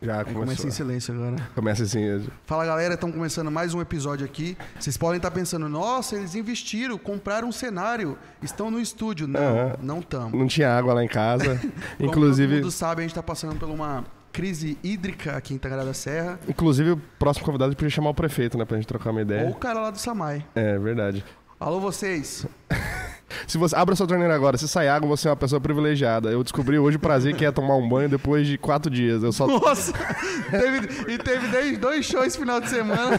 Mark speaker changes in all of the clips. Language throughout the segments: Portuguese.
Speaker 1: Já
Speaker 2: Aí começa
Speaker 1: começou.
Speaker 2: em silêncio agora.
Speaker 1: assim, Começa assim.
Speaker 2: Fala galera, estamos começando mais um episódio aqui. Vocês podem estar pensando, nossa, eles investiram, compraram um cenário, estão no estúdio. Não,
Speaker 1: Aham.
Speaker 2: não estamos.
Speaker 1: Não tinha água lá em casa. É. inclusive,
Speaker 2: Como todo mundo sabe, a gente está passando por uma crise hídrica aqui em Tangará da Serra.
Speaker 1: inclusive, o próximo convidado podia chamar o prefeito, né? Pra gente trocar uma ideia.
Speaker 2: Ou o cara lá do Samai.
Speaker 1: É, verdade.
Speaker 2: Alô, vocês.
Speaker 1: Se você abra sua torneira agora, se sai água, você é uma pessoa privilegiada. Eu descobri hoje o prazer que é tomar um banho depois de quatro dias. Eu só.
Speaker 2: Nossa! Teve- e teve dois- dois shows esse final de semana.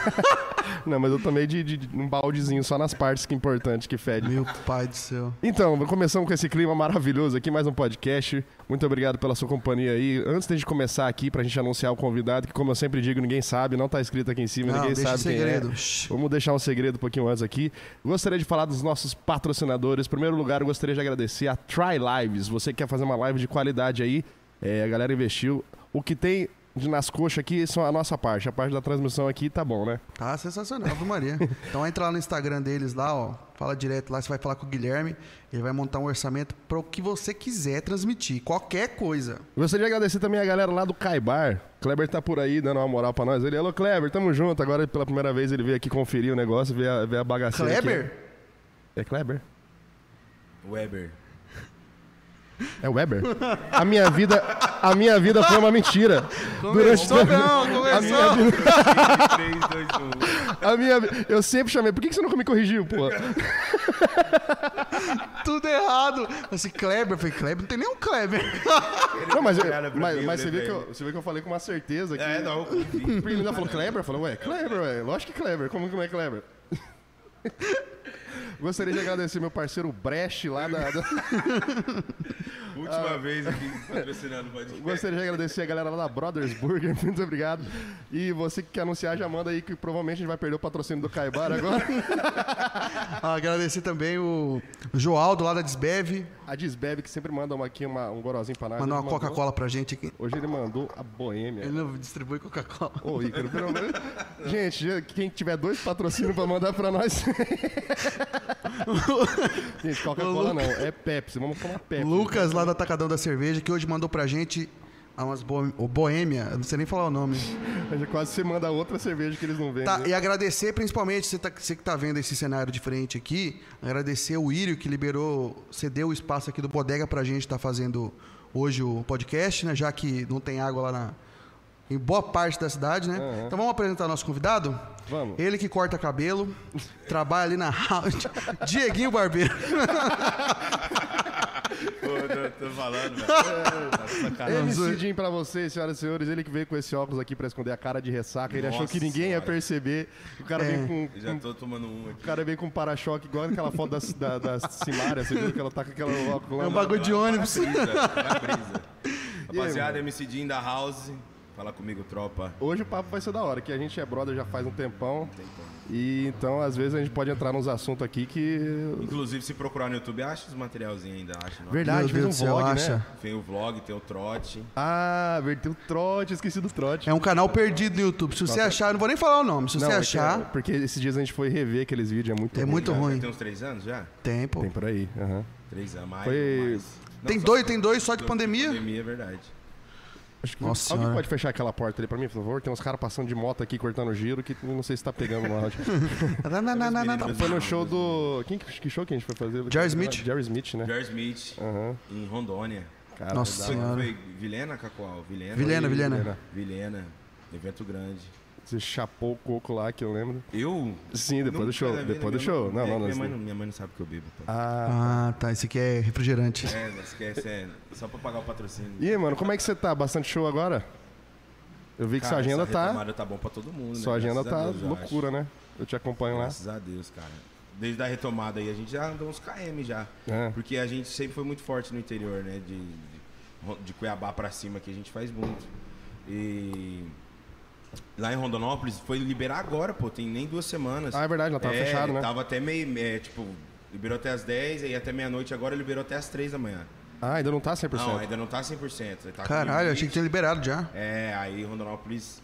Speaker 1: Não, mas eu tomei de, de- de um baldezinho só nas partes que é importante que fede.
Speaker 2: Meu pai do céu.
Speaker 1: Então, começamos com esse clima maravilhoso aqui, mais um podcast. Muito obrigado pela sua companhia aí. Antes de a gente começar aqui, pra gente anunciar o convidado, que como eu sempre digo, ninguém sabe, não tá escrito aqui em cima,
Speaker 2: Não,
Speaker 1: ninguém
Speaker 2: deixa
Speaker 1: sabe
Speaker 2: o
Speaker 1: quem é.
Speaker 2: segredo. Shhh.
Speaker 1: Vamos deixar um segredo um pouquinho antes aqui. Gostaria de falar dos nossos patrocinadores. Em primeiro lugar, eu gostaria de agradecer a Try Lives. Você que quer fazer uma live de qualidade aí, é, a galera investiu. O que tem de nas coxas aqui são a nossa parte. A parte da transmissão aqui tá bom, né?
Speaker 2: Tá sensacional, Ave Maria. Então entra lá no Instagram deles lá, ó. Fala direto lá, você vai falar com o Guilherme. Ele vai montar um orçamento para o que você quiser transmitir. Qualquer coisa.
Speaker 1: Gostaria de agradecer também a galera lá do Caibar. Kleber tá por aí dando uma moral pra nós. Ele, alô, Kleber, tamo junto. Agora, pela primeira vez, ele veio aqui conferir o negócio, ver a, ver a bagaceira. aqui.
Speaker 2: Kleber?
Speaker 1: É Kleber?
Speaker 3: Weber.
Speaker 1: É Weber? A minha vida, a minha vida foi uma mentira.
Speaker 2: Começou não,
Speaker 1: a minha,
Speaker 2: começou.
Speaker 1: vida-
Speaker 3: 3, 2, 1.
Speaker 1: a minha vi- eu sempre chamei. Por que que você nunca me corrigiu, pô?
Speaker 2: Tudo errado. Assim, Kleber, eu falei, Kleber, não tem nenhum Kleber.
Speaker 1: Não, mas, eu-
Speaker 3: Cara, pra
Speaker 1: mas,
Speaker 3: mim,
Speaker 1: mas
Speaker 3: eu
Speaker 1: você, vê que
Speaker 3: lembrei.
Speaker 1: eu, você vê que eu falei com uma certeza que.
Speaker 3: É, não.
Speaker 1: Porque ele ainda falou Kleber? Eu falei, ué, Kleber, ué. Lógico que Kleber. Como que não é Kleber? Gostaria de agradecer meu parceiro Brecht lá da- da...
Speaker 3: Última vez aqui
Speaker 2: Ah.
Speaker 3: patrocinando o podcast.
Speaker 1: Gostaria de agradecer a galera lá da Brothers Burger, muito obrigado. E você que quer anunciar, já manda aí que provavelmente a gente vai perder o patrocínio do Caibar agora.
Speaker 2: Ah, Agradecer também o Joaldo lá da Desbeve.
Speaker 1: A Disbebe que sempre manda uma, aqui uma- um gorozinho pra nós.
Speaker 2: Mandou
Speaker 1: Ele
Speaker 2: uma Coca-Cola pra gente aqui.
Speaker 1: Hoje ele mandou a Boêmia.
Speaker 2: Ele não distribui Coca-Cola.
Speaker 1: Ô, Ícaro, pelo menos. Gente, já- quem tiver dois patrocínios pra mandar pra nós. gente, Coca-Cola não, é Pepsi. Vamos tomar Pepsi.
Speaker 2: Lucas lá do Atacadão da Cerveja, que hoje mandou pra gente ah, umas bo... o Boêmia. Eu não sei nem falar o nome.
Speaker 1: Quase você manda outra cerveja que eles não vendem.
Speaker 2: Tá,
Speaker 1: né?
Speaker 2: e agradecer principalmente, você, tá- você que tá vendo esse cenário diferente aqui, agradecer o Írio que liberou, cedeu o espaço aqui do Bodega pra gente estar fazendo hoje o podcast, né? Já que não tem água lá na- em boa parte da cidade, né? Então vamos apresentar nosso convidado?
Speaker 1: Vamos.
Speaker 2: Ele que corta cabelo, trabalha ali na rádio. Dieguinho Barbeiro.
Speaker 3: Pô, tô, tô falando, velho.
Speaker 2: É.
Speaker 3: Tá de sacanagem.
Speaker 1: MC Jim pra vocês, senhoras e senhores. Ele que veio com esse óculos aqui pra esconder a cara de ressaca. Ele achou
Speaker 3: Nossa
Speaker 1: que ninguém ia
Speaker 3: senhora.
Speaker 1: perceber. O cara
Speaker 2: É.
Speaker 1: vem com...
Speaker 3: Eu Já tô tomando um
Speaker 1: O
Speaker 3: aqui.
Speaker 1: cara vem com um para-choque igual aquela foto da, da, da Simária, você viu que ela tá com aquela óculos lá.
Speaker 2: É um
Speaker 1: na-
Speaker 2: bagulho de ônibus.
Speaker 3: Tá Brisa, vai brisa.
Speaker 1: aí,
Speaker 3: Rapaziada, MC Dean da House. Fala comigo, tropa.
Speaker 1: Hoje o papo vai ser da hora, que a gente é brother já faz um tempão. E então, às vezes, a gente pode entrar nos assuntos aqui que.
Speaker 3: Inclusive, se procurar no YouTube, acha os materialzinhos ainda, acha. Não?
Speaker 1: Verdade,
Speaker 2: Meu
Speaker 1: fez um
Speaker 2: Deus do céu,
Speaker 1: vlog,
Speaker 2: acha.
Speaker 1: né?
Speaker 3: Tem o vlog, tem o trote.
Speaker 1: Ah, verteu o trote, esqueci do trote.
Speaker 2: É um canal perdido no YouTube. Se você achar, eu não vou nem falar o nome, se
Speaker 1: Não,
Speaker 2: você
Speaker 1: é que-
Speaker 2: achar,
Speaker 1: porque esses dias a gente foi rever aqueles vídeos, é muito
Speaker 2: é
Speaker 1: ruim,
Speaker 2: muito
Speaker 1: né?
Speaker 2: ruim.
Speaker 3: Tem uns três anos já?
Speaker 2: Tem, pô.
Speaker 1: Tem por aí. aham.
Speaker 3: Três anos, mais.
Speaker 1: Foi-
Speaker 3: mais. Não,
Speaker 2: Tem
Speaker 3: só-
Speaker 2: dois, tem dois só de
Speaker 3: só
Speaker 2: pandemia?
Speaker 3: Pandemia, é verdade.
Speaker 1: Acho que
Speaker 2: Nossa
Speaker 1: alguém
Speaker 2: senhora.
Speaker 1: pode fechar aquela porta ali pra mim, por favor? Tem uns caras passando de moto aqui, cortando giro, que não sei se tá pegando lá.
Speaker 2: Não, não, não, não, não.
Speaker 1: foi no show do... Quem, que que show que a gente foi fazer?
Speaker 2: Jerry Smith.
Speaker 1: Jerry Smith, né?
Speaker 3: Jerry Smith, em Rondônia.
Speaker 1: Cara,
Speaker 2: Nossa
Speaker 3: Foi,
Speaker 2: senhora.
Speaker 3: foi Vilena, Cacoal? Vilena?
Speaker 2: Vilhena, Vilhena.
Speaker 1: Vilhena.
Speaker 3: Vilhena, evento grande.
Speaker 1: Você chapou o coco lá, que eu lembro.
Speaker 3: Eu?
Speaker 1: Sim, depois
Speaker 3: Nunca
Speaker 1: do show.
Speaker 3: na vida,
Speaker 1: Depois do
Speaker 3: minha
Speaker 1: show.
Speaker 3: mãe-
Speaker 1: Não, não,
Speaker 3: minha,
Speaker 1: não.
Speaker 3: mãe não.
Speaker 1: não.
Speaker 3: Minha mãe não sabe que eu bebo. Pô.
Speaker 1: Ah...
Speaker 2: Ah, tá. Esse aqui é refrigerante.
Speaker 3: É, não esquece, é só pra pagar o patrocínio.
Speaker 1: E aí, mano, como é que você tá? Bastante show agora? Eu vi que sua agenda
Speaker 3: essa
Speaker 1: tá...
Speaker 3: retomada tá bom pra todo mundo, né?
Speaker 1: Sua agenda
Speaker 3: Graças a
Speaker 1: tá
Speaker 3: Deus, eu
Speaker 1: loucura, né? Eu te acompanho
Speaker 3: acho.
Speaker 1: lá.
Speaker 3: Graças a Deus, cara. Desde a retomada aí, a gente já andou uns KM já.
Speaker 1: É.
Speaker 3: Porque a gente sempre foi muito forte no interior, né? De, de, de Cuiabá pra cima, que a gente faz muito. E... Lá em Rondonópolis, foi liberar agora, pô. Tem nem duas semanas.
Speaker 1: Ah, é verdade, já tava
Speaker 3: É,
Speaker 1: fechado, né?
Speaker 3: Tava até meio. É, tipo, liberou até as 10, aí até meia-noite, agora liberou até as 3 da manhã.
Speaker 1: Ah, ainda não tá 100%.
Speaker 3: Não, ainda não tá 100%. Tá com
Speaker 2: Caralho, achei que
Speaker 3: limite.
Speaker 2: tinha liberado já.
Speaker 3: É, aí Rondonópolis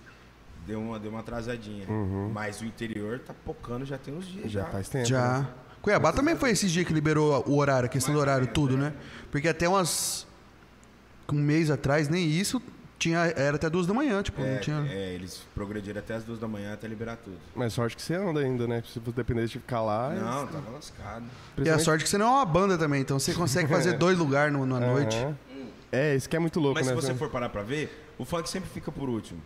Speaker 3: deu uma, deu uma atrasadinha. Mas o interior tá pocando já tem uns dias já.
Speaker 1: Uhum. Já faz tempo. né?
Speaker 2: Já. Cuiabá também foi esse dia que liberou o horário, a questão do horário, tudo, né? Porque até umas. Um mês atrás, nem isso, Tinha, era até duas da manhã, tipo,
Speaker 3: É,
Speaker 2: não tinha.
Speaker 3: é, eles progrediram até as duas da manhã até liberar tudo.
Speaker 1: Mas sorte que você anda ainda, né? Se você dependesse de ficar lá.
Speaker 3: Não, tava lascado.
Speaker 2: E a
Speaker 1: principalmente-
Speaker 2: sorte que você não é uma banda também, então você consegue
Speaker 3: É.
Speaker 2: fazer dois lugares numa
Speaker 1: Aham.
Speaker 2: noite.
Speaker 1: É, isso que é muito louco,
Speaker 3: Mas
Speaker 1: né?
Speaker 3: se você for parar pra ver, o funk sempre fica por último.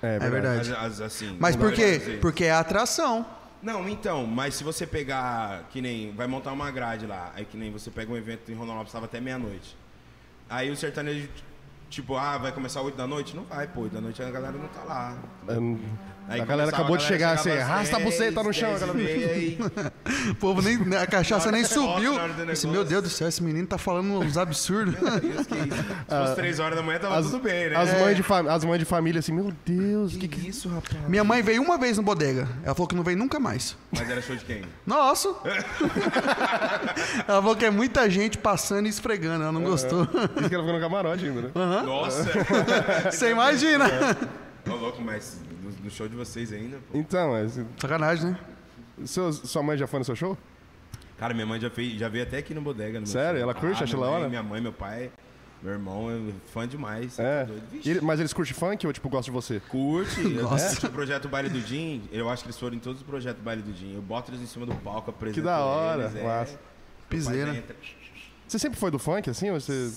Speaker 1: É
Speaker 2: É
Speaker 1: verdade.
Speaker 3: As,
Speaker 2: verdade.
Speaker 3: as- assim,
Speaker 2: Mas
Speaker 3: não
Speaker 2: por
Speaker 3: dá pra
Speaker 2: quê?
Speaker 3: dizer.
Speaker 2: Porque é a atração.
Speaker 3: Não, então, mas se você pegar, que nem, vai montar uma grade lá, aí que nem você pega um evento em Rondonópolis, tava até meia-noite. Aí o sertanejo, tipo, ah, vai começar 8 da noite? Não vai, pô, 8 da noite a galera não tá lá. Aí
Speaker 1: a galera
Speaker 3: começava,
Speaker 1: acabou de chegar assim,
Speaker 3: chegava às
Speaker 1: arrasta a buceta no chão.
Speaker 3: 10 e
Speaker 1: galera.
Speaker 3: meia, aí,
Speaker 2: O povo nem. né, A cachaça nem
Speaker 3: Nossa,
Speaker 2: subiu.
Speaker 3: na hora do
Speaker 2: Esse,
Speaker 3: negócio.
Speaker 2: meu Deus do céu, esse menino tá falando uns absurdos.
Speaker 3: Deus, que isso. Se fosse 3 horas da manhã, tava
Speaker 1: As,
Speaker 3: tudo bem, né?
Speaker 1: as mães de fam- as mães de família assim, meu Deus, o que, que
Speaker 3: isso, rapaz?
Speaker 2: Minha mãe veio uma vez no bodega. Ela falou que não veio nunca mais.
Speaker 3: Mas era show de quem?
Speaker 2: Nossa! ela falou que é muita gente passando e esfregando, ela não gostou.
Speaker 1: Isso que ela ficou no camarote ainda, né?
Speaker 3: Nossa!
Speaker 2: Você imagina!
Speaker 3: Ô, louco, mas no, no show de vocês ainda, pô.
Speaker 1: Então, mas,
Speaker 2: Sacanagem, né?
Speaker 1: seu- sua mãe já foi no seu show?
Speaker 3: Cara, minha mãe já, fez, já veio até aqui no bodega. no meu
Speaker 1: Sério?
Speaker 3: show. Ah,
Speaker 1: Ela curte? Acha
Speaker 3: minha
Speaker 1: da
Speaker 3: mãe-
Speaker 1: hora?
Speaker 3: Minha mãe, meu pai, meu irmão é fã demais.
Speaker 1: É.
Speaker 3: Tá doido? Vixe,
Speaker 1: E ele- mas eles curtem funk ou tipo gostam de você?
Speaker 3: Curte. Eu
Speaker 2: Nossa.
Speaker 3: assisti o projeto Baile do Jim. Eu acho que eles foram em todos os projetos Baile do Jim. Eu boto eles em cima do palco, apresento
Speaker 1: Que da hora,
Speaker 3: Eles,
Speaker 1: massa.
Speaker 3: Meu pai
Speaker 2: Piseira.
Speaker 3: entra-
Speaker 1: Você sempre foi do funk assim? Ou você...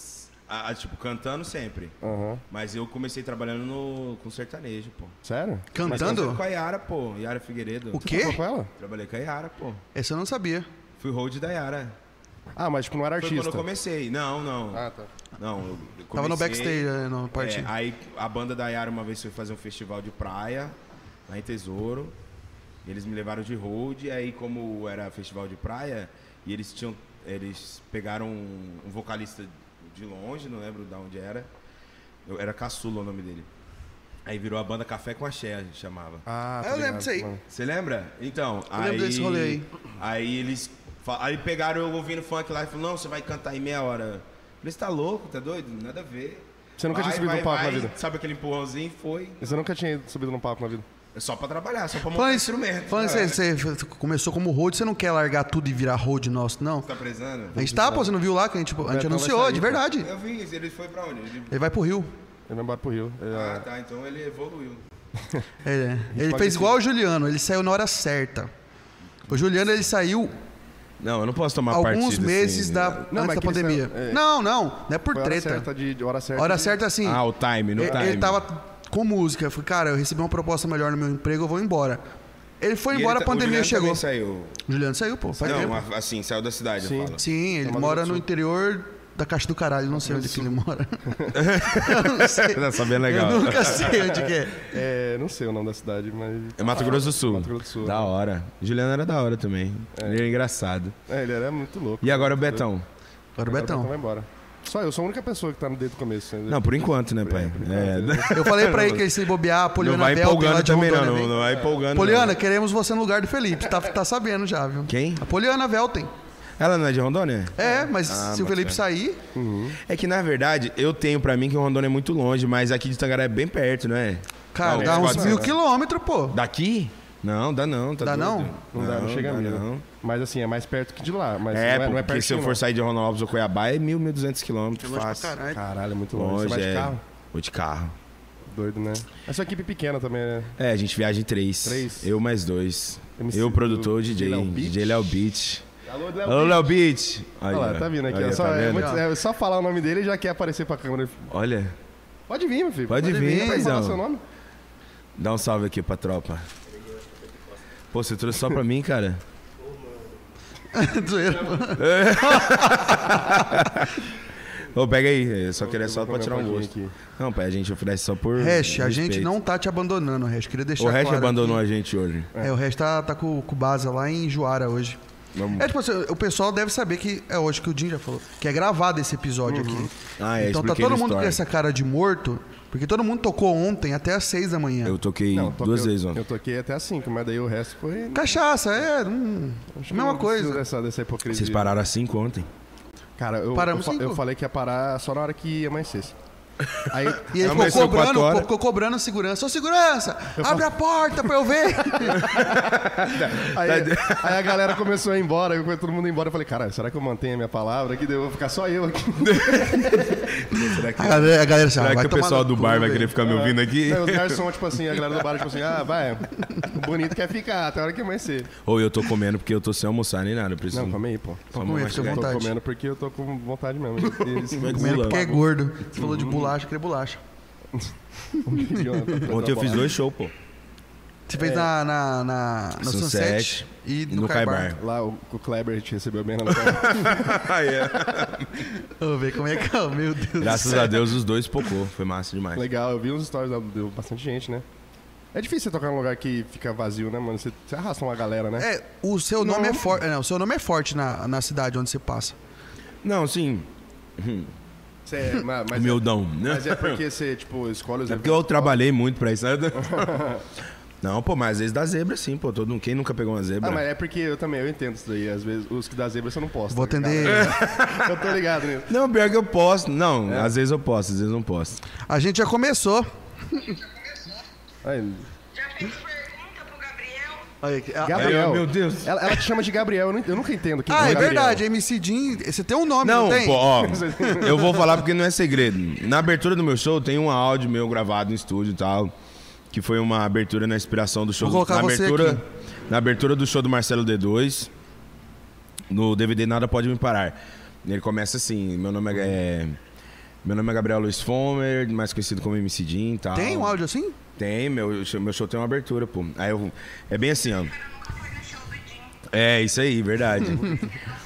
Speaker 3: Ah, ah, tipo, cantando sempre.
Speaker 1: Aham.
Speaker 3: Mas eu comecei trabalhando no, com sertanejo, pô.
Speaker 1: Sério?
Speaker 2: Cantando?
Speaker 3: Com a Yara, pô. Yara Figueiredo.
Speaker 2: O quê?
Speaker 1: Mas, com ela?
Speaker 3: Trabalhei com a Yara, pô.
Speaker 2: Essa eu não sabia.
Speaker 3: Fui hold da Yara.
Speaker 1: Ah, mas tipo, não era
Speaker 3: Foi
Speaker 1: artista.
Speaker 3: quando eu comecei. Não, não.
Speaker 1: Ah, tá.
Speaker 3: Não, eu eu comecei...
Speaker 2: Tava no backstage, né, no
Speaker 3: É,
Speaker 2: party.
Speaker 3: aí a banda da Yara uma vez foi fazer um festival de praia lá em Tesouro. Eles me levaram de road, aí como era festival de praia, e eles tinham. Eles pegaram um, um vocalista de longe, não lembro de onde era. Eu, era Caçula o nome dele. Aí virou a banda Café com Axé, a gente chamava.
Speaker 1: Ah,
Speaker 2: É, Eu lembro
Speaker 1: ligado,
Speaker 2: disso aí.
Speaker 1: mano.
Speaker 3: Você lembra? Então,
Speaker 2: Eu
Speaker 3: aí,
Speaker 2: lembro desse rolê aí.
Speaker 3: aí eles. fa- Aí pegaram eu ouvindo funk lá e falaram, não, você vai cantar em meia hora. Eu falei, você tá louco, tá doido? Nada a ver.
Speaker 1: Você nunca tinha subido no palco na vida?
Speaker 3: Sabe aquele empurrãozinho? Foi.
Speaker 1: Você nunca tinha subido num palco na vida?
Speaker 3: É só pra trabalhar, só pra
Speaker 1: um
Speaker 3: montar
Speaker 2: Falando isso,
Speaker 3: instrumento. É.
Speaker 2: falando isso,
Speaker 3: cara.
Speaker 2: aí,
Speaker 1: né?
Speaker 2: você f- começou como road, você não quer largar tudo e virar road nosso, não?
Speaker 3: Tá precisando?
Speaker 2: A gente tá, pô, você não viu lá que a gente, a gente
Speaker 1: Betão vai
Speaker 2: anunciou,
Speaker 1: sair,
Speaker 2: de
Speaker 1: pô.
Speaker 2: verdade.
Speaker 3: Eu vi, isso, ele foi pra onde? Ele...
Speaker 2: Ele vai pro Rio.
Speaker 1: Eu me embora pro Rio. É,
Speaker 3: Ah, tá, então ele evoluiu.
Speaker 2: É, ele
Speaker 1: pode
Speaker 2: fez
Speaker 1: decidir.
Speaker 2: igual o Juliano, ele saiu na hora certa. O Juliano, ele saiu
Speaker 3: Não, eu não posso tomar
Speaker 1: assim,
Speaker 2: alguns meses
Speaker 1: né?
Speaker 2: da,
Speaker 1: Não,
Speaker 2: antes
Speaker 1: mas
Speaker 2: da
Speaker 1: que ele
Speaker 2: pandemia.
Speaker 1: saiu- é.
Speaker 2: Não, não, não é por
Speaker 1: Foi hora
Speaker 2: treta.
Speaker 1: certa de, de hora certa.
Speaker 2: Hora
Speaker 1: de-
Speaker 2: certa, assim,
Speaker 3: Ah, o time, no
Speaker 2: ele,
Speaker 3: time.
Speaker 2: ele tava com música. Eu falei, cara, eu recebi uma proposta melhor no meu emprego, eu vou embora. Ele foi
Speaker 3: E
Speaker 2: embora,
Speaker 3: ele
Speaker 2: a
Speaker 3: tá- o
Speaker 2: pandemia
Speaker 3: Juliano
Speaker 2: chegou.
Speaker 3: também Saiu.
Speaker 2: Juliano saiu, pô. faz tempo.
Speaker 3: Não, é a- assim, saiu da cidade,
Speaker 1: Sim.
Speaker 3: eu falo.
Speaker 2: Sim, ele
Speaker 1: Mato
Speaker 2: mora
Speaker 1: Grosso
Speaker 2: no
Speaker 1: do
Speaker 2: interior da Caixa do Caralho, não sei onde que ele mora. eu não sei.
Speaker 3: Tá sabendo
Speaker 2: Eu nunca sei onde que é.
Speaker 1: É, não sei o nome da cidade, mas.
Speaker 3: É Mato Grosso do Sul.
Speaker 1: Mato Grosso do Sul.
Speaker 3: Da hora. Juliano era da hora também. Ele era engraçado.
Speaker 1: É, ele era muito louco.
Speaker 3: E agora o Betão?
Speaker 2: Agora o
Speaker 1: Então
Speaker 2: Betão.
Speaker 1: vai embora. Só eu sou a única pessoa que tá desde o começo. entendeu?
Speaker 3: Não, por enquanto, né, pai? É.
Speaker 2: Eu falei pra ele que ele se bobear, a
Speaker 3: Não
Speaker 2: Poliana
Speaker 3: vai
Speaker 2: Bel, tem lá
Speaker 3: empolgando
Speaker 2: de
Speaker 3: também, não.
Speaker 2: Rondônia,
Speaker 3: Não
Speaker 2: vem.
Speaker 1: É.
Speaker 3: vai empolgando.
Speaker 2: Poliana, queremos você no lugar do Felipe. Tá, tá sabendo já, viu?
Speaker 3: Quem?
Speaker 2: A Poliana Velten.
Speaker 3: não. Ela não é de Rondônia?
Speaker 2: É, mas se o
Speaker 3: Ah, bacana.
Speaker 2: Felipe sair,
Speaker 3: É que, na verdade, eu tenho pra mim que Rondônia é muito longe, mas aqui de Tangará é bem perto, não é?
Speaker 2: cara,
Speaker 3: Não,
Speaker 2: dá uns
Speaker 3: 400.
Speaker 2: mil quilômetros, pô.
Speaker 3: Daqui? Não, dá não. Tá
Speaker 2: Dá
Speaker 3: doido.
Speaker 2: não?
Speaker 1: Não, dá, não chega a
Speaker 3: dá
Speaker 1: mil.
Speaker 3: não.
Speaker 1: Mas assim, é mais perto que de lá. Mas
Speaker 3: É,
Speaker 1: não é, não é
Speaker 3: porque se eu
Speaker 1: pertinho,
Speaker 3: for
Speaker 1: não.
Speaker 3: sair de Rondonópolis ou Cuiabá, é mil, mil duzentos quilômetros,
Speaker 2: longe pra
Speaker 3: fácil.
Speaker 2: caralho.
Speaker 1: Caralho, é muito longe. Você
Speaker 3: Longe,
Speaker 1: vai
Speaker 3: é.
Speaker 1: de carro?
Speaker 3: Vou de carro.
Speaker 1: Doido, né? É sua equipe pequena também, né?
Speaker 3: É, a gente viaja em três.
Speaker 1: Três?
Speaker 3: Eu mais dois.
Speaker 1: MC
Speaker 3: eu,
Speaker 1: do-
Speaker 3: produtor, DJ.
Speaker 1: Léo Beat?
Speaker 3: DJ Léo Beat.
Speaker 1: Alô,
Speaker 3: Alô, Léo Beat. Aí,
Speaker 1: Olha
Speaker 3: ó.
Speaker 1: lá, tá vindo aqui.
Speaker 3: Aí,
Speaker 1: ó.
Speaker 3: ó,
Speaker 1: só,
Speaker 3: tá
Speaker 1: é
Speaker 3: vendo?
Speaker 1: muito- é só falar o nome dele e já quer aparecer pra câmera.
Speaker 3: Olha,
Speaker 1: Pode vir, meu filho.
Speaker 3: pode,
Speaker 1: vir.
Speaker 3: vir,
Speaker 1: Pode falar seu
Speaker 3: paizão.
Speaker 1: nome?
Speaker 3: Dá um salve aqui pra tropa. Pô, você trouxe só pra mim, cara?
Speaker 2: Zoeira.
Speaker 3: Ô, pega aí. Eu só queria só
Speaker 1: vou comer
Speaker 3: pra tirar um
Speaker 1: um
Speaker 3: gosto.
Speaker 1: pouquinho
Speaker 3: Não, pai, a gente oferece só por.
Speaker 2: Hash, a gente
Speaker 3: respeito.
Speaker 2: não tá te abandonando, Hash. Queria deixar
Speaker 3: O Hash
Speaker 2: claro.
Speaker 3: abandonou a gente hoje.
Speaker 2: É, o resto tá, tá com, com Baza lá em Juara hoje.
Speaker 3: Vamos.
Speaker 2: É tipo assim, o pessoal deve saber que é hoje que o Jim já falou, que é gravado esse episódio aqui.
Speaker 3: Ah, é,
Speaker 2: então tá
Speaker 3: expliquei
Speaker 2: todo
Speaker 3: no
Speaker 2: mundo com
Speaker 3: story.
Speaker 2: essa cara de morto, porque todo mundo tocou ontem até às seis da manhã.
Speaker 3: Eu toquei
Speaker 1: Não, toquei-
Speaker 3: duas vezes ontem.
Speaker 1: Eu toquei até às 5, mas daí o resto foi.
Speaker 2: Cachaça, é. hum,
Speaker 1: Acho que eu
Speaker 2: mesma
Speaker 1: não preciso
Speaker 2: coisa.
Speaker 1: Dessa, dessa hipocrisia.
Speaker 3: Vocês pararam às cinco ontem?
Speaker 1: Cara, eu,
Speaker 2: Paramos
Speaker 1: eu, fa-
Speaker 2: cinco.
Speaker 1: eu falei que ia parar só na hora que amanhecesse. Aí,
Speaker 2: E
Speaker 4: Não,
Speaker 2: ele ficou
Speaker 4: mas são quatro
Speaker 2: cobrando,
Speaker 4: horas.
Speaker 2: ficou cobrando a segurança. Ô, segurança, abre a porta pra eu ver.
Speaker 1: aí,
Speaker 3: Tá
Speaker 1: aí a galera começou a ir embora, eu todo mundo ia embora. Eu falei, cara, será que eu mantenho a minha palavra aqui? Daí Eu vou ficar só eu aqui.
Speaker 2: A galera, a galera
Speaker 3: assim,
Speaker 4: Será
Speaker 2: sabe,
Speaker 3: "Ah,
Speaker 2: Tá, vai
Speaker 4: que o
Speaker 2: tomar
Speaker 4: pessoal
Speaker 2: no
Speaker 4: do
Speaker 2: cu,
Speaker 4: bar vai
Speaker 2: velho.
Speaker 4: querer ficar me ouvindo aqui?
Speaker 1: Daí os garçons, tipo assim, a galera do bar, tipo assim, ah, vai, o bonito quer ficar até a hora que amanhecer.
Speaker 3: Ou eu tô comendo porque eu tô sem almoçar nem nada. eu Preciso...
Speaker 1: Não, come aí, pô.
Speaker 3: Só
Speaker 2: Pode comer,
Speaker 3: uma
Speaker 2: um fica à
Speaker 1: Eu tô
Speaker 2: vontade.
Speaker 1: comendo porque eu tô com vontade mesmo. Esse
Speaker 3: Vai
Speaker 2: Comendo porque é
Speaker 3: Pago.
Speaker 2: gordo. Você falou de bolacha, queria bolacha.
Speaker 1: idiota.
Speaker 3: Ontem eu fiz dois shows, pô.
Speaker 2: Você fez na, na, na- no Sunset,
Speaker 3: É. Sunset
Speaker 2: e
Speaker 3: e
Speaker 2: no,
Speaker 3: no
Speaker 2: Caibar.
Speaker 3: Caibar.
Speaker 1: Lá o, o Kleber te recebeu bem na nossa.
Speaker 4: Ah, é.
Speaker 2: Vamos ver como é que é. Meu Deus do
Speaker 3: Graças
Speaker 2: céu.
Speaker 3: a Deus os dois pocou. Foi massa demais.
Speaker 1: Legal, eu vi uns stories, lá, deu bastante gente, né? É difícil você tocar num lugar que fica vazio, né, mano? Você, você arrasta uma galera, né?
Speaker 2: É, o seu nome
Speaker 1: Não.
Speaker 2: é forte. Não, o seu nome é forte na, na cidade onde você passa.
Speaker 3: Não, sim.
Speaker 1: Você é ma- mas, é,
Speaker 3: Humildão. né?
Speaker 1: mas é porque você, tipo, escolhe os
Speaker 3: É porque eu trabalhei muito pra isso. né? Não, pô, mas às vezes dá zebra sim, pô. Todo mundo, quem nunca pegou uma zebra?
Speaker 1: Ah, mas é porque eu também, eu entendo isso daí. Às vezes, os que dá zebra você não posta.
Speaker 2: Vou
Speaker 1: tá ligado?
Speaker 2: atender.
Speaker 1: Eu tô ligado nisso.
Speaker 3: Não, pior que eu posso. Não,
Speaker 1: É.
Speaker 3: às vezes eu posso, às vezes não posso.
Speaker 2: A gente já começou.
Speaker 1: Aí,
Speaker 5: Já fez pergunta pro Gabriel?
Speaker 2: Aí, a-
Speaker 1: Gabriel.
Speaker 3: Aí, meu Deus.
Speaker 1: Ela, ela te chama de Gabriel, eu, não- eu nunca entendo. Quem
Speaker 2: ah, é
Speaker 1: Gabriel.
Speaker 2: verdade. MC Jean, você tem um nome, não,
Speaker 3: Não,
Speaker 2: tem?
Speaker 3: pô, ó, eu vou falar porque não é segredo. Na abertura do meu show tem um áudio meu gravado no estúdio e tal, que foi uma abertura na inspiração do show.
Speaker 2: Vou colocar
Speaker 3: na
Speaker 2: você
Speaker 3: abertura,
Speaker 2: aqui.
Speaker 3: na abertura do show do Marcelo D2, no DVD Nada Pode Me Parar. Ele começa assim, meu nome é, é- meu nome é Gabriel Luiz Fomer, mais conhecido como MC Jim e tal.
Speaker 2: Tem um áudio assim?
Speaker 3: Tem, meu, show- meu show tem uma abertura, pô. Aí eu, é bem assim, ó.
Speaker 5: Eu nunca fui no show do Jim.
Speaker 3: É, isso aí, verdade.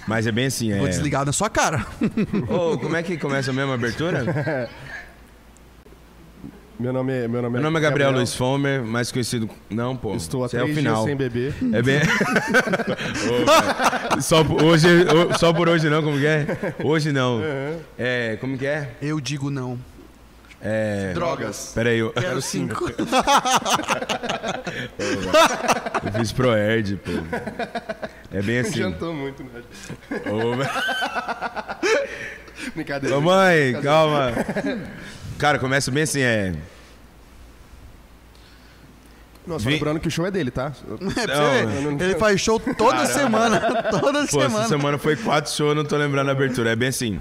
Speaker 3: Mas é bem assim, é.
Speaker 2: Vou desligar na sua cara.
Speaker 3: Ô, como é que começa a mesma abertura?
Speaker 1: Meu nome é, meu nome
Speaker 3: Meu nome é Gabriel Luiz Fomer, mais conhecido. Não, pô.
Speaker 1: Estou há
Speaker 3: esse é o
Speaker 1: três
Speaker 3: final.
Speaker 1: dias sem beber.
Speaker 3: É bem. Ô, cara, só, por hoje, ô, só por hoje não, como que é? Hoje não. É, como que é?
Speaker 2: Eu digo não.
Speaker 3: É.
Speaker 2: Drogas.
Speaker 3: Peraí, eu,
Speaker 2: Quero cinco.
Speaker 3: eu fiz Proerd, pô. É bem assim.
Speaker 1: Jantou muito, né?
Speaker 3: Ô, velho.
Speaker 1: Brincadeira.
Speaker 3: Ô mãe, calma. Cara, começa bem assim, é.
Speaker 1: Nossa,
Speaker 3: Vi-
Speaker 1: lembrando que o show é dele, tá?
Speaker 2: É, pra você ver, Ele faz show toda semana. Toda
Speaker 3: Pô,
Speaker 2: semana.
Speaker 3: essa semana foi quatro shows, eu não tô lembrando a abertura. É bem assim.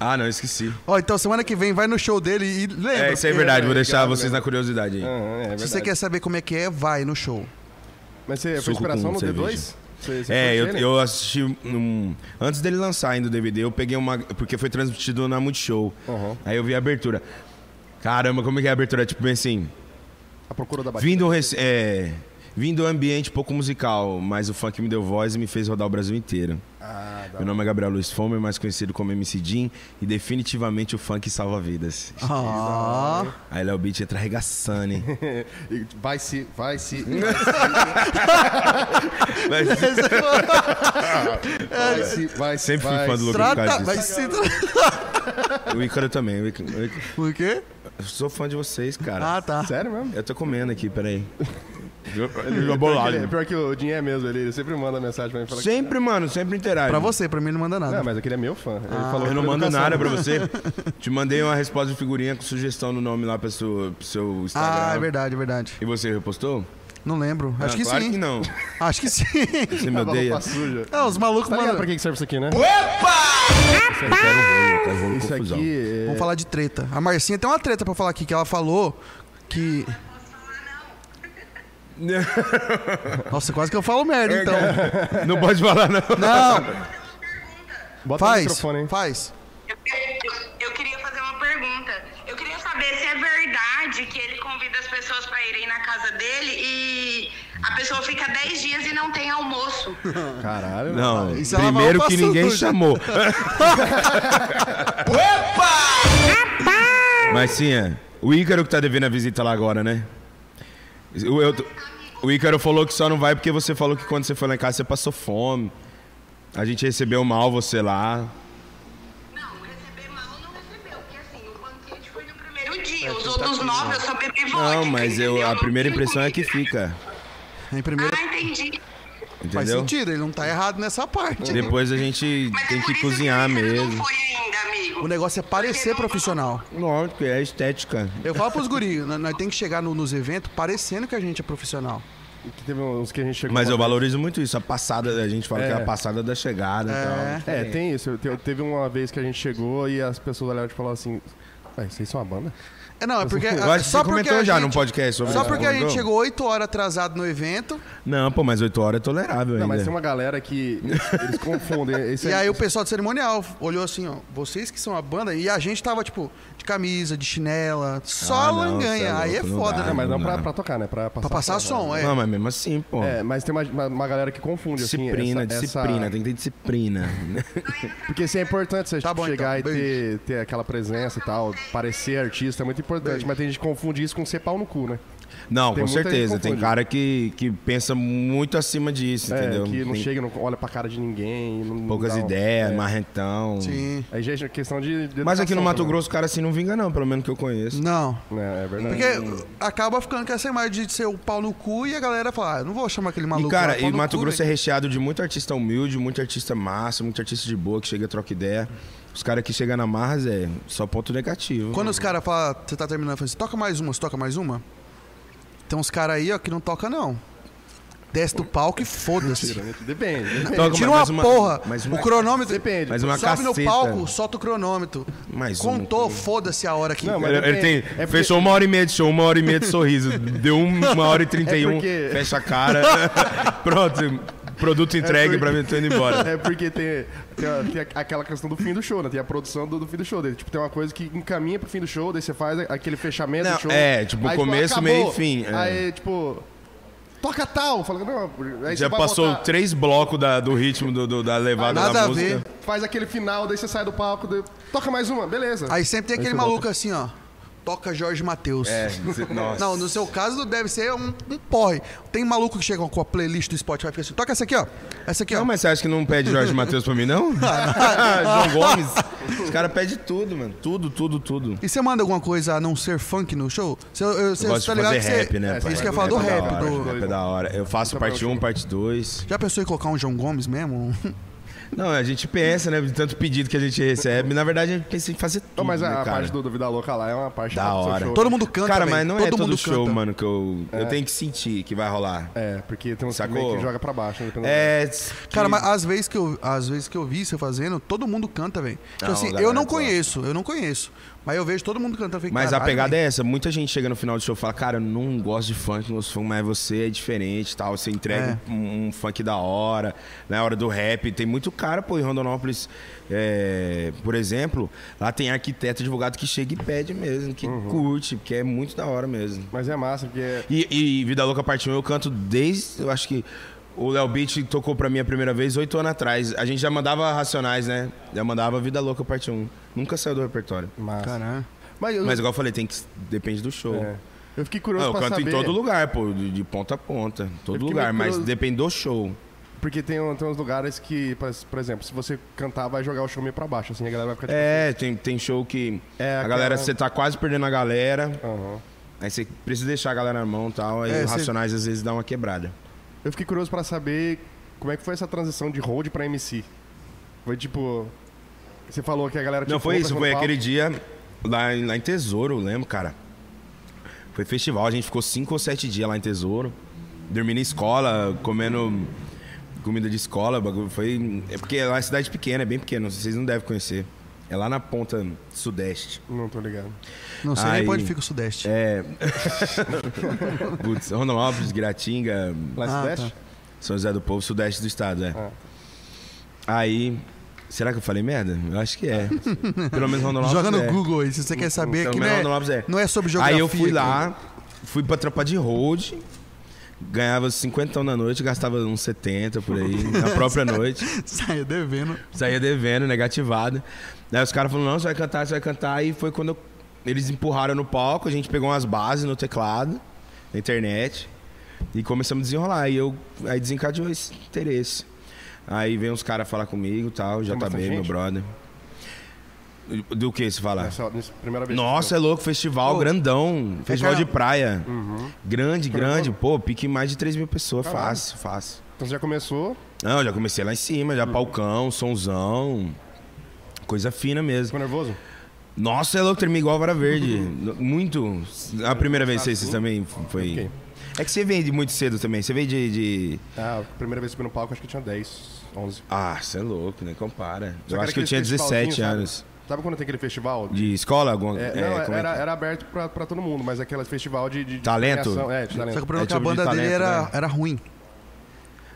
Speaker 3: Ah, não, esqueci.
Speaker 2: Ó, então semana que vem vai no show dele e lembra.
Speaker 3: É, isso é verdade, vou deixar
Speaker 1: Obrigado,
Speaker 3: vocês
Speaker 1: né?
Speaker 3: na curiosidade aí.
Speaker 1: Ah, é verdade.
Speaker 2: Se você quer saber como é que é, vai no show.
Speaker 1: Mas você foi
Speaker 3: Suco
Speaker 1: inspiração
Speaker 3: com
Speaker 1: no
Speaker 3: cerveja.
Speaker 1: D2? Você- você
Speaker 3: É,
Speaker 1: curte
Speaker 3: eu,
Speaker 1: ele?
Speaker 3: eu assisti. um- antes dele lançar ainda o DVD, eu peguei uma. Porque foi transmitido na Multishow.
Speaker 1: Uhum.
Speaker 3: Aí eu vi a abertura. Caramba, como é que é a abertura? É Tipo bem assim.
Speaker 1: A procura da batida.
Speaker 3: Vindo, rec- é, vindo um ambiente pouco musical, mas o funk me deu voz e me fez rodar o Brasil inteiro. Meu nome é Gabriel Luiz Fomer, mais conhecido como MC Jim, e definitivamente o funk salva vidas.
Speaker 2: Ah,
Speaker 3: Aí Léo Beat entra arregaçando, hein?
Speaker 1: E Vai se, vai se.
Speaker 3: Mas
Speaker 1: Vai se, vai se.
Speaker 3: Sempre fui
Speaker 1: vai
Speaker 3: fã do
Speaker 1: se.
Speaker 3: Lucas.
Speaker 2: trata.
Speaker 3: causa disso.
Speaker 2: Vai se tra-
Speaker 3: o Ícaro também. o Ícaro- o Ícaro-
Speaker 2: Por quê?
Speaker 3: eu sou fã de vocês, cara.
Speaker 2: Ah, tá.
Speaker 1: Sério mesmo?
Speaker 3: Eu tô comendo aqui, peraí.
Speaker 1: Pior
Speaker 3: Ele jogou
Speaker 1: que
Speaker 3: bolado.
Speaker 1: ele- Pior que o Dinho é mesmo, ele sempre manda mensagem pra mim e fala.
Speaker 3: É Sempre, mano, sempre interage.
Speaker 2: Pra você, pra mim não manda nada.
Speaker 1: Não, mas aquele é meu fã. Ele falou
Speaker 3: Ah. Eu não
Speaker 1: por
Speaker 3: mando
Speaker 1: educação.
Speaker 3: nada pra você. Te mandei uma resposta de figurinha com sugestão no nome lá pra sua- pro seu Instagram.
Speaker 2: Ah, é verdade, é verdade.
Speaker 3: E você repostou?
Speaker 2: Não lembro. Acho
Speaker 3: Ah,
Speaker 2: que
Speaker 3: claro
Speaker 2: sim.
Speaker 3: que não.
Speaker 2: Acho que sim.
Speaker 3: Você me
Speaker 1: Tava
Speaker 3: odeia.
Speaker 1: roupa tá suja.
Speaker 2: Ah, os malucos
Speaker 1: Tá ligado
Speaker 2: mandam.
Speaker 1: pra que que serve isso aqui, né?
Speaker 3: Eu quero ver, eu quero ver
Speaker 1: Isso
Speaker 3: Tá confusão.
Speaker 1: aqui é-
Speaker 2: Vamos falar de treta. A Marcinha tem uma treta pra falar aqui, que ela falou que.
Speaker 5: Não posso falar, não.
Speaker 2: Nossa, quase que eu falo merda, então.
Speaker 3: Não pode falar, não.
Speaker 2: Não,
Speaker 5: Fazer uma pergunta.
Speaker 1: Bota o
Speaker 2: faz.
Speaker 1: microfone, hein?
Speaker 2: Faz.
Speaker 5: Eu, eu- eu queria fazer uma pergunta. Eu queria saber se é verdade que ele convida as pessoas pra irem na casa dele e a pessoa fica 10 dias e não tem almoço.
Speaker 1: Caralho.
Speaker 3: Não,
Speaker 2: Isso é lavar
Speaker 3: primeiro
Speaker 2: roupa
Speaker 3: que ninguém
Speaker 2: suja.
Speaker 3: chamou. Mas sim, é. O Ícaro que tá devendo a visita lá agora, né? O, eu- o Ícaro falou que só não vai porque você falou que quando você foi lá em casa você passou fome. A gente recebeu mal você lá.
Speaker 5: Não, receber mal não recebeu, porque assim, o banquete foi no
Speaker 3: É
Speaker 5: primeiro dia. Os outros nove eu só bebi vodka.
Speaker 3: tá Não, mas eu,
Speaker 5: entendeu?
Speaker 3: a
Speaker 5: Não
Speaker 3: primeira
Speaker 5: tinha
Speaker 3: impressão é que
Speaker 5: comida.
Speaker 3: fica.
Speaker 2: Em primeira.
Speaker 5: Ah, entendi.
Speaker 2: Faz
Speaker 3: Entendeu?
Speaker 2: sentido, ele não tá errado nessa parte.
Speaker 3: Depois a gente
Speaker 5: Mas é
Speaker 3: tem
Speaker 5: por
Speaker 3: que
Speaker 5: isso
Speaker 3: cozinhar
Speaker 5: você
Speaker 3: mesmo.
Speaker 5: Não foi ainda, amigo. comigo.
Speaker 2: O negócio é parecer
Speaker 5: Porque não-
Speaker 2: profissional.
Speaker 3: Lógico, é estética.
Speaker 2: Eu falo pros guris, nós nós tem que chegar no- nos eventos parecendo que a gente é profissional.
Speaker 1: Que teve uns que a gente chegou.
Speaker 3: Mas eu valorizo muito isso, a passada, a gente fala
Speaker 1: É.
Speaker 3: que é a passada da chegada e
Speaker 2: É.
Speaker 3: tal.
Speaker 1: É, tem isso. Eu te- eu- teve uma vez que a gente chegou e as pessoas olharam e falaram assim: Ué, vocês são uma banda?
Speaker 2: É, não, é porque.
Speaker 6: Eu acho que
Speaker 2: só
Speaker 6: você
Speaker 2: porque
Speaker 6: comentou
Speaker 2: a
Speaker 6: já
Speaker 2: gente,
Speaker 6: num podcast sobre
Speaker 3: né?
Speaker 2: Só
Speaker 6: isso,
Speaker 2: porque a gente
Speaker 6: comentou?
Speaker 2: chegou 8 horas atrasado no evento,
Speaker 3: Não, pô, mas 8 horas é tolerável
Speaker 1: Não, mas
Speaker 3: ainda.
Speaker 1: tem uma galera que eles confundem. Esse
Speaker 2: e
Speaker 1: é-
Speaker 2: aí o pessoal do cerimonial olhou assim, ó, vocês que são a banda, e a gente tava, tipo, de camisa, de chinela, só
Speaker 3: Ah,
Speaker 2: a
Speaker 3: não,
Speaker 2: langanha.
Speaker 3: cê é
Speaker 2: aí é
Speaker 3: louco, não
Speaker 2: foda,
Speaker 3: dá.
Speaker 2: né?
Speaker 1: É, mas não, Pra,
Speaker 3: Não.
Speaker 1: pra tocar, né? Pra passar,
Speaker 2: Pra passar som, é.
Speaker 3: Não, mas mesmo assim, pô.
Speaker 1: É, mas tem uma, uma- uma galera que confunde
Speaker 3: disciplina,
Speaker 1: assim. essa- essa-
Speaker 3: disciplina, tem que ter disciplina.
Speaker 1: Porque isso é importante você
Speaker 2: Tá bom,
Speaker 1: chegar
Speaker 2: então.
Speaker 1: e ter, ter aquela presença e tal, parecer artista é muito importante, mas tem gente que confunde isso com ser pau no cu, né?
Speaker 3: Não,
Speaker 1: Tem
Speaker 3: com
Speaker 1: muita
Speaker 3: certeza.
Speaker 1: gente
Speaker 3: Tem
Speaker 1: confunde.
Speaker 3: cara que, que pensa muito acima disso,
Speaker 1: É,
Speaker 3: entendeu?
Speaker 1: que não
Speaker 3: Tem
Speaker 1: chega, não olha pra cara de ninguém. não- não
Speaker 3: poucas
Speaker 1: dá um-
Speaker 3: ideias,
Speaker 1: é.
Speaker 3: marrentão.
Speaker 2: Sim.
Speaker 1: Aí já é questão de. de
Speaker 3: Mas aqui no
Speaker 1: educação
Speaker 3: Mato
Speaker 1: também.
Speaker 3: Grosso, o cara assim não vinga, não, pelo menos que eu conheço.
Speaker 2: Não.
Speaker 1: É, é verdade.
Speaker 2: Porque acaba ficando com essa imagem de ser o pau no cu e a galera fala, ah, eu não vou chamar aquele maluco.
Speaker 3: E,
Speaker 2: lá,
Speaker 3: cara,
Speaker 2: pau
Speaker 3: e
Speaker 2: no
Speaker 3: Mato
Speaker 2: cu,
Speaker 3: Grosso é
Speaker 2: velho.
Speaker 3: recheado de muito artista humilde, muito artista massa, muito artista de boa que chega e troca ideia. Os caras que chegam na marra, Zé, só ponto negativo.
Speaker 2: Quando os caras falam, você tá terminando, eu falo assim, toca mais uma, você toca mais uma? Tem uns caras aí, ó, que não toca não. Desce do palco e foda-se.
Speaker 1: Depende. depende.
Speaker 3: Toca
Speaker 2: Tira uma
Speaker 3: mais
Speaker 2: porra.
Speaker 3: mais
Speaker 2: o cronômetro.
Speaker 1: Depende.
Speaker 3: Mas uma
Speaker 2: Sobe no
Speaker 3: caceta.
Speaker 2: palco, solta o cronômetro.
Speaker 3: Mais um
Speaker 2: Contou, foda-se a hora aqui.
Speaker 1: Não, mas-
Speaker 3: Ele, ele tem,
Speaker 1: É porque-
Speaker 3: fechou uma hora e meia de show, uma hora e meia de sorriso. Deu um- uma hora e trinta e
Speaker 1: É
Speaker 3: um,
Speaker 1: porque-
Speaker 3: fecha a cara. Pronto, produto entregue
Speaker 1: porque-
Speaker 3: pra mim, tô indo embora.
Speaker 1: É porque tem, tem, a- tem a- aquela questão do fim do show, né? Tem a produção do, do fim do show. Daí, tipo, tem uma coisa que encaminha pro fim do show, daí você faz aquele fechamento
Speaker 3: Não,
Speaker 1: do show.
Speaker 3: é, tipo,
Speaker 1: quando
Speaker 3: começo, meio e fim, é.
Speaker 1: Aí, tipo, toca tal. Fala, não, aí
Speaker 3: Já
Speaker 1: você vai
Speaker 3: passou
Speaker 1: botar-
Speaker 3: três blocos da- do ritmo do- do- da levada
Speaker 2: Nada
Speaker 3: da
Speaker 2: a
Speaker 3: música.
Speaker 2: ver.
Speaker 1: Faz aquele final, daí você sai do palco, daí, toca mais uma, beleza.
Speaker 2: Aí sempre tem aquele maluco assim, ó. Toca Jorge Matheus.
Speaker 3: É, cê- nossa.
Speaker 2: Não, no seu caso deve ser um, um porre. Tem maluco que chega com a playlist do Spotify e fica assim, toca essa aqui, ó. Essa aqui, ó.
Speaker 3: Não, mas você acha que não pede Jorge Matheus pra mim, não? João Gomes. Os caras pedem tudo, mano. Tudo, tudo, tudo.
Speaker 2: E você manda alguma coisa a não ser funk no show? Você, eu- você
Speaker 3: Eu gosto
Speaker 2: tá
Speaker 3: de
Speaker 2: ligado
Speaker 3: fazer
Speaker 2: que você-
Speaker 3: rap, né? pai?
Speaker 2: Isso que eu ia falar do
Speaker 3: é da
Speaker 2: rap.
Speaker 3: hora,
Speaker 2: do-
Speaker 3: Rap é da hora. Eu faço parte 1, parte 2.
Speaker 2: Já pensou em colocar um João Gomes mesmo?
Speaker 3: Não, a gente pensa, né? De tanto pedido que a gente recebe. Na verdade, a gente pensa em fazer tudo.
Speaker 1: Não, mas a,
Speaker 3: né,
Speaker 1: a
Speaker 3: cara?
Speaker 1: parte do, do Vida Louca lá é uma parte
Speaker 3: Da
Speaker 1: do seu
Speaker 3: hora.
Speaker 1: show.
Speaker 2: Todo mundo canta,
Speaker 3: Cara,
Speaker 2: velho.
Speaker 3: mas não
Speaker 2: Todo
Speaker 3: é todo
Speaker 2: mundo
Speaker 3: show,
Speaker 2: canta.
Speaker 3: mano, que eu, eu tenho que sentir que vai rolar.
Speaker 1: É, porque tem uns que
Speaker 3: Sacou?
Speaker 1: meio que joga pra baixo. né? Dependendo
Speaker 3: É.
Speaker 2: Cara, mas às vezes que eu, às vezes que eu vi você fazendo, todo mundo canta, velho. Tipo
Speaker 3: Não,
Speaker 2: assim,
Speaker 3: galera,
Speaker 2: eu não
Speaker 3: eu gosto.
Speaker 2: conheço, eu não conheço. Mas eu vejo todo mundo cantando. eu falei,
Speaker 3: Mas a
Speaker 2: "Caralho,
Speaker 3: pegada
Speaker 2: velho."
Speaker 3: é essa. Muita gente chega no final do show e fala, cara, eu não gosto de funk, não gosto de funk, mas você é diferente e tal. Você entrega
Speaker 2: É.
Speaker 3: um, um funk da hora, na hora do rap. Tem muito cara, pô, em Rondonópolis, é, por exemplo, lá tem arquiteto, advogado que chega e pede mesmo, que curte, porque é muito da hora mesmo.
Speaker 1: Mas é massa, porque é-
Speaker 3: E, e Vida Louca Parte 1 eu canto desde, eu acho que o Léo Beat tocou pra mim a primeira vez oito anos atrás. A gente já mandava Racionais, né? Já mandava Vida Louca Parte 1. Nunca saiu do repertório.
Speaker 1: massa.
Speaker 2: Caralho.
Speaker 1: Mas eu,
Speaker 3: Mas igual eu falei, tem que depende do show.
Speaker 1: é. eu fiquei
Speaker 3: Não,
Speaker 1: curioso
Speaker 3: eu
Speaker 1: pra
Speaker 3: canto
Speaker 1: saber...
Speaker 3: em todo lugar, pô, de, de ponta a ponta.
Speaker 1: Eu
Speaker 3: Todo
Speaker 1: fiquei
Speaker 3: lugar,
Speaker 1: meio
Speaker 3: mas
Speaker 1: curioso.
Speaker 3: depende do show.
Speaker 1: Porque tem, um- tem uns lugares que, por, por exemplo, se você cantar, vai jogar o show meio pra baixo, assim, a galera vai ficar tipo...
Speaker 3: É, tem, tem show que
Speaker 1: É,
Speaker 3: a galera,
Speaker 1: aquela-
Speaker 3: você tá quase perdendo a galera,
Speaker 1: Aham.
Speaker 3: aí você precisa deixar a galera na mão e tal, aí
Speaker 2: É,
Speaker 3: os
Speaker 2: cê-
Speaker 3: Racionais às vezes dá uma quebrada.
Speaker 1: Eu fiquei curioso pra saber como é que foi essa transição de road pra MC. Foi tipo... Você falou que a galera... tipo, te
Speaker 3: Não, foi
Speaker 1: encontra
Speaker 3: isso,
Speaker 1: no
Speaker 3: foi
Speaker 1: palco.
Speaker 3: aquele dia lá, em- lá em Tesouro, eu lembro, cara. Foi festival, a gente ficou cinco ou sete dias lá em Tesouro, dormindo na escola, comendo comida de escola, bagulho. Foi. É porque lá é cidade pequena, é bem pequena, vocês não devem conhecer. É lá na ponta sudeste.
Speaker 1: Não, tô ligado.
Speaker 2: Não sei
Speaker 3: Aí-
Speaker 2: nem onde fica o Sudeste.
Speaker 3: É. Putz, Rondonópolis, Gratinga,
Speaker 1: Lá em
Speaker 2: Ah,
Speaker 1: Sudeste?
Speaker 3: São José do Povo, sudeste do estado, é.
Speaker 1: Ah.
Speaker 3: Aí. Será que eu falei merda? Eu acho que é. Pelo menos Rondonópolis.
Speaker 2: Joga no
Speaker 3: é.
Speaker 2: Google aí, se você quer saber.
Speaker 3: Pelo
Speaker 2: Que não,
Speaker 3: menos
Speaker 2: é,
Speaker 3: Rondonópolis é.
Speaker 2: não é sobre geografia. né?
Speaker 3: Aí eu fui
Speaker 2: aqui.
Speaker 3: lá, fui pra trampar de road, ganhava 50 na noite, gastava uns 70 por aí, na própria noite.
Speaker 2: Saia devendo.
Speaker 3: Saía devendo, negativado. Daí os caras falaram, não, você vai cantar, você vai cantar. E foi quando eu- eles empurraram no palco, a gente pegou umas bases no teclado, na internet, e começamos a desenrolar. E eu, aí desencadeou esse interesse. Aí vem uns caras falar comigo e tal,
Speaker 1: bastante
Speaker 3: JB, meu
Speaker 1: gente?
Speaker 3: brother. Do- Do que se fala?
Speaker 1: Nessa, nessa É primeira vez. que
Speaker 3: Nossa, é louco, festival
Speaker 2: Pô,
Speaker 3: grandão. Festival
Speaker 2: cara-
Speaker 3: de praia. Grande, grande. Pô, pique mais de 3 mil pessoas.
Speaker 1: Caralho.
Speaker 3: Fácil, fácil.
Speaker 1: Então você já começou.
Speaker 3: Não, já comecei lá em cima, já palcão, sonzão. Coisa fina mesmo.
Speaker 1: Ficou nervoso?
Speaker 3: Nossa, é louco, tremi igual vara verde. Muito. A primeira vez que vocês também
Speaker 1: Fiquei.
Speaker 3: foi. É que você vem de muito cedo também. Você vem de. de-
Speaker 1: Ah, a primeira vez que eu fui no palco, acho que eu tinha 10, 11.
Speaker 3: Ah, você é louco, nem compara.
Speaker 1: Só
Speaker 3: Eu acho que eu
Speaker 1: aquele
Speaker 3: tinha 17
Speaker 1: festivalzinho,
Speaker 3: anos.
Speaker 1: Sabe? sabe quando tem aquele festival?
Speaker 3: De escola? Alguma...
Speaker 1: É,
Speaker 3: é,
Speaker 1: não,
Speaker 3: como é que-
Speaker 1: era, era aberto pra, pra todo mundo, mas aquele festival de... de- de
Speaker 3: Talento?
Speaker 1: criação, É, de
Speaker 2: Só que o
Speaker 1: talento.
Speaker 2: problema é que
Speaker 3: É
Speaker 2: a
Speaker 3: tipo de
Speaker 2: banda dele
Speaker 3: talento,
Speaker 2: era,
Speaker 3: né?
Speaker 2: era ruim.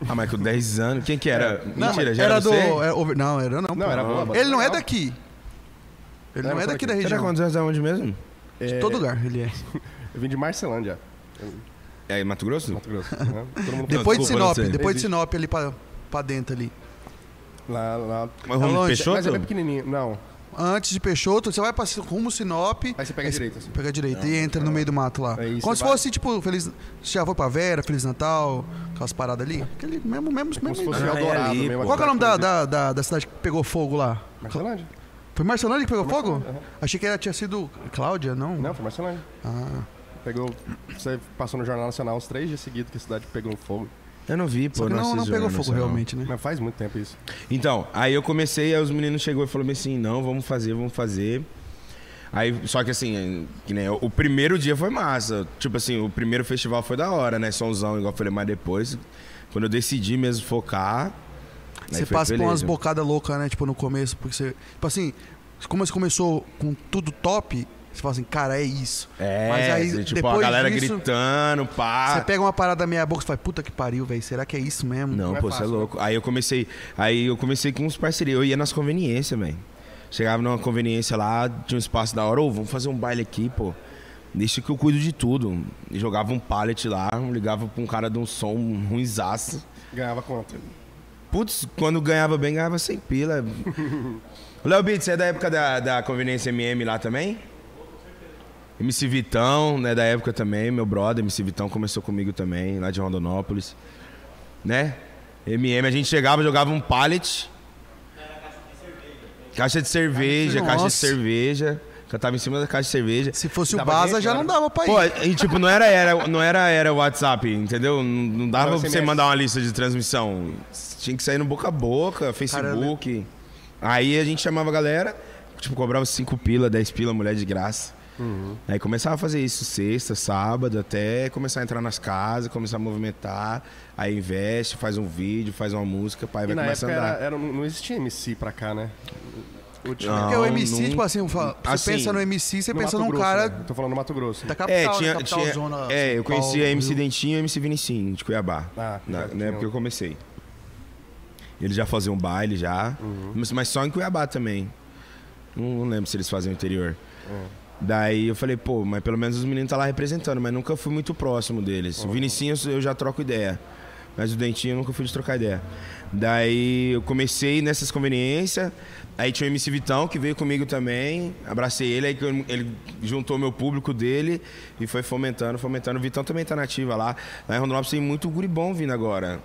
Speaker 3: Ah, mas com 10 anos. Quem que era? Mentira,
Speaker 2: mas
Speaker 3: já
Speaker 2: era
Speaker 3: era
Speaker 2: do.
Speaker 3: você?
Speaker 2: era over- não, era não.
Speaker 1: Não,
Speaker 2: pô.
Speaker 1: era boa. a banda.
Speaker 2: Ele não é daqui. Ele
Speaker 1: Era
Speaker 2: não é
Speaker 1: só
Speaker 2: daqui da
Speaker 1: daqui.
Speaker 3: Você era
Speaker 2: região.
Speaker 3: quantos anos aonde mesmo?
Speaker 2: De todo lugar ele é.
Speaker 1: Eu vim de Marcelândia,
Speaker 3: É, em Mato Grosso?
Speaker 1: Mato Grosso. né? Todo mundo
Speaker 2: Depois de
Speaker 3: desculpa, não
Speaker 2: Sinop,
Speaker 3: sei.
Speaker 2: depois de
Speaker 1: Existe.
Speaker 2: Sinop ali pra, pra dentro ali.
Speaker 1: lá, lá.
Speaker 3: Mas
Speaker 2: É
Speaker 3: Romulo
Speaker 2: longe,
Speaker 3: Peixoto?
Speaker 1: Mas é bem pequenininho. Não,
Speaker 2: Antes de Peixoto, você vai pra rumo Sinop.
Speaker 1: aí você pega a direita. Assim.
Speaker 2: Pega a direita e entra no meio do mato lá.
Speaker 1: Aí
Speaker 2: Como
Speaker 1: você
Speaker 2: se
Speaker 1: vai-
Speaker 2: fosse, tipo, Feliz. Você já foi pra Vera, Feliz Natal, aquelas paradas ali? Aquele mesmo, mesmo,
Speaker 1: Como se
Speaker 2: mesmo.
Speaker 1: fosse
Speaker 3: Ah, é
Speaker 1: Eldorado.
Speaker 3: ali,
Speaker 1: mesmo,
Speaker 3: pô.
Speaker 1: aquela
Speaker 2: Qual que é o nome da,
Speaker 1: coisa
Speaker 2: da, da, da cidade que pegou fogo lá?
Speaker 1: de- Marcelândia.
Speaker 2: Foi Marcelândia que pegou fogo? Achei que era, tinha sido Cláudia, não?
Speaker 1: Não, foi Marcelândia.
Speaker 2: Ah.
Speaker 1: Pegou... Você passou no Jornal Nacional uns três dias seguidos que a cidade pegou fogo.
Speaker 3: Eu não vi,
Speaker 2: Só
Speaker 3: pô.
Speaker 2: que não,
Speaker 3: assisti
Speaker 2: não
Speaker 3: Jornal
Speaker 2: pegou fogo
Speaker 3: Nacional.
Speaker 2: realmente, né?
Speaker 1: Mas faz muito tempo isso.
Speaker 3: Então, aí eu comecei, aí os meninos chegou e falaram assim, não, vamos fazer, vamos fazer. Aí, só que assim, que nem, o primeiro dia foi massa. Tipo assim, o primeiro festival foi da hora, né? Sonzão, igual eu falei, mas depois, quando eu decidi mesmo focar. aí
Speaker 2: Você
Speaker 3: Né, foi
Speaker 2: passa por umas
Speaker 3: beleza.
Speaker 2: bocadas loucas, né? Tipo, no começo, porque você. Tipo assim, como você começou com tudo top, você fala assim, cara, é isso.
Speaker 3: É,
Speaker 2: Mas aí,
Speaker 3: tipo,
Speaker 2: depois
Speaker 3: a galera "Ah."
Speaker 2: disso,
Speaker 3: gritando, pá.
Speaker 2: Você pega uma parada meia boca e fala, puta que pariu, velho. Será que é isso mesmo?
Speaker 3: Não, pô, você é louco. Aí eu comecei, aí eu comecei com uns parcerias. Eu ia nas conveniências, velho. Chegava numa conveniência lá, tinha um espaço da hora, ô, vamos fazer um baile aqui, pô. Deixa que eu cuido de tudo. E jogava um pallet lá, ligava pra um cara de um som ruimzaço.
Speaker 1: Ganhava quanto?
Speaker 2: É,
Speaker 3: Putz, quando ganhava bem, ganhava sem pila. Léo Bit, você é da época da, da Conveniência MM lá também? MC Vitão, né, da época também, meu brother, MC Vitão começou comigo também, lá de Rondonópolis. Né? MM, a gente chegava, jogava um pallet. Caixa de cerveja, caixa de
Speaker 2: Nossa.
Speaker 3: cerveja. Cantava em cima da caixa de cerveja.
Speaker 2: Se fosse o
Speaker 1: Dava
Speaker 2: Baza,
Speaker 1: gente,
Speaker 2: já não
Speaker 1: cara.
Speaker 2: dava pra ir.
Speaker 3: Pô, e tipo, não era era, não era, era WhatsApp, entendeu? Não, não dava
Speaker 1: Não,
Speaker 3: pra você
Speaker 1: SMS.
Speaker 3: mandar uma lista de transmissão. Tinha que sair no boca a boca, Facebook. Aí a gente chamava a galera, tipo, cobrava 5 pila, 10 pila, mulher de graça.
Speaker 1: Uhum.
Speaker 3: Aí começava a fazer isso sexta, sábado, até começar a entrar nas casas, começar a movimentar. Aí investe, faz um vídeo, faz uma música, pai
Speaker 1: E
Speaker 3: vai
Speaker 1: na
Speaker 3: começar
Speaker 1: época
Speaker 3: a andar.
Speaker 1: era, era- não existia MC pra cá, né? O time-
Speaker 3: Não.
Speaker 2: Porque o MC,
Speaker 3: não-
Speaker 2: tipo assim, fala- você
Speaker 3: Assim,
Speaker 2: pensa no MC, você
Speaker 1: no
Speaker 2: pensa
Speaker 1: Mato
Speaker 2: num
Speaker 1: Grosso,
Speaker 2: cara
Speaker 1: né? Eu Tô falando do Mato Grosso.
Speaker 2: da capital,
Speaker 3: É, tinha,
Speaker 2: né? capital
Speaker 3: tinha-
Speaker 2: zona.
Speaker 3: é, eu
Speaker 2: São Paulo,
Speaker 3: conhecia MC
Speaker 2: Rio.
Speaker 3: Dentinho e MC Vinicinho de Cuiabá.
Speaker 1: Ah,
Speaker 3: na,
Speaker 1: já tinha
Speaker 3: na época que eu
Speaker 1: outro.
Speaker 3: comecei. Eles já faziam baile já,
Speaker 2: Uhum.
Speaker 3: mas, mas só em Cuiabá também. Não, não lembro se eles faziam interior. Daí eu falei, pô, mas pelo menos os meninos tá lá representando, mas nunca fui muito próximo deles. O Vinicinho eu- eu já troco ideia. Mas o Dentinho eu nunca fui de trocar ideia. Daí eu comecei nessas conveniências. Aí tinha o MC Vitão que veio comigo também. Abracei ele, aí que eu- ele juntou meu público dele e foi fomentando, fomentando. O Vitão também tá nativa lá. Lá em Rondonópolis tem muito guri bom vindo agora.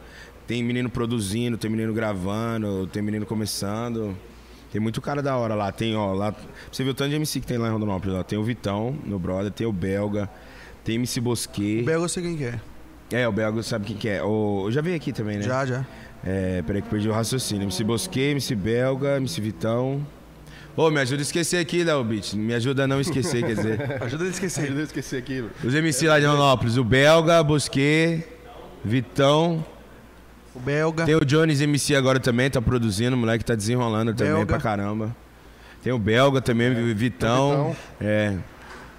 Speaker 3: Tem menino produzindo, tem menino gravando, tem menino começando. Tem muito cara da hora lá. Tem, ó, lá. Você viu o tanto de MC que tem lá em Rondonópolis, ó. Tem o Vitão, meu brother, tem o Belga, tem MC Bosque.
Speaker 2: Belga eu sei quem que é.
Speaker 3: É, o Belga sabe quem que é. O... Já veio aqui também, né?
Speaker 2: Já, já.
Speaker 3: É, peraí que eu perdi o raciocínio. MC Bosque, MC Belga, MC Vitão. Ô, me ajuda a esquecer aqui, Léo Beach. Me ajuda a não esquecer, quer dizer.
Speaker 2: Ajuda a
Speaker 1: Eu
Speaker 2: esquecer.
Speaker 1: devo esquecer aqui.
Speaker 3: Os MC lá de Rondonópolis, o Belga, Bosque, Vitão.
Speaker 2: O Belga.
Speaker 3: Tem o Jones MC agora também, tá produzindo, o moleque tá desenrolando também
Speaker 2: Belga.
Speaker 3: pra caramba. Tem o Belga também, o Vitão. É.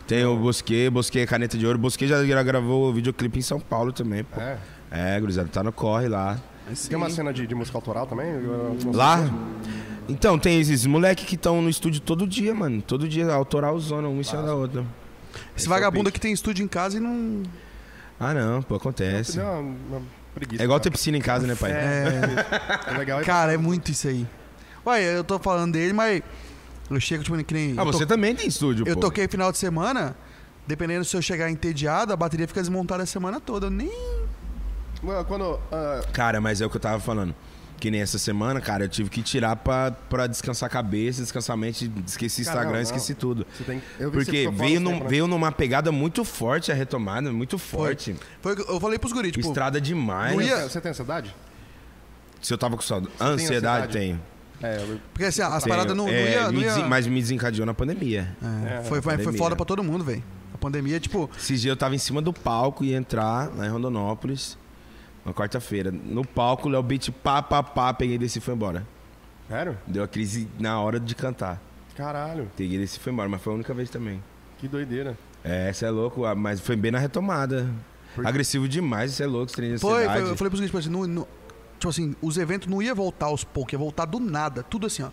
Speaker 3: Tem o Bosque, Bosque é Caneta de Ouro. Bosque já gra- gravou videoclipe em São Paulo também, pô.
Speaker 1: É.
Speaker 2: Ah,
Speaker 3: É, gurizada, tá no corre lá.
Speaker 1: Tem uma cena de, de música autoral também? Eu- eu-
Speaker 3: Lá? Então, tem esses moleque que estão no estúdio todo dia, mano. Todo dia, autoral zona, um em cima da outra.
Speaker 2: Esse vagabundo aqui tem estúdio em casa e não.
Speaker 3: Ah, não, pô, acontece.
Speaker 1: Deu uma, uma preguiça.
Speaker 3: É igual ter
Speaker 1: cara.
Speaker 3: piscina em casa, né, pai?
Speaker 2: É.
Speaker 1: É legal. é-
Speaker 2: Cara, é muito isso aí. Ué, eu tô falando dele, mas. Eu chego, tipo, que nem.
Speaker 3: Ah,
Speaker 2: eu, to-
Speaker 3: você também tem estúdio,
Speaker 2: eu
Speaker 3: pô.
Speaker 2: toquei final de semana. Dependendo se eu chegar entediado, a bateria fica desmontada a semana toda. Eu nem.
Speaker 1: Mano, Quando. ah,
Speaker 3: Cara, mas é o que eu tava falando. Que nem essa semana, cara, eu tive que tirar pra, pra descansar a cabeça, descansar a mente, esqueci
Speaker 1: Cara,
Speaker 3: Instagram,
Speaker 1: não, não.
Speaker 3: esqueci tudo.
Speaker 1: Você tem- eu vi que você
Speaker 3: Porque
Speaker 1: ficou fora
Speaker 3: veio,
Speaker 1: um
Speaker 3: num,
Speaker 1: tempo, né?
Speaker 3: veio numa pegada muito forte a retomada, muito forte.
Speaker 2: Foi o que eu falei pros guris, tipo.
Speaker 3: Estrada demais.
Speaker 2: não ia-
Speaker 1: Você tem ansiedade?
Speaker 3: Se eu tava com saudade. Ansiedade,
Speaker 1: ansiedade?
Speaker 3: tenho.
Speaker 1: É, eu-
Speaker 2: Porque assim, as
Speaker 3: Tenho.
Speaker 2: paradas não, não
Speaker 3: É,
Speaker 2: ia.
Speaker 3: me
Speaker 2: Não ia...
Speaker 3: desen- Mas me desencadeou na pandemia.
Speaker 2: É, foi, foi, foi
Speaker 3: pandemia.
Speaker 2: foda pra todo mundo, velho. A pandemia, tipo,
Speaker 3: Esses dias eu tava em cima do palco e ia entrar lá em Rondonópolis, na quarta-feira. No palco, o Léo Beat, pá, pá, pá, peguei desse e foi embora.
Speaker 1: Sério?
Speaker 3: Deu a crise na hora de cantar.
Speaker 1: Caralho,
Speaker 3: Peguei desse e foi embora, mas foi a única vez também.
Speaker 1: que doideira.
Speaker 3: É, você é louco, ah, mas foi bem na retomada. Agressivo demais, você é louco, você tem
Speaker 2: foi,
Speaker 3: ansiedade.
Speaker 2: foi- eu falei pro seguinte, tipo assim, não- não- tipo assim, os eventos não ia voltar aos poucos, ia voltar do nada, tudo assim, ó.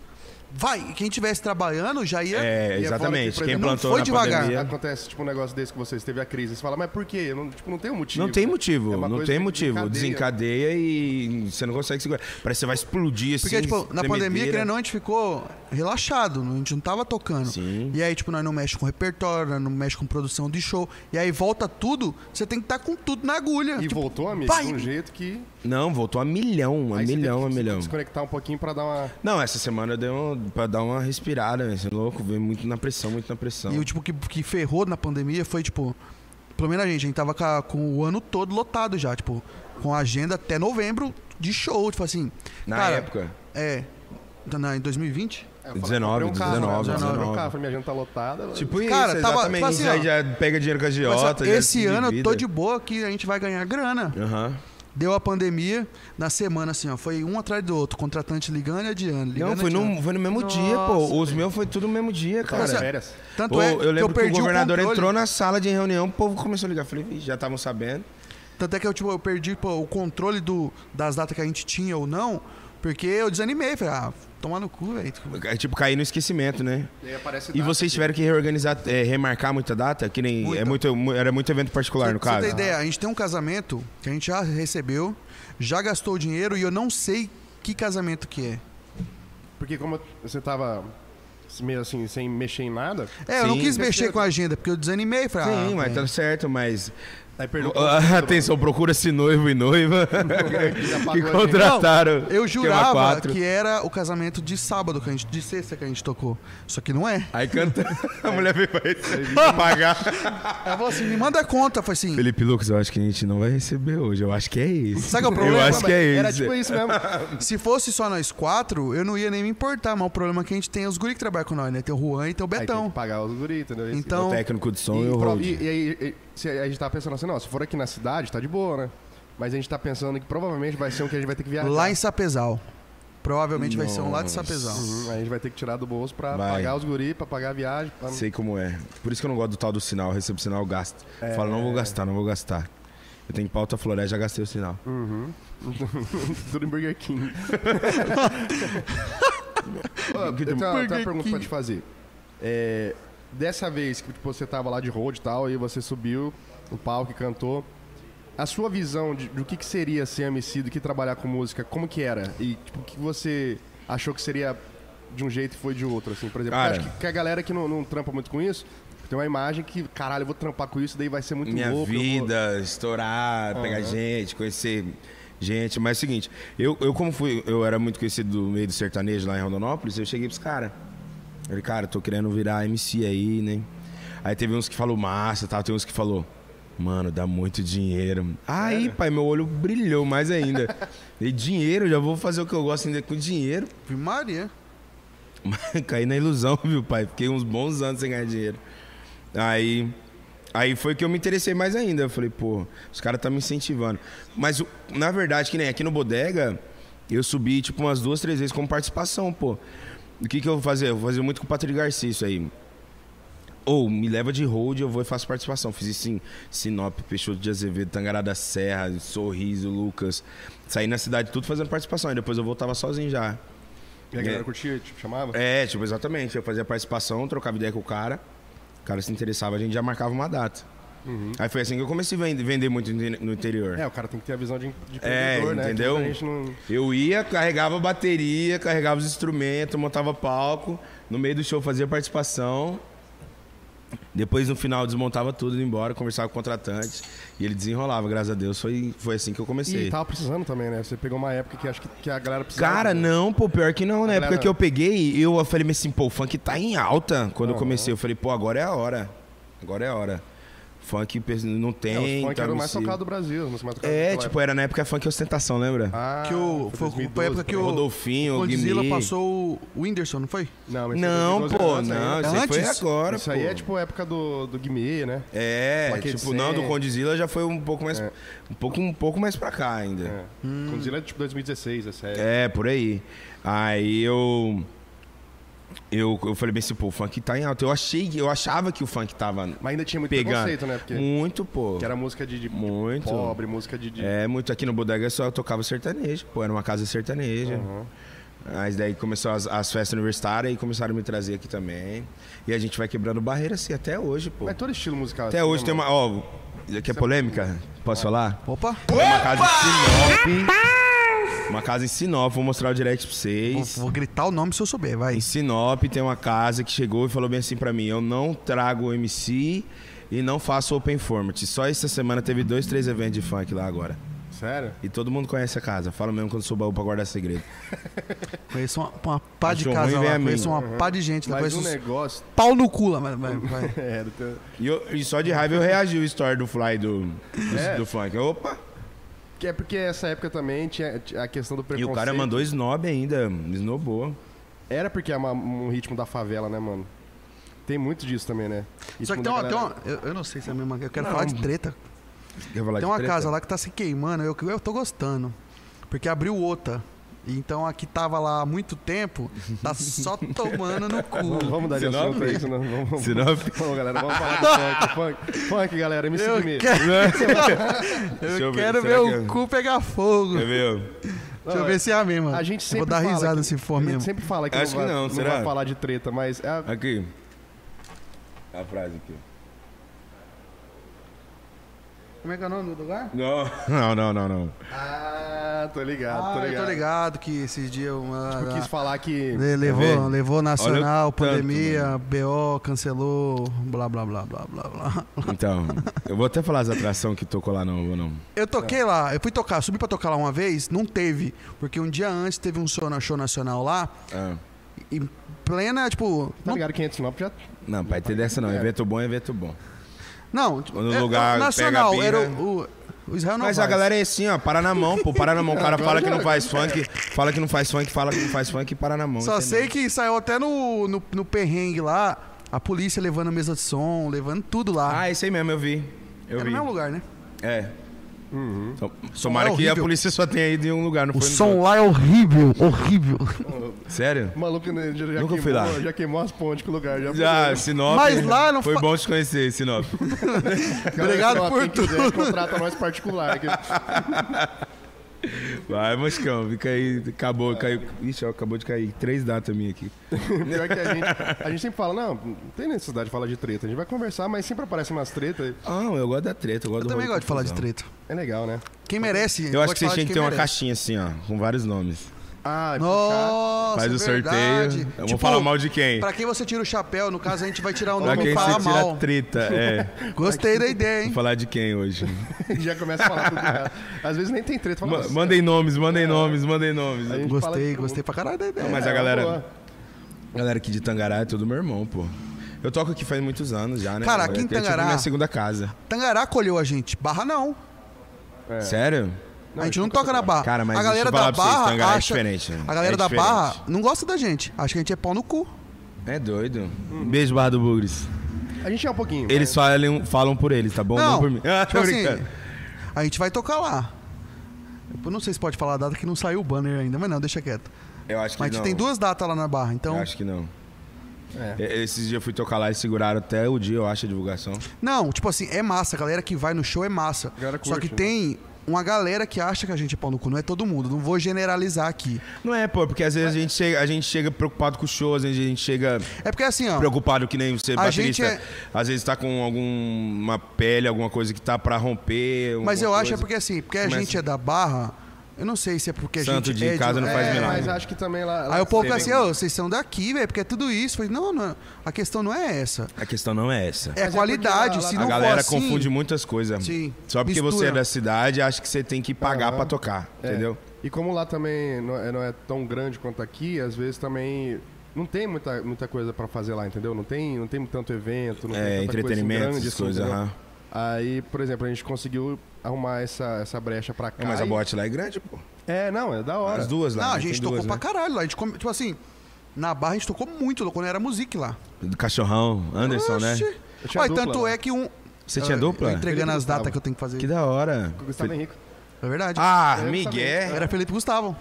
Speaker 2: Vai, e quem estivesse trabalhando já ia.
Speaker 3: É,
Speaker 1: E é foda que,
Speaker 3: exatamente.
Speaker 1: por
Speaker 3: Quem
Speaker 1: exemplo, não
Speaker 3: plantou
Speaker 2: foi
Speaker 3: na
Speaker 2: devagar.
Speaker 3: pandemia...
Speaker 1: Acontece, tipo, um negócio desse que vocês teve a crise. Você fala, mas por quê? Eu Não, tipo, não tem um motivo.
Speaker 3: Não tem motivo,
Speaker 1: É uma
Speaker 3: não
Speaker 1: coisa
Speaker 3: tem
Speaker 1: que
Speaker 3: motivo.
Speaker 1: desencadeia.
Speaker 3: Desencadeia. e você não consegue segurar. Parece que você vai explodir assim.
Speaker 2: Porque, tipo, na
Speaker 3: tremedeira.
Speaker 2: pandemia, querendo ou não, a gente ficou relaxado, a gente não tava tocando.
Speaker 3: Sim.
Speaker 2: E aí, tipo, nós não mexe com repertório, nós não mexe com produção de show. E aí volta tudo, você tem que estar com tudo na agulha.
Speaker 1: E
Speaker 2: Tipo,
Speaker 1: voltou, amigo,
Speaker 2: vai.
Speaker 1: de um jeito que...
Speaker 3: Não, voltou a milhão, a
Speaker 1: aí você
Speaker 3: milhão,
Speaker 1: teve
Speaker 3: a
Speaker 2: assim,
Speaker 1: que
Speaker 3: milhão.
Speaker 1: Desconectar um pouquinho pra dar uma...
Speaker 3: Não, essa semana deu um, pra dar uma respirada, né? Você é louco, veio muito na pressão, muito na pressão.
Speaker 2: E o tipo que, que ferrou na pandemia foi, tipo, pelo menos a gente, a gente tava ca- com, o ano todo lotado já, tipo, com a agenda até novembro de show, tipo assim.
Speaker 3: na
Speaker 2: cara,
Speaker 3: época,
Speaker 2: É. na- na- em 2020?
Speaker 1: É, eu falei, comprei
Speaker 3: 19,
Speaker 1: um carro, né?
Speaker 3: 19,
Speaker 1: Eu comprei
Speaker 3: 19.
Speaker 1: um carro, falei, minha gente tá lotada.
Speaker 3: tipo isso,
Speaker 2: cara, tava-
Speaker 3: exatamente.
Speaker 2: tipo assim,
Speaker 3: Isso aí
Speaker 2: ó.
Speaker 3: já pega dinheiro com a
Speaker 2: Mas,
Speaker 3: giota. tá, já é
Speaker 2: esse
Speaker 3: se
Speaker 2: ano eu tô de
Speaker 3: endivida.
Speaker 2: boa que a gente vai ganhar grana.
Speaker 3: Aham.
Speaker 2: Deu a pandemia, na semana, assim, ó, foi um atrás do outro, contratante ligando e adiando. Ligando
Speaker 3: Não,
Speaker 2: e
Speaker 3: foi
Speaker 2: adiando.
Speaker 3: no, foi no mesmo dia, pô. Os meus foi tudo no mesmo dia, cara.
Speaker 1: Tava de férias.
Speaker 2: Então, Tanto
Speaker 3: Ô,
Speaker 2: é que
Speaker 3: eu lembro
Speaker 2: eu
Speaker 3: que,
Speaker 2: perdi
Speaker 3: o
Speaker 2: o
Speaker 3: governador
Speaker 2: controle.
Speaker 3: entrou na sala de reunião, o povo começou a ligar. Falei, "Ih, já estavam sabendo.
Speaker 2: Tanto é que eu, tipo, eu perdi pô, o controle do, das datas que a gente tinha ou não, porque eu desanimei. Falei, ah, tomar no cu, velho.
Speaker 3: É tipo, cair no esquecimento, né?
Speaker 1: E aí aparece
Speaker 3: E
Speaker 1: data
Speaker 3: vocês
Speaker 1: aqui.
Speaker 3: tiveram que reorganizar, é, remarcar muita data? Que nem. É muito, mu- era muito evento particular, no
Speaker 2: Pra você
Speaker 3: caso. né?
Speaker 2: ter ideia, a gente tem um casamento que a gente já recebeu, já gastou o dinheiro e eu não sei que casamento que é.
Speaker 1: Porque como você tava meio assim, sem mexer em nada,
Speaker 2: É, eu não
Speaker 3: Sim.
Speaker 2: quis mexer com a agenda, porque eu desanimei. Falei, ah,
Speaker 3: Sim, mas
Speaker 2: velho.
Speaker 3: tá certo, mas.
Speaker 1: aí perdeu o
Speaker 3: Ah,
Speaker 1: controle.
Speaker 3: atenção, procura-se noivo e noiva que
Speaker 1: pagou a
Speaker 3: contrataram.
Speaker 2: Eu
Speaker 3: esquema
Speaker 2: jurava
Speaker 3: quatro.
Speaker 2: que era o casamento de sábado, que a gente, de sexta que a gente tocou. Só que não é.
Speaker 3: Aí canta. A mulher veio pra pra pagar.
Speaker 2: Ela falou assim, me manda a conta. Eu falei assim,
Speaker 3: Felipe Lucas, eu acho que a gente não vai receber hoje. Eu acho que é isso.
Speaker 2: Sabe qual é o problema?
Speaker 3: Eu acho que é isso.
Speaker 1: Era tipo isso mesmo.
Speaker 2: se fosse só nós quatro, eu não ia nem me importar. Mas o problema é que a gente tem é os guri que trabalham com nós, né? Tem o Juan e tem o
Speaker 1: Aí tem
Speaker 2: Betão.
Speaker 1: que pagar os guris, entendeu? Esse-
Speaker 2: Então,
Speaker 3: O técnico de som e,
Speaker 1: Então. E,
Speaker 3: o
Speaker 1: pro-
Speaker 3: road.
Speaker 1: e- e aí e- se a gente tava pensando assim, não, se for aqui na cidade, tá de boa, né? Mas a gente tá pensando que provavelmente vai ser um que a gente vai ter que viajar.
Speaker 2: lá em Sapezal. Provavelmente vai ser um lá de Sapezal.
Speaker 1: Uhum, aí a gente vai ter que tirar do bolso pra
Speaker 3: Vai.
Speaker 1: pagar os guris, pra pagar a viagem. pra-
Speaker 3: Sei como é. Por isso que eu não gosto do tal do sinal. Eu recebo sinal, eu gasto. Eu Falo, não vou gastar, não vou gastar. Eu tenho pauta floresta, já gastei o sinal.
Speaker 1: Tudo em Burger King. Ó, eu tenho uma, tenho uma pergunta pra te fazer. É, dessa vez que tipo, você tava lá de road e tal, e você subiu no palco e cantou, a sua visão de, do que, que seria ser MC, do que trabalhar com música, como que era? E tipo, o que você achou que seria de um jeito e foi de outro, assim, por exemplo?
Speaker 3: Cara.
Speaker 1: Eu acho que, que a galera que não, não trampa muito com isso, tem uma imagem que, caralho, eu vou trampar com isso, daí vai ser muito
Speaker 3: Minha
Speaker 1: louco. eu vou-
Speaker 3: vida, estourar, pegar gente, conhecer gente. Mas é o seguinte, eu, eu como fui, eu era muito conhecido do meio do sertanejo lá em Rondonópolis, eu cheguei pros caras. Falei, cara, tô querendo virar MC aí, né? Aí teve uns que falou massa, tal, tem uns que falou, mano, dá muito dinheiro. Aí, pai, meu olho brilhou mais ainda. Falei, dinheiro, já vou fazer o que eu gosto ainda com dinheiro.
Speaker 2: Ave Maria.
Speaker 3: Mas Caí na ilusão, viu, pai? Fiquei uns bons anos sem ganhar dinheiro. Aí, aí foi que eu me interessei mais ainda. Eu falei, pô, os caras estão me incentivando. Mas, o- na verdade, que nem aqui no Bodega, eu subi, tipo, umas duas, três vezes como participação, pô. O que, que eu vou fazer? Eu vou fazer muito com o Patrick Garcia isso aí. Ou me leva de hold, eu vou e faço participação. Fiz isso em Sinop, Peixoto de Azevedo, Tangará da Serra, Sorriso, Lucas. Saí na cidade tudo fazendo participação. Aí depois eu voltava sozinho já.
Speaker 1: E a galera
Speaker 3: É.
Speaker 1: curtia, tipo, chamava?
Speaker 3: É, tipo, exatamente. Eu fazia participação, trocava ideia com o cara. O cara se interessava, a gente já marcava uma data. Aí foi assim que eu comecei a ven- vender muito in- no interior.
Speaker 1: Uhum. É, o cara tem que ter a visão de, de
Speaker 3: É,
Speaker 1: empreendedor, né?
Speaker 3: entendeu?
Speaker 1: Que a gente não...
Speaker 3: Eu ia, carregava bateria, carregava os instrumentos, montava palco. No meio do show fazia participação. Depois, no final, desmontava tudo, ia embora, conversava com o contratante. E ele desenrolava, graças a Deus. Foi, foi assim que eu comecei.
Speaker 1: E tava precisando também, né? Você pegou uma época que acho que, que a galera precisava.
Speaker 3: Cara, não, pô, pior que não. Na época
Speaker 1: galera-
Speaker 3: que eu peguei, eu falei assim, pô, o funk tá em alta. Quando eu comecei, eu falei, pô, agora é a hora. Agora é a hora. Funk pers- não tem.
Speaker 1: É, o funk
Speaker 3: tá
Speaker 1: era o mais
Speaker 3: agressivo.
Speaker 1: tocado do Brasil. mas mais tocado
Speaker 3: É,
Speaker 1: naquela
Speaker 3: tipo,
Speaker 1: época.
Speaker 3: era na época funk ostentação, lembra?
Speaker 1: Ah,
Speaker 2: que o, foi, foi a
Speaker 1: 2012,
Speaker 2: época que
Speaker 1: por
Speaker 2: o
Speaker 1: aí.
Speaker 3: Rodolfinho,
Speaker 2: o Godzilla
Speaker 3: Guimê.
Speaker 2: passou o Whindersson, não foi?
Speaker 1: Não, mas
Speaker 3: Não,
Speaker 1: isso é
Speaker 3: pô,
Speaker 1: 2012
Speaker 3: não.
Speaker 1: ainda.
Speaker 3: Isso aí foi
Speaker 2: Antes?
Speaker 3: agora,
Speaker 1: Isso aí
Speaker 3: pô.
Speaker 1: é tipo a época do, do Guimê, né?
Speaker 3: É,
Speaker 1: Plaquete
Speaker 3: tipo, não, do
Speaker 1: 100.
Speaker 3: Condizila já foi um pouco mais. Um, pouco, um pouco mais pra cá ainda.
Speaker 1: É. Godzilla é tipo 2016, essa série.
Speaker 3: Hum. É, por aí. Aí eu. Eu, eu falei bem assim, pô, o funk tá em alta. Eu achei, eu achava que o funk tava
Speaker 1: Mas ainda tinha muito
Speaker 3: pegando.
Speaker 1: preconceito, né? Porque
Speaker 3: Muito, pô.
Speaker 1: que era música de, de
Speaker 3: Muito.
Speaker 1: pobre, música de... de-
Speaker 3: É, muito aqui no Bodega só tocava sertanejo, pô, era uma casa sertaneja. Mas daí começou as, as festas universitárias e começaram a me trazer aqui também. E a gente vai quebrando barreira assim até hoje, pô.
Speaker 1: Mas todo estilo musical.
Speaker 3: Até
Speaker 1: assim,
Speaker 3: hoje
Speaker 1: né,
Speaker 3: tem
Speaker 1: mano?
Speaker 3: uma. Ó, quer polêmica? Posso falar?
Speaker 2: Opa!
Speaker 3: Tem uma casa em Sinop. Uma casa em Sinop, vou mostrar o direct pra
Speaker 2: Vou,
Speaker 3: vocês.
Speaker 2: vou gritar o nome se eu souber, vai.
Speaker 3: Em Sinop tem uma casa que chegou e falou bem assim pra mim: eu não trago MC e não faço open format. Só essa semana teve dois, três eventos de funk lá agora.
Speaker 1: Sério?
Speaker 3: E todo mundo conhece a casa. Falo mesmo quando sou baú pra guardar segredo.
Speaker 2: Conheço uma, uma pá de
Speaker 3: Achou
Speaker 2: casa
Speaker 3: ruim,
Speaker 2: lá,
Speaker 3: vem a mim.
Speaker 2: conheço uma pá de gente lá,
Speaker 1: Mas
Speaker 2: conheço
Speaker 1: um
Speaker 2: uns
Speaker 1: negócio...
Speaker 2: pau no cu lá, mas- mas- vai.
Speaker 1: É, do teu-
Speaker 3: E, eu- e só de raiva eu reagi o story do Fly do, do,
Speaker 1: É.
Speaker 3: do funk. Opa!
Speaker 1: que é porque essa época também tinha tinha a questão do
Speaker 3: E
Speaker 1: preconceito.
Speaker 3: o cara mandou snob ainda. Snobou.
Speaker 1: Era porque é uma- um ritmo da favela, né, mano? Tem muito disso também, né?
Speaker 2: Só que
Speaker 1: Ritmo
Speaker 2: tem
Speaker 1: da
Speaker 2: uma, tem
Speaker 1: galera-
Speaker 2: uma eu, eu não sei se é a mesma, eu quero falar de treta.
Speaker 3: Quer falar
Speaker 2: Tem
Speaker 3: de
Speaker 2: uma
Speaker 3: treta?
Speaker 2: casa lá que tá se queimando, eu, eu tô gostando. Porque abriu outra. Então a que tava lá há muito tempo, tá só tomando no
Speaker 1: Vamos,
Speaker 2: cu.
Speaker 1: vamos dar de
Speaker 3: Sinop?
Speaker 1: assunto aí, senão vamos... vamos-
Speaker 3: Sinop?
Speaker 1: Vamos, galera, vamos falar de funk, funk. Funk, galera, me
Speaker 2: Eu
Speaker 1: seguir.
Speaker 2: quero,
Speaker 3: Deixa
Speaker 2: eu
Speaker 3: eu ver,
Speaker 2: quero ver
Speaker 3: será
Speaker 2: o
Speaker 3: que-
Speaker 2: cu pegar fogo.
Speaker 3: Quer
Speaker 2: Deixa
Speaker 3: ver?
Speaker 2: eu ver se é a mesma.
Speaker 1: A gente sempre
Speaker 2: Vou dar
Speaker 1: fala
Speaker 2: risada
Speaker 1: que-
Speaker 2: se for
Speaker 1: A
Speaker 2: mesmo.
Speaker 1: gente sempre fala que,
Speaker 3: Acho que
Speaker 1: não, vai,
Speaker 3: não,
Speaker 1: não
Speaker 3: será?
Speaker 1: vai falar de treta, mas é a-
Speaker 3: Aqui. A frase aqui.
Speaker 2: Como é que é o nome do lugar?
Speaker 3: Não, não, não, não. não.
Speaker 1: Ah, tô ligado,
Speaker 2: Ah,
Speaker 1: tô
Speaker 2: eu
Speaker 1: ligado.
Speaker 2: tô ligado que esses dias uma.
Speaker 1: Eu quis falar Tipo, que.
Speaker 2: Le-
Speaker 3: Tá
Speaker 2: Levou,
Speaker 3: vendo?
Speaker 2: levou nacional,
Speaker 3: Olha o tanto,
Speaker 2: pandemia, BO, cancelou, blá blá blá blá blá blá.
Speaker 3: Então, eu vou até falar as atrações que tocou lá, não, vou não.
Speaker 2: Eu toquei lá, eu fui tocar, subi pra tocar lá uma vez, não teve, porque um dia antes teve um show, na- show nacional lá,
Speaker 3: Ah,
Speaker 2: em plena, tipo.
Speaker 1: Tá
Speaker 2: Não,
Speaker 1: ligado? 500 não, já.
Speaker 3: não, pai, ter dessa não. Evento bom é evento bom.
Speaker 2: não tipo,
Speaker 3: Quando o
Speaker 2: é,
Speaker 3: lugar
Speaker 2: o nacional,
Speaker 3: pega a
Speaker 2: era
Speaker 3: birra.
Speaker 2: o, o, o Israel não
Speaker 3: Mas a
Speaker 2: Vaz.
Speaker 3: galera é assim, ó, para na mão, pô, para na mão. O cara fala que não faz funk, fala que não faz funk, fala que não faz funk e para na mão.
Speaker 2: Só
Speaker 3: entendeu?
Speaker 2: sei que saiu até no, no, no perrengue lá, a polícia levando mesa de som, levando tudo lá.
Speaker 3: Ah, esse aí mesmo, eu vi. Eu
Speaker 2: era
Speaker 3: vi.
Speaker 2: no mesmo lugar, né?
Speaker 3: É. Tom-
Speaker 2: É
Speaker 3: Tomara que a
Speaker 2: horrível.
Speaker 3: polícia só tenha ido em um lugar, não
Speaker 2: O
Speaker 3: foi no
Speaker 2: som lá é horrível, horrível.
Speaker 3: outro. Sério?
Speaker 1: O maluco né, já, já
Speaker 3: Nunca
Speaker 1: queimou,
Speaker 3: fui lá.
Speaker 1: já queimou as pontes com o lugar. Já,
Speaker 3: Já, Ah, Sinop.
Speaker 2: Mas lá não
Speaker 3: Foi
Speaker 2: fa-
Speaker 3: bom te conhecer, Sinop.
Speaker 2: Obrigado
Speaker 1: Só quem
Speaker 2: por
Speaker 1: quiser, contrata nós particular. que-
Speaker 3: Vai, Moscão, fica aí. Acabou, caiu. Ixi, ó, acabou de cair. Três datas minha aqui.
Speaker 1: Pior que a gente, a gente sempre fala, não, não tem necessidade de falar de treta. A gente vai conversar, mas sempre aparecem umas tretas.
Speaker 3: Ah, eu gosto da treta. Eu, gosto
Speaker 2: Eu
Speaker 3: do
Speaker 2: também
Speaker 3: rolê
Speaker 2: gosto de falar de
Speaker 3: confusão.
Speaker 2: treta.
Speaker 1: É legal, né?
Speaker 2: Quem merece.
Speaker 3: Eu acho
Speaker 2: gosto
Speaker 3: que
Speaker 2: de
Speaker 3: vocês
Speaker 2: falar
Speaker 3: tinham
Speaker 2: de
Speaker 3: que ter
Speaker 2: quem
Speaker 3: uma
Speaker 2: merece.
Speaker 3: caixinha assim, ó, com vários nomes.
Speaker 1: Ah, e puxar-
Speaker 2: Nossa, é
Speaker 3: Faz o sorteio.
Speaker 2: verdade. Tipo,
Speaker 3: Eu vou falar mal de quem?
Speaker 2: Pra quem você tira o chapéu, no caso a gente vai tirar o
Speaker 3: Pra
Speaker 2: nome e
Speaker 3: quem
Speaker 2: falar
Speaker 3: você tira
Speaker 2: mal.
Speaker 3: a treta, é.
Speaker 2: Gostei da ideia,
Speaker 3: Vou
Speaker 2: hein?
Speaker 3: falar de quem hoje?
Speaker 1: já começa a falar tudo. errado. Às vezes nem tem treta. Fala,
Speaker 3: Ma-
Speaker 1: "Nossa,
Speaker 3: mandem nomes, mandem nomes, mandem nomes.
Speaker 1: a gente fala
Speaker 2: Gostei,
Speaker 1: de-
Speaker 2: gostei pra caralho da ideia.
Speaker 3: Mas
Speaker 1: É,
Speaker 3: a
Speaker 1: uma
Speaker 3: galera,
Speaker 1: boa.
Speaker 3: galera aqui de Tangará é tudo meu irmão, pô. Eu toco aqui faz muitos anos já, né?
Speaker 2: Cara, aqui em
Speaker 3: É tipo
Speaker 2: Tangará-
Speaker 3: minha segunda casa.
Speaker 2: Tangará colheu a gente. Barra não. É.
Speaker 3: Sério?
Speaker 2: a gente não toca na barra.
Speaker 3: Cara, mas
Speaker 2: a galera
Speaker 3: deixa eu falar
Speaker 2: da
Speaker 3: pra vocês,
Speaker 2: barra
Speaker 3: Tangará é
Speaker 2: acha-
Speaker 3: diferente, né?
Speaker 2: A galera
Speaker 3: É
Speaker 2: da
Speaker 3: diferente.
Speaker 2: barra não gosta da gente. Acha que a gente é pau no cu.
Speaker 3: É doido.
Speaker 2: Hum.
Speaker 3: Beijo, Barra do Bugres.
Speaker 1: A gente é um pouquinho.
Speaker 3: Eles falam, falam por eles, tá bom? Não,
Speaker 2: Não,
Speaker 3: por mim. Ah,
Speaker 2: tipo
Speaker 3: tô
Speaker 2: assim,
Speaker 3: brincando.
Speaker 2: a gente vai tocar lá. Eu não sei se pode falar a data que não saiu o banner ainda, mas não, deixa quieto.
Speaker 3: Eu acho que
Speaker 2: Mas a gente
Speaker 3: não.
Speaker 2: tem duas datas lá na barra,
Speaker 3: Eu
Speaker 2: então.
Speaker 3: acho que não. É, Esses dias eu fui tocar lá e seguraram até o dia, eu acho, a divulgação.
Speaker 2: Não, tipo assim, é massa. A galera que vai no show é massa.
Speaker 1: galera
Speaker 2: Só
Speaker 1: curte,
Speaker 2: que
Speaker 1: né?
Speaker 2: tem uma galera que acha que a gente é pau no cu. Não é todo mundo. Não vou generalizar aqui.
Speaker 3: Não é, pô, porque às vezes a gente chega, a gente chega preocupado com o show, às vezes a gente chega
Speaker 2: É porque assim, ó.
Speaker 3: preocupado que nem você,
Speaker 2: A
Speaker 3: baterista.
Speaker 2: gente é-
Speaker 3: Às vezes tá com alguma pele, alguma coisa que tá pra romper.
Speaker 2: Mas
Speaker 3: alguma
Speaker 2: eu acho é
Speaker 3: coisa.
Speaker 2: porque assim, porque a
Speaker 3: Começa-
Speaker 2: gente é da barra. Eu não sei se é porque a
Speaker 3: Santo
Speaker 2: gente
Speaker 3: dia
Speaker 2: é
Speaker 3: em casa
Speaker 2: de...
Speaker 3: não
Speaker 2: é,
Speaker 3: faz né?
Speaker 1: É,
Speaker 3: milagre.
Speaker 1: mas acho que também lá. lá
Speaker 2: Aí o povo
Speaker 1: teve-
Speaker 2: fica assim, ô, vocês são daqui, velho, porque é tudo isso. Eu falei, não, não, a questão não é essa.
Speaker 3: A questão não é essa.
Speaker 2: É
Speaker 1: Mas é
Speaker 2: qualidade,
Speaker 1: porque lá-
Speaker 2: se
Speaker 1: lá-
Speaker 2: não
Speaker 3: a galera
Speaker 2: for assim,
Speaker 3: confunde muitas coisas.
Speaker 2: Sim.
Speaker 3: Só porque você
Speaker 2: Mistura.
Speaker 3: é da cidade, acha que você tem que pagar
Speaker 1: Aham.
Speaker 3: pra tocar,
Speaker 1: É.
Speaker 3: entendeu?
Speaker 1: E como lá também não é, não é tão grande quanto aqui, às vezes também não tem muita, muita coisa pra fazer lá, entendeu? Não tem, não tem tanto evento, não tem
Speaker 3: É,
Speaker 1: tanta coisa assim
Speaker 3: entretenimento,
Speaker 1: grande,
Speaker 3: essas
Speaker 1: assim,
Speaker 3: coisas,
Speaker 1: entendeu?
Speaker 3: aham.
Speaker 1: Aí, por exemplo, a gente conseguiu arrumar essa, essa brecha pra cá.
Speaker 3: Mas
Speaker 1: e-
Speaker 3: a boate lá é grande, pô.
Speaker 1: É, não, é da hora.
Speaker 3: As duas lá.
Speaker 2: Não, a
Speaker 3: né?
Speaker 2: gente
Speaker 3: Tem
Speaker 2: tocou
Speaker 3: duas,
Speaker 2: pra
Speaker 3: né?
Speaker 2: caralho lá. A gente come- tipo assim, na barra a gente tocou muito quando era musique lá.
Speaker 3: né? Do cachorrão, Anderson,
Speaker 2: Oxi.
Speaker 3: né?
Speaker 1: Eu tinha
Speaker 2: Olha,
Speaker 1: dupla,
Speaker 2: tanto
Speaker 1: mano.
Speaker 2: é que um.
Speaker 3: Você tinha dupla?
Speaker 2: Eu entregando
Speaker 1: Felipe
Speaker 2: as datas
Speaker 1: Gustavo.
Speaker 2: que eu tenho que fazer.
Speaker 3: Que da hora.
Speaker 1: O Gustavo Henrique.
Speaker 2: É verdade.
Speaker 3: Ah,
Speaker 1: Eu
Speaker 3: Miguel.
Speaker 2: Era Felipe Gustavo.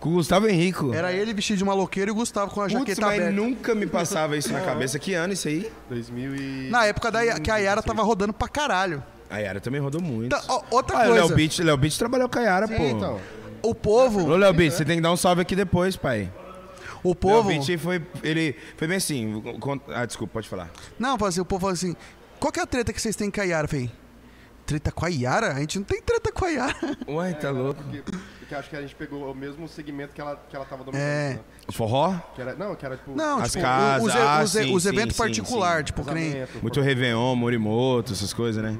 Speaker 3: Com o Gustavo Henrico.
Speaker 2: Era ele vestido de maloqueiro e o Gustavo com a
Speaker 3: Putz,
Speaker 2: jaqueta
Speaker 3: mas
Speaker 2: aberta.
Speaker 3: nunca me passava isso na cabeça. Que ano isso aí?
Speaker 1: 2000 e...
Speaker 2: Na época da, que a Yara tava rodando pra caralho.
Speaker 3: A Yara também rodou muito.
Speaker 2: Tá, ó, outra
Speaker 3: Ah, o
Speaker 2: coisa.
Speaker 3: Léo Beach, Léo Beach trabalhou com a Yara, pô.
Speaker 1: É, então.
Speaker 2: O povo,
Speaker 3: Ô, Léo Beach, você tem que dar um salve aqui depois, pai.
Speaker 2: o povo.
Speaker 3: Léo Beach foi, ele, foi bem assim. con- Ah, desculpa, pode falar.
Speaker 2: Não, fala assim, o povo fala assim: qual que é a treta que vocês têm com a Yara? Eu falei, treta com a Yara? A gente não tem treta com a Yara.
Speaker 3: Ué, tá louco.
Speaker 1: Porque, porque acho que a gente pegou o mesmo segmento que ela, que ela tava dominando.
Speaker 2: É.
Speaker 1: né?
Speaker 3: Forró?
Speaker 1: Que era, não, que era tipo...
Speaker 2: Não,
Speaker 3: As
Speaker 2: tipo,
Speaker 3: casas,
Speaker 2: os,
Speaker 3: ah,
Speaker 2: os-
Speaker 3: sim,
Speaker 2: os
Speaker 3: sim,
Speaker 2: eventos
Speaker 3: sim,
Speaker 2: particulares,
Speaker 3: sim.
Speaker 2: tipo, que nem.
Speaker 1: casamento.
Speaker 3: Muito Réveillon, Morimoto, essas coisas, né?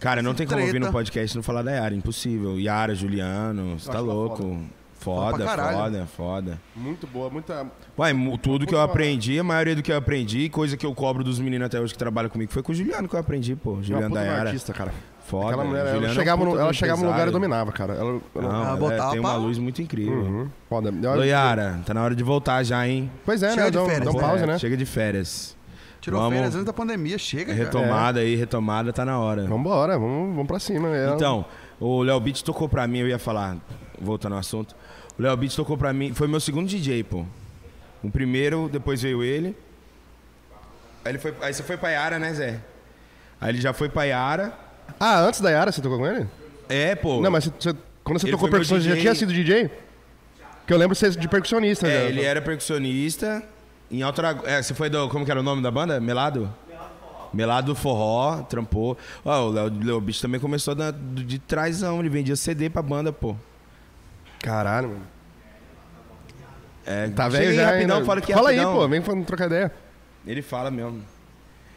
Speaker 3: Cara, não tem como
Speaker 2: Treta.
Speaker 3: ouvir no podcast e não falar da Yara, impossível. Yara, Juliano, você tá
Speaker 1: acho ela
Speaker 3: louco.
Speaker 2: é Fala
Speaker 3: Foda,
Speaker 2: pra caralho.
Speaker 3: foda, foda.
Speaker 1: Muito boa, muita...
Speaker 3: Ué, mu- tudo que eu aprendi, a maioria do que eu aprendi, coisa que eu cobro dos meninos até hoje que trabalham comigo, foi com o Juliano que eu aprendi, pô.
Speaker 1: Uma
Speaker 3: Juliano
Speaker 1: puta
Speaker 3: da
Speaker 1: de uma
Speaker 3: Yara.
Speaker 1: artista, cara.
Speaker 3: Foda.
Speaker 1: Aquela mulher, ela
Speaker 3: Juliano é um
Speaker 1: chegava, no,
Speaker 3: puta
Speaker 1: ela
Speaker 3: de um
Speaker 1: chegava no lugar e
Speaker 3: empresário.
Speaker 1: dominava, cara. Ela, ela-
Speaker 3: Não,
Speaker 2: Ela
Speaker 3: ela
Speaker 2: botava
Speaker 3: tem uma
Speaker 2: pra-
Speaker 3: luz muito incrível.
Speaker 1: Uhum, foda.
Speaker 3: Ô, Yara, tá na hora de voltar já, hein?
Speaker 1: Pois é,
Speaker 2: Chega
Speaker 1: né?
Speaker 2: de
Speaker 1: Dá um,
Speaker 2: férias,
Speaker 1: dá um
Speaker 2: né?
Speaker 1: pause,
Speaker 3: É,
Speaker 1: né? É.
Speaker 3: Chega de férias.
Speaker 2: Tirou
Speaker 3: Vamos. É,
Speaker 2: férias antes da pandemia, chega. cara.
Speaker 3: Retomada aí, retomada, tá na hora.
Speaker 1: Vambora, vamos, vamos pra cima. Ela-
Speaker 3: Então, o Léo Beat tocou pra mim, eu ia falar, voltando ao assunto. O Léo Beat tocou pra mim, foi meu segundo DJ, pô. O primeiro, depois veio ele. Aí, ele foi, aí você foi pra Yara, né, Zé? Aí ele já foi pra Yara.
Speaker 1: Ah, antes da Yara, você tocou com ele?
Speaker 3: É, pô.
Speaker 1: Não, mas você- você- quando você
Speaker 3: Ele
Speaker 1: tocou
Speaker 3: foi meu
Speaker 1: percussão, você já
Speaker 3: DJ.
Speaker 1: tinha sido DJ? Que eu lembro você de percussionista. né? já.
Speaker 3: É, ele era percussionista. Em outra, é, você foi do. Como que era o nome da banda? Melado? Melado Forró, trampou. Ó, o Léo, Léo Beat também começou da- do- de trásão, ele vendia CD pra banda, pô.
Speaker 1: Caralho, mano.
Speaker 3: É,
Speaker 1: Tá
Speaker 3: chega
Speaker 1: velho
Speaker 3: aí
Speaker 1: já,
Speaker 3: rapidão,
Speaker 1: ainda.
Speaker 3: fala que é
Speaker 1: Fala aí,
Speaker 3: rapidão.
Speaker 1: pô. Vem falando trocar ideia.
Speaker 3: Ele fala mesmo.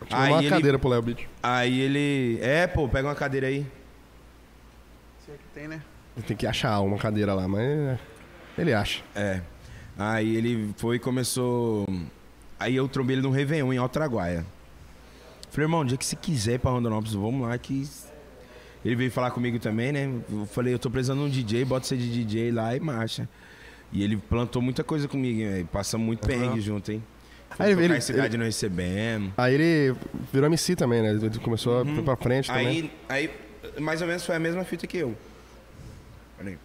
Speaker 1: Tinha uma
Speaker 3: ele-
Speaker 1: cadeira pro Léo Beach.
Speaker 3: Aí ele. É, pô, pega uma cadeira aí.
Speaker 2: Se é que tem, né?
Speaker 1: Tem que achar uma cadeira lá, mas... Ele acha.
Speaker 3: É. Aí ele foi e começou. Aí eu trombei ele num Réveillon em Altraguaia. Falei, irmão, o dia que você quiser ir pra Rondonópolis, vamos lá que. Ele veio falar comigo também, né? Eu falei, eu tô precisando de um DJ, bota você de DJ lá e marcha. E ele plantou muita coisa comigo, hein? velho? Passamos muito perrengue junto, hein?
Speaker 1: Aí ele-
Speaker 3: ele,
Speaker 1: ele-
Speaker 3: cidade não recebemos.
Speaker 1: Aí ele virou MC também, né? Ele começou a ir pra frente também.
Speaker 3: Uhum. Aí, aí, mais ou menos foi a mesma fita que eu. Peraí.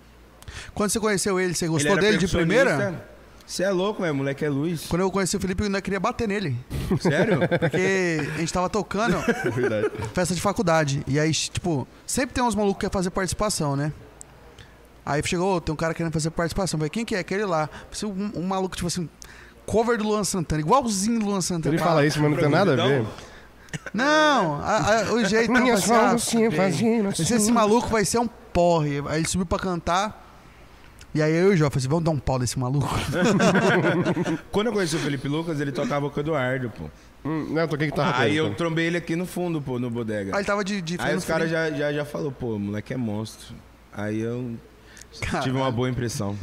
Speaker 2: Quando você conheceu ele, você
Speaker 3: Ele
Speaker 2: gostou
Speaker 3: era
Speaker 2: dele de primeira?
Speaker 3: percussionista. Você é louco, velho. Moleque é luz.
Speaker 2: Quando eu conheci o Felipe, eu ainda queria bater nele.
Speaker 3: Sério?
Speaker 2: Porque a gente tava tocando
Speaker 1: Verdade.
Speaker 2: festa de faculdade. E aí, tipo, sempre tem uns malucos que quer fazer participação, né? Aí chegou, "Ô, tem um cara querendo fazer participação. Eu Falei, quem que é? Aquele lá. Parece Um, um maluco, tipo assim, cover do Luan Santana, igualzinho do Luan Santana.
Speaker 3: tá
Speaker 1: Ele fala isso, mas não tem nada a ver.
Speaker 2: Não, a- a- o jeito não,
Speaker 1: Minhas
Speaker 2: vai ser, ah,
Speaker 1: mãos assim, fazendo
Speaker 2: mas
Speaker 1: assim.
Speaker 2: esse maluco vai ser um porre. Aí ele subiu pra cantar. E aí eu e o Jó falei assim, vamos dar um pau nesse maluco.
Speaker 3: É. Quando eu conheci o Felipe Lucas, ele tocava com o Eduardo, pô.
Speaker 1: Hum, não, eu toquei guitarra pra
Speaker 3: aí
Speaker 1: ele,
Speaker 3: eu
Speaker 1: então.
Speaker 3: trombei ele aqui no fundo, pô, no bodega.
Speaker 2: Aí Ah, ele tava de, de
Speaker 3: Aí
Speaker 2: fazendo
Speaker 3: os caras
Speaker 2: frio.
Speaker 3: já, já, já falou, pô, o moleque é monstro. Aí eu
Speaker 2: Caralho.
Speaker 3: tive uma boa impressão.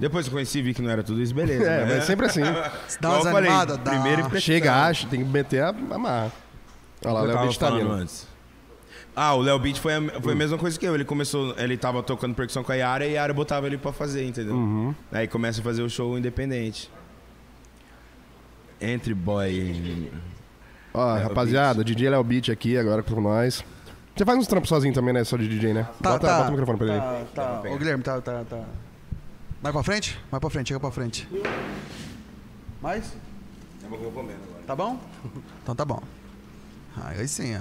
Speaker 3: Depois que eu conheci e vi que não era tudo isso, beleza.
Speaker 1: É,
Speaker 3: né?
Speaker 1: mas sempre assim.
Speaker 2: Dá
Speaker 3: Igual
Speaker 2: umas
Speaker 3: eu falei,
Speaker 2: animadas, dá.
Speaker 3: primeiro e pre-
Speaker 1: Chega, acha, tem que meter a, a marra. Olha lá, o
Speaker 3: Eu
Speaker 1: Léo
Speaker 3: tava
Speaker 1: Beach tá
Speaker 3: falando
Speaker 1: vindo.
Speaker 3: antes. Ah, o Léo Beat foi, a, foi a mesma coisa que eu. Ele começou, ele tava tocando percussão com a Yara e a Yara botava ele pra fazer, entendeu?
Speaker 1: Uhum.
Speaker 3: Aí começa a fazer o show independente. Entre boy.
Speaker 1: Ó,
Speaker 3: Léo
Speaker 1: rapaziada, DJ Léo Beat aqui agora com nós. Você faz uns trampos sozinho também, né? Só de DJ, né?
Speaker 2: Tá,
Speaker 1: bota,
Speaker 2: tá.
Speaker 1: bota o microfone pra ele aí.
Speaker 2: Tá, tá. Ô, Guilherme, tá, tá, tá. Mais pra frente? Mais pra frente, chega pra frente. Mais? Tá bom? Então tá bom. Ah, Aí aí sim, ó.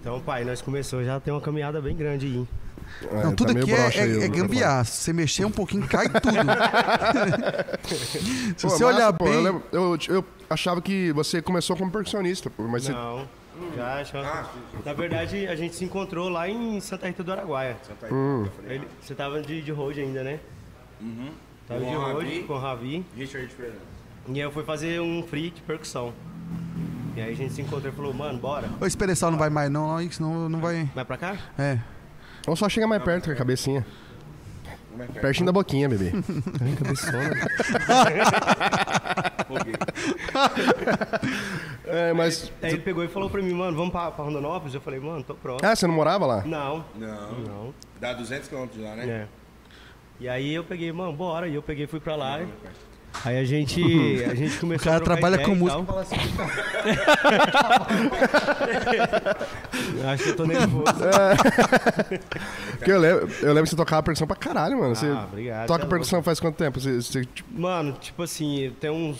Speaker 7: Então, pai, nós começamos já tem uma caminhada bem grande aí. hein?
Speaker 1: É,
Speaker 2: Não,
Speaker 1: tá
Speaker 2: tudo
Speaker 1: meio
Speaker 2: aqui é,
Speaker 1: broxa aí tá. o
Speaker 2: é, é
Speaker 1: microfone.
Speaker 2: gambiarra. Se você mexer um pouquinho, cai tudo. Se
Speaker 1: Pô,
Speaker 2: você
Speaker 1: massa,
Speaker 2: olhar
Speaker 1: pô,
Speaker 2: bem...
Speaker 1: Eu, lembro- eu- eu achava que você começou como percussionista, pô, mas você.
Speaker 7: Não, já acho. Na verdade, a gente se encontrou lá em Santa Rita do Araguaia. Ele- você tava de, de road ainda, né? Tava
Speaker 8: Com
Speaker 7: de
Speaker 8: o
Speaker 7: road
Speaker 8: Ravi.
Speaker 7: com o Ravi.
Speaker 8: Richard Fernandes.
Speaker 7: E aí eu fui fazer um free de percussão. E aí a gente se encontrou e falou, mano, bora.
Speaker 2: Ô, esse pedestal não vai mais não, não, aí, senão não vai...
Speaker 7: Vai pra cá?
Speaker 2: É.
Speaker 1: Ou só chega mais perto com a cabecinha.
Speaker 7: é
Speaker 1: Pertinho da boquinha, bebê.
Speaker 8: Foguei.
Speaker 1: É, mas.
Speaker 7: Aí ele pegou e falou pra mim, mano, vamos pra, pra Rondonópolis? Eu falei, mano, tô pronto.
Speaker 1: Ah, você não morava lá?
Speaker 7: Não.
Speaker 8: Não.
Speaker 7: Não.
Speaker 8: Dá 200 quilômetros de lá, né?
Speaker 7: É. E aí eu peguei, mano, bora. E eu peguei e fui pra lá. e- Aí a gente, a gente começou
Speaker 2: cara
Speaker 7: a trocar
Speaker 2: trabalha
Speaker 7: ideia
Speaker 2: com
Speaker 7: e
Speaker 2: música
Speaker 7: tal. "Tá." Eu Acho que eu tô nervoso.
Speaker 1: Porque eu lembro, eu lembro que você tocava percussão pra caralho, mano. Você
Speaker 7: Ah, obrigado,
Speaker 1: toca
Speaker 7: tá
Speaker 1: percussão faz quanto tempo? Você, você, tipo,
Speaker 7: Mano, tipo assim, tem uns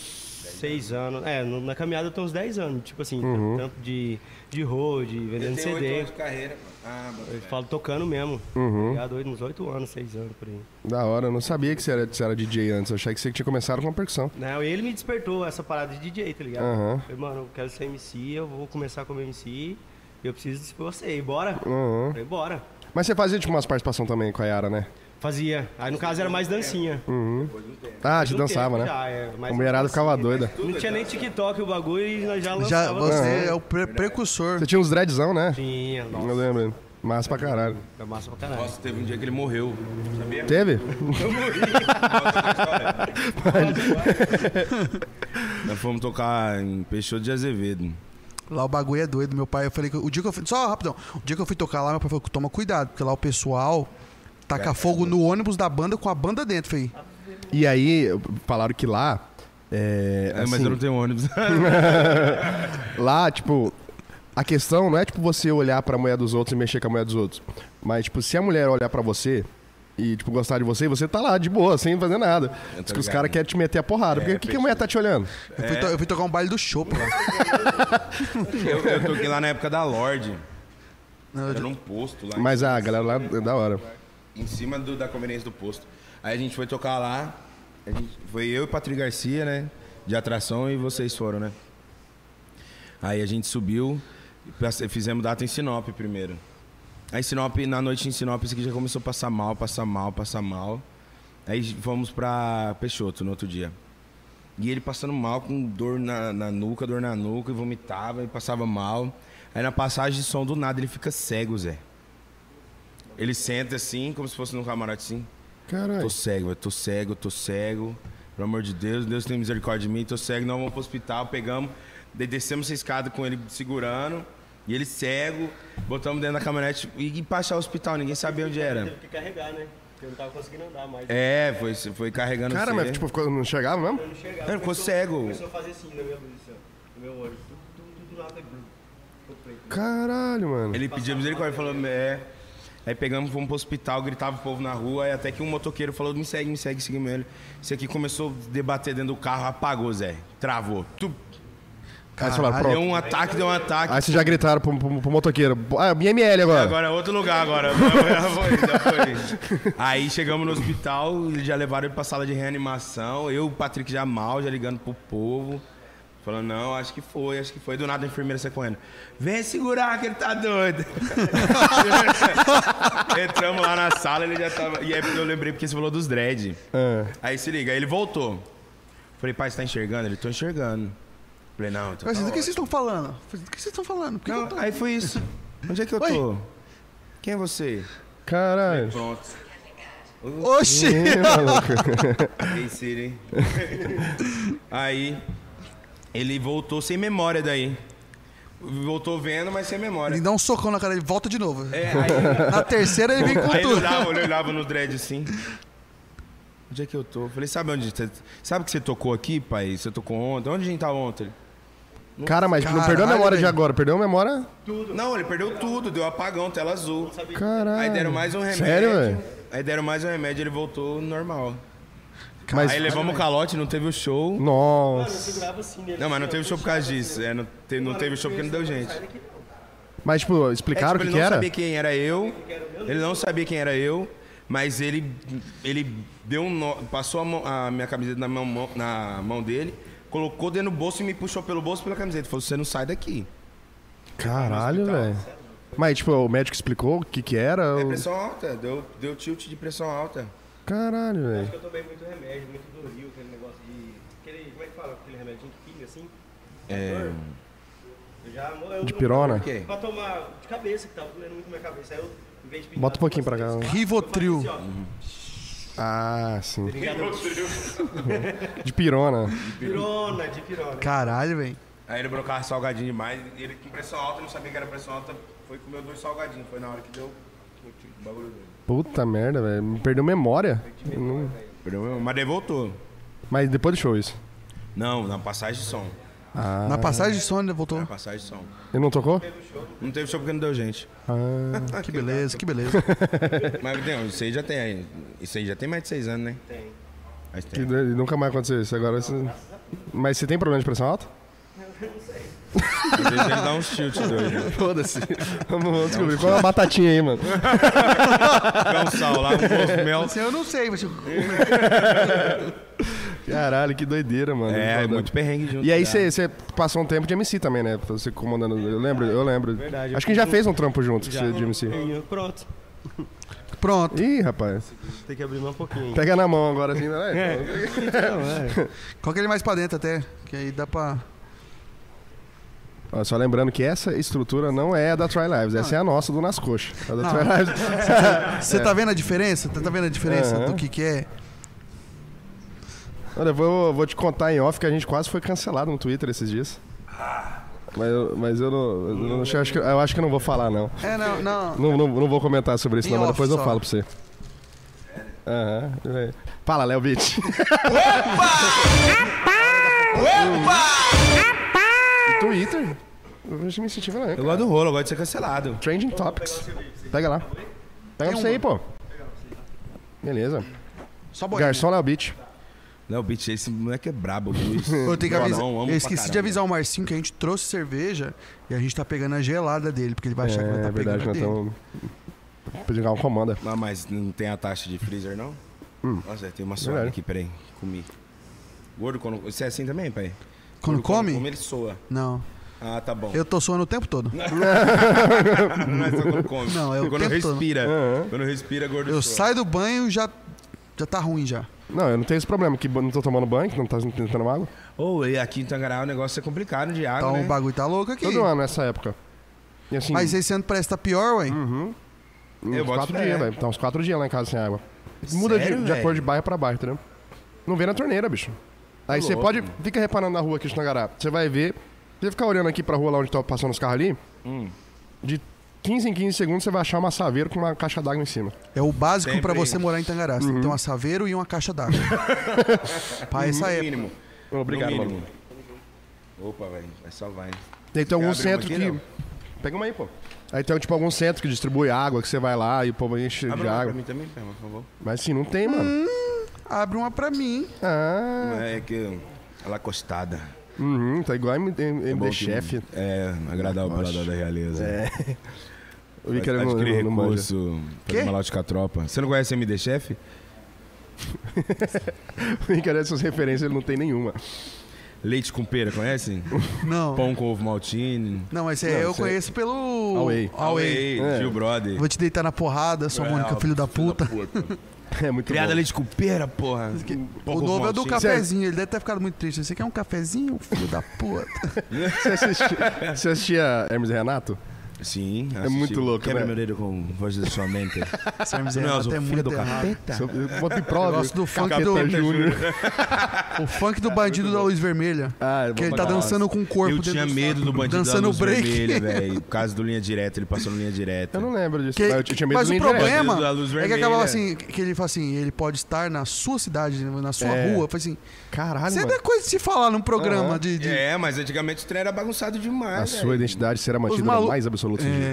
Speaker 7: seis anos. É, no- na caminhada eu tenho uns 10 anos. Tipo assim,
Speaker 2: Uhum.
Speaker 7: tanto de, de road, vendendo
Speaker 8: Ele tem 8
Speaker 7: CD.
Speaker 8: anos de carreira. mano. Ah, bota
Speaker 7: Eu
Speaker 8: fé.
Speaker 7: falo tocando mesmo. Uhum. Ligado, oito- uns 8 anos, 6 anos por aí.
Speaker 1: da hora, eu não sabia que você era, você era DJ antes. Eu achei que você tinha começado com a percussão.
Speaker 7: Não, Né? ele me despertou essa parada de DJ, tá ligado?
Speaker 1: Aham.
Speaker 7: Falei, mano, eu quero ser MC, eu vou começar como MC. Eu preciso de você, e bora?
Speaker 1: Uhum.
Speaker 7: Falei, bora.
Speaker 1: Mas você fazia, tipo, umas participação também com a Yara, né?
Speaker 7: Fazia. Aí no caso era mais dancinha.
Speaker 1: Ah, você
Speaker 7: Um
Speaker 1: Hum, dançava,
Speaker 7: tempo
Speaker 1: né?
Speaker 7: já, é, mais
Speaker 1: A mulherada
Speaker 7: dancinha.
Speaker 1: ficava doida.
Speaker 7: Não tinha nem TikTok o bagulho e nós já lançava.
Speaker 2: Já, você é o pre- precursor.
Speaker 1: Você tinha uns dreadzão, né?
Speaker 7: Tinha,
Speaker 1: Eu
Speaker 7: nossa.
Speaker 1: lembro. Massa pra caralho.
Speaker 7: Foi massa pra caralho.
Speaker 3: Nossa, teve um dia que ele morreu. Sabia?
Speaker 1: Teve?
Speaker 3: Nós fomos tocar em Peixoto de Azevedo.
Speaker 2: Lá o bagulho é doido. Meu pai, eu falei que. O dia que eu fui. Só rapidão. O dia que eu fui tocar lá, meu pai falou: toma cuidado, porque lá o pessoal taca fogo no ônibus da banda com a banda dentro. Falei,
Speaker 1: E aí, falaram que lá. É,
Speaker 3: É, mas
Speaker 1: assim,
Speaker 3: eu não tenho ônibus.
Speaker 1: Lá, tipo, a questão não é tipo você olhar pra mulher dos outros e mexer com a mulher dos outros. Mas, tipo, se a mulher olhar pra você e, tipo, gostar de você, você tá lá, de boa, sem fazer nada. Diz que os
Speaker 3: É, tá ligado. né? É,
Speaker 1: caras querem te meter a porrada. porque o que, que a mulher tá te olhando?
Speaker 2: eu, fui to- eu fui tocar um baile do Chopp lá.
Speaker 3: eu, eu toquei lá na época da Lorde. Era num posto lá. em
Speaker 1: Mas a galera lá é da hora.
Speaker 3: em cima do- da conveniência do posto. Aí a gente foi tocar lá, a gente- foi eu e Patrick Garcia, né? De atração e vocês foram, né? Aí a gente subiu, e passe- fizemos data em Sinop primeiro. Aí Sinop, na noite em Sinop, isso aqui já começou a passar mal, passar mal, passar mal. Aí fomos pra Peixoto no outro dia. E ele passando mal, com dor na, na nuca, dor na nuca, e vomitava, e passava mal. Aí na passagem de som, do nada, ele fica cego, Zé. Ele senta assim, como se fosse num camarote assim.
Speaker 1: Caralho.
Speaker 3: Tô cego, velho. Tô cego, tô cego. Pelo amor de Deus, Deus tem misericórdia de mim. Tô cego, não vamos pro hospital. Pegamos, de- descemos essa escada com ele segurando. E ele cego, botamos dentro da caminhonete e, e pra achar o hospital, ninguém sabia onde era.
Speaker 7: Teve que carregar, né? Porque eu não tava conseguindo andar mais.
Speaker 3: É, foi, foi carregando
Speaker 1: Cara,
Speaker 3: você.
Speaker 1: mas tipo, ficou- não chegava mesmo?
Speaker 7: Eu não chegava.
Speaker 3: Ele ficou
Speaker 7: começou-
Speaker 3: cego.
Speaker 7: Começou a fazer assim na minha luz, assim, ó, no meu olho. Tudo, tudo, tudo nada. brum. Ficou preto.
Speaker 1: Caralho, mano.
Speaker 3: Ele pediu misericórdia, falou, é. Aí pegamos, fomos pro hospital, gritava o povo na rua, aí até que um motoqueiro falou, me segue, me segue, seguimos ele. Isso aqui começou a debater dentro do carro, apagou, Zé. Travou. Tu,
Speaker 1: Aí você falou,
Speaker 3: deu
Speaker 1: pronto.
Speaker 3: um ataque, deu um ataque.
Speaker 1: Aí vocês já gritaram pro, pro, pro motoqueiro. Ah, ML agora.
Speaker 3: Agora é outro lugar agora. Já foi, já foi, já foi. Aí chegamos no hospital, eles já levaram ele pra sala de reanimação. Eu, o Patrick já mal, já ligando pro povo. Falando, não, acho que foi, acho que foi. Do nada a enfermeira sai correndo. Vem segurar que ele tá doido. Entramos lá na sala, ele já tava. E aí eu lembrei porque você falou dos dread.
Speaker 1: Ah.
Speaker 3: Aí se liga, aí ele voltou. Falei, pai, você tá enxergando? Ele, tô enxergando. Falei, não, então.
Speaker 2: Mas,
Speaker 3: tá
Speaker 2: do que
Speaker 3: ótimo."
Speaker 2: vocês estão falando? Falei, Do que vocês estão falando? Por que
Speaker 3: Não,
Speaker 2: que eu tô-
Speaker 3: aí foi isso. Onde é que eu
Speaker 2: Oi.
Speaker 3: tô? Quem é você?
Speaker 1: Caralho.
Speaker 3: Pronto.
Speaker 2: Oxi!
Speaker 1: Ih, maluco.
Speaker 3: Ei, Siri. hein? Aí ele voltou sem memória daí. Voltou vendo, mas sem memória.
Speaker 2: Ele dá um socão na cara, ele volta de novo.
Speaker 3: É, aí,
Speaker 2: Na terceira ele vem
Speaker 1: Tá
Speaker 2: com
Speaker 3: aí ele
Speaker 2: tudo.
Speaker 3: olhava, ele olhava no dread assim. Onde é que eu tô? Eu Falei, sabe onde você. Sabe que você tocou aqui, pai? Você tocou ontem? Onde a gente tava ontem?
Speaker 1: Cara, mas não
Speaker 2: Caralho,
Speaker 1: perdeu a memória de
Speaker 2: velho.
Speaker 1: agora, perdeu a memória?
Speaker 3: Não, ele perdeu tudo, deu apagão, tela azul.
Speaker 1: Caralho.
Speaker 3: Aí deram mais um remédio.
Speaker 1: Sério, velho?
Speaker 3: Aí deram mais um remédio, ele voltou normal.
Speaker 1: Mas. Ah, é.
Speaker 3: Aí levamos o calote, não teve o show.
Speaker 7: Eu
Speaker 1: Nossa.
Speaker 7: segurava assim nele.
Speaker 3: Não, mas não
Speaker 7: assim, ó,
Speaker 3: teve show por causa disso. É, não, te- não teve show porque não deu gente.
Speaker 1: Mas, tipo,
Speaker 3: É,
Speaker 1: explicaram o
Speaker 3: tipo, ele
Speaker 1: que, que
Speaker 3: não
Speaker 1: era?
Speaker 3: sabia quem era eu. Ele não sabia quem era eu, mas ele ele deu um nó, passou a, mão- a minha camiseta na mão, mão- na mão dele, colocou dentro do bolso e me puxou pelo bolso e pela camiseta. Falou: "Você não sai daqui".
Speaker 1: Caralho, velho. Mas, tipo, o médico explicou o que que era?
Speaker 3: É
Speaker 1: o-
Speaker 3: pressão alta, deu deu tilt de pressão alta.
Speaker 1: Caralho, velho.
Speaker 7: Eu tomei muito remédio, muito Doril, aquele negócio de. Aquele, como é que fala? Aquele remedinho que pinga assim?
Speaker 3: É,
Speaker 7: Eu já. Eu,
Speaker 1: De pirona?
Speaker 3: ok.
Speaker 7: Pra tomar de cabeça, que tava doendo muito minha cabeça. Aí eu, em vez de pingar,
Speaker 1: Bota um pouquinho pra cá.
Speaker 7: assim, Eu fazia
Speaker 2: Rivotril.
Speaker 7: assim, ó.
Speaker 1: Ah, sim. De pirona.
Speaker 7: Pirona, de pirona.
Speaker 2: Caralho, velho.
Speaker 3: Aí ele brocava salgadinho demais, ele com pressão alta, não sabia que era pressão alta, foi comer dois salgadinhos, foi na hora que deu o bagulho dele.
Speaker 1: Puta merda, velho. Me Perdeu memória. Não-
Speaker 3: Perdeu, mas daí voltou.
Speaker 1: Mas depois do show isso.
Speaker 3: Não, na passagem de som.
Speaker 2: Na passagem de Sony voltou.
Speaker 3: Na passagem de som.
Speaker 1: Ele não tocou?
Speaker 3: Não teve show porque não deu gente.
Speaker 1: Ah,
Speaker 2: Que beleza, que beleza.
Speaker 3: Mas não, isso aí já tem. aí. Isso aí já tem mais de seis anos, né? Tem. Mas
Speaker 1: que
Speaker 3: tem.
Speaker 1: doido. E nunca mais aconteceu isso. Agora você... Mas você tem problema de pressão alta?
Speaker 3: Às vezes ele dá uns tilt doido. né?
Speaker 1: Foda-se. Vamos vamos descobrir. Qual é a batatinha aí, mano?
Speaker 3: Dá um sal lá, um poço mel.
Speaker 2: Assim, eu não sei, mas tipo,
Speaker 1: Caralho, que doideira, mano.
Speaker 3: É,
Speaker 1: Foda.
Speaker 3: muito perrengue junto.
Speaker 1: E aí
Speaker 3: já.
Speaker 1: você você passou um tempo de MC também, né? Você comandando. Eu lembro, eu lembro.
Speaker 7: Verdade, eu
Speaker 1: Acho que a gente já fez um trampo junto que
Speaker 7: Já.
Speaker 1: você de MC.
Speaker 7: Aí, Pronto.
Speaker 2: pronto.
Speaker 1: Ih, rapaz.
Speaker 7: Tem que abrir mais um pouquinho.
Speaker 1: Pega na mão agora assim,
Speaker 7: É.
Speaker 1: né?
Speaker 2: Coloca ele mais pra dentro até, que aí dá pra...
Speaker 1: Ó, Só lembrando que essa estrutura não é a da Try Lives, essa é a nossa do Nas Coxas. A da
Speaker 2: Não.
Speaker 1: Try Lives.
Speaker 2: Você tá vendo a diferença? Tá tá vendo a diferença
Speaker 1: Aham.
Speaker 2: do que que é?
Speaker 1: Olha, eu vou, vou te contar em off que a gente quase foi cancelado no Twitter esses dias.
Speaker 7: Ah.
Speaker 1: Mas eu, mas eu não. Eu, não- eu acho que, eu acho que eu não vou falar, não.
Speaker 2: É, não, não.
Speaker 1: Não, não, não vou comentar sobre isso,
Speaker 2: Em
Speaker 1: não, mas
Speaker 2: off
Speaker 1: depois eu
Speaker 2: só.
Speaker 1: falo pra você. Aham. é. Fala, Léo Vitt. Twitter? Eu acho que me incentiva, né? não.
Speaker 3: Eu gosto do rolo, eu gosto de ser cancelado.
Speaker 1: Trending Topics. Pega lá. Pega pra você aí, pô.
Speaker 2: tá?
Speaker 1: Beleza.
Speaker 2: Só bolinha.
Speaker 1: Garçom Léo Beach.
Speaker 3: Léo Beach, esse moleque é brabo, Luiz.
Speaker 2: Eu tenho que
Speaker 3: Não,
Speaker 2: avisar.
Speaker 3: não, amo
Speaker 2: eu
Speaker 3: pra
Speaker 2: esqueci de
Speaker 3: caramba.
Speaker 2: avisar o Marcinho que a gente trouxe cerveja e a gente tá pegando a gelada dele, porque ele vai achar que vai
Speaker 1: É,
Speaker 2: tá
Speaker 1: é verdade,
Speaker 2: pegando
Speaker 1: nós
Speaker 2: a dele.
Speaker 1: estamos. Pra ligar um comanda.
Speaker 3: Ah, mas não tem a taxa de freezer, não?
Speaker 2: Hum.
Speaker 3: Nossa, tem
Speaker 2: É
Speaker 3: uma soada
Speaker 1: Verdade.
Speaker 3: aqui, peraí. Comi. Gordo, quando... você é assim também, pai?
Speaker 2: Quando
Speaker 3: Gordo,
Speaker 2: come?
Speaker 3: come, ele soa.
Speaker 2: Não.
Speaker 3: Ah, tá bom.
Speaker 2: Eu tô suando o tempo todo.
Speaker 3: Não é só quando come.
Speaker 2: Não, é o
Speaker 3: Quando
Speaker 2: tempo todo.
Speaker 3: respira. Quando respira, gordo
Speaker 2: Eu
Speaker 3: soa.
Speaker 2: saio do banho e já, já tá ruim já.
Speaker 1: Não, eu não tenho esse problema, que não tô tomando banho, que não tá tentando água.
Speaker 3: Ô, e aqui em Tangará o negócio é complicado de água,
Speaker 2: Então
Speaker 3: né?
Speaker 2: o bagulho tá louco aqui.
Speaker 1: Todo ano nessa época. E assim,
Speaker 2: Mas esse ano parece que tá pior, ué.
Speaker 1: Uhum. uns
Speaker 3: Eu boto
Speaker 1: quatro
Speaker 3: fé.
Speaker 1: dias, velho. Tá uns quatro dias lá em casa sem água. Muda de-
Speaker 3: Sério,
Speaker 1: de,
Speaker 3: velho?
Speaker 1: acordo de bairro pra bairro, entendeu? Não vê na torneira, bicho. Aí você
Speaker 3: Tá louco,
Speaker 1: pode. Fica reparando na rua aqui de Tangará. Você vai ver. Você ficar olhando aqui pra rua lá onde tá passando os carros ali.
Speaker 3: Hum.
Speaker 1: De 15 em 15 segundos você vai achar uma saveira com uma caixa d'água em cima.
Speaker 2: É o básico
Speaker 3: Sempre.
Speaker 2: pra você morar em Tangará. Você tem que
Speaker 1: Uhum.
Speaker 2: ter um assaveiro e uma caixa d'água. pra essa
Speaker 3: No
Speaker 2: época.
Speaker 3: mínimo.
Speaker 1: Obrigado,
Speaker 3: no
Speaker 1: mano.
Speaker 3: mínimo. Opa, velho. Vai só vai.
Speaker 1: Aí tem algum
Speaker 3: Quer abrir uma
Speaker 1: centro
Speaker 3: aqui,
Speaker 1: que. Pega uma aí, pô. Aí tem tipo algum centro que distribui água, que você vai lá e o povo enche
Speaker 3: Abre
Speaker 1: de
Speaker 3: uma pra
Speaker 1: água.
Speaker 3: mim Hum. também, Pema, por favor.
Speaker 1: Mas assim, não tem, mano.
Speaker 2: Abre uma pra mim.
Speaker 1: Ah.
Speaker 3: É que... Ela costada.
Speaker 1: Uhum, tá igual MD,
Speaker 3: Bom que-
Speaker 1: chefe.
Speaker 3: É, agradar o paladar da realeza. É.
Speaker 1: Eu vi que era no,
Speaker 3: adquirir
Speaker 1: no, no manja.
Speaker 3: recurso
Speaker 2: Quê?
Speaker 3: fazer uma lote com a tropa. Você não conhece MD Chef?
Speaker 1: Eu vi que era essas referências, ele não tem nenhuma.
Speaker 3: Leite com pera, conhece?
Speaker 2: Não.
Speaker 3: Pão com ovo maltine.
Speaker 2: Não, mas é, eu conheço pelo.
Speaker 1: Away.
Speaker 2: Away.
Speaker 1: É.
Speaker 3: Tio Brother.
Speaker 2: Vou te deitar na porrada, sua Mônica, filho da puta. Tá
Speaker 1: É muito
Speaker 3: Criada
Speaker 1: bom.
Speaker 3: leite com pera, porra. Pão
Speaker 2: O
Speaker 3: com
Speaker 2: novo é o do
Speaker 3: maltine.
Speaker 2: cafezinho, ele deve ter ficado muito triste. Você quer um cafezinho, filho da puta?
Speaker 1: Você assistia, você assistia Hermes e Renato?
Speaker 3: Sim.
Speaker 1: É muito louco,
Speaker 3: Quebra
Speaker 1: né?
Speaker 3: meu dedo com voz da sua mente.
Speaker 2: Esse Hermes e
Speaker 3: Não,
Speaker 2: Renato
Speaker 3: sou
Speaker 2: é
Speaker 3: filho
Speaker 2: muito
Speaker 3: do
Speaker 2: errado.
Speaker 3: Tá.
Speaker 1: Eu boto em
Speaker 2: Eu
Speaker 1: prova.
Speaker 2: gosto do funk
Speaker 1: Capeta
Speaker 2: do,
Speaker 1: Júnior.
Speaker 2: o funk do bandido da luz vermelha.
Speaker 1: Ah, eu
Speaker 2: que ele
Speaker 1: vou
Speaker 2: tá
Speaker 1: botar.
Speaker 2: dançando com o corpo
Speaker 3: eu
Speaker 2: dentro
Speaker 3: tinha
Speaker 2: do
Speaker 3: medo
Speaker 2: saco.
Speaker 3: do bandido
Speaker 2: Dançando
Speaker 3: da luz
Speaker 2: break.
Speaker 3: vermelha, velho. Por causa do linha direta, ele passou no linha direta.
Speaker 1: Eu não lembro disso.
Speaker 2: Que-
Speaker 1: mas eu tinha medo
Speaker 2: mas
Speaker 1: do
Speaker 2: o
Speaker 1: Indirect.
Speaker 2: problema
Speaker 3: Da luz
Speaker 2: é que
Speaker 3: vermelha.
Speaker 2: acabava assim, que ele fala assim, ele pode estar na sua cidade, na sua
Speaker 1: É.
Speaker 2: rua. Eu falei assim,
Speaker 1: Caralho,
Speaker 2: sempre é
Speaker 1: mano.
Speaker 2: coisa de se falar num programa
Speaker 1: Aham.
Speaker 2: de... de-
Speaker 3: É, mas antigamente o trem era bagunçado
Speaker 1: A
Speaker 3: demais,
Speaker 1: sua
Speaker 3: velho.
Speaker 1: identidade será mantida
Speaker 2: Os malu-
Speaker 1: no mais
Speaker 3: É.
Speaker 1: absoluto sigilo.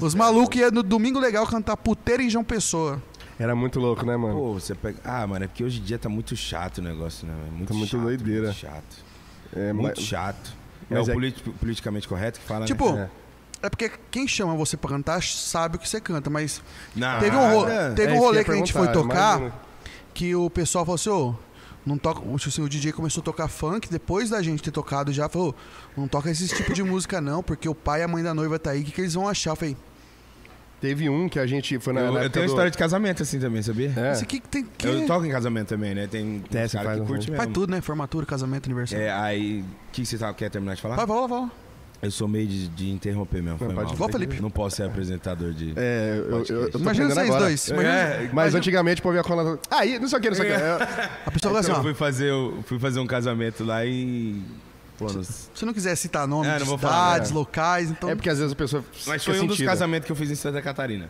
Speaker 2: Os malucos iam no Domingo Legal cantar puteira em João Pessoa.
Speaker 1: Era muito louco, né, mano?
Speaker 3: Pô, você pega... Ah, mano, é porque hoje em dia tá muito chato o negócio, né? velho? Muito
Speaker 1: Tá muito
Speaker 3: chato,
Speaker 1: doideira.
Speaker 3: Muito chato.
Speaker 1: É,
Speaker 3: Muito
Speaker 1: mas-
Speaker 3: chato. É
Speaker 1: mas
Speaker 3: o
Speaker 1: é-
Speaker 3: politi- politicamente correto que fala,
Speaker 2: Tipo,
Speaker 3: né?
Speaker 2: é. porque quem chama você pra cantar sabe o que você canta, mas
Speaker 3: Ah, Nada.
Speaker 2: teve um, ro- teve
Speaker 1: É,
Speaker 2: um
Speaker 1: isso
Speaker 2: rolê
Speaker 1: que
Speaker 2: que
Speaker 1: eu
Speaker 2: a
Speaker 1: ia
Speaker 2: gente foi
Speaker 1: perguntar,
Speaker 2: tocar
Speaker 1: imagina.
Speaker 2: que o pessoal falou assim, ô, não toca. O, assim, o DJ começou a tocar funk depois da gente ter tocado já, falou, não toca esse tipo de música não, porque o pai e a mãe da noiva tá aí, o que, que eles vão achar? Eu falei,
Speaker 1: Teve um que a gente foi na.
Speaker 3: Eu,
Speaker 1: na
Speaker 3: eu
Speaker 1: época
Speaker 3: tenho
Speaker 1: do-
Speaker 3: história de casamento assim também, sabia?
Speaker 1: É.
Speaker 2: isso aqui que tem que.
Speaker 3: Eu toco em casamento também, né? Tem
Speaker 1: É, você
Speaker 3: cara
Speaker 1: faz
Speaker 3: que
Speaker 1: um-
Speaker 3: curte mesmo.
Speaker 2: Faz tudo, né? Formatura, casamento, aniversário.
Speaker 3: É, aí... O que que você tá, quer terminar de falar?
Speaker 2: Vai, fala, fala.
Speaker 3: Eu sou meio de, de interromper mesmo. Foi
Speaker 1: Não, pode
Speaker 3: mal.
Speaker 2: falar. Ó, Felipe.
Speaker 3: Não posso ser apresentador de.
Speaker 1: É, eu, eu, eu tô
Speaker 2: Imagina
Speaker 1: aprendendo
Speaker 2: vocês
Speaker 1: agora.
Speaker 2: dois. Imagina-
Speaker 3: É.
Speaker 1: Mas antigamente, pô, minha cola. Aí, não sei o que, não sei o que. É,
Speaker 2: A pessoa fala assim,
Speaker 3: Eu
Speaker 2: ó,
Speaker 3: fui fazer, eu fui fazer um casamento lá e. Pô, não-
Speaker 2: se não quiser citar nomes
Speaker 3: É,
Speaker 2: de
Speaker 3: não vou
Speaker 2: cidades,
Speaker 3: falar,
Speaker 2: locais, então...
Speaker 1: é porque às vezes a pessoa.
Speaker 3: Mas
Speaker 1: fica
Speaker 3: foi um dos
Speaker 1: sentida.
Speaker 3: casamentos que eu fiz em Santa Catarina.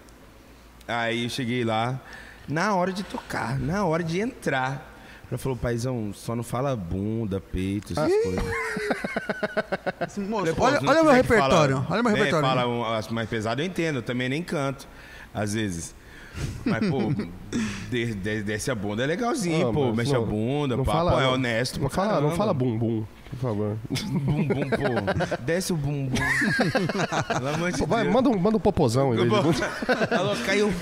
Speaker 3: Aí eu cheguei lá, na hora de tocar, na hora de entrar. Ela falou, paizão, só não fala bunda, peito, essas coisas.
Speaker 2: assim, moço,
Speaker 3: Falei, pô,
Speaker 2: olha,
Speaker 3: se não
Speaker 2: olha meu
Speaker 3: tiver que
Speaker 2: repertório,
Speaker 3: falar-
Speaker 2: olha meu
Speaker 3: né,
Speaker 2: repertório.
Speaker 3: Fala um, as mais pesado, eu entendo, eu também nem canto, às vezes. Mas, pô, de- de- desce a bunda é legalzinho,
Speaker 1: Ah,
Speaker 3: pô.
Speaker 1: mas
Speaker 3: Mexe
Speaker 1: não-
Speaker 3: a bunda,
Speaker 1: não
Speaker 3: pá,
Speaker 1: fala-
Speaker 3: pô, é
Speaker 1: não-
Speaker 3: honesto.
Speaker 1: Não
Speaker 3: pra
Speaker 1: fala, não
Speaker 3: caramba.
Speaker 1: fala bumbum, por favor.
Speaker 3: Bumbum, pô. Desce o bumbum. Pelo amor de
Speaker 1: Vai,
Speaker 3: Deus.
Speaker 1: manda, um, manda um popozão em vez de bunda.
Speaker 3: Alô, caiu.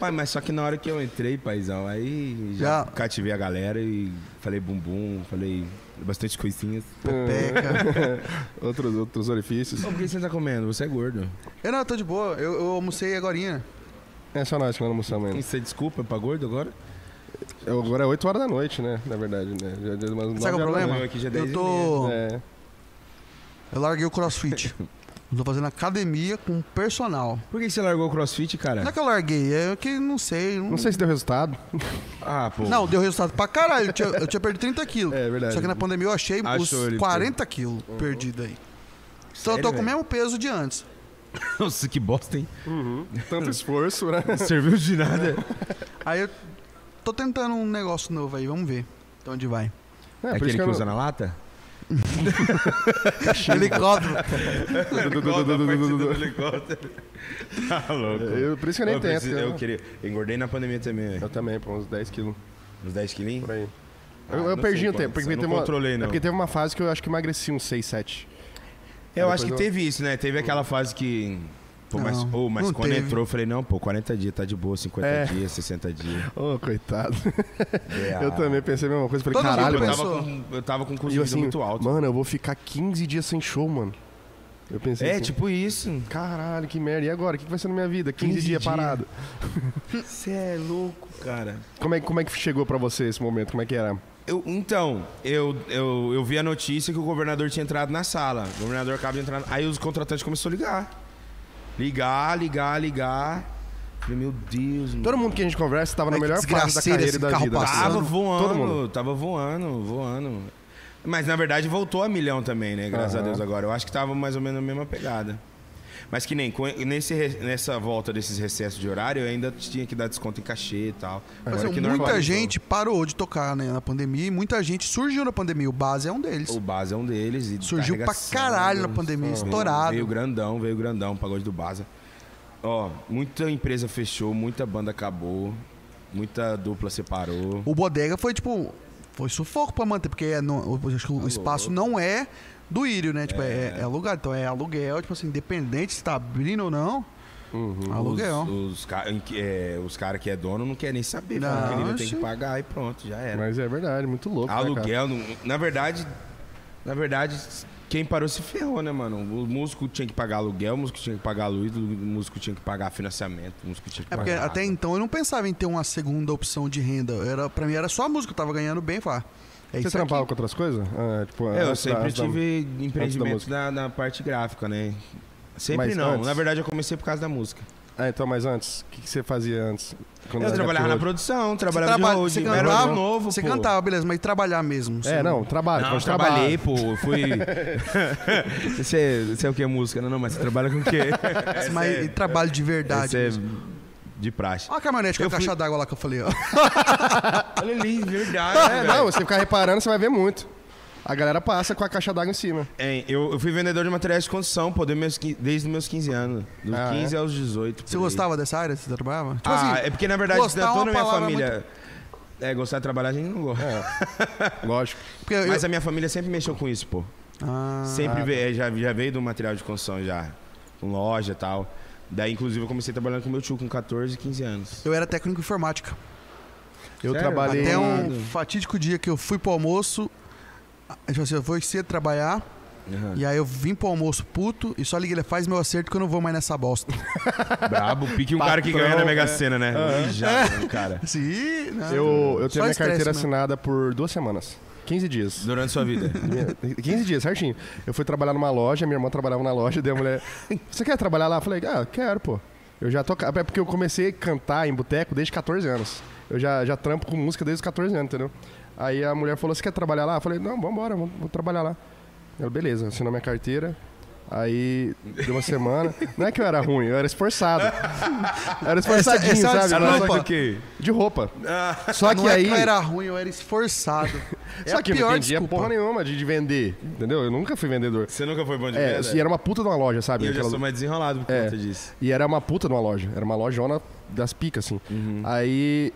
Speaker 3: Pai, mas só que na hora que eu entrei, paizão, aí já,
Speaker 2: Já.
Speaker 3: cativei a galera e falei bumbum, falei bastante coisinhas.
Speaker 2: Peca.
Speaker 1: Outros, outros orifícios.
Speaker 3: Ô, por que você não tá comendo? Você é gordo.
Speaker 2: Eu não, eu tô de boa, eu, eu almocei agorinha.
Speaker 1: É só nós que não almoçamos ainda.
Speaker 3: Você desculpa pra gordo agora?
Speaker 1: É, Agora é 8 horas da noite, né? Na verdade, né? Já deu umas nove horas
Speaker 2: Sabe qual é o
Speaker 1: da
Speaker 2: problema?
Speaker 3: Não, aqui já é
Speaker 2: Eu
Speaker 3: 10 e
Speaker 2: tô...
Speaker 1: noite. É.
Speaker 2: Eu larguei o crossfit. Eu tô fazendo academia com personal.
Speaker 3: Por que você largou o crossfit, cara?
Speaker 2: Não é que eu larguei, é que não sei. Não,
Speaker 1: Não sei se deu resultado.
Speaker 3: Ah, pô.
Speaker 2: Não, deu resultado pra caralho. Eu tinha, eu tinha perdido 30 quilos.
Speaker 1: É, verdade.
Speaker 2: Só que na pandemia eu achei
Speaker 3: Achou
Speaker 2: os
Speaker 3: ele,
Speaker 2: 40 quilos perdido aí. Então eu
Speaker 3: Sério,
Speaker 2: tô com o
Speaker 3: velho?
Speaker 2: mesmo peso de antes.
Speaker 3: Nossa, que bosta, hein?
Speaker 1: Tanto esforço, né?
Speaker 3: Serviu de nada.
Speaker 2: Aí eu tô tentando um negócio novo aí, vamos ver. Então onde vai?
Speaker 1: É,
Speaker 3: É
Speaker 1: por isso
Speaker 3: aquele
Speaker 1: que
Speaker 3: que
Speaker 1: eu não-
Speaker 3: usa na lata?
Speaker 2: Helicóptero.
Speaker 3: helicóptero. Tá louco.
Speaker 1: Eu- por isso que eu nem
Speaker 3: eu
Speaker 1: tento,
Speaker 3: preciso-
Speaker 1: né?
Speaker 3: eu queria... Engordei na pandemia também,
Speaker 1: Eu
Speaker 3: velho.
Speaker 1: também, pô, uns 10 quilos
Speaker 3: Uns 10 quilinhos.
Speaker 1: por aí.
Speaker 3: Ah,
Speaker 1: eu eu
Speaker 3: não
Speaker 1: perdi
Speaker 3: sei
Speaker 1: um tempo.
Speaker 3: quantos,
Speaker 1: Porque
Speaker 3: eu não
Speaker 1: teve uma...
Speaker 3: controlei,
Speaker 1: É
Speaker 3: não.
Speaker 1: porque teve uma fase que eu acho que emagreci uns 6, 7.
Speaker 3: É, Eu
Speaker 1: Aí
Speaker 3: acho que
Speaker 1: depois Hum.
Speaker 3: teve isso, né? Teve aquela fase que. Pô, mas,
Speaker 2: Não,
Speaker 3: pô, mas
Speaker 2: não
Speaker 3: quando
Speaker 2: teve.
Speaker 3: entrou, eu falei, não, pô, 40 dias, tá de boa, 50
Speaker 1: É.
Speaker 3: dias, 60 dias.
Speaker 1: Ô, coitado.
Speaker 3: É,
Speaker 1: Eu também pensei a mesma coisa. Falei,
Speaker 2: Todo mundo
Speaker 1: caralho,
Speaker 3: Eu
Speaker 1: mano.
Speaker 3: tava,
Speaker 2: Pensou.
Speaker 3: com, eu tava com
Speaker 1: E
Speaker 3: um
Speaker 1: eu
Speaker 3: consumo
Speaker 1: assim,
Speaker 3: muito alto.
Speaker 1: mano, eu vou ficar 15 dias sem show, mano. Eu pensei
Speaker 3: é,
Speaker 1: assim,
Speaker 3: tipo isso.
Speaker 1: caralho, que merda. E agora? O que que vai ser na minha vida? 15,
Speaker 3: 15
Speaker 1: dias
Speaker 3: dias.
Speaker 1: parado.
Speaker 3: Você é louco, cara.
Speaker 1: Como é, como é que chegou pra você esse momento? Como é que era?
Speaker 3: Eu- então, eu, eu, eu vi a notícia que o governador tinha entrado na sala. O governador acaba de entrar. Aí os contratantes começaram a ligar. Ligar, ligar, ligar. Falei, meu Deus, mano.
Speaker 1: Todo mundo que a gente conversa tava na
Speaker 2: Ai, que
Speaker 1: melhor fase da
Speaker 2: desgraceira
Speaker 1: carreira
Speaker 2: esse
Speaker 1: e da
Speaker 2: carro
Speaker 1: vida.
Speaker 2: passado.
Speaker 3: Tava
Speaker 2: Tá Todo
Speaker 3: voando,
Speaker 1: mundo.
Speaker 3: tava voando, voando. Mas na verdade voltou a milhão também, né? Graças a
Speaker 1: Aham.
Speaker 3: Deus agora. Eu acho que tava mais ou menos na mesma pegada. Mas que nem, co- nesse, re- nessa volta desses recessos de horário, eu ainda tinha que dar desconto em cachê e tal.
Speaker 2: Mas,
Speaker 3: Agora
Speaker 2: assim,
Speaker 3: que
Speaker 2: muita
Speaker 3: normalizou.
Speaker 2: gente parou de tocar né, na pandemia e muita gente surgiu na pandemia. O Base é um deles.
Speaker 3: O Baza é um deles. E
Speaker 2: Surgiu
Speaker 3: tá
Speaker 2: pra
Speaker 3: arregaçando.
Speaker 2: caralho na pandemia,
Speaker 3: Veio-
Speaker 2: estourado.
Speaker 3: Veio grandão, veio grandão, o pagode do Baza. Ó, muita empresa fechou, muita banda acabou, muita dupla separou.
Speaker 2: O Bodega foi tipo. Foi sufoco pra manter, porque é no- eu acho que o espaço não é do Írio, né? Tipo, é, é alugado. Então é aluguel, tipo assim, independente se tá abrindo ou não. aluguel.
Speaker 3: Uhum. Os, os, ca- em que- é, os caras que é dono não querem nem saber,
Speaker 2: Não,
Speaker 3: não, querido, tem
Speaker 2: oxe.
Speaker 3: que pagar e pronto, já era.
Speaker 1: Mas é verdade, muito louco. né, cara?
Speaker 3: Aluguel, é não- na verdade, na verdade, quem parou se ferrou, né, mano? O músico tinha que pagar aluguel, o músico tinha que pagar luz, o músico tinha que pagar financiamento, o músico tinha que
Speaker 2: É
Speaker 3: pagar.
Speaker 2: porque até então eu não pensava em ter uma segunda opção de renda. Era, pra mim era só a música, eu tava ganhando bem, falar.
Speaker 1: Você
Speaker 2: É isso
Speaker 1: trampava
Speaker 2: aqui.
Speaker 1: com outras coisas? Ah, tipo,
Speaker 3: É, eu
Speaker 1: antes da-
Speaker 3: sempre
Speaker 1: antes da-
Speaker 3: tive empreendimento
Speaker 1: música.
Speaker 3: na, na parte gráfica, né? Sempre
Speaker 1: Mas
Speaker 3: não.
Speaker 1: antes?
Speaker 3: Na verdade, eu comecei por causa da música.
Speaker 1: Ah, então, mas antes, o que, que você fazia antes? Quando
Speaker 3: Eu
Speaker 1: era
Speaker 3: trabalhava na
Speaker 1: piloto?
Speaker 3: produção,
Speaker 2: Você,
Speaker 3: trabalhava
Speaker 2: traba...
Speaker 3: de
Speaker 2: você
Speaker 3: road, eu
Speaker 2: cantava,
Speaker 3: era novo,
Speaker 2: você
Speaker 3: pô.
Speaker 2: cantava, beleza, mas trabalhar mesmo.
Speaker 1: É, não, trabalho. É,
Speaker 3: Não,
Speaker 1: pode
Speaker 3: Ah, tipo, eu trabalhei, pô. Eu fui. você, você é o que? Música? Não, não, mas você trabalha com o quê?
Speaker 2: Mas e trabalho de verdade.
Speaker 3: Você é
Speaker 2: mesmo.
Speaker 3: de praxe.
Speaker 2: Olha a caminhonete com
Speaker 3: Eu
Speaker 2: a caixa d'água lá que eu falei, ó.
Speaker 3: Olha ali, verdade.
Speaker 1: É,
Speaker 3: velho.
Speaker 1: não, você ficar reparando, você vai ver muito. A galera passa com a caixa d'água em cima.
Speaker 3: Hein, É, eu, eu fui vendedor de materiais de construção, pô, desde meus, quin- desde meus 15 anos. Dos
Speaker 1: Ah, é?
Speaker 3: 15 aos 18.
Speaker 2: Você
Speaker 3: por aí.
Speaker 2: gostava dessa área? Você trabalhava? Tipo
Speaker 3: ah,
Speaker 2: assim,
Speaker 3: é porque na verdade
Speaker 2: gostar é
Speaker 3: toda
Speaker 2: uma
Speaker 3: a minha
Speaker 2: palavra É.
Speaker 3: família. É, gostar de trabalhar a gente não gosta.
Speaker 1: Lógico.
Speaker 2: porque eu-
Speaker 3: Mas é- a minha família sempre mexeu com isso, pô.
Speaker 2: Ah,
Speaker 3: Sempre ve- é, já, já veio do material de construção, já. Com loja e tal. Daí, inclusive, eu comecei trabalhando com meu tio com 14, 15 anos.
Speaker 2: eu era técnico informática.
Speaker 1: Eu
Speaker 3: Sério?
Speaker 1: trabalhei.
Speaker 2: Até um fatídico dia que eu fui pro almoço. a- Tipo assim, eu fui cedo trabalhar.
Speaker 3: Aham.
Speaker 2: E aí eu vim pro almoço puto e só liguei ele faz meu acerto que eu não vou mais nessa bosta.
Speaker 3: Brabo, pique um cara que ganha na
Speaker 1: é.
Speaker 3: Mega Sena, né?
Speaker 1: Ah.
Speaker 3: Já, cara.
Speaker 2: Assim, não.
Speaker 1: Eu, eu
Speaker 2: Só
Speaker 1: tenho a minha
Speaker 2: estresse
Speaker 1: carteira
Speaker 2: mesmo.
Speaker 1: assinada por duas semanas. 15 dias.
Speaker 3: Durante sua vida.
Speaker 1: Minha- 15 É, dias, certinho. Eu fui trabalhar numa loja, minha irmã trabalhava na loja, daí a mulher. Você quer trabalhar lá? Eu falei, ah, quero, pô. Eu já tô. ca- É porque eu comecei a cantar em boteco desde 14 anos. Eu já, já trampo com música desde os 14 anos, entendeu? Aí a mulher falou, você quer trabalhar lá? Eu falei, não, vambora, vou, vou trabalhar lá. Ela, beleza, assinou minha carteira. Aí, deu uma semana. Não é que eu era ruim, eu era esforçado. Eu era esforçadinho,
Speaker 2: essa é uma
Speaker 1: sabe? Mas só
Speaker 2: desculpa.
Speaker 1: que- De roupa. Só que
Speaker 2: Não é
Speaker 1: aí.
Speaker 2: que eu era ruim, eu era esforçado. É
Speaker 1: Só
Speaker 2: a
Speaker 1: que eu
Speaker 2: pior
Speaker 1: não entendia
Speaker 2: desculpa.
Speaker 1: porra nenhuma de, de vender, entendeu? Eu nunca fui vendedor.
Speaker 3: Você nunca foi bom de
Speaker 1: É,
Speaker 3: venda?
Speaker 1: e era uma puta de uma loja, sabe?
Speaker 3: né? E eu já
Speaker 1: Aquela-
Speaker 3: sou mais desenrolado por
Speaker 1: É.
Speaker 3: conta disso.
Speaker 1: E era uma puta de uma loja. Era uma lojona das picas, assim.
Speaker 3: Uhum.
Speaker 1: Aí.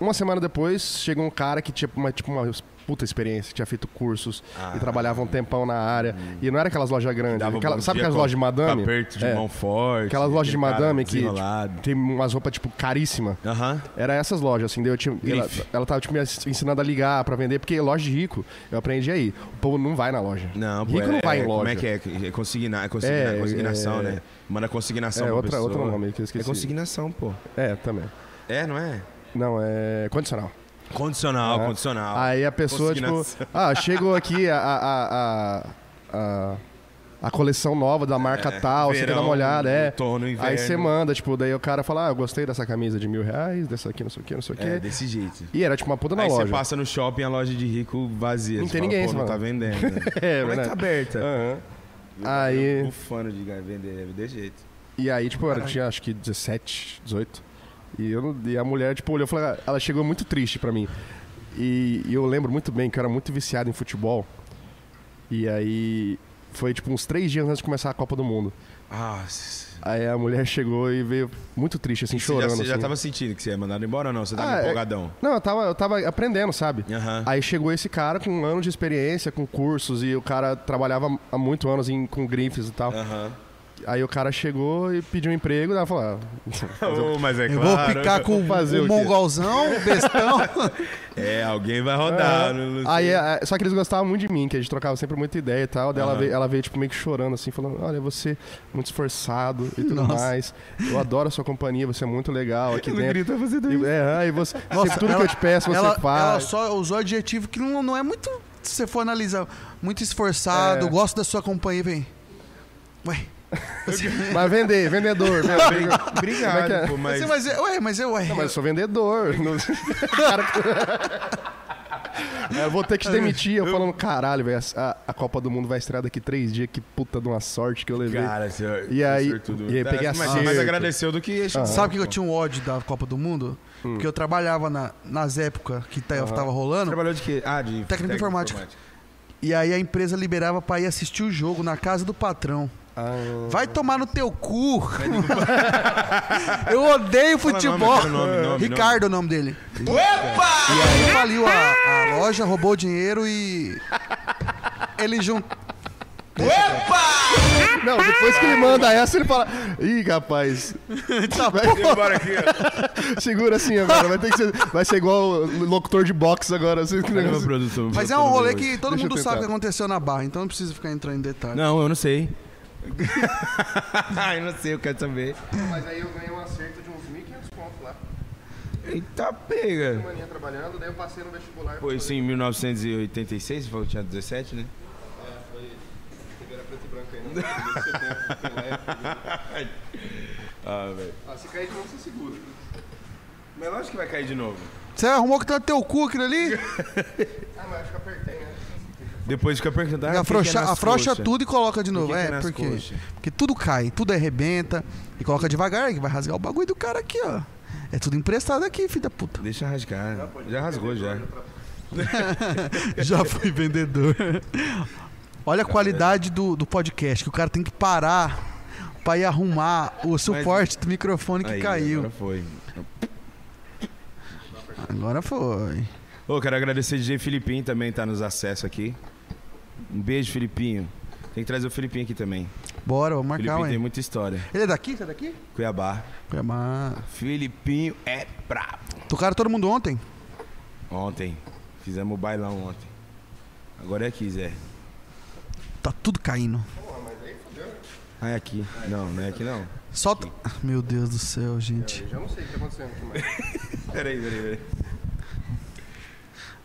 Speaker 1: Uma semana depois, chegou um cara que tinha uma, tipo, uma puta experiência, tinha feito cursos e trabalhava um tempão na área. E não era aquelas lojas grandes.
Speaker 3: Ah. Uhum. Dava
Speaker 1: aquela-
Speaker 3: bom
Speaker 1: sabe
Speaker 3: dia
Speaker 1: aquelas
Speaker 3: com
Speaker 1: lojas de madame?
Speaker 3: Aperto de
Speaker 1: É,
Speaker 3: mão forte.
Speaker 1: Aquelas lojas de
Speaker 3: aquele cara
Speaker 1: madame que
Speaker 3: Desenrolado.
Speaker 1: tipo, tem umas roupas, tipo, caríssima.
Speaker 3: Aham.
Speaker 1: Era essas lojas, assim. Daí eu tinha, ela,
Speaker 3: Grife.
Speaker 1: ela tava, tipo, me ensinando a ligar pra vender, porque loja de rico, eu aprendi aí. O povo não vai na loja.
Speaker 3: Não, pô,
Speaker 1: rico
Speaker 3: é,
Speaker 1: não vai
Speaker 3: é,
Speaker 1: em loja.
Speaker 3: Como é que é? É Consignar, é consignar,
Speaker 1: É,
Speaker 3: consignação,
Speaker 1: é,
Speaker 3: né? Manda consignação
Speaker 1: é,
Speaker 3: pra
Speaker 1: outra-
Speaker 3: pessoa.
Speaker 1: outro nome que eu esqueci.
Speaker 3: É consignação, pô.
Speaker 1: É, também.
Speaker 3: É, não é?
Speaker 1: Não, é condicional.
Speaker 3: Condicional,
Speaker 1: né?
Speaker 3: condicional.
Speaker 1: Aí a pessoa, tipo,
Speaker 3: Ah, Consignação.
Speaker 1: ah, chegou aqui a. a, a, a, a a coleção nova da marca tal, ah, você quer dar
Speaker 3: É, verão,
Speaker 1: uma olhada, é.
Speaker 3: outono,
Speaker 1: Aí
Speaker 3: inverno.
Speaker 1: você manda, tipo, daí o cara fala, ah, eu gostei dessa camisa de mil reais, dessa aqui, não sei o que, não sei o que.
Speaker 3: É, desse jeito.
Speaker 1: E era tipo uma puta na
Speaker 3: Aí
Speaker 1: loja.
Speaker 3: você passa no shopping, a loja de rico vazia.
Speaker 1: Não
Speaker 3: Você
Speaker 1: tem
Speaker 3: fala,
Speaker 1: ninguém,
Speaker 3: Pô,
Speaker 1: você
Speaker 3: não tá
Speaker 1: fala.
Speaker 3: vendendo.
Speaker 1: É,
Speaker 3: Como é que
Speaker 1: verdade.
Speaker 3: tá aberta?
Speaker 1: Aham. Aí.
Speaker 3: Bufando de vender, de jeito.
Speaker 1: E aí, tipo, eu tinha acho que 17, 18. E, eu, não- e a mulher, tipo, olhou e falou, ela chegou muito triste pra mim. E, e eu lembro muito bem que eu era muito viciado em futebol. E aí foi tipo uns três dias antes de começar a Copa do Mundo.
Speaker 3: Ah, você
Speaker 1: Aí a mulher chegou e veio muito triste, assim,
Speaker 3: já,
Speaker 1: chorando.
Speaker 3: você já
Speaker 1: assim.
Speaker 3: tava sentindo que você ia mandado embora ou não? Você tava
Speaker 1: Ah, é-
Speaker 3: empolgadão.
Speaker 1: Não, eu tava, eu tava aprendendo, sabe?
Speaker 3: Aham.
Speaker 1: Aí chegou esse cara com um ano de experiência, com cursos, e o cara trabalhava há muito anos em, com grifes e tal.
Speaker 3: Aham.
Speaker 1: Aí o cara chegou e pediu um emprego, e ela falou, ah,
Speaker 3: Oh, mas é
Speaker 2: Eu
Speaker 3: claro.
Speaker 2: vou ficar com
Speaker 1: né? Fazer
Speaker 2: o
Speaker 1: o quê?
Speaker 2: mongolzão, o bestão.
Speaker 3: É, alguém vai rodar. não- não
Speaker 1: Aí,
Speaker 3: sei.
Speaker 1: é, é, só que eles gostavam muito de mim, que a gente trocava sempre muita ideia e tal. Daí ela, veio, ela veio, tipo, meio que chorando, assim, falando: Olha, você é muito esforçado e tudo
Speaker 2: Nossa.
Speaker 1: mais. Eu adoro a sua companhia, você é muito legal aqui dentro.
Speaker 3: grita fazendo
Speaker 1: E- é, aí você,
Speaker 2: Nossa,
Speaker 1: sempre tudo
Speaker 2: ela-
Speaker 1: que eu te peço, você
Speaker 2: ela,
Speaker 1: faz.
Speaker 2: Ela só usou adjetivo que não, não é muito. Se você for analisar, muito esforçado,
Speaker 1: É.
Speaker 2: gosto da sua companhia, vem. Ué. Assim,
Speaker 1: Mas vender, vendedor, meu amigo. Como é que é?
Speaker 3: Obrigado, pô, mas...
Speaker 2: Mas, mas, é- ué, mas é ué.
Speaker 1: Mas eu sou vendedor. Não- Cara- É, eu vou ter que te demitir. Eu falando, caralho, velho, a, a Copa do Mundo vai estrear daqui três dias. Que puta de uma sorte que eu levei.
Speaker 3: Cara, você é
Speaker 1: E aí-
Speaker 3: tudo. Tá,
Speaker 1: e aí peguei Ah.
Speaker 3: mas,
Speaker 1: acerto.
Speaker 3: mas agradeceu do que...
Speaker 2: Sabe que eu tinha um ódio da Copa do Mundo?
Speaker 3: Hum.
Speaker 2: Porque eu trabalhava na- nas épocas que
Speaker 3: Ah.
Speaker 2: ta- tava rolando.
Speaker 3: Trabalhou de quê? Ah, de...
Speaker 2: Técnico informática. E aí a empresa liberava pra ir assistir o jogo na casa do patrão.
Speaker 3: Ah.
Speaker 2: Vai tomar no teu cu. eu odeio futebol.
Speaker 3: nome, pera, nome, nome, nome.
Speaker 2: Ricardo é o nome dele. Opa! E aí faliu a, a loja, roubou o dinheiro e. Ele juntou.
Speaker 1: Não, depois que ele manda essa, ele fala: Ih, rapaz,
Speaker 3: Tá Bora aqui, ó.
Speaker 1: Segura assim agora, vai ter que ser. Vai ser igual locutor de boxe agora. Assim, que negócio.
Speaker 2: Mas é um rolê que todo
Speaker 1: Deixa eu
Speaker 2: mundo
Speaker 1: tentar.
Speaker 2: sabe o que aconteceu na barra, então não precisa ficar entrando em detalhes.
Speaker 3: Não, eu não sei. Ai, não sei, eu quero saber.
Speaker 1: Mas aí eu ganhei um acerto de uns 1.500 pontos lá.
Speaker 3: Eita, pega.
Speaker 1: Maninha trabalhando, daí eu passei no vestibular.
Speaker 3: Foi isso em 1986, você falou que tinha 17, né? Ah, velho.
Speaker 1: se cair de novo, você segura.
Speaker 3: Mas lógico que vai cair de novo.
Speaker 2: Você arrumou que tá no teu cu aquilo ali?
Speaker 1: Ah, mas acho que apertei, né?
Speaker 3: Depois fica perguntando. ah, o que que é
Speaker 2: afrouxa,
Speaker 3: nas
Speaker 2: afrouxa
Speaker 3: coxas?
Speaker 2: tudo e coloca de novo.
Speaker 3: que que é
Speaker 2: é,
Speaker 3: nas
Speaker 2: por quê?
Speaker 3: coxas?
Speaker 2: Porque tudo cai, tudo arrebenta. E coloca devagar, que vai rasgar o bagulho do cara aqui, ó. É tudo emprestado aqui, filho da puta.
Speaker 3: Deixa rasgar. Já rasgou, já.
Speaker 2: Já fui vendedor. Olha a qualidade do, do podcast, que o cara tem que parar pra ir arrumar o suporte do microfone que
Speaker 3: Aí,
Speaker 2: caiu.
Speaker 3: Agora foi.
Speaker 2: Agora foi.
Speaker 3: Ô, quero agradecer o DJ Filipinho também, tá nos acessos aqui. Um beijo, Filipinho. Tem que trazer o Filipinho aqui também.
Speaker 2: Bora, vou marcar,
Speaker 3: Filipinho tem
Speaker 2: ué.
Speaker 3: muita história.
Speaker 2: Ele é daqui? Você é daqui?
Speaker 3: Cuiabá.
Speaker 2: Cuiabá.
Speaker 3: Filipinho é brabo.
Speaker 2: Tocaram todo mundo ontem.
Speaker 3: Ontem. Fizemos o bailão ontem. Agora é aqui, Zé.
Speaker 2: Tá tudo caindo.
Speaker 3: Ah, é aqui. Não, não é aqui não.
Speaker 2: Solta. Ah, Meu Deus do céu, gente.
Speaker 1: Já não sei o que tá acontecendo aqui, mas.
Speaker 3: Peraí, peraí, peraí.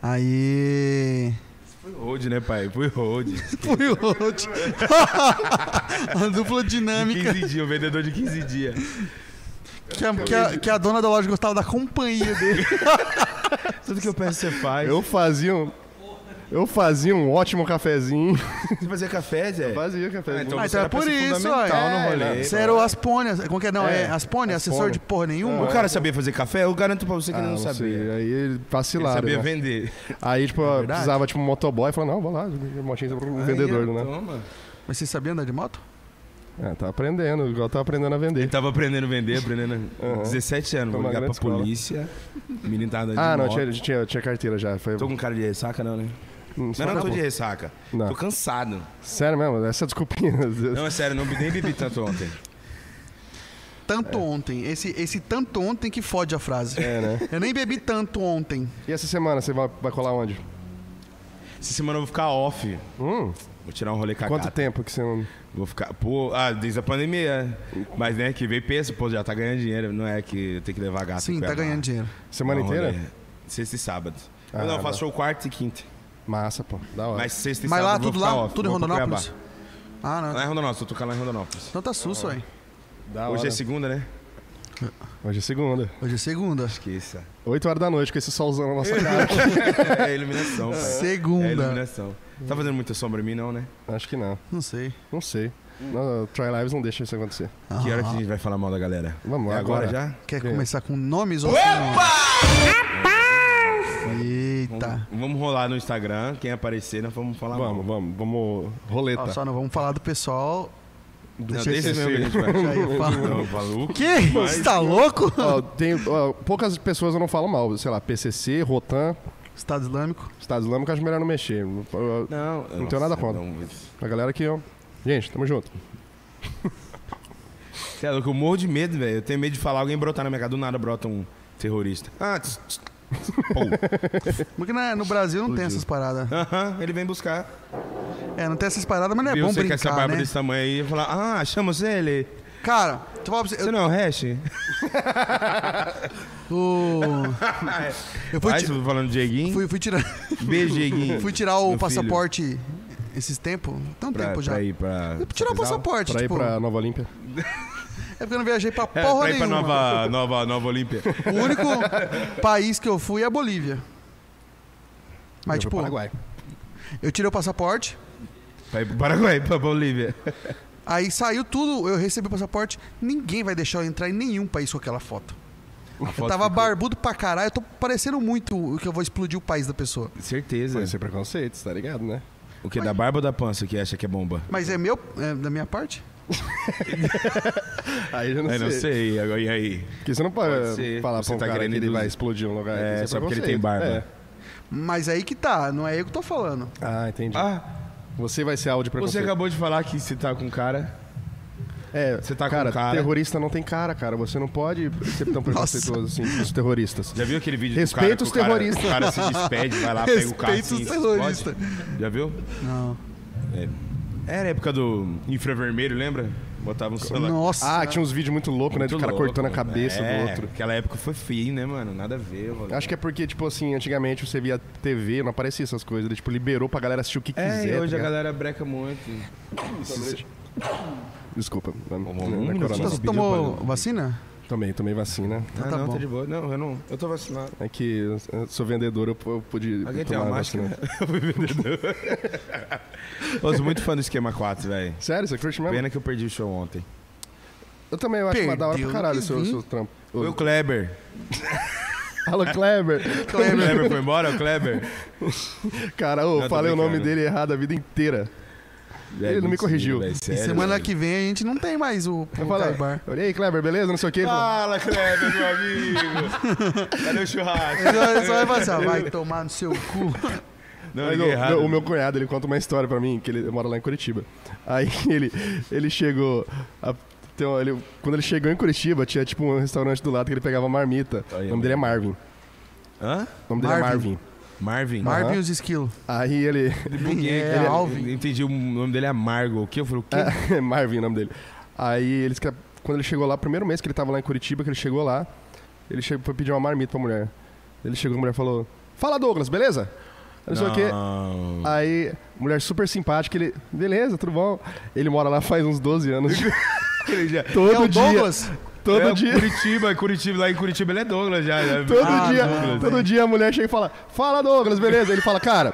Speaker 2: Aí.
Speaker 3: Fui road, né, pai? Fui road.
Speaker 2: Fui hoje. a dupla dinâmica.
Speaker 3: 15 dias, o vendedor de 15 dias.
Speaker 2: Que a, que a- que a dona da loja gostava da companhia dele.
Speaker 3: Então Tudo que eu peço você faz.
Speaker 1: Eu fazia um. Eu fazia um ótimo cafezinho.
Speaker 3: Você fazia café, Zé?
Speaker 1: Fazia cafezinho.
Speaker 3: então-
Speaker 2: Ah,
Speaker 3: você
Speaker 2: então é
Speaker 3: era
Speaker 2: por
Speaker 3: peça
Speaker 2: isso, ó.
Speaker 3: fundamental no
Speaker 2: É,
Speaker 3: rolê.
Speaker 2: Você era o Aspone. Como que é? Não, é, Aspone, assessor
Speaker 1: Aspone.
Speaker 2: de porra nenhuma.
Speaker 3: O cara sabia fazer café? Eu garanto pra você é que
Speaker 1: Ah,
Speaker 3: ele não,
Speaker 1: não sei,
Speaker 3: sabia. Ele
Speaker 1: Aí ele vacilaram.
Speaker 3: sabia
Speaker 1: né?
Speaker 3: vender. É
Speaker 1: Aí, tipo, eu precisava, tipo, um motoboy. Falou, não, vou lá, motinha pra um vendedor,
Speaker 3: Aí,
Speaker 1: né?
Speaker 3: Toma.
Speaker 2: Mas você sabia andar de moto?
Speaker 1: É, tá aprendendo, igual tá aprendendo a vender.
Speaker 3: Ele tava aprendendo a vender, aprendendo. 17 anos, vou
Speaker 1: Uma
Speaker 3: ligar pra
Speaker 1: grande escola.
Speaker 3: polícia. O menino tava andando
Speaker 1: Ah,
Speaker 3: de
Speaker 1: não,
Speaker 3: moto. Então,
Speaker 1: tinha, tinha, tinha carteira já. Foi,
Speaker 3: Tô com cara de ressaca, não, né?
Speaker 1: Hum, só
Speaker 3: Não, não,
Speaker 1: na
Speaker 3: tô de
Speaker 1: boca.
Speaker 3: ressaca.
Speaker 1: Não.
Speaker 3: Tô cansado.
Speaker 1: Sério mesmo, essa é desculpinha.
Speaker 3: Não, é sério, não nem bebi tanto ontem. É.
Speaker 2: Tanto ontem. Esse, esse tanto ontem que fode a frase.
Speaker 1: É, né?
Speaker 2: Eu nem bebi tanto ontem.
Speaker 1: E essa semana você vai, vai colar onde?
Speaker 3: Essa semana eu vou ficar off.
Speaker 1: Hum,
Speaker 3: Vou tirar um rolê com a
Speaker 1: quanto
Speaker 3: gata.
Speaker 1: tempo que você não.
Speaker 3: Vou ficar. Pô, ah, desde a pandemia. Mas né, que veio peso, pô, já tá ganhando dinheiro. Não é que tem que levar gato.
Speaker 2: Sim,
Speaker 3: em
Speaker 2: tá
Speaker 3: Cuiabá.
Speaker 2: ganhando dinheiro.
Speaker 1: Semana
Speaker 3: Não,
Speaker 1: inteira?
Speaker 3: um rolê. Sexta e sábado.
Speaker 1: Ah,
Speaker 3: não, eu
Speaker 1: não.
Speaker 3: faço show quarta e quinta.
Speaker 1: Massa, pô. Da hora.
Speaker 3: Mas sexta e
Speaker 2: Mas lá,
Speaker 3: sábado. eu vou
Speaker 2: tudo
Speaker 3: ficar
Speaker 2: lá?
Speaker 3: off,
Speaker 2: tudo em
Speaker 3: vou pra
Speaker 2: Rondonópolis?
Speaker 3: Cuiabá.
Speaker 2: Ah, não.
Speaker 3: Lá em Rondonópolis, eu tô lá em Rondonópolis.
Speaker 2: Então tá susto aí.
Speaker 1: Da
Speaker 3: Hoje
Speaker 1: hora.
Speaker 3: é segunda, né?
Speaker 1: Hoje é segunda.
Speaker 2: Hoje é segunda.
Speaker 3: Esqueça.
Speaker 1: 8 horas da noite, com esse solzão na nossa cara.
Speaker 3: É iluminação, pai. É
Speaker 2: Segunda.
Speaker 3: iluminação. Tá fazendo muita sombra em mim, não, né?
Speaker 1: Acho que não.
Speaker 2: Não sei.
Speaker 1: Não sei. Não, o Try Lives não deixa isso acontecer.
Speaker 3: Que hora que a gente vai falar mal da galera?
Speaker 1: Vamos
Speaker 3: É
Speaker 1: lá,
Speaker 3: agora
Speaker 1: agora.
Speaker 3: já?
Speaker 2: Quer
Speaker 1: Quem?
Speaker 2: começar com nomes ou Opa! Eita.
Speaker 3: Vamos rolar no Instagram. Quem aparecer, nós vamos falar mal.
Speaker 1: Vamos, vamos, vamos.
Speaker 2: Ó,
Speaker 1: Roleta.
Speaker 2: só não vamos falar do pessoal.
Speaker 3: tá. Não,
Speaker 2: Deixa
Speaker 3: deixa
Speaker 2: esse-
Speaker 3: mesmo que a gente vai.
Speaker 2: Já ia falar.
Speaker 3: Não, maluco.
Speaker 2: Que? Você tá louco?
Speaker 1: Ó, tem, ó, poucas pessoas eu não falo mal. Sei lá, PCC, Rotan,
Speaker 2: Estado Islâmico.
Speaker 1: Estado Islâmico, acho melhor não mexer. Eu-
Speaker 3: Não,
Speaker 1: Não tenho nada contra.
Speaker 3: não.
Speaker 1: A galera que eu. Gente, tamo junto.
Speaker 3: Você é louco, eu morro de medo, velho. Eu tenho medo de falar alguém brotar na minha casa. Do nada brota um terrorista. Ah, tss, tss.
Speaker 2: Porque na- no Brasil não tem essas paradas.
Speaker 3: Aham, ele vem buscar.
Speaker 2: É, não tem essas paradas, mas não é
Speaker 3: Viu
Speaker 2: bom
Speaker 3: você com essa
Speaker 2: brincar,
Speaker 3: barba
Speaker 2: né?
Speaker 3: desse tamanho aí e falar, ah, achamos ele.
Speaker 2: Cara, deixa eu falar pra você.
Speaker 3: Você
Speaker 2: Eu,
Speaker 3: não é o Hash?
Speaker 2: o- eu fui,
Speaker 3: Aí
Speaker 2: ti-
Speaker 3: você tá falando de Dieguinho.
Speaker 2: fui, fui tirar,
Speaker 3: Beijo, Dieguinho.
Speaker 2: fui tirar o
Speaker 3: um. Meu
Speaker 2: passaporte esses tempos. Tanto
Speaker 3: filho. pra,
Speaker 2: tempo já.
Speaker 3: pra ir pra...
Speaker 2: Fui tirar o passaporte,
Speaker 1: Pra ir
Speaker 2: tipo.
Speaker 1: pra Nova Olímpia.
Speaker 2: É porque eu não viajei pra
Speaker 3: É,
Speaker 2: porra
Speaker 3: pra ir pra
Speaker 2: nenhuma.
Speaker 3: Nova, Nova, Nova Olímpia.
Speaker 2: O único país que eu fui é a Bolívia. Mas,
Speaker 1: Eu fui
Speaker 2: tipo,
Speaker 1: pro Paraguai.
Speaker 2: eu tirei o passaporte,
Speaker 3: pra ir pro Paraguai, pra Bolívia.
Speaker 2: aí saiu tudo, eu recebi o passaporte. Ninguém vai deixar eu entrar em nenhum país com aquela foto. eu
Speaker 3: foto
Speaker 2: tava
Speaker 3: ficou-
Speaker 2: barbudo pra caralho, eu tô parecendo muito o que eu vou explodir o país da pessoa.
Speaker 3: Certeza.
Speaker 1: Vai ser preconceito, cê tá ligado, né?
Speaker 3: O que, da barba ou da pança que acha que é bomba?
Speaker 2: Mas é meu, é da minha parte?
Speaker 1: Aí eu não,
Speaker 3: Eu
Speaker 1: sei.
Speaker 3: não sei, agora e aí?
Speaker 1: Porque você não pode,
Speaker 3: Pode ser.
Speaker 1: falar
Speaker 3: Você
Speaker 1: pra um
Speaker 3: tá
Speaker 1: cara
Speaker 3: querendo
Speaker 1: que ele vai
Speaker 3: induzir.
Speaker 1: explodir um lugar.
Speaker 3: É,
Speaker 1: Isso
Speaker 3: só porque ele
Speaker 1: preconceito.
Speaker 3: tem barba.
Speaker 1: É.
Speaker 2: Mas aí que tá, não é eu que tô falando.
Speaker 1: Ah, entendi.
Speaker 3: Ah,
Speaker 1: Você vai ser alvo de
Speaker 3: você
Speaker 1: preconceito.
Speaker 3: acabou de falar que você tá com cara...
Speaker 1: É,
Speaker 3: Você tá com
Speaker 1: cara,
Speaker 3: cara.
Speaker 1: terrorista não tem cara, cara. Você não pode ser tão preconceituoso assim com os terroristas.
Speaker 3: Já viu aquele vídeo
Speaker 1: Respeita
Speaker 3: do
Speaker 1: os
Speaker 3: cara, que
Speaker 1: terroristas.
Speaker 3: O cara, o cara se despede, vai lá, pega o carro
Speaker 2: Respeita
Speaker 3: assim,
Speaker 2: os
Speaker 3: explode?
Speaker 2: terroristas.
Speaker 3: Já viu?
Speaker 2: Não.
Speaker 3: É. Era a época do infravermelho, lembra? Botava um celular.
Speaker 2: Nossa,
Speaker 1: Ah, tinha uns vídeos muito loucos, né? De
Speaker 3: Muito
Speaker 1: cara
Speaker 3: louco,
Speaker 1: cortando a cabeça
Speaker 3: é,
Speaker 1: do outro.
Speaker 3: Aquela época foi feio, né, mano? Nada a ver, mano.
Speaker 1: Acho que é porque, tipo assim, antigamente você via TV, não aparecia essas coisas. Ele, tipo, liberou pra galera assistir o que
Speaker 3: é,
Speaker 1: quiser.
Speaker 3: e hoje
Speaker 1: tá
Speaker 3: a
Speaker 1: ligado?
Speaker 3: galera breca muito.
Speaker 1: Desculpa. Não, não,
Speaker 3: um
Speaker 1: não é
Speaker 3: minuto,
Speaker 1: corona.
Speaker 2: você tomou vacina?
Speaker 1: Tomei, tomei vacina.
Speaker 3: Ah,
Speaker 2: tá
Speaker 3: não,
Speaker 2: bom.
Speaker 3: tá de boa. Não, eu não. Eu tô vacinado.
Speaker 1: É que eu eu sou vendedor, eu, p- eu pude
Speaker 3: Alguém tem
Speaker 1: tomar
Speaker 3: uma
Speaker 1: vacina.
Speaker 3: máscara? Eu fui vendedor. eu sou muito fã do esquema 4, velho.
Speaker 1: Sério, você curte mesmo?
Speaker 3: Pena que eu perdi o show ontem.
Speaker 1: Eu também, eu acho uma da hora pra
Speaker 2: Perdeu,
Speaker 1: caralho
Speaker 2: não
Speaker 1: o seu,
Speaker 2: vi.
Speaker 1: seu trampo.
Speaker 3: Foi o Kleber.
Speaker 1: Alô, Kleber.
Speaker 3: O Kleber foi embora, o Kleber?
Speaker 1: Cara, eu
Speaker 3: tô
Speaker 1: falei o nome
Speaker 3: brincando.
Speaker 1: dele errado a vida inteira. Ele não me corrigiu.
Speaker 2: E semana que vem a gente não tem mais o,
Speaker 1: Eu
Speaker 2: o
Speaker 1: falei,
Speaker 2: Caibar.
Speaker 1: olha aí, Kleber, beleza? Não sei o que.
Speaker 3: Fala, Kleber, meu amigo! Cadê o churrasco?
Speaker 2: Só, só vai passar, vai tomar no seu cu.
Speaker 3: Não,
Speaker 1: Mas
Speaker 3: ele
Speaker 1: o,
Speaker 3: errado. né?
Speaker 1: meu- o meu cunhado, ele conta uma história pra mim, que ele mora lá em Curitiba. Aí ele, ele chegou. a- tem um- ele- quando ele chegou em Curitiba, tinha tipo um restaurante do lado que ele pegava marmita.
Speaker 3: Aí,
Speaker 1: o nome dele é Marvin.
Speaker 3: Hã?
Speaker 1: O nome dele
Speaker 2: Marvin.
Speaker 1: é Marvin.
Speaker 3: Marvin.
Speaker 2: Marvin e os esquilos.
Speaker 1: Aí ele.
Speaker 2: Quem é,
Speaker 3: Ele-
Speaker 2: Alvin?
Speaker 3: eu Entendi, o nome dele é Margo. O que? Eu falei, o quê?
Speaker 1: É, Marvin o nome dele. Aí eles que- quando ele chegou lá, primeiro mês que ele tava lá em Curitiba, que ele chegou lá, ele chegou, foi pedir uma marmita pra mulher. Ele chegou, a mulher falou: Fala, Douglas, beleza? Não sei o quê.
Speaker 3: Não.
Speaker 1: Aí, mulher super simpática, ele. Beleza, tudo bom. Ele mora lá faz uns 12 anos.
Speaker 3: Aquele dia.
Speaker 1: Todo
Speaker 2: É o
Speaker 1: dia.
Speaker 2: Douglas?
Speaker 1: Todo
Speaker 3: É,
Speaker 1: dia.
Speaker 3: Curitiba, Curitiba, lá em Curitiba ele é Douglas já. já.
Speaker 1: Todo
Speaker 3: Ah,
Speaker 1: dia,
Speaker 3: Douglas,
Speaker 1: todo dia a mulher chega e fala: Fala, Douglas, beleza? Ele fala, cara.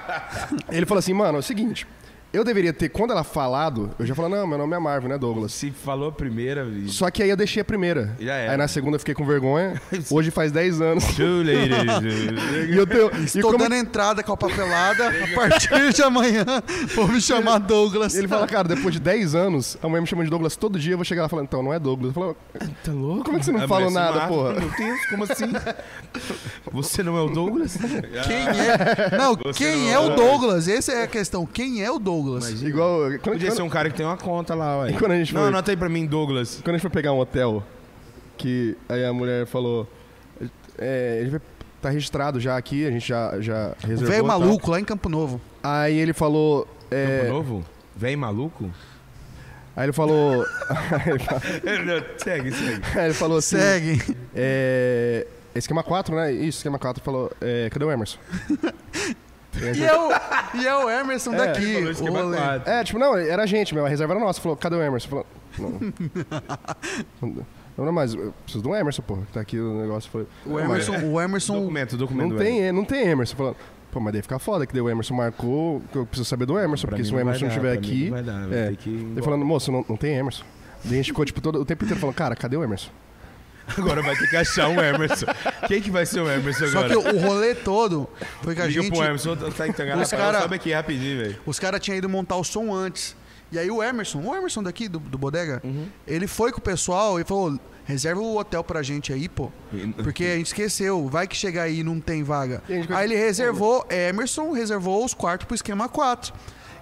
Speaker 1: Ele fala assim, mano, é o seguinte. Eu deveria ter, quando ela falado, eu já falo, não, meu nome é Marvel, né, Douglas?
Speaker 3: Se falou a primeira, bicho.
Speaker 1: Só que aí eu deixei a primeira.
Speaker 3: Já era.
Speaker 1: Aí na segunda eu fiquei com vergonha. Hoje faz 10 anos.
Speaker 3: Two ladies.
Speaker 1: E eu tenho. e
Speaker 2: Tô
Speaker 1: como-
Speaker 2: dando entrada com a papelada. A partir de amanhã, vou me chamar Douglas.
Speaker 1: Ele fala, cara, depois de 10 anos, a mulher me chama de Douglas todo dia, eu vou chegar lá falando, então, não é Douglas. Eu falo,
Speaker 3: Tá louco?
Speaker 1: como é que você não
Speaker 3: A
Speaker 1: falou
Speaker 3: mulher se
Speaker 1: nada,
Speaker 3: mata.
Speaker 1: porra?
Speaker 3: Meu Deus, como assim? Você não é o Douglas?
Speaker 2: Quem é? Não, quem é o Douglas? Essa é a questão. Quem é o Douglas?
Speaker 1: Igual. Quando,
Speaker 3: Podia
Speaker 1: quando,
Speaker 3: ser um cara que tem uma conta lá, ué.
Speaker 1: E quando a gente
Speaker 3: Não,
Speaker 1: foi-
Speaker 3: anota aí pra mim, Douglas.
Speaker 1: quando a gente foi pegar um hotel, que aí a mulher falou. É, ele vai- tá registrado já aqui, a gente já, já reservou.
Speaker 2: Velho
Speaker 1: e tal.
Speaker 2: maluco lá em Campo Novo.
Speaker 1: Aí ele falou. é,
Speaker 3: Campo Novo? Vem maluco?
Speaker 1: aí ele falou.
Speaker 3: Não, segue, segue.
Speaker 1: aí ele falou assim.
Speaker 2: Segue.
Speaker 1: É, esquema 4, né? Isso, esquema 4 falou. É, cadê o Emerson?
Speaker 2: E é o, e é o Emerson daqui.
Speaker 3: Falou
Speaker 2: o
Speaker 3: esquema
Speaker 2: rolê.
Speaker 3: quatro.
Speaker 1: É, tipo, não, era a gente mesmo, a reserva era nossa. Falou, cadê o Emerson? Falou, não. Não, não, mas eu preciso do Emerson, porra. Tá aqui o negócio. Falei,
Speaker 2: o Emerson, o Emerson
Speaker 3: Documento, documento.
Speaker 1: não, tem, não tem Emerson. Falou, pô, mas daí fica foda que daí o Emerson marcou, que eu preciso saber do Emerson,
Speaker 3: Pra
Speaker 1: porque
Speaker 3: mim
Speaker 1: se o
Speaker 3: não vai
Speaker 1: Emerson não estiver
Speaker 3: dar, pra mim
Speaker 1: aqui.
Speaker 3: não vai dar, vai
Speaker 1: é.
Speaker 3: ter que ir
Speaker 1: Ele falando, moço, não, não tem Emerson. Daí a gente ficou, tipo, todo, o tempo inteiro falando, cara, cadê o Emerson?
Speaker 3: Agora vai ter que achar um Emerson. Quem que vai ser o Emerson
Speaker 2: Só
Speaker 3: agora?
Speaker 2: que o rolê todo foi que a
Speaker 3: Liga
Speaker 2: gente.
Speaker 3: pro Emerson, tá entregando
Speaker 2: Os
Speaker 3: a
Speaker 2: cara-
Speaker 3: cara... Sobe aqui rapidinho, velho.
Speaker 2: Os caras tinham ido montar o som antes. E aí o Emerson, o Emerson daqui do, do Bodega,
Speaker 3: Uhum.
Speaker 2: ele foi com o pessoal e falou: reserva o hotel pra gente aí, pô. Porque a gente esqueceu, vai que chegar aí e não tem vaga.
Speaker 1: E a gente-
Speaker 2: Aí ele reservou, Emerson reservou os quartos pro esquema 4.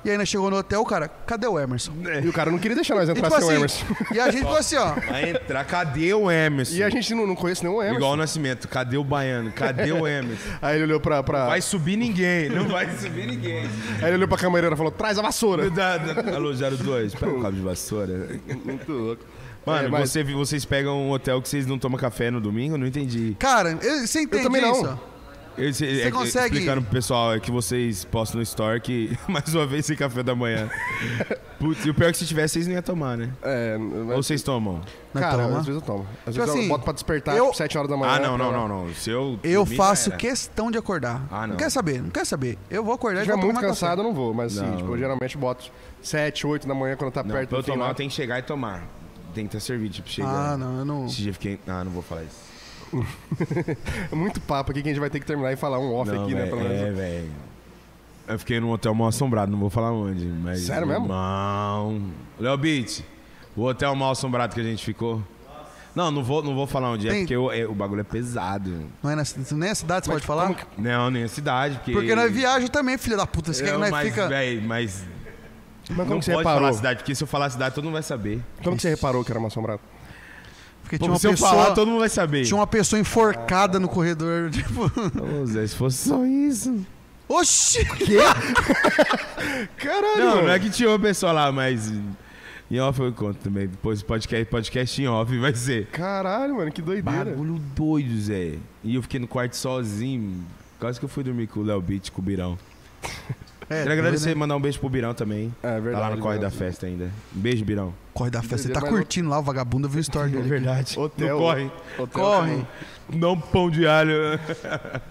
Speaker 2: E aí nós chegou no hotel, cara, cadê o Emerson?
Speaker 3: É.
Speaker 1: E o cara não queria deixar nós
Speaker 2: E,
Speaker 1: entrar
Speaker 2: tipo
Speaker 1: sem o
Speaker 2: assim,
Speaker 1: Emerson.
Speaker 2: e a gente falou assim, ó.
Speaker 3: Vai entrar, cadê o Emerson?
Speaker 1: E a gente não, não conhece nenhum Emerson.
Speaker 3: Igual o Nascimento, cadê o Baiano? Cadê o Emerson?
Speaker 1: Aí ele olhou pra. pra-
Speaker 3: Vai subir ninguém, não vai subir ninguém.
Speaker 1: Aí ele olhou pra camareira e falou, traz a vassoura.
Speaker 3: Da, da, alô, 02, pega um cabo de vassoura.
Speaker 1: Muito louco.
Speaker 3: Mano,
Speaker 1: É, mas-
Speaker 3: você- vocês pegam um hotel que vocês não tomam café no domingo? Eu Não entendi.
Speaker 2: Cara, eu- você entende
Speaker 1: também não.
Speaker 2: isso? ó?
Speaker 3: Eu, você é, que-
Speaker 2: consegue-
Speaker 3: Explicando pro pessoal, é que vocês postam no store que mais uma vez sem café da manhã. Putz, e o pior é que se tivesse, vocês não iam tomar, né?
Speaker 1: É, mas-
Speaker 3: Ou vocês tomam?
Speaker 2: Nós
Speaker 1: cara,
Speaker 2: toma.
Speaker 1: às vezes eu tomo. Às
Speaker 2: Tipo
Speaker 1: vezes
Speaker 2: assim,
Speaker 1: eu boto pra despertar,
Speaker 2: eu-
Speaker 1: tipo, 7 horas da manhã.
Speaker 3: ah, não, não,
Speaker 1: pra-
Speaker 3: não, não. Se eu.
Speaker 2: Eu
Speaker 3: dormir, já
Speaker 2: faço
Speaker 3: era.
Speaker 2: questão de acordar.
Speaker 3: Ah, não.
Speaker 2: quer saber, não quer saber. Eu vou acordar
Speaker 1: Se
Speaker 2: e
Speaker 1: tiver
Speaker 2: vou
Speaker 1: muito
Speaker 2: tomar café.
Speaker 1: cansado, eu não vou, mas assim,
Speaker 3: Não.
Speaker 1: tipo, eu geralmente boto 7, 8 da manhã quando tá
Speaker 3: Não,
Speaker 1: perto
Speaker 3: pra
Speaker 1: do
Speaker 3: eu tomar,
Speaker 1: final.
Speaker 3: eu tenho que chegar e tomar. Tem que ter servido, tipo, chega.
Speaker 2: Ah, não, eu não.
Speaker 3: Esse dia eu fiquei. Ah, não vou falar isso.
Speaker 1: É muito papo aqui que a gente vai ter que terminar e falar um off
Speaker 3: Não,
Speaker 1: aqui, né?
Speaker 3: véi,
Speaker 1: Pelo menos.
Speaker 3: é, velho. Eu fiquei num hotel mal assombrado, não vou falar onde. Mas
Speaker 1: Sério mesmo?
Speaker 3: Não. Léo Beat, o hotel mal assombrado que a gente ficou. Não, não vou, não vou falar onde é,
Speaker 2: Tem-
Speaker 3: porque o, é- o bagulho é pesado.
Speaker 2: Não é na, nem a cidade, você pode falar?
Speaker 3: Não, nem a cidade, porque...
Speaker 2: Porque nós viaja também, filha da puta. Você quer que
Speaker 3: Eu,
Speaker 2: nós
Speaker 3: mas,
Speaker 2: fica.
Speaker 3: véi, mas
Speaker 1: Mas como
Speaker 3: não
Speaker 1: que
Speaker 3: pode
Speaker 1: você reparou?
Speaker 3: falar a cidade, porque se eu falar a cidade, todo mundo vai saber.
Speaker 1: Como que você reparou que era uma assombrada?
Speaker 2: Porque
Speaker 3: Pô,
Speaker 2: tinha uma,
Speaker 3: se eu
Speaker 2: pessoa,
Speaker 3: falar, todo mundo vai saber.
Speaker 2: tinha uma pessoa enforcada no corredor. Tipo,
Speaker 3: Ô, Zé, se fosse só isso...
Speaker 2: oxi!
Speaker 1: Caralho!
Speaker 3: Não, não é que tinha uma pessoa lá, mas... Em off eu conto também. Depois podcast, podcast em off vai ser.
Speaker 1: Caralho, mano, que doideira.
Speaker 3: Bagulho doido, Zé. E eu fiquei no quarto sozinho. Quase que eu fui dormir com o Léo Beat, com o Birão.
Speaker 2: É,
Speaker 3: Quero agradecer e mandar um beijo pro Birão também.
Speaker 1: É verdade.
Speaker 3: tá lá no corre da
Speaker 1: verdade.
Speaker 3: festa ainda. Um beijo, Birão.
Speaker 2: Corre da festa. Você tá
Speaker 1: Mas-
Speaker 2: curtindo lá o vagabundo, eu vi o story dele.
Speaker 3: É verdade.
Speaker 1: Hotel.
Speaker 3: Hotel. corre.
Speaker 1: Hotel,
Speaker 2: Corre!
Speaker 3: Não pão de alho.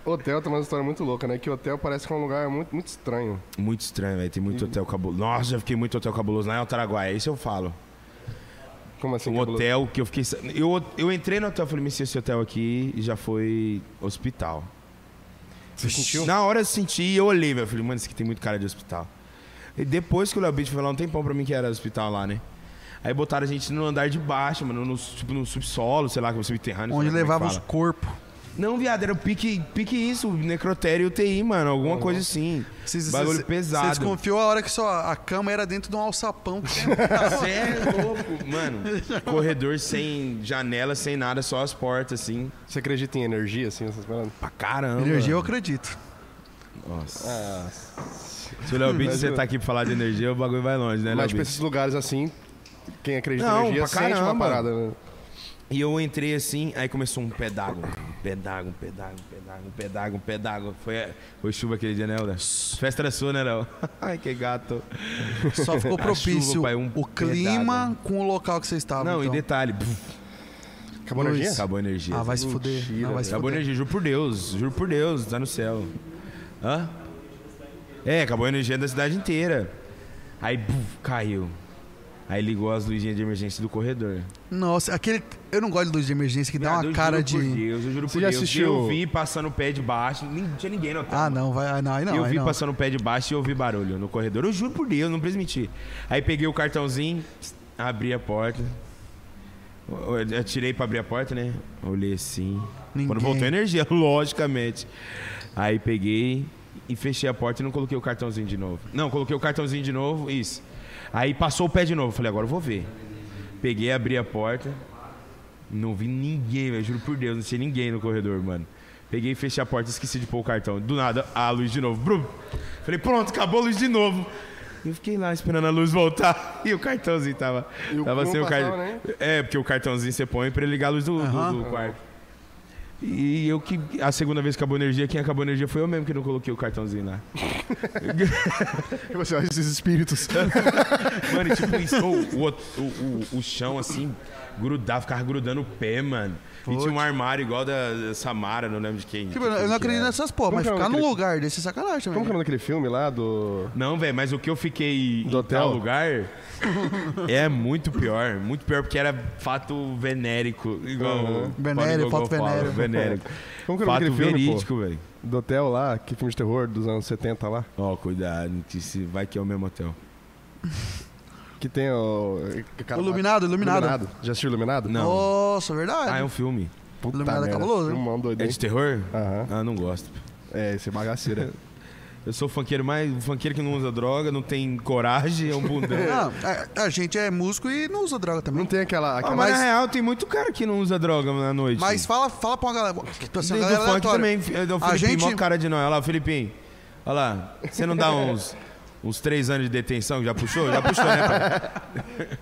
Speaker 1: um- Hotel tem uma história muito louca, né? Que hotel parece que é um lugar muito, muito estranho.
Speaker 3: Muito estranho, velho. Tem muito hotel cabuloso. Nossa, eu fiquei muito hotel cabuloso lá em Altaraguaia. Isso eu falo.
Speaker 1: Como assim?
Speaker 3: Um
Speaker 1: cabuloso?
Speaker 3: hotel que eu fiquei. sa- Eu, eu entrei no hotel e falei, "Messias, esse hotel aqui já foi hospital.
Speaker 1: Você sentiu?
Speaker 3: Na hora eu senti e eu olhei, velho. Eu Falei, mano, isso aqui tem muito cara de hospital. E depois que o Léo Beach falou um tempão pra mim que era hospital lá, né? Aí botaram a gente no andar de baixo, mano, no, tipo, no subsolo, sei lá, que é subterrâneo.
Speaker 2: Onde
Speaker 3: sei lá como
Speaker 2: levava
Speaker 3: é que
Speaker 2: os
Speaker 3: fala.
Speaker 2: corpos.
Speaker 3: Não, viado, era o pique, pique isso, necrotério e UTI, mano, alguma coisa assim. Bagulho pesado.
Speaker 2: Você desconfiou a hora que só a cama era dentro de um alçapão.
Speaker 3: Cê é louco, mano. Corredor sem janela, sem nada, só as portas, assim.
Speaker 1: Você acredita em energia, assim, essas paradas?
Speaker 3: Pra caramba.
Speaker 2: Energia eu acredito.
Speaker 3: Nossa. Se o Léo Beach, você tá aqui pra falar de energia, o bagulho vai longe, né, Léo
Speaker 1: Mas, tipo,
Speaker 3: Beach?
Speaker 1: esses lugares assim, quem acredita
Speaker 3: Não,
Speaker 1: em energia
Speaker 3: pra
Speaker 1: sente uma
Speaker 3: caramba.
Speaker 1: parada, né?
Speaker 3: E eu entrei assim, aí assim, começou um pé d'água. Pedago, pedago, pedago, pedago, pedago. Foi, é, foi chuva aquele dia, né, Helder? Festa era sua, né, Léo? Ai, que gato.
Speaker 2: Só ficou
Speaker 3: A
Speaker 2: propício
Speaker 3: chuva, pai, um
Speaker 2: o clima com o local que você estava.
Speaker 3: Não,
Speaker 2: então.
Speaker 3: e detalhe. puf,
Speaker 1: Acabou a
Speaker 2: Dois.
Speaker 1: energia?
Speaker 3: Acabou a energia.
Speaker 2: Ah, vai se fuder.
Speaker 1: Mentira,
Speaker 2: Ah, vai se
Speaker 3: Acabou a
Speaker 2: fuder.
Speaker 3: energia, juro por Deus, juro por Deus, tá no céu. Hã? É, acabou a energia da cidade inteira. Aí, buf, caiu. Aí ligou as luzinhas de emergência do corredor.
Speaker 2: Nossa, aquele. Eu não gosto de luz de emergência que dá
Speaker 3: Viado,
Speaker 2: uma
Speaker 3: eu
Speaker 2: cara
Speaker 3: juro
Speaker 2: de.
Speaker 3: é Por Deus, eu juro
Speaker 1: Você
Speaker 3: por
Speaker 1: já
Speaker 3: Deus.
Speaker 1: assistiu-
Speaker 3: Eu vi passando o pé de baixo, nem- não tinha ninguém no hotel.
Speaker 2: Ah, não, vai. ah, Não, aí não.
Speaker 3: eu
Speaker 2: aí
Speaker 3: vi
Speaker 2: não.
Speaker 3: passando o pé de baixo e eu vi barulho no corredor. Eu juro por Deus, não presmiti. Aí peguei o cartãozinho, abri a porta. Eu- Eu tirei pra abrir a porta, né? Olhei assim.
Speaker 2: Ninguém.
Speaker 3: Quando voltou a energia, logicamente. Aí peguei e fechei a porta e não coloquei o cartãozinho de novo. Não, coloquei o cartãozinho de novo, isso. Aí passou o pé de novo. Falei, agora eu vou ver. Peguei, abri a porta. Não vi ninguém, velho. Juro por Deus, não tinha ninguém no corredor, mano. Peguei, fechei a porta, esqueci de pôr o cartão. Do nada, a luz de novo. Brum. Falei, pronto, acabou a luz de novo. E eu fiquei lá esperando a luz voltar. E o cartãozinho tava.
Speaker 1: o
Speaker 3: tava
Speaker 1: cu
Speaker 3: sem
Speaker 1: não
Speaker 3: o cartão.
Speaker 1: passava, né?
Speaker 3: É, porque o cartãozinho você põe pra ele ligar a luz do, do-
Speaker 2: Aham.
Speaker 3: do quarto. E eu que. A segunda vez que acabou a energia, quem acabou a energia foi eu mesmo que não coloquei o cartãozinho lá.
Speaker 1: E Você olha esses espíritos.
Speaker 3: Mano, e tipo isso, o, o, o, o- o chão assim, grudava, ficava grudando o pé, mano. E tinha um armário igual da da Samara, não lembro de quem.
Speaker 2: Tipo,
Speaker 3: de
Speaker 2: eu
Speaker 3: quem que
Speaker 2: não acredito
Speaker 3: era.
Speaker 2: nessas porra,
Speaker 1: Como
Speaker 2: mas
Speaker 1: que é o
Speaker 2: ficar
Speaker 1: nome
Speaker 2: num
Speaker 1: daquele-
Speaker 2: lugar desse é
Speaker 1: Como
Speaker 2: sacanagem
Speaker 1: que é o
Speaker 2: também.
Speaker 1: nome daquele filme lá do.
Speaker 3: Não, velho, mas o que eu fiquei
Speaker 1: Do
Speaker 3: em
Speaker 1: hotel?
Speaker 3: tal lugar é muito pior. Muito pior porque era fato venérico. Igual
Speaker 1: Uhum.
Speaker 3: o
Speaker 2: Venéreo,
Speaker 3: Paulo Gogol
Speaker 2: fato
Speaker 3: fala,
Speaker 2: venéreo.
Speaker 3: venérico.
Speaker 1: Como que é o nome
Speaker 3: fato
Speaker 1: daquele filme, pô?
Speaker 3: verídico, velho.
Speaker 1: Do hotel lá, que filme de terror dos anos 70 lá.
Speaker 3: Ó, cuidado, que se vai que é o mesmo hotel.
Speaker 1: Que tem o. cara lá-
Speaker 2: Iluminado, iluminado.
Speaker 1: Já assistiu Iluminado?
Speaker 3: Não.
Speaker 2: Nossa, verdade.
Speaker 3: Ah, é um filme.
Speaker 1: Puta
Speaker 2: Iluminado é cabuloso, né?
Speaker 1: Filmão doido,
Speaker 3: É
Speaker 1: hein?
Speaker 3: de terror?
Speaker 1: Aham.
Speaker 3: Ah, não gosto.
Speaker 1: É, esse é bagaceira.
Speaker 3: Eu sou o funkeiro mais. O funkeiro que não usa droga, não tem coragem, é um bundão.
Speaker 2: Não, a, a gente é músico e não usa droga também.
Speaker 1: Não tem aquela.
Speaker 3: Ah,
Speaker 1: aquela-
Speaker 3: mas,
Speaker 2: mas-
Speaker 3: na real, tem muito cara que não usa droga na noite.
Speaker 2: Mas fala, fala pra uma galera. Tô assim,
Speaker 3: Tem
Speaker 2: uma
Speaker 3: do
Speaker 2: galera
Speaker 3: funk
Speaker 2: aleatória.
Speaker 3: também. fi- do
Speaker 2: A
Speaker 3: Filipinho,
Speaker 2: gente.
Speaker 3: mó cara de nós. Olha lá, o Filipinho. Olha lá. Você não dá uns, uns três anos de detenção? Já puxou? Já puxou, né, pai?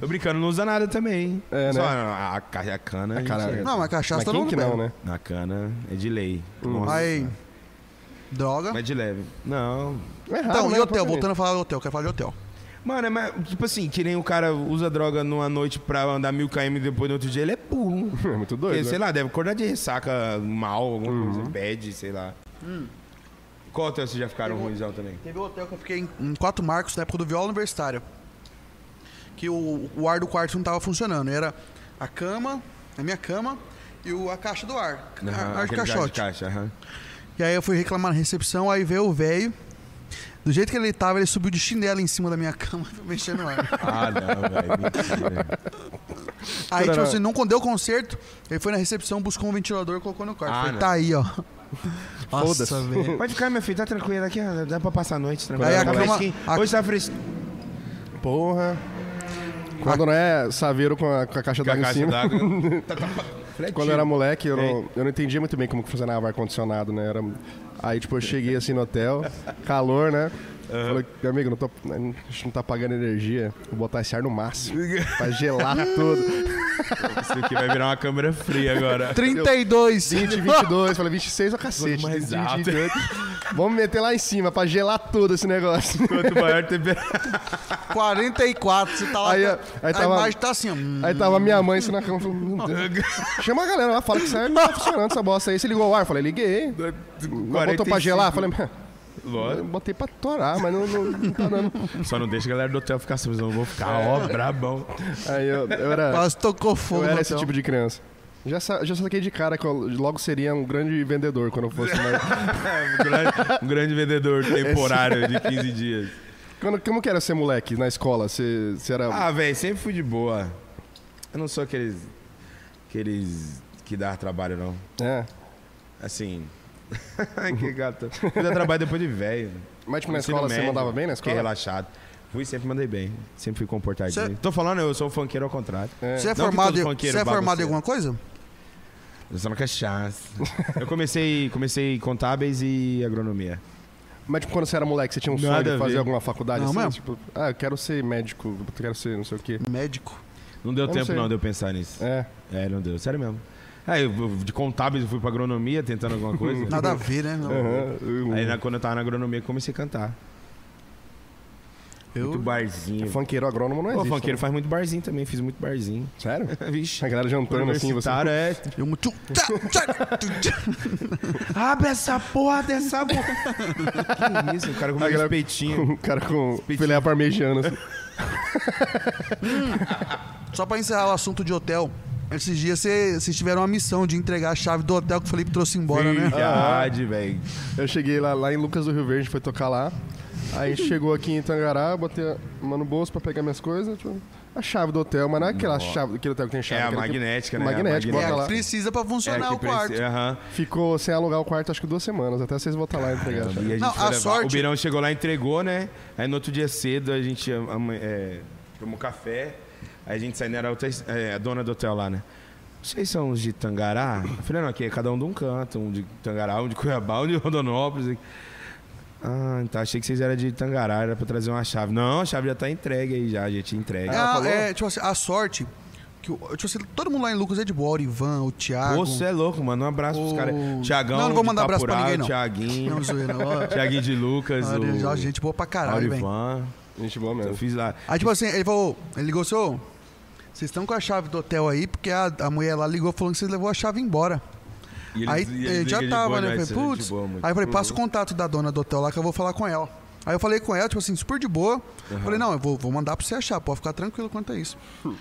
Speaker 3: Tô brincando, não usa nada também.
Speaker 1: É,
Speaker 3: Só
Speaker 1: né?
Speaker 3: a, a, ca- a cana. A,
Speaker 1: Caralho.
Speaker 3: gente-
Speaker 2: Não, mas cachaça
Speaker 1: Mas
Speaker 2: todo
Speaker 1: quem
Speaker 2: mundo
Speaker 1: que
Speaker 2: bebe.
Speaker 1: não, né?
Speaker 3: Na cana é de lei.
Speaker 1: Hum.
Speaker 3: Nossa.
Speaker 2: Mas. Droga.
Speaker 3: Mas é de leve. Não.
Speaker 1: É raro,
Speaker 2: então,
Speaker 1: né?
Speaker 2: e hotel?
Speaker 1: Pode ver.
Speaker 2: Voltando a falar do hotel, quero falar de hotel.
Speaker 3: Mano, é mais, tipo assim, que nem o cara usa droga numa noite pra andar mil km e depois no outro dia, ele é burro.
Speaker 1: É muito
Speaker 3: Porque,
Speaker 1: doido.
Speaker 3: sei
Speaker 1: né? Uhum.
Speaker 3: lá, deve acordar de ressaca mal, alguma coisa, bad, sei lá. Qual hotel vocês já ficaram ruimzão também?
Speaker 2: Teve um hotel que eu fiquei em, em Quatro Marcos, na época do viola universitário. Que o, o ar do quarto não tava funcionando. Era a cama, a minha cama e o, a caixa do ar.
Speaker 1: Ah,
Speaker 2: a-
Speaker 3: Aham,
Speaker 2: ar de
Speaker 3: aquele cara
Speaker 2: caixote.
Speaker 3: caixa, aham.
Speaker 2: E aí eu fui reclamar na recepção, aí veio o velho. Do jeito que ele tava, ele subiu de chinelo em cima da minha cama, mexendo no ar.
Speaker 3: Ah, não, velho, mentira.
Speaker 2: Aí, tipo
Speaker 1: Cara,
Speaker 2: assim, não deu conserto, ele foi na recepção, buscou um ventilador e colocou no quarto.
Speaker 3: Ah,
Speaker 2: Falei,
Speaker 3: não.
Speaker 2: tá aí, ó. Nossa,
Speaker 1: Foda-se.
Speaker 2: velho.
Speaker 3: Pode ficar, meu filho, tá tranquilo aqui, ó, dá pra passar a noite tranquilo.
Speaker 2: Aí a
Speaker 3: Tá
Speaker 2: cama-
Speaker 3: fresquinho.
Speaker 2: a-
Speaker 3: Hoje tá fresquinho.
Speaker 1: Porra. Quando não é saveiro com a, com a caixa
Speaker 3: Com a
Speaker 1: d'água em
Speaker 3: caixa
Speaker 1: cima.
Speaker 3: d'água. Tá
Speaker 1: Quando eu era moleque, eu não, eu não entendia muito bem como que funcionava ar-condicionado, né? Era... Aí, tipo, eu cheguei assim no hotel, calor, né? Falei, meu amigo, não tô, a gente não tá pagando energia. Vou botar esse ar no máximo. pra gelar tudo.
Speaker 3: Isso aqui vai virar uma câmera fria agora.
Speaker 2: 32!
Speaker 1: 20, 22. Falei, 26 é o cacete.
Speaker 3: Mais
Speaker 1: 20,
Speaker 3: alto.
Speaker 1: 28. Vamos meter lá em cima pra gelar tudo esse negócio.
Speaker 3: Quanto maior a temperatura.
Speaker 2: 44, você tá lá.
Speaker 1: Aí,
Speaker 2: com-
Speaker 1: ó, aí
Speaker 2: a
Speaker 1: tava-
Speaker 2: imagem tá assim, ó. hum.
Speaker 1: Aí tava minha mãe assim na cama. Falou, "Meu Deus." Chama a galera lá, fala que isso aí não tá funcionando essa bosta aí. Você ligou o ar? Falei, liguei. Não botou pra gelar? Falei, eu
Speaker 3: Lógico.
Speaker 1: botei pra torar, mas não, não, não tá dando.
Speaker 3: Só não deixa a galera do hotel ficar assim, senão eu vou ficar,
Speaker 1: É.
Speaker 3: ó, brabão.
Speaker 1: Aí eu, eu era,
Speaker 2: Quase tocou fogo
Speaker 1: eu
Speaker 2: no
Speaker 1: era esse
Speaker 2: hotel.
Speaker 1: tipo de criança. Já, sa- já saquei de cara que eu logo seria um grande vendedor quando eu fosse mais.
Speaker 3: Um grande, um grande vendedor temporário de 15 dias.
Speaker 1: Quando, como que era ser moleque na escola? Você, você era.
Speaker 3: Ah, velho, sempre fui de boa. Eu não sou aqueles. aqueles que dá trabalho, não.
Speaker 1: é.
Speaker 3: Assim. Ai, que gato. Eu dá trabalho depois de velho.
Speaker 1: Mas tipo, na
Speaker 3: Ensino
Speaker 1: escola você
Speaker 3: médio,
Speaker 1: mandava bem na
Speaker 3: Fiquei
Speaker 1: escola?
Speaker 3: relaxado. Fui, sempre mandei bem. Sempre fui comportadinho.
Speaker 2: Cê-
Speaker 3: Tô falando, eu sou um funkeiro ao contrário.
Speaker 2: Você é
Speaker 3: Não que
Speaker 2: formado,
Speaker 3: todo
Speaker 2: em-
Speaker 3: funkeiro
Speaker 2: você é formado em
Speaker 3: bagunceiro.
Speaker 2: alguma coisa?
Speaker 3: Eu sou na cachaça. eu comecei, comecei contábeis e agronomia.
Speaker 1: Mas tipo, quando você era moleque, você tinha um
Speaker 3: Nada
Speaker 1: sonho
Speaker 3: a
Speaker 1: de fazer
Speaker 3: ver.
Speaker 1: alguma faculdade
Speaker 2: Não,
Speaker 1: assim?
Speaker 2: mesmo?
Speaker 1: Tipo, ah, eu quero ser médico, eu quero ser não sei o quê.
Speaker 2: Médico.
Speaker 3: Não deu
Speaker 1: não
Speaker 3: tempo,
Speaker 1: sei.
Speaker 3: não, de eu pensar nisso.
Speaker 1: É.
Speaker 3: É, não deu. Sério mesmo. Aí, eu- eu- de contábeis, eu fui pra agronomia tentando alguma coisa.
Speaker 2: Nada a ver, né? Não.
Speaker 1: Aham.
Speaker 3: Aí, na- quando eu tava na agronomia, eu comecei a cantar.
Speaker 1: É,
Speaker 2: Eu-
Speaker 1: Uhum.
Speaker 3: Muito barzinho.
Speaker 1: Funkeiro agrônomo não
Speaker 3: Pô,
Speaker 1: existe.
Speaker 3: funkeiro faz muito barzinho também, fiz muito barzinho.
Speaker 1: né? Sério?
Speaker 3: Vixe.
Speaker 1: A galera jantando assim, você...
Speaker 3: Universitário, é.
Speaker 2: Eu mu- tchum, tchá, tchá, tchum, tchá.
Speaker 3: Abre essa porra dessa boca. que isso, o cara comeu
Speaker 1: A galera-
Speaker 3: um peitinho.
Speaker 1: Um cara com filé parmegiana. Assim.
Speaker 2: Só pra encerrar o assunto de hotel. Esses dias cê- vocês tiveram uma missão de entregar a chave do hotel que o Felipe trouxe embora, né?
Speaker 3: Ah,
Speaker 1: Ah.
Speaker 3: Verdade, velho.
Speaker 1: Eu cheguei lá, lá em Lucas do Rio Verde, foi tocar lá. Aí chegou aqui em Tangará, botei a mão no bolso pra pegar minhas coisas. tipo, a chave do hotel, mas não é aquela chave, aquele hotel que tem chave.
Speaker 3: É, a
Speaker 1: aquele que-
Speaker 3: magnética, né?
Speaker 1: Magnética, bota
Speaker 3: A magnética.
Speaker 1: tá lá.
Speaker 2: É, precisa pra funcionar o quarto.
Speaker 3: Aham.
Speaker 1: Ficou sem alugar o quarto, acho que duas semanas, até vocês voltar lá e entregar a chave.
Speaker 3: E a gente
Speaker 2: Não,
Speaker 3: foi
Speaker 2: a
Speaker 3: levar-
Speaker 2: sorte-
Speaker 3: O Birão chegou lá, entregou, né? Aí no outro dia cedo a gente ama- é, tomou café. Aí a gente saindo, era outra, é, a dona do hotel lá, né? Vocês são os de Tangará? Eu falei, não, aqui é cada um de um canto. Um de Tangará, um de Cuiabá, um de Rondonópolis. Ah, então achei que vocês eram de Tangará, era pra trazer uma chave. Não, a chave já tá entregue aí, já, a gente entrega.
Speaker 2: Ah, é, tipo assim, a sorte. Que, o- tipo assim, todo mundo lá em Lucas é de boa, o Ivan, o Thiago.
Speaker 3: Pô, você é louco, mano. Um abraço
Speaker 2: O-
Speaker 3: pros caras. Tiagão,
Speaker 2: Não, não vou
Speaker 3: de
Speaker 2: mandar abraço pra
Speaker 3: Tapurá,
Speaker 2: ninguém, não.
Speaker 3: Tiaguinho.
Speaker 2: Não, zoeira, ó.
Speaker 3: Tiaguinho de Lucas.
Speaker 2: Olha,
Speaker 3: é o...
Speaker 2: já, gente boa pra caralho,
Speaker 3: Áureo
Speaker 2: velho.
Speaker 3: Van.
Speaker 1: Gente boa
Speaker 3: Eu
Speaker 1: mesmo.
Speaker 3: fiz lá.
Speaker 2: Aí, tipo assim, ele falou, ele ligou, seu, vocês estão com a chave do hotel aí, porque a, a mulher lá ligou falando que vocês levou a chave embora.
Speaker 3: E eles-
Speaker 2: aí
Speaker 3: e
Speaker 2: eh,
Speaker 3: eles
Speaker 2: já
Speaker 3: ligam de
Speaker 2: tava,
Speaker 3: boa
Speaker 2: né? Eu
Speaker 3: noite, Uhum.
Speaker 2: falei,
Speaker 3: gente
Speaker 2: putz.
Speaker 3: boa, muito. Ah,
Speaker 2: Aí eu falei, passa o contato da dona do hotel lá que eu vou falar com ela. Aí eu falei com ela, tipo assim, super de boa.
Speaker 3: Uhum.
Speaker 2: Falei, não, eu vou, vou mandar pra você achar, pode ficar tranquilo quanto a isso.
Speaker 3: Hum.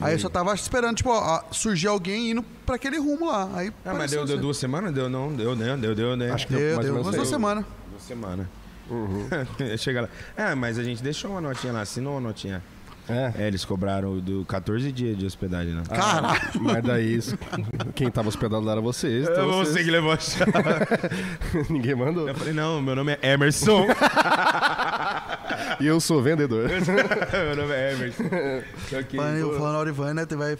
Speaker 2: Aí eu só tava esperando, tipo, ó, surgir alguém indo pra aquele rumo lá. Aí
Speaker 3: Ah, mas deu, deu duas semanas? Deu, não? Deu, né? Deu, deu, né?
Speaker 1: Acho que
Speaker 2: Deu,
Speaker 1: mais
Speaker 2: deu Uhum.
Speaker 1: ou menos
Speaker 2: umas
Speaker 1: isso
Speaker 2: duas
Speaker 1: aí.
Speaker 2: semanas.
Speaker 3: Duas semanas. Chega lá. Ah, mas a gente deixou uma notinha lá, assinou uma notinha.
Speaker 1: É,
Speaker 3: É, eles cobraram do 14 dias de hospedagem, né?
Speaker 2: Ah, Caralho!
Speaker 1: mas daí isso- quem tava hospedado lá era vocês.
Speaker 3: Eu
Speaker 1: Então
Speaker 3: vou
Speaker 1: vocês-
Speaker 3: que levou a chave.
Speaker 1: Ninguém mandou.
Speaker 3: Eu falei, não, meu nome é Emerson.
Speaker 1: E eu sou vendedor.
Speaker 3: meu nome é Emerson. Só que-
Speaker 2: Falando, falando a Orivan, né? Vai.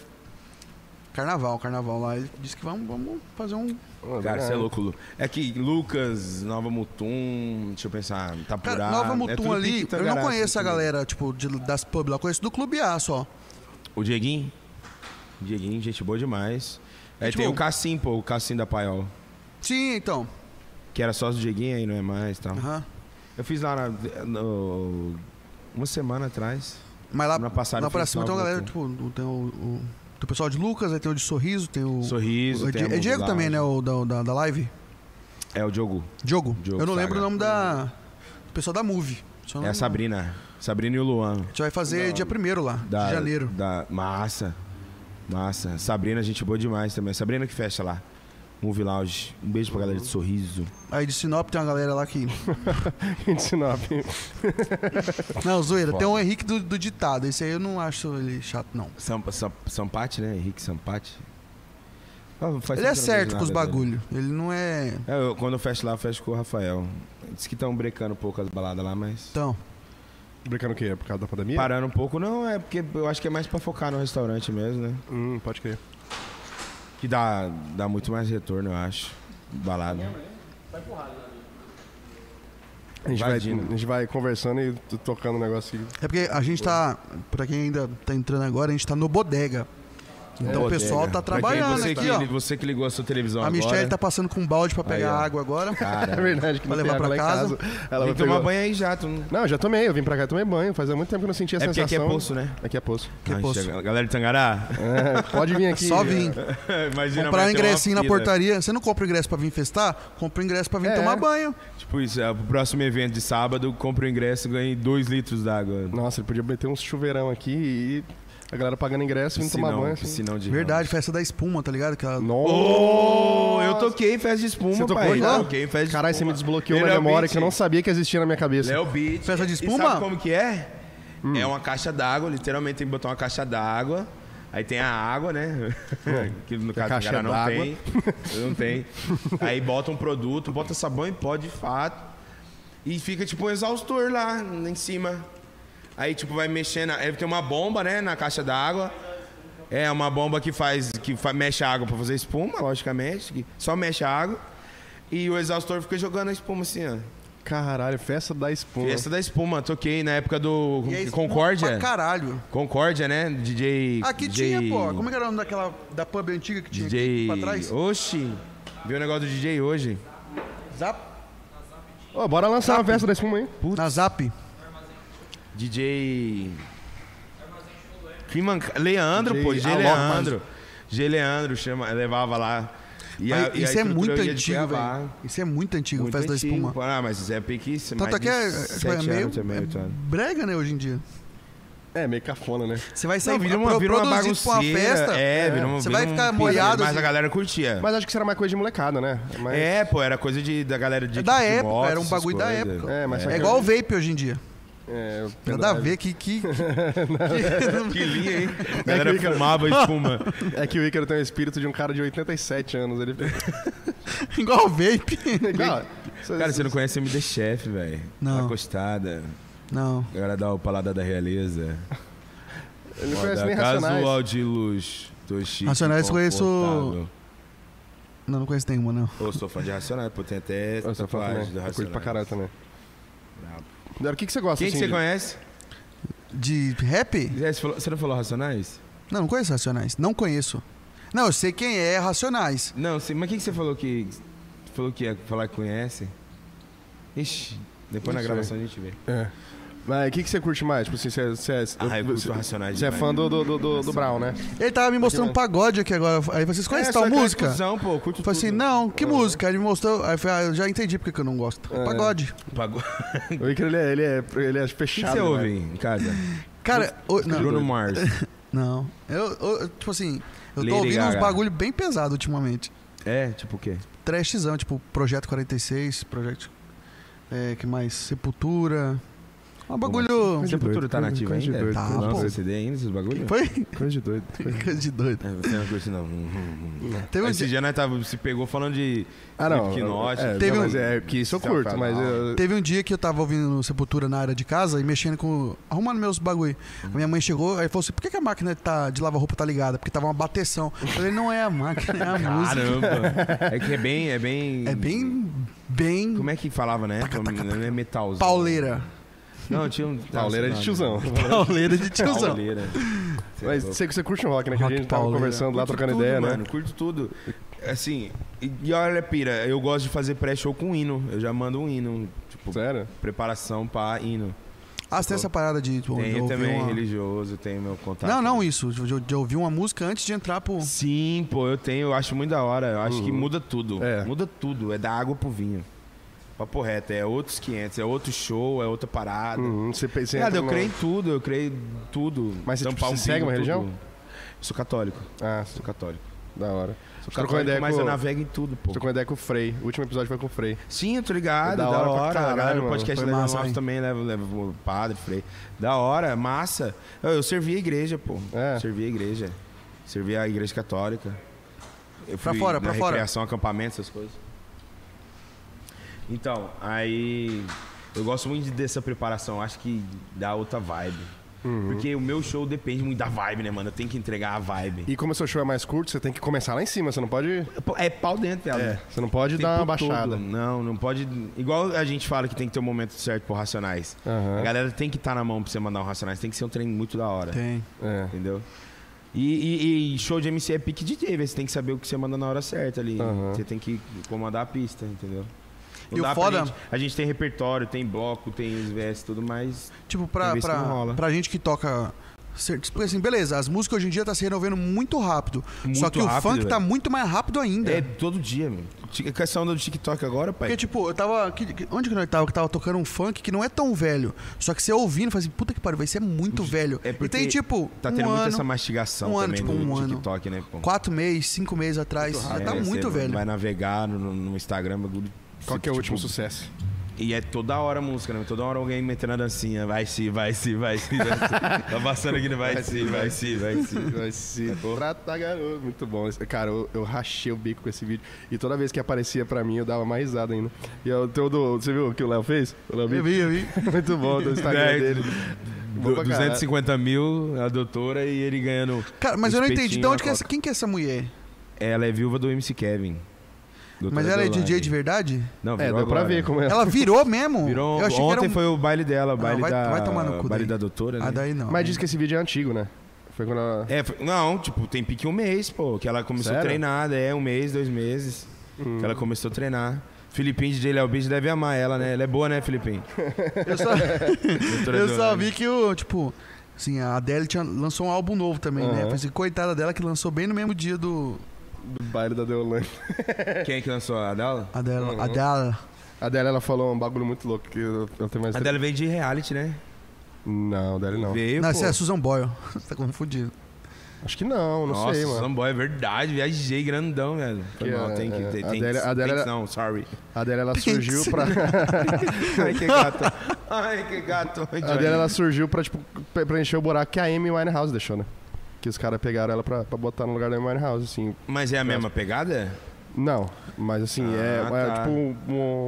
Speaker 2: Carnaval, carnaval lá. Ele disse que vamos, vamos fazer um.
Speaker 3: Cara, você é louco, Lu. É que Lucas, Nova Mutum, deixa eu pensar, Tapurá...
Speaker 2: Cara, Nova
Speaker 3: é
Speaker 2: Mutum
Speaker 3: tudo
Speaker 2: ali,
Speaker 3: pique
Speaker 2: eu não
Speaker 3: Tangará,
Speaker 2: conheço
Speaker 3: assim,
Speaker 2: a
Speaker 3: tudo.
Speaker 2: galera, tipo, de- das pub lá, eu conheço do Clube A só.
Speaker 3: O Dieguinho? Dieguinho, gente boa demais. Aí
Speaker 2: Gente
Speaker 3: tem
Speaker 2: boa.
Speaker 3: o Cassim, pô, o Cassim da Paiol.
Speaker 2: Sim, então.
Speaker 3: Que era só do Dieguinho aí, não é mais e tal.
Speaker 2: Aham.
Speaker 3: Eu fiz lá na, no- uma semana atrás.
Speaker 2: Mas lá,
Speaker 3: Semana passada
Speaker 2: lá
Speaker 3: eu
Speaker 2: pra
Speaker 3: fiz
Speaker 2: cima tem uma
Speaker 3: Nova
Speaker 2: galera, tipo,
Speaker 3: né?
Speaker 2: do- tem o, o- tem o pessoal de Lucas, aí tem o de Sorriso, tem o.
Speaker 3: Sorriso,
Speaker 2: o,
Speaker 3: tem
Speaker 2: Di-
Speaker 3: a
Speaker 2: É Diego
Speaker 3: Multilounge.
Speaker 2: também, né? O da, da, da live?
Speaker 3: É o Diogo.
Speaker 2: Diogo.
Speaker 3: Diogo
Speaker 2: eu não lembro o
Speaker 3: Saga.
Speaker 2: nome da. Do pessoal da Move. Só
Speaker 3: É
Speaker 2: não-
Speaker 3: a Sabrina. Sabrina e o Luan.
Speaker 2: A gente vai fazer dia 1 lá,
Speaker 3: Da,
Speaker 2: de janeiro.
Speaker 3: Da Massa. Massa. Sabrina, gente boa demais também. É Sabrina que fecha lá. Movie Lounge. Um beijo pra galera de Sorriso.
Speaker 2: Aí de Sinop tem uma galera lá que.
Speaker 1: Gente, Sinop.
Speaker 2: Não, zoeira, tem o Henrique do, do ditado. Esse aí eu não acho ele chato, não.
Speaker 3: Samp, Samp, Sampati, né? Henrique Sampati. Ah, faz
Speaker 2: Ele é
Speaker 3: tempo que eu não
Speaker 2: certo
Speaker 3: vejo
Speaker 2: com os
Speaker 3: nada dele.
Speaker 2: bagulho. Ele não é.
Speaker 3: É, eu- quando eu fecho lá, eu fecho com o Rafael. Diz que estão brecando um pouco as baladas lá, mas.
Speaker 2: Então.
Speaker 1: Brincando o quê? Por causa da pandemia?
Speaker 3: Parando um pouco, não, é porque eu acho que é mais pra focar no restaurante mesmo, né?
Speaker 1: Hum, pode crer.
Speaker 3: Que dá, dá muito mais retorno, eu acho. Balada.
Speaker 1: A gente, vai, a
Speaker 3: Imagina.
Speaker 1: gente vai conversando e t- tocando um negócio aqui.
Speaker 2: É porque a gente tá. Pra quem ainda tá entrando agora, a gente tá no bodega. Então o
Speaker 3: É. Bodega.
Speaker 2: pessoal tá
Speaker 3: Pra quem-
Speaker 2: trabalhando
Speaker 3: você
Speaker 2: aqui,
Speaker 3: que,
Speaker 2: ó.
Speaker 3: li- Você que ligou a sua televisão
Speaker 2: A
Speaker 3: agora.
Speaker 2: Michelle tá passando com um balde pra pegar
Speaker 3: ó.
Speaker 2: água agora.
Speaker 1: É verdade que
Speaker 2: Vai
Speaker 1: não tem
Speaker 2: levar
Speaker 1: água
Speaker 2: pra
Speaker 1: lá em Ela
Speaker 2: casa?
Speaker 3: Tem
Speaker 1: vai
Speaker 3: que tomar
Speaker 1: pegar-
Speaker 3: banho aí já. Tu... não-
Speaker 1: Não, eu já tomei. Eu vim pra cá e tomei banho. Faz muito tempo que eu não senti a
Speaker 3: É porque
Speaker 1: sensação.
Speaker 3: aqui é poço, né?
Speaker 1: Aqui é poço.
Speaker 2: Que
Speaker 3: Ah,
Speaker 2: poço.
Speaker 3: chega- Galera de Tangará,
Speaker 1: É, pode vir aqui.
Speaker 2: Só vim.
Speaker 3: imagina.
Speaker 2: Comprar
Speaker 3: vai
Speaker 2: um
Speaker 3: ter uma
Speaker 2: ingressinho na
Speaker 3: fila.
Speaker 2: portaria. Você não compra o ingresso pra vir festar? Compra o ingresso pra vir
Speaker 1: É.
Speaker 2: tomar banho.
Speaker 3: Tipo isso, é, pro próximo evento de sábado, compra o ingresso e ganha 2 litros d'água.
Speaker 1: Nossa, ele podia meter uns chuveirão aqui e a galera pagando ingresso e vindo tomar banho.
Speaker 3: Piscinão,
Speaker 1: Assim.
Speaker 3: piscinão de
Speaker 2: Verdade, festa da espuma, tá ligado? Aquela...
Speaker 3: Ô, Oh, eu toquei em festa de espuma,
Speaker 1: Você tocou
Speaker 3: pai.
Speaker 1: já?
Speaker 3: Toquei em festa de
Speaker 1: Caralho, você
Speaker 3: espuma.
Speaker 1: me
Speaker 3: é
Speaker 1: desbloqueou uma
Speaker 3: Léo
Speaker 1: memória
Speaker 3: Beat.
Speaker 1: que eu não sabia que existia na minha cabeça.
Speaker 3: Léo Beat.
Speaker 2: Festa de
Speaker 3: E
Speaker 2: espuma?
Speaker 3: sabe como que é? É uma caixa d'água, literalmente tem que botar uma caixa d'água. Aí tem a água, né? que no caso do
Speaker 1: caixa
Speaker 3: cara não
Speaker 1: d'água.
Speaker 3: tem. Não tem. Aí bota um produto, bota sabão em pó de fato. E fica tipo um exaustor lá, em cima. Aí tipo vai mexendo, aí tem uma bomba, né, na caixa d'água. É uma bomba que faz que fa- mexe a água pra fazer espuma, logicamente, que só mexe a água. E o exaustor fica jogando a espuma assim, ó.
Speaker 1: Caralho, festa da espuma.
Speaker 3: Festa da espuma, toquei na época do
Speaker 2: E é isso
Speaker 3: Concórdia.
Speaker 2: Pra caralho.
Speaker 3: Concórdia, né? DJ.
Speaker 2: Aqui
Speaker 3: DJ...
Speaker 2: tinha, pô. Como é que era o nome daquela da pub antiga que tinha
Speaker 3: DJ.
Speaker 2: aqui pra trás?
Speaker 3: Oxi, viu o negócio do DJ hoje?
Speaker 2: Zap?
Speaker 1: Ó, bora lançar uma festa da espuma aí.
Speaker 2: Na Zap.
Speaker 3: DJ. Que manca... Leandro,
Speaker 1: DJ
Speaker 3: pô,
Speaker 2: Ah,
Speaker 3: DJ
Speaker 1: Alok,
Speaker 3: Leandro. DJ Leandro chama, levava lá. E a-
Speaker 2: Mas
Speaker 3: e a
Speaker 2: isso é
Speaker 3: estrutura
Speaker 2: muito
Speaker 3: ia de
Speaker 2: antigo,
Speaker 3: Cuiabá.
Speaker 2: velho. Isso é muito antigo,
Speaker 3: Muito
Speaker 2: Festa
Speaker 3: antigo,
Speaker 2: da Espuma.
Speaker 3: pô. Ah, mas é piquíssimo.
Speaker 2: Tanto é que é, tipo, é meio
Speaker 3: Também, tá?
Speaker 2: é
Speaker 3: oito anos.
Speaker 2: brega, né, hoje em dia.
Speaker 1: É, meio cafona, né?
Speaker 2: Você vai sair
Speaker 3: Não, vira
Speaker 2: pro-
Speaker 3: uma, vira uma
Speaker 2: produzido pra tipo,
Speaker 3: bagunceira.
Speaker 2: uma festa,
Speaker 3: é, vira uma,
Speaker 2: você
Speaker 3: vira
Speaker 2: vai
Speaker 3: um
Speaker 2: ficar
Speaker 3: pique,
Speaker 2: molhado.
Speaker 3: Mas
Speaker 2: assim.
Speaker 3: a galera curtia.
Speaker 1: Mas acho que isso era mais coisa de molecada, né? Mas-
Speaker 3: É, pô, era coisa de, da galera de
Speaker 2: É da
Speaker 3: de
Speaker 2: época,
Speaker 3: moto,
Speaker 2: era um
Speaker 3: essas
Speaker 2: bagulho da
Speaker 3: coisas.
Speaker 2: época.
Speaker 1: É, mas só
Speaker 2: É
Speaker 1: que-
Speaker 2: igual o vape hoje em dia.
Speaker 1: É,
Speaker 2: Nada a ver que... que...
Speaker 3: Que linha, hein? A galera
Speaker 1: é Fica-
Speaker 3: fumava espuma.
Speaker 1: É que o Ícaro tem o espírito de um cara de 87 anos. Ele...
Speaker 2: igual o vape.
Speaker 1: Não,
Speaker 3: Cara, você não conhece MD Chef, velho.
Speaker 2: Não.
Speaker 3: Acostada.
Speaker 2: Não.
Speaker 3: A galera dá o Paladar da Realeza.
Speaker 1: ele não conhece
Speaker 3: Moda
Speaker 1: nem Racionais.
Speaker 3: casual de luz. Tô chique,
Speaker 2: Racionais eu conheço-
Speaker 3: confortável.
Speaker 2: Não, não conheço nenhuma, não.
Speaker 3: Pô, sou fã de Racionais, pô. Tem até
Speaker 1: Eu sou fã também.
Speaker 3: tatuagem do
Speaker 1: Eu
Speaker 3: Racionais.
Speaker 1: curto pra caralho também.
Speaker 3: Brabo.
Speaker 1: Dora, o que, que você gosta,
Speaker 3: Quem que
Speaker 1: assim,
Speaker 3: você
Speaker 1: de-
Speaker 3: conhece?
Speaker 2: De rap?
Speaker 3: Zé, Você, falou- você não falou Racionais?
Speaker 2: Não, não conheço Racionais. Não conheço. Não, eu sei quem é Racionais.
Speaker 3: Não, sim, mas quem que você falou que. Falou que ia falar que conhece? Ixi, depois na
Speaker 1: Não sei.
Speaker 3: gravação a gente vê.
Speaker 1: É. Mas o que, que você curte mais? Tipo assim, você, você,
Speaker 3: Ah, eu curto
Speaker 1: você-
Speaker 3: Racionais
Speaker 1: você é
Speaker 3: demais.
Speaker 1: fã do, do, do, do- do Brown, né?
Speaker 2: Ele tava me mostrando um pagode aqui agora. Aí
Speaker 1: É,
Speaker 2: vocês
Speaker 3: É,
Speaker 2: conhecem tal música? Eu
Speaker 3: Cusão, pô, eu curto
Speaker 2: falei assim,
Speaker 3: tudo.
Speaker 2: não, que
Speaker 1: Uhum.
Speaker 2: música? Aí ele me mostrou. Aí eu falei, ah, eu já entendi porque que eu não gosto.
Speaker 1: É.
Speaker 2: Pagode.
Speaker 3: Pagou. O
Speaker 1: O Iker, ele é, ele é, ele é
Speaker 3: que, que
Speaker 1: fechado.
Speaker 3: você
Speaker 1: né?
Speaker 3: ouve em casa?
Speaker 2: Cara, o- não,
Speaker 3: Bruno Mars.
Speaker 2: não. Eu, eu- tipo assim, eu
Speaker 3: Lady
Speaker 2: tô ouvindo uns
Speaker 3: Gaga.
Speaker 2: bagulho bem pesado ultimamente.
Speaker 3: É, tipo o quê?
Speaker 2: Trashzão, tipo Projeto 46, Projeto. É, que mais? Sepultura. Um bagulho.
Speaker 1: Coisa de
Speaker 3: Sepultura
Speaker 1: doido,
Speaker 3: tá
Speaker 1: coisa-
Speaker 3: nativa
Speaker 1: coisa de
Speaker 3: ainda?
Speaker 1: doido,
Speaker 2: Tá,
Speaker 1: coisa de
Speaker 2: pô.
Speaker 3: Lança
Speaker 1: doido.
Speaker 3: CD ainda, esses bagulhos?
Speaker 2: Foi?
Speaker 1: né? Coisa de doido. coisa de-
Speaker 2: Coisa de doido.
Speaker 3: Você não curte, não. Hum, hum, hum.
Speaker 2: Teve um
Speaker 3: Esse
Speaker 2: dia-
Speaker 3: dia nós tava, se pegou falando de
Speaker 1: Ah, não.
Speaker 3: hipnose.
Speaker 1: É,
Speaker 2: Teve
Speaker 1: não,
Speaker 2: um-
Speaker 1: mas é que isso eu curto, mas... eu-
Speaker 2: Teve um dia que eu tava ouvindo Sepultura na área de casa e mexendo com. arrumando meus bagulho. A minha mãe chegou aí falou assim: por que, que a máquina tá, de lavar roupa tá ligada? Porque tava uma bateção. Eu falei: não é a máquina, é a música.
Speaker 3: Caramba. é que é bem, é bem...
Speaker 2: É bem. bem.
Speaker 3: Como é que falava, né? Não é metalzão.
Speaker 2: pauleira.
Speaker 3: Não, tinha um...
Speaker 1: Pauleira de tiozão.
Speaker 2: Pauleira de tiozão.
Speaker 3: Pauleira. é
Speaker 1: Mas você, você curte um rock, né? Que
Speaker 2: Rock
Speaker 1: a gente tava
Speaker 2: pauleira.
Speaker 1: conversando lá,
Speaker 3: Curto
Speaker 1: trocando
Speaker 3: tudo,
Speaker 1: ideia,
Speaker 3: mano,
Speaker 1: né?
Speaker 3: Curto tudo. Assim, e, e olha, Pira, eu gosto de fazer pré-show com hino. Eu já mando um hino. Tipo,
Speaker 1: Sério?
Speaker 3: preparação pra hino.
Speaker 2: Ah, você tem essa parada de. de
Speaker 3: Tem
Speaker 2: ouvir
Speaker 3: também
Speaker 2: uma-
Speaker 3: religioso, tem meu contato.
Speaker 2: Não, não isso. De, de ouvir uma música antes de entrar pro.
Speaker 3: Sim, pô, eu tenho, eu acho muito da hora. Eu acho que muda tudo.
Speaker 1: É.
Speaker 3: Muda tudo. É da água pro vinho. Papo reto, é outros 500, é outro show, é outra parada.
Speaker 1: Uhum, você, você
Speaker 3: Cara,
Speaker 1: entra
Speaker 3: eu
Speaker 1: no-
Speaker 3: creio em tudo, eu creio em tudo.
Speaker 1: Mas você, tipo,
Speaker 3: Tampar
Speaker 1: você
Speaker 3: um
Speaker 1: segue
Speaker 3: bico,
Speaker 1: uma religião?
Speaker 3: tudo. Sou católico,
Speaker 1: Ah,
Speaker 3: sou católico.
Speaker 1: da hora.
Speaker 3: Sou
Speaker 1: Trocou ideia
Speaker 3: católico, mas
Speaker 1: com-
Speaker 3: eu navego em tudo, pô.
Speaker 1: Trocando ideia com o Frei. O último episódio foi com o Frei.
Speaker 3: Sim, eu tô ligado.
Speaker 1: Da
Speaker 3: Da,
Speaker 1: hora
Speaker 3: hora,
Speaker 1: pra
Speaker 3: a
Speaker 1: caralho,
Speaker 3: galera do
Speaker 1: mano.
Speaker 3: podcast
Speaker 2: Foi
Speaker 3: leva
Speaker 2: massa,
Speaker 3: nós
Speaker 2: hein?
Speaker 3: também, leva, leva o padre, freio. Da hora, massa. Eu, eu servi a igreja, pô.
Speaker 1: É.
Speaker 3: Servi a igreja. Servi a igreja católica. Eu
Speaker 2: Pra
Speaker 3: fui
Speaker 2: fora,
Speaker 3: na
Speaker 2: pra fora.
Speaker 3: recreação, acampamento, essas coisas. Então, aí... Eu gosto muito dessa preparação. Acho que dá outra vibe. Porque o meu show depende muito da vibe, né, mano? Eu tenho que entregar a vibe.
Speaker 1: E como o seu show é mais curto, você tem que começar lá em cima. Você não pode...
Speaker 3: É pau dentro dela.
Speaker 1: Você não pode
Speaker 3: Tempo
Speaker 1: dar uma
Speaker 3: todo.
Speaker 1: baixada.
Speaker 3: Não, não pode. Igual a gente fala que tem que ter um momento certo pro Racionais.
Speaker 1: Aham.
Speaker 3: A galera tem que estar na mão pra você mandar um Racionais. Tem que ser um treino muito da hora.
Speaker 2: Tem.
Speaker 1: É.
Speaker 3: Entendeu? E, e- e show de MC é pique DJ, velho. Você tem que saber o que você manda na hora certa ali.
Speaker 1: Aham.
Speaker 3: Você tem que comandar a pista, entendeu? Não
Speaker 2: E o
Speaker 3: dá pra
Speaker 2: foda-
Speaker 3: gente- a gente tem repertório, tem bloco, tem SVS e tudo mais.
Speaker 2: Tipo,
Speaker 3: Tem
Speaker 2: pra,
Speaker 3: vezes que não
Speaker 2: pra,
Speaker 3: rola.
Speaker 2: pra gente que toca. ser- Tipo assim, beleza, as músicas hoje em dia tá se renovando muito rápido. só
Speaker 3: Muito
Speaker 2: que o
Speaker 3: rápido,
Speaker 2: funk tá
Speaker 3: velho.
Speaker 2: muito mais rápido ainda.
Speaker 3: É todo dia, meu. Tic- Com essa onda do TikTok agora, pai.
Speaker 2: Porque, tipo, eu tava. que- que- onde que nós tava? Que tava tocando um funk que não é tão velho. Só que você ouvindo, fala assim, puta que pariu, vai ser muito velho.
Speaker 3: é
Speaker 2: e
Speaker 3: porque
Speaker 2: tem, tipo.
Speaker 3: tá
Speaker 2: um
Speaker 3: tendo
Speaker 2: ano,
Speaker 3: muito essa mastigação
Speaker 2: um ano,
Speaker 3: também
Speaker 2: tipo,
Speaker 3: do
Speaker 2: um ano.
Speaker 3: TikTok, né? pô?
Speaker 2: Quatro meses, cinco meses atrás. já tá
Speaker 3: É, você
Speaker 2: muito velho.
Speaker 3: Vai navegar no, no Instagram, bagulho.
Speaker 1: Qual que é o
Speaker 3: Tipo,
Speaker 1: último sucesso?
Speaker 3: E é toda hora a música, né? Toda hora alguém metendo a dancinha. Vai se, vai se, vai se, vai se. tá passando aqui, né? vai se, vai se, vai se.
Speaker 1: Vai se tratar, garoto. Muito bom. Esse- Cara, eu, eu rachei o bico com esse vídeo. E toda vez que aparecia pra mim, eu dava mais risada ainda. E eu, teu do, você viu o que o Léo fez? O Léo Bico?
Speaker 2: Eu vi, eu vi.
Speaker 1: Muito bom, do Instagram
Speaker 3: É,
Speaker 1: dele. Bom
Speaker 3: Du-
Speaker 1: pra caralho.
Speaker 3: 250 mil, a doutora, e ele ganhando.
Speaker 2: Cara, mas
Speaker 3: um
Speaker 2: eu não
Speaker 3: espetinho
Speaker 2: entendi. De onde
Speaker 3: na
Speaker 2: que é essa,
Speaker 3: Coca.
Speaker 2: quem que é essa mulher?
Speaker 3: Ela é viúva do MC Kevin. Doutora
Speaker 2: Mas ela é
Speaker 3: Adelaide.
Speaker 2: DJ de verdade?
Speaker 3: Não,
Speaker 1: É,
Speaker 3: virou
Speaker 1: deu pra
Speaker 3: agora.
Speaker 1: ver como é.
Speaker 2: Ela virou mesmo?
Speaker 3: Virou,
Speaker 2: Eu achei que
Speaker 3: ontem
Speaker 2: era um...
Speaker 3: foi o baile dela, o baile
Speaker 2: vai-
Speaker 3: da.
Speaker 2: vai tomar no cu
Speaker 3: baile
Speaker 2: daí.
Speaker 3: da doutora, né?
Speaker 2: Ah, daí não.
Speaker 1: Mas diz que esse vídeo é antigo, né? Foi quando ela...
Speaker 3: É, foi- não, tipo, tem pique um mês, pô, que ela começou
Speaker 1: Sério? Hum.
Speaker 3: a treinar, é um mês, dois meses. Que ela começou a treinar. Filipinho DJ Léo Beach deve amar ela, né? Ela é boa, né, Filipinho?
Speaker 2: Eu só,
Speaker 3: Doutora
Speaker 2: eu só
Speaker 3: Adelaide.
Speaker 2: vi que o, tipo... Assim, a Adele tinha- lançou um álbum novo também, né? Falei assim, coitada dela que lançou bem no mesmo dia do...
Speaker 1: Do baile da Deolane.
Speaker 3: Quem é que lançou a dela?
Speaker 2: Adele, Adele.
Speaker 1: A dela, ela falou um bagulho muito louco que eu, eu tenho mais...
Speaker 3: A dela veio de reality, né?
Speaker 1: Não, dela não.
Speaker 3: Veio.
Speaker 2: Não,
Speaker 3: pô.
Speaker 2: essa é a Susan Boyle. Você tá confundindo.
Speaker 1: Acho que não, não
Speaker 3: Nossa,
Speaker 1: sei, mano.
Speaker 3: Samboy, é verdade, viajei grandão, velho. Foi
Speaker 1: Que
Speaker 3: mal,
Speaker 1: a-
Speaker 3: tem que
Speaker 1: a
Speaker 3: ter. Tem,
Speaker 1: Adele- a
Speaker 3: tem
Speaker 1: Adele
Speaker 3: que-
Speaker 1: era-
Speaker 3: não, sorry.
Speaker 1: A dela, ela surgiu pra...
Speaker 3: Ai, que gato. Ai, que gato.
Speaker 1: A dela, ela surgiu pra, tipo, pre- preencher o buraco que a Amy Winehouse deixou, né? Que os caras pegaram ela pra, pra botar no lugar da Amy Winehouse, assim.
Speaker 3: Mas é a mesma pegada?
Speaker 1: Não, mas assim, é,
Speaker 3: Ah,
Speaker 1: é
Speaker 3: tá.
Speaker 1: tipo um,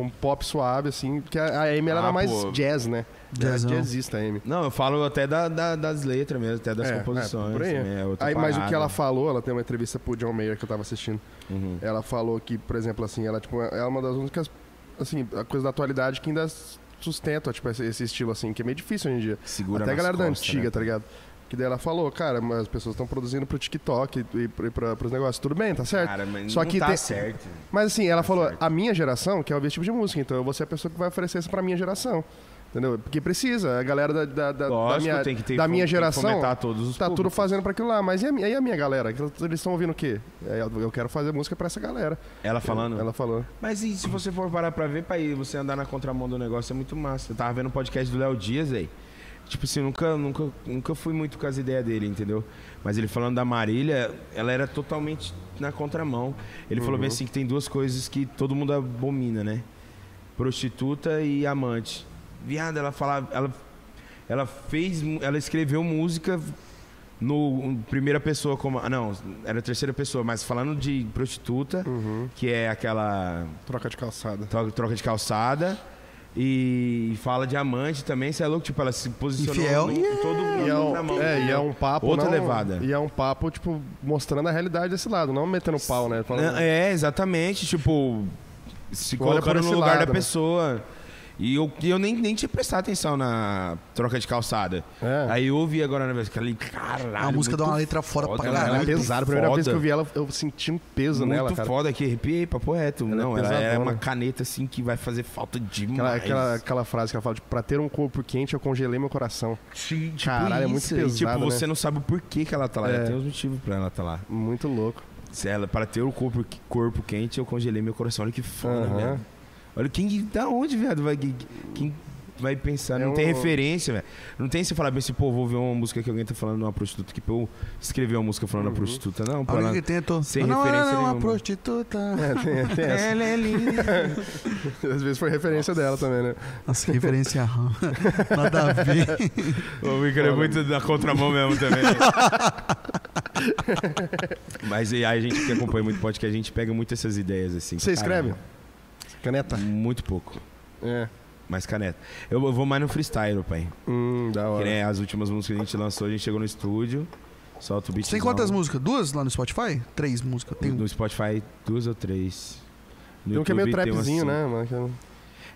Speaker 1: um pop suave, assim. Porque a a Amy, ela
Speaker 3: Ah,
Speaker 1: era mais
Speaker 3: pô.
Speaker 1: jazz, né? Ela era
Speaker 2: Jazzão.
Speaker 1: jazzista, a Amy.
Speaker 3: Não, eu falo até da- da- das letras mesmo, até das
Speaker 1: É,
Speaker 3: composições.
Speaker 1: é, por aí.
Speaker 3: também, é outra
Speaker 1: Aí, mas o que
Speaker 3: parada. Uhum.
Speaker 1: ela falou, ela tem uma entrevista pro John Mayer que eu tava assistindo. Ela falou que, por exemplo, assim, ela tipo, é uma das únicas, assim, a coisa da atualidade que ainda sustenta, tipo, esse, esse estilo, assim, que é meio difícil hoje em dia.
Speaker 3: Segura
Speaker 1: Até a
Speaker 3: nas
Speaker 1: galera da
Speaker 3: costas,
Speaker 1: antiga,
Speaker 3: né?
Speaker 1: tá ligado? Que daí ela falou, cara, mas as pessoas estão produzindo pro TikTok e, e pra, pra, pros negócios. Tudo bem, tá certo.
Speaker 3: Cara, mas
Speaker 1: Só
Speaker 3: não
Speaker 1: que
Speaker 3: tá
Speaker 1: tem-
Speaker 3: certo. Tá
Speaker 1: Mas assim, ela falou, a minha geração quer ouvir esse tipo de música, então eu vou ser a pessoa que vai oferecer isso pra minha geração. Entendeu? Porque precisa. A galera da, da, da, da
Speaker 3: Lógico,
Speaker 1: minha,
Speaker 3: tem que ter-
Speaker 1: da minha
Speaker 3: tem que
Speaker 1: geração
Speaker 3: fomentar todos os
Speaker 1: tá tudo
Speaker 3: públicos.
Speaker 1: fazendo pra aquilo lá. Mas e a, mi- e a minha galera? Que Eles estão ouvindo o quê? É, Eu eu quero fazer música pra essa galera.
Speaker 3: Ela Tá falando?
Speaker 1: Ela falou.
Speaker 3: Mas e se você for parar pra ver, pai, você andar na contramão do negócio é muito massa. Eu tava vendo o podcast do Léo Dias aí. Tipo assim, nunca, nunca, nunca fui muito com as ideias dele, entendeu? Mas ele falando da Marília, ela era totalmente na contramão. Ele falou bem
Speaker 1: Uhum.
Speaker 3: assim que tem duas coisas que todo mundo abomina, né? Prostituta e amante. Viado, ela falava. Ela, ela fez. mu- Ela escreveu música no um, primeira pessoa como. ah, Não, era terceira pessoa, mas falando de prostituta, que é aquela
Speaker 1: Uhum. Troca de calçada.
Speaker 3: tro- troca de calçada. E fala de amante também, você é louco? Tipo, ela se posicionou
Speaker 2: Infiel.
Speaker 3: no- em todo mundo
Speaker 1: E é,
Speaker 3: na
Speaker 1: um,
Speaker 3: mão.
Speaker 1: é, e é um papo.
Speaker 3: Outra
Speaker 1: não-
Speaker 3: levada.
Speaker 1: E é um papo, tipo, mostrando a realidade desse lado, não metendo pau, né? Falando-
Speaker 3: Não, É, exatamente. Tipo, se
Speaker 1: Olha por
Speaker 3: colocando no
Speaker 1: esse
Speaker 3: lugar
Speaker 1: lado,
Speaker 3: da
Speaker 1: né?
Speaker 3: pessoa. E eu, e eu nem, nem tinha prestado atenção na troca de calçada.
Speaker 1: É.
Speaker 3: Aí eu ouvi agora na vez que falei, caralho.
Speaker 2: A música dá
Speaker 3: muito
Speaker 2: É uma letra fora
Speaker 3: foda,
Speaker 2: pra
Speaker 3: né? ela-
Speaker 1: Ela é
Speaker 3: Caralho,
Speaker 2: caralho.
Speaker 1: pesada. A primeira
Speaker 3: foda.
Speaker 1: vez que eu vi ela, eu senti um peso
Speaker 3: Muito
Speaker 1: nela, cara.
Speaker 3: foda aqui, arrepiei, papo reto. não,
Speaker 1: é
Speaker 3: ela é
Speaker 1: pesadona.
Speaker 3: uma caneta assim que vai fazer falta
Speaker 1: Aquela,
Speaker 3: demais.
Speaker 1: aquela, aquela frase que ela fala, tipo, pra ter um corpo quente, eu congelei meu coração.
Speaker 3: Sim, tipo
Speaker 1: Caralho, é muito
Speaker 3: isso. E,
Speaker 1: pesado,
Speaker 3: Tipo,
Speaker 1: né?
Speaker 3: você não sabe o porquê que ela tá lá.
Speaker 1: É.
Speaker 3: Ela Tem uns motivos pra ela tá lá.
Speaker 1: Muito louco.
Speaker 3: Se ela, para ter o corpo, corpo quente, eu congelei meu coração. Olha que foda,
Speaker 1: Aham.
Speaker 3: velho. Olha quem. Da onde, viado? Vai, quem vai pensar?
Speaker 1: É
Speaker 3: Não tem
Speaker 1: um-
Speaker 3: referência, velho. Não tem você falar bem assim, pô, vou ver uma música que alguém tá falando de uma prostituta, que eu escrevi uma música
Speaker 1: Uhum.
Speaker 3: falando da prostituta. Não,
Speaker 2: A
Speaker 3: pô.
Speaker 2: única
Speaker 3: Ela...
Speaker 2: que tem é tô...
Speaker 3: né? sem
Speaker 2: não, não,
Speaker 3: referência
Speaker 2: não, uma
Speaker 3: nenhuma.
Speaker 2: prostituta.
Speaker 3: Ela é linda.
Speaker 1: Às vezes foi referência dela também, né?
Speaker 2: Nossa, que referência. Nada a ver.
Speaker 3: O Victor é muito da contramão mesmo também. Mas e aí a gente que acompanha muito podcast, a gente pega muito essas ideias assim.
Speaker 1: Você escreve?
Speaker 3: Caramba,
Speaker 1: Caneta?
Speaker 3: Tá. Muito pouco.
Speaker 1: É.
Speaker 3: Mais caneta. Eu, eu vou mais no freestyle, pai.
Speaker 1: Hum, da
Speaker 3: Que
Speaker 1: hora.
Speaker 3: nem as últimas músicas que a gente lançou, a gente chegou no estúdio, solta o beat.
Speaker 2: Você tem quantas músicas? Duas lá no Spotify? Três músicas. Tem
Speaker 3: No Spotify, duas ou três. No
Speaker 1: Tem um que é meio
Speaker 3: YouTube tem assim. umas
Speaker 1: trapzinho,
Speaker 3: cinco.
Speaker 1: né, mano?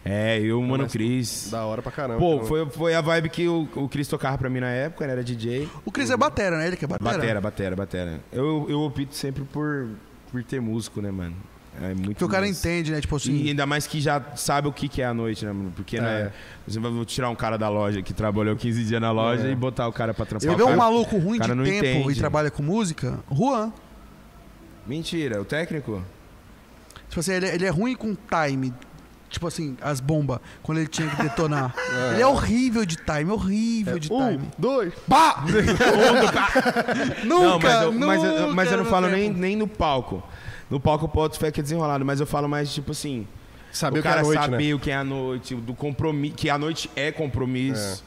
Speaker 1: Que é
Speaker 3: É, eu, o Mano
Speaker 1: mas-
Speaker 3: Cris.
Speaker 1: Da hora pra caramba.
Speaker 3: Pô,
Speaker 1: Então,
Speaker 3: foi, foi a vibe que o, o Cris tocava pra mim na época, né? Era DJ.
Speaker 2: O Cris é batera, né? Ele que é batera.
Speaker 3: Batera, batera, batera. Eu, eu opto sempre por, por ter músico, né, mano? É muito
Speaker 2: Porque o cara
Speaker 3: mais-
Speaker 2: entende, né? Tipo assim...
Speaker 3: E ainda mais que já sabe o que, que é a noite, né, mano? Porque, né,
Speaker 1: É.
Speaker 3: você vai vou tirar um cara da loja que trabalhou 15 dias na loja
Speaker 1: É.
Speaker 3: e botar o cara pra trampar.
Speaker 2: Você
Speaker 3: o
Speaker 2: vê um
Speaker 3: cara-
Speaker 2: maluco ruim
Speaker 3: o cara
Speaker 2: de
Speaker 3: não
Speaker 2: tempo
Speaker 3: entende.
Speaker 2: e trabalha com música? Juan.
Speaker 3: Mentira, o técnico?
Speaker 2: Tipo assim, ele, ele é ruim com time. Tipo assim, as bombas, quando ele tinha que detonar. Ele é horrível de time,
Speaker 3: É
Speaker 2: horrível de
Speaker 1: Um,
Speaker 2: time.
Speaker 1: dois.
Speaker 2: Bah! nunca,
Speaker 3: Um não, mas eu,
Speaker 2: nunca.
Speaker 3: mas eu- mas eu não
Speaker 2: no
Speaker 3: falo
Speaker 2: tempo.
Speaker 3: nem, nem no palco. No palco pode ficar que é desenrolado, mas eu falo mais, tipo assim...
Speaker 1: Saber
Speaker 3: o
Speaker 1: que é
Speaker 3: cara
Speaker 1: a noite,
Speaker 3: saber o que é a noite, do compromisso, que a noite é compromisso.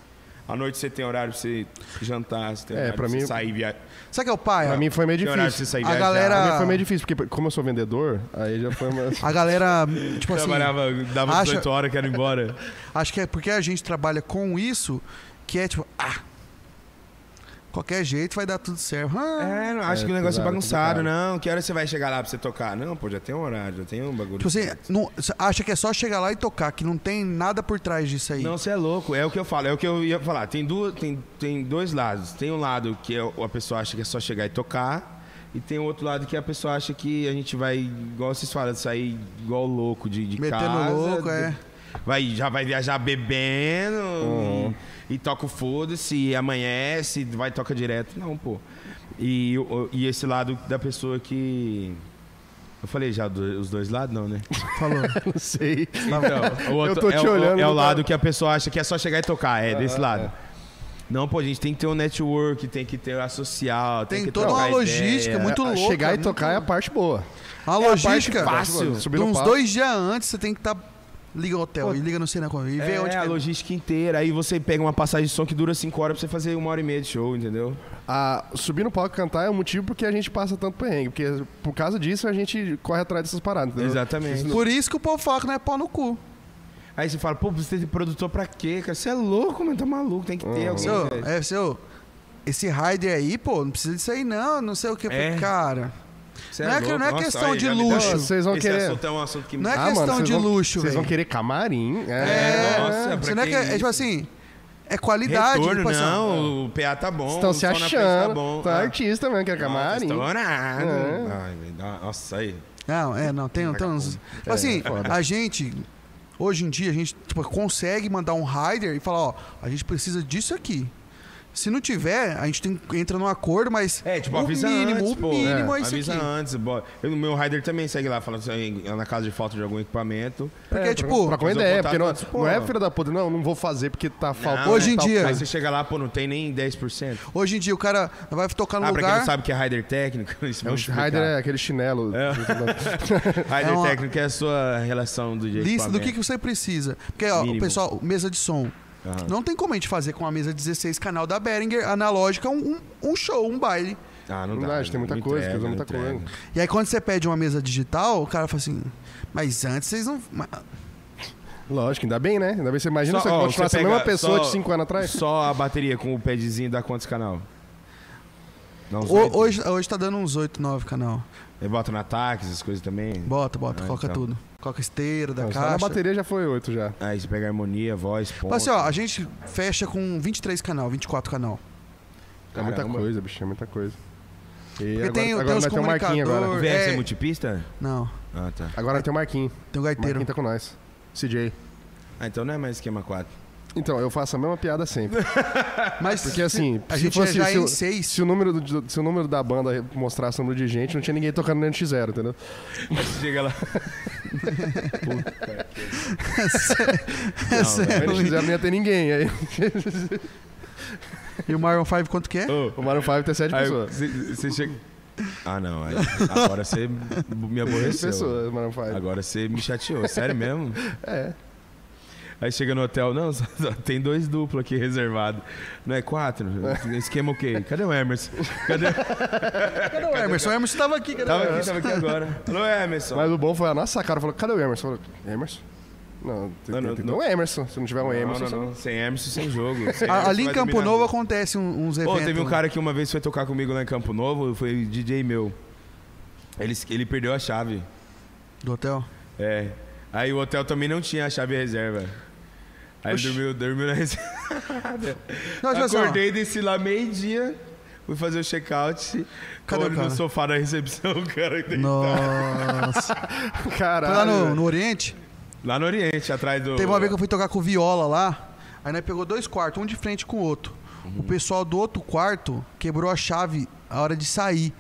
Speaker 3: À noite você tem horário pra você jantar, você tem
Speaker 1: É,
Speaker 3: horário
Speaker 1: pra
Speaker 3: pra você
Speaker 1: mim-
Speaker 3: sair viajar.
Speaker 2: Sabe que é o pai?
Speaker 1: Pra mim foi meio
Speaker 3: Tem horário Ah. pra você
Speaker 1: difícil.
Speaker 3: sair
Speaker 2: A
Speaker 3: viajar.
Speaker 2: galera-
Speaker 1: Pra mim foi meio difícil, porque como eu sou vendedor, aí já foi uma...
Speaker 2: A galera, tipo assim,
Speaker 3: Trabalhava, dava
Speaker 2: acha-
Speaker 3: 18 horas, quero ir embora.
Speaker 2: acho que é porque a gente trabalha com isso que é tipo, ah, Qualquer jeito vai dar tudo certo. Ah.
Speaker 3: É, não, acho
Speaker 1: É,
Speaker 3: que o negócio é
Speaker 1: cuidado,
Speaker 3: bagunçado,
Speaker 1: complicado.
Speaker 3: não. Que hora você vai chegar lá pra você tocar? Não, pô, já tem um horário, já tem um bagulho.
Speaker 2: Tipo assim, não- você acha que é só chegar lá e tocar, que não tem nada por trás disso aí.
Speaker 3: Não, você é louco. É o que eu falo, é o que eu ia falar. Tem, duas, tem, tem dois lados. Tem um lado que é- a pessoa acha que é só chegar e tocar. E tem o outro lado que a pessoa acha que a gente vai, igual vocês falam, sair igual louco de, de
Speaker 2: Metendo
Speaker 3: casa.
Speaker 2: louco,
Speaker 3: de-
Speaker 2: é.
Speaker 3: Vai, já vai viajar bebendo
Speaker 2: Uhum.
Speaker 3: e toca o foda-se, e amanhece, vai e toca direto. Não, pô. E, o- e esse lado da pessoa que. Eu falei já do- os dois lados, não, né?
Speaker 2: Falou.
Speaker 1: Não sei.
Speaker 3: Então, o outro-
Speaker 1: Eu tô
Speaker 3: é
Speaker 1: te
Speaker 3: o-
Speaker 1: olhando,
Speaker 3: É o
Speaker 1: não tá-
Speaker 3: lado que a pessoa acha que é só chegar e tocar, é desse lado. Não, pô, a gente tem que ter um network, tem que ter a social, tem,
Speaker 2: Tem
Speaker 3: que
Speaker 2: toda
Speaker 3: trocar
Speaker 2: uma
Speaker 3: ideia.
Speaker 2: logística muito
Speaker 1: É,
Speaker 2: louca.
Speaker 1: Chegar e
Speaker 3: né?
Speaker 2: muito-
Speaker 1: tocar é a parte boa.
Speaker 2: A logística.
Speaker 1: fácil.
Speaker 2: de
Speaker 1: Subir no
Speaker 2: uns
Speaker 1: palco.
Speaker 2: dois dias antes você tem que estar. liga o hotel e liga no Cena com e vê
Speaker 3: É,
Speaker 2: onde
Speaker 3: a
Speaker 2: que-
Speaker 3: logística inteira. Aí você pega uma passagem de som que dura cinco horas pra você fazer uma hora e meia de show, entendeu?
Speaker 1: Ah, subir no palco e cantar é o motivo porque a gente passa tanto perrengue. Porque por causa disso a gente corre atrás dessas paradas. entendeu?
Speaker 3: Exatamente.
Speaker 2: Por isso que o povo fala que não é pau no cu.
Speaker 3: Aí você fala, pô, você tem produtor pra quê, cara? Você é louco, mano, tá maluco, tem que ter alguém.
Speaker 2: Seu,
Speaker 3: velho.
Speaker 2: é, seu, esse rider aí, pô, não precisa disso aí não, não sei o que.
Speaker 3: É.
Speaker 2: Cara,
Speaker 3: Você
Speaker 2: não é que-
Speaker 3: louco.
Speaker 2: não é questão
Speaker 3: aí,
Speaker 2: de
Speaker 3: já me deu-
Speaker 2: luxo.
Speaker 1: Vocês vão
Speaker 3: Esse
Speaker 1: querer-
Speaker 3: assunto é um assunto que me-
Speaker 2: Não é
Speaker 1: Ah,
Speaker 2: questão
Speaker 1: vocês
Speaker 2: de
Speaker 1: vão-
Speaker 2: luxo,
Speaker 1: Vocês
Speaker 2: velho.
Speaker 1: vão querer camarim? É.
Speaker 3: É, nossa, pra
Speaker 2: você não é
Speaker 3: que
Speaker 2: que, é,
Speaker 3: isso?
Speaker 2: tipo assim, é qualidade.
Speaker 3: Retorno,
Speaker 2: tipo assim,
Speaker 3: não, o PA tá bom.
Speaker 1: Estão
Speaker 3: o
Speaker 1: se
Speaker 3: som na frente
Speaker 1: achando.
Speaker 3: Tá bom.
Speaker 1: Tá
Speaker 3: Ah.
Speaker 1: artista mesmo, que é camarim.
Speaker 3: Estourado.
Speaker 1: É.
Speaker 3: Ai, velho, dá- nossa, aí.
Speaker 2: Não, é, não, tem, tem uns...
Speaker 3: É,
Speaker 2: Tipo assim, a gente, hoje em dia, a gente tipo, consegue mandar um rider e falar, ó, a gente precisa disso aqui. Se não tiver, a gente tem, entra num acordo, mas
Speaker 3: É, tipo,
Speaker 2: o
Speaker 3: avisa
Speaker 2: mínimo,
Speaker 3: antes,
Speaker 2: o
Speaker 3: pô.
Speaker 2: mínimo é,
Speaker 3: É,
Speaker 2: isso
Speaker 3: avisa
Speaker 2: aqui.
Speaker 3: antes. bo- Eu, no meu rider também segue lá, falando assim, na casa de falta de algum equipamento.
Speaker 2: Porque,
Speaker 1: É,
Speaker 2: tipo,
Speaker 1: troca uma
Speaker 3: fazer o
Speaker 1: ideia,
Speaker 3: contato
Speaker 1: porque não,
Speaker 3: antes, pô.
Speaker 1: não é filha da puta, não, não vou fazer porque tá faltando.
Speaker 2: hoje em
Speaker 1: tal
Speaker 2: dia-
Speaker 1: coisa.
Speaker 3: Aí você chega lá, pô, não tem nem 10%.
Speaker 2: hoje em dia o cara vai tocar no
Speaker 3: Ah, pra quem
Speaker 2: lugar...
Speaker 3: não sabe o que é rider técnico, isso
Speaker 1: Um É, O Rider é aquele chinelo.
Speaker 3: Rider
Speaker 2: É uma-
Speaker 3: técnico é a sua relação do dia
Speaker 2: lista do que,
Speaker 3: equipamento.
Speaker 2: que você precisa. Porque, ó, o
Speaker 3: Mínimo.
Speaker 2: pessoal, mesa de som. Não tem como a gente fazer com a mesa 16 canal da Behringer analógica um, um um show, um baile.
Speaker 3: Ah, não
Speaker 1: Não
Speaker 3: dá.
Speaker 1: dá, a gente tem
Speaker 3: não
Speaker 1: muita coisa,
Speaker 3: entrega,
Speaker 1: tem muita
Speaker 3: não entrega.
Speaker 1: coisa.
Speaker 2: E aí quando você pede uma mesa digital, o cara fala assim, mas antes vocês não. ma-
Speaker 1: Lógico, ainda bem, né? Ainda bem você imagina se
Speaker 3: ó,
Speaker 1: eu continuasse a
Speaker 3: pega
Speaker 1: mesma pessoa
Speaker 3: só-
Speaker 1: de 5 anos atrás.
Speaker 3: Só a bateria com o padzinho dá quantos canal? Dá uns
Speaker 1: né?
Speaker 3: oito?
Speaker 2: Ho- Hoje, hoje tá dando uns 8, 9 canal.
Speaker 3: Eu boto no ataque, essas coisas também.
Speaker 2: Bota, bota,
Speaker 3: Ah,
Speaker 2: coloca
Speaker 3: então.
Speaker 2: tudo. Coloca esteira da
Speaker 1: Não, só Tá, na
Speaker 2: caixa.
Speaker 1: bateria já foi 8 já.
Speaker 3: Aí você pega harmonia, voz, ponto.
Speaker 2: Fala assim, ó, a gente fecha com 23 canal, 24 canal.
Speaker 1: É muita
Speaker 3: Caramba.
Speaker 1: coisa, bicho, é muita coisa. E
Speaker 2: Porque
Speaker 1: agora,
Speaker 2: tem- tem
Speaker 1: agora
Speaker 2: os
Speaker 1: nós temos o Marquinho agora. né?
Speaker 2: comunicador.
Speaker 3: O VS é...
Speaker 2: é-
Speaker 3: multipista?
Speaker 2: Não,
Speaker 3: Ah, tá.
Speaker 1: Agora tem o Marquinho.
Speaker 2: tem o
Speaker 1: O
Speaker 2: gaiteiro.
Speaker 1: Marquinho tá com nós. CJ.
Speaker 3: Ah, então não é mais esquema 4.
Speaker 1: Então, eu faço a mesma piada sempre.
Speaker 2: Mas
Speaker 1: Porque assim,
Speaker 2: a
Speaker 1: se
Speaker 2: gente
Speaker 1: fosse-
Speaker 2: já
Speaker 1: se
Speaker 2: é em
Speaker 1: o-
Speaker 2: 6.
Speaker 1: se o, número do- se o número da banda mostrasse o número de gente, não tinha ninguém tocando no NX0, entendeu?
Speaker 3: Chega lá. É
Speaker 1: No NX0 não ia ter ninguém. Aí,
Speaker 2: E o Mario 5 quanto que é?
Speaker 1: o Mario 5 tem 7
Speaker 3: Aí
Speaker 1: pessoas.
Speaker 3: você chega. Ah, não. aí- agora você me
Speaker 1: Seis
Speaker 3: aborreceu.
Speaker 1: pessoas, Mario 5.
Speaker 3: Agora você me chateou. Sério mesmo?
Speaker 1: É.
Speaker 3: Aí chega no hotel, não, só- só tem dois duplos aqui reservado. Não é quatro? Esquema o quê? Cadê o Emerson? Cadê?
Speaker 2: Cadê o Emerson? O Emerson tava aqui, cadê
Speaker 3: Tava
Speaker 2: o
Speaker 3: aqui,
Speaker 2: Emerson?
Speaker 3: tava aqui agora. Alô, Emerson.
Speaker 1: Mas o bom foi a nossa cara. Falou, cadê o Emerson? Falou, Emerson? Não, tem,
Speaker 3: Não,
Speaker 1: tem-
Speaker 3: não,
Speaker 1: tem que ter
Speaker 3: não.
Speaker 1: um Emerson. Se não
Speaker 2: é
Speaker 1: tiver um Emerson,
Speaker 3: não,
Speaker 1: você
Speaker 3: não, não. Sem Emerson, sem jogo. Sem
Speaker 2: A-
Speaker 3: Emerson
Speaker 2: Ali em
Speaker 3: vai
Speaker 2: Campo
Speaker 3: dominar
Speaker 2: Novo
Speaker 3: tudo.
Speaker 2: acontece um- uns
Speaker 3: Pô,
Speaker 2: eventos.
Speaker 3: teve um
Speaker 2: né?
Speaker 3: cara que uma vez foi tocar comigo lá em Campo Novo, foi DJ meu. Ele, ele perdeu a chave.
Speaker 2: Do hotel?
Speaker 3: É. Aí o hotel também não tinha a chave reserva. Aí ele dormiu, dormiu na reserva.
Speaker 2: Não, tipo assim, ó,
Speaker 3: Acordei, desci lá meio-dia, fui fazer o check-out.
Speaker 2: Cadê
Speaker 3: olho
Speaker 2: o cara?
Speaker 3: no sofá da recepção, o cara. deitado.
Speaker 2: Nossa.
Speaker 3: Tá.
Speaker 1: não.
Speaker 2: Foi lá
Speaker 1: Caralho.
Speaker 2: no,
Speaker 1: velho.
Speaker 2: no Oriente.
Speaker 3: Lá no Oriente, atrás do.
Speaker 2: Teve uma vez que eu fui tocar com viola lá. Aí nós pegou dois quartos, um de frente com o outro. O
Speaker 3: Uhum.
Speaker 2: pessoal do outro quarto quebrou a chave a hora de sair.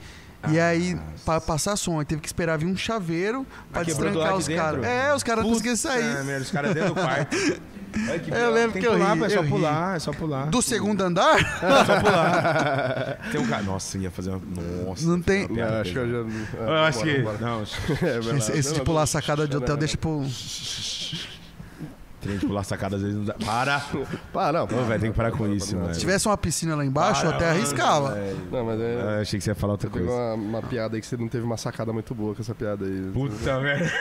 Speaker 2: E
Speaker 3: Ah,
Speaker 2: aí, pra passar som, aí teve que esperar vir um chaveiro pra
Speaker 3: quebrou do
Speaker 2: destrancar
Speaker 3: lado
Speaker 2: os
Speaker 3: de
Speaker 2: caras.
Speaker 3: dentro?
Speaker 2: É, os caras não conseguiam
Speaker 3: Ah,
Speaker 2: sair.
Speaker 3: merda, os caras dentro do quarto. Olha que
Speaker 2: Eu lembro
Speaker 3: Tem
Speaker 2: que eu
Speaker 3: pular,
Speaker 2: ri,
Speaker 3: pô, É
Speaker 2: eu
Speaker 3: só
Speaker 2: ri.
Speaker 3: pular, é só pular.
Speaker 2: Do segundo
Speaker 3: Tá,
Speaker 2: andar?
Speaker 3: Tem um cara. Nossa, ia fazer uma. Nossa.
Speaker 2: Não tem-
Speaker 3: ia fazer uma piada
Speaker 1: Não, É, acho que eu
Speaker 3: pesada.
Speaker 1: já.
Speaker 3: Eu acho que.
Speaker 1: Bora, bora.
Speaker 3: Não,
Speaker 1: É, vai lá.
Speaker 2: Esse,
Speaker 3: tá
Speaker 2: esse de pular a sacada de
Speaker 3: é
Speaker 2: hotel deixa um- pro.
Speaker 3: trem de pular sacada às vezes não dá. Para!
Speaker 1: Pá, Ah, não.
Speaker 3: Ô, velho, tem que parar com isso, né? mano.
Speaker 2: Se tivesse uma piscina lá embaixo, eu até arriscava.
Speaker 1: Não, mas é.
Speaker 3: Ah, achei que você ia falar outra
Speaker 1: Teve
Speaker 3: coisa.
Speaker 1: uma, uma piada aí que você não teve uma sacada muito boa com essa piada aí.
Speaker 2: Então,
Speaker 3: Puta merda.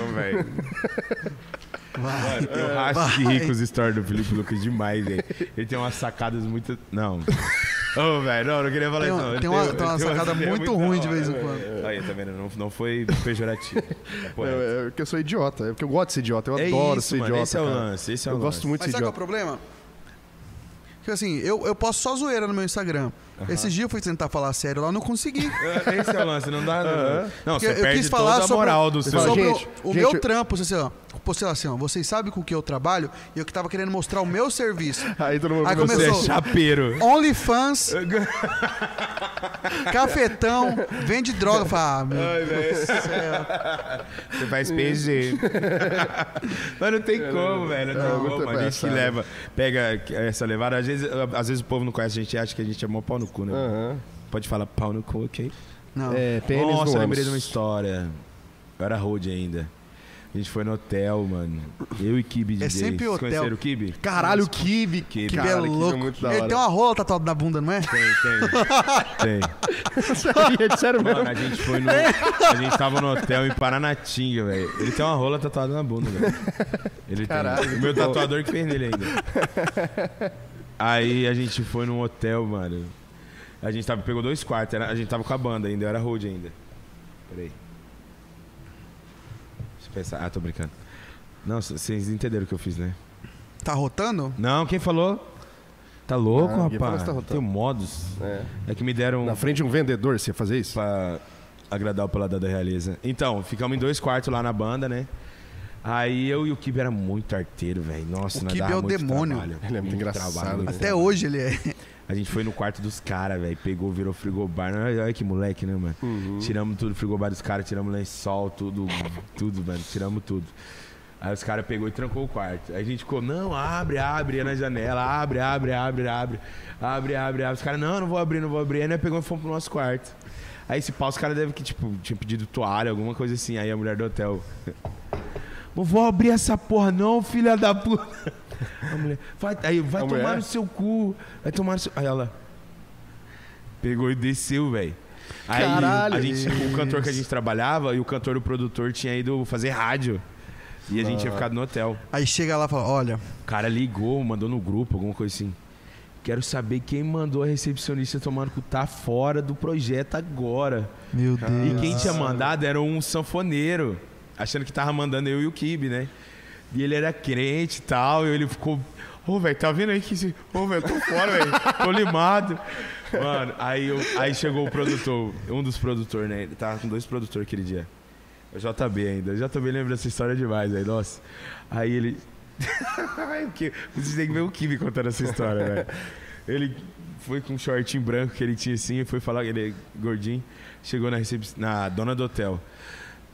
Speaker 3: Ô, velho.
Speaker 2: É, Vai.
Speaker 3: Eu acho que rico os stories do Felipe Lucas demais, velho. Ele tem umas sacadas muito. Não. Ô, velho, não, não queria falar
Speaker 2: Tem
Speaker 3: isso.
Speaker 2: uma-
Speaker 3: não. Ele
Speaker 2: tem uma- tem uma
Speaker 3: ele
Speaker 2: sacada
Speaker 3: ideia
Speaker 2: muito
Speaker 3: da
Speaker 2: ruim
Speaker 3: hora,
Speaker 2: de vez em
Speaker 3: velho.
Speaker 2: quando.
Speaker 3: Aí, tá vendo? Não, não foi pejorativo. É correto.
Speaker 1: É, é porque eu sou idiota. É porque eu gosto de ser idiota. Eu
Speaker 3: É
Speaker 1: adoro
Speaker 3: isso,
Speaker 1: ser
Speaker 3: mano,
Speaker 1: idiota.
Speaker 3: esse é o
Speaker 1: cara.
Speaker 3: lance, esse é o
Speaker 1: Eu gosto
Speaker 3: lance.
Speaker 1: muito de
Speaker 2: Mas
Speaker 1: ser
Speaker 2: sabe qual é o
Speaker 1: idiota.
Speaker 2: problema? Que assim, eu, eu posso só zoeira no meu Instagram. Esses dias eu fui tentar falar sério lá, eu não consegui.
Speaker 3: É, Esse é o lance, não dá. Não, não
Speaker 2: Porque
Speaker 3: você
Speaker 2: eu
Speaker 3: perde
Speaker 2: quis falar
Speaker 3: toda a moral
Speaker 2: sobre,
Speaker 3: do seu.
Speaker 1: Fala,
Speaker 2: sobre
Speaker 1: gente,
Speaker 2: o, o
Speaker 1: gente,
Speaker 2: meu
Speaker 1: eu-
Speaker 2: trampo, assim, ó. Postei lá assim, ó, vocês sabem com o que eu trabalho? E eu que tava querendo mostrar o meu serviço.
Speaker 1: Aí todo mundo
Speaker 2: Aí
Speaker 1: começou-
Speaker 3: Você é
Speaker 2: começou.
Speaker 3: chapeiro.
Speaker 2: OnlyFans, cafetão, vende droga. Eu falei, ah, meu Deus do céu.
Speaker 3: Você faz PG. Mas não
Speaker 2: É,
Speaker 3: tem como, velho. Não,
Speaker 1: muito
Speaker 3: tem como. A gente que
Speaker 1: engraçado.
Speaker 3: leva, pega essa levada. Às vezes, às vezes o povo não conhece a gente e acha que a gente é mó pau no cu, né?
Speaker 1: Aham.
Speaker 3: Pode falar pau no cu, ok?
Speaker 2: Não.
Speaker 1: É, pênis
Speaker 3: Nossa,
Speaker 1: no
Speaker 3: eu lembrei de uma
Speaker 1: ânus.
Speaker 3: história. Eu era road ainda. A gente foi no hotel, mano. Eu e Kibi DJ.
Speaker 2: É sempre
Speaker 3: Vocês
Speaker 2: hotel.
Speaker 3: Conheceram o Kibi?
Speaker 1: Caralho, o Kibe.
Speaker 3: Kibe.
Speaker 2: Que
Speaker 1: Caralho,
Speaker 2: belo
Speaker 1: Kibe é
Speaker 2: louco.
Speaker 1: muito da
Speaker 2: Ele
Speaker 1: hora.
Speaker 2: tem uma rola tatuada na bunda, não é?
Speaker 3: Tem, tem. tem.
Speaker 1: Sério, É sério mesmo.
Speaker 3: Mano, a gente foi
Speaker 1: É.
Speaker 3: no. A gente tava no hotel em Paranatinga, velho. Ele tem uma rola tatuada na bunda, velho. Ele tem. O meu tatuador que fez nele ainda. Aí a gente foi num hotel, mano. A gente tava, pegou dois quartos, era- a gente tava com a banda ainda, eu era road ainda. Peraí. Deixa eu pensar. Ah, tô brincando. Não, c- vocês entenderam o que eu fiz, né?
Speaker 2: Tá rotando?
Speaker 3: Não, quem falou? Tá louco,
Speaker 1: Não, ninguém falou
Speaker 3: rapaz?
Speaker 1: que tá
Speaker 3: tem
Speaker 1: rotando.
Speaker 3: modos.
Speaker 1: É.
Speaker 3: É que me deram.
Speaker 1: Na frente de um vendedor, você ia fazer isso?
Speaker 3: Pra agradar o Paladar da Realeza. Então, ficamos em dois quartos lá na banda, né? Aí eu e o Kibe era muito arteiro, velho. Nossa,
Speaker 2: O
Speaker 3: nós
Speaker 2: Kibe
Speaker 3: dava
Speaker 2: é o
Speaker 3: muito
Speaker 2: demônio.
Speaker 3: trabalho.
Speaker 1: Ele é muito engraçado,
Speaker 3: trabalho,
Speaker 1: né?
Speaker 3: muito
Speaker 2: Até hoje ele é.
Speaker 3: a gente foi no quarto dos caras, velho. Pegou, virou frigobar. Olha, olha que moleque, né, mano? Tiramos tudo, frigobar dos caras, tiramos lençol, tudo, tudo, mano. Tiramos tudo. Aí os caras pegou e trancou o quarto. Aí a gente ficou, não, abre, abre, é na janela, abre, abre, abre, abre, abre, abre, abre. Os caras, não, não vou abrir, não vou abrir. Aí nós pegamos e fomos pro nosso quarto. Aí esse pau, os caras devem que, tipo, tinha pedido toalha, alguma coisa assim. Aí a mulher do hotel. Não vou abrir essa porra, não, filha da puta. A mulher, vai, aí, vai
Speaker 1: A
Speaker 3: tomar
Speaker 1: mulher? é?
Speaker 3: no seu cu. Vai tomar no seu. Aí ela. Pegou e desceu, velho. Aí
Speaker 1: Caralho.
Speaker 3: a gente, o cantor que a gente trabalhava e o cantor do produtor tinha ido fazer rádio. E a gente
Speaker 1: Ah.
Speaker 3: tinha ficado no hotel.
Speaker 2: Aí chega lá e fala, olha,
Speaker 3: O cara ligou, mandou no grupo, alguma coisa assim. Quero saber quem mandou a recepcionista tomar no cu. Tá fora do projeto agora.
Speaker 2: meu
Speaker 3: E
Speaker 2: Deus.
Speaker 3: quem tinha mandado era um sanfoneiro, achando que tava mandando eu e o Kibe, né? E ele era crente e tal, e ele ficou. Ô, velho, tá vendo aí que. esse- Ô, velho, tô fora, velho. Tô limado. Mano, aí, eu- aí chegou o produtor, um dos produtores, né? Ele tava com dois produtores aquele dia. O JB ainda. O JB lembra dessa história demais, velho. Nossa. Aí ele. Ai, o Ki- Vocês têm que ver o Kibe contando essa história, velho. Ele foi com um shortinho branco que ele tinha assim e foi falar que ele é gordinho. Chegou na, recep- na dona do hotel.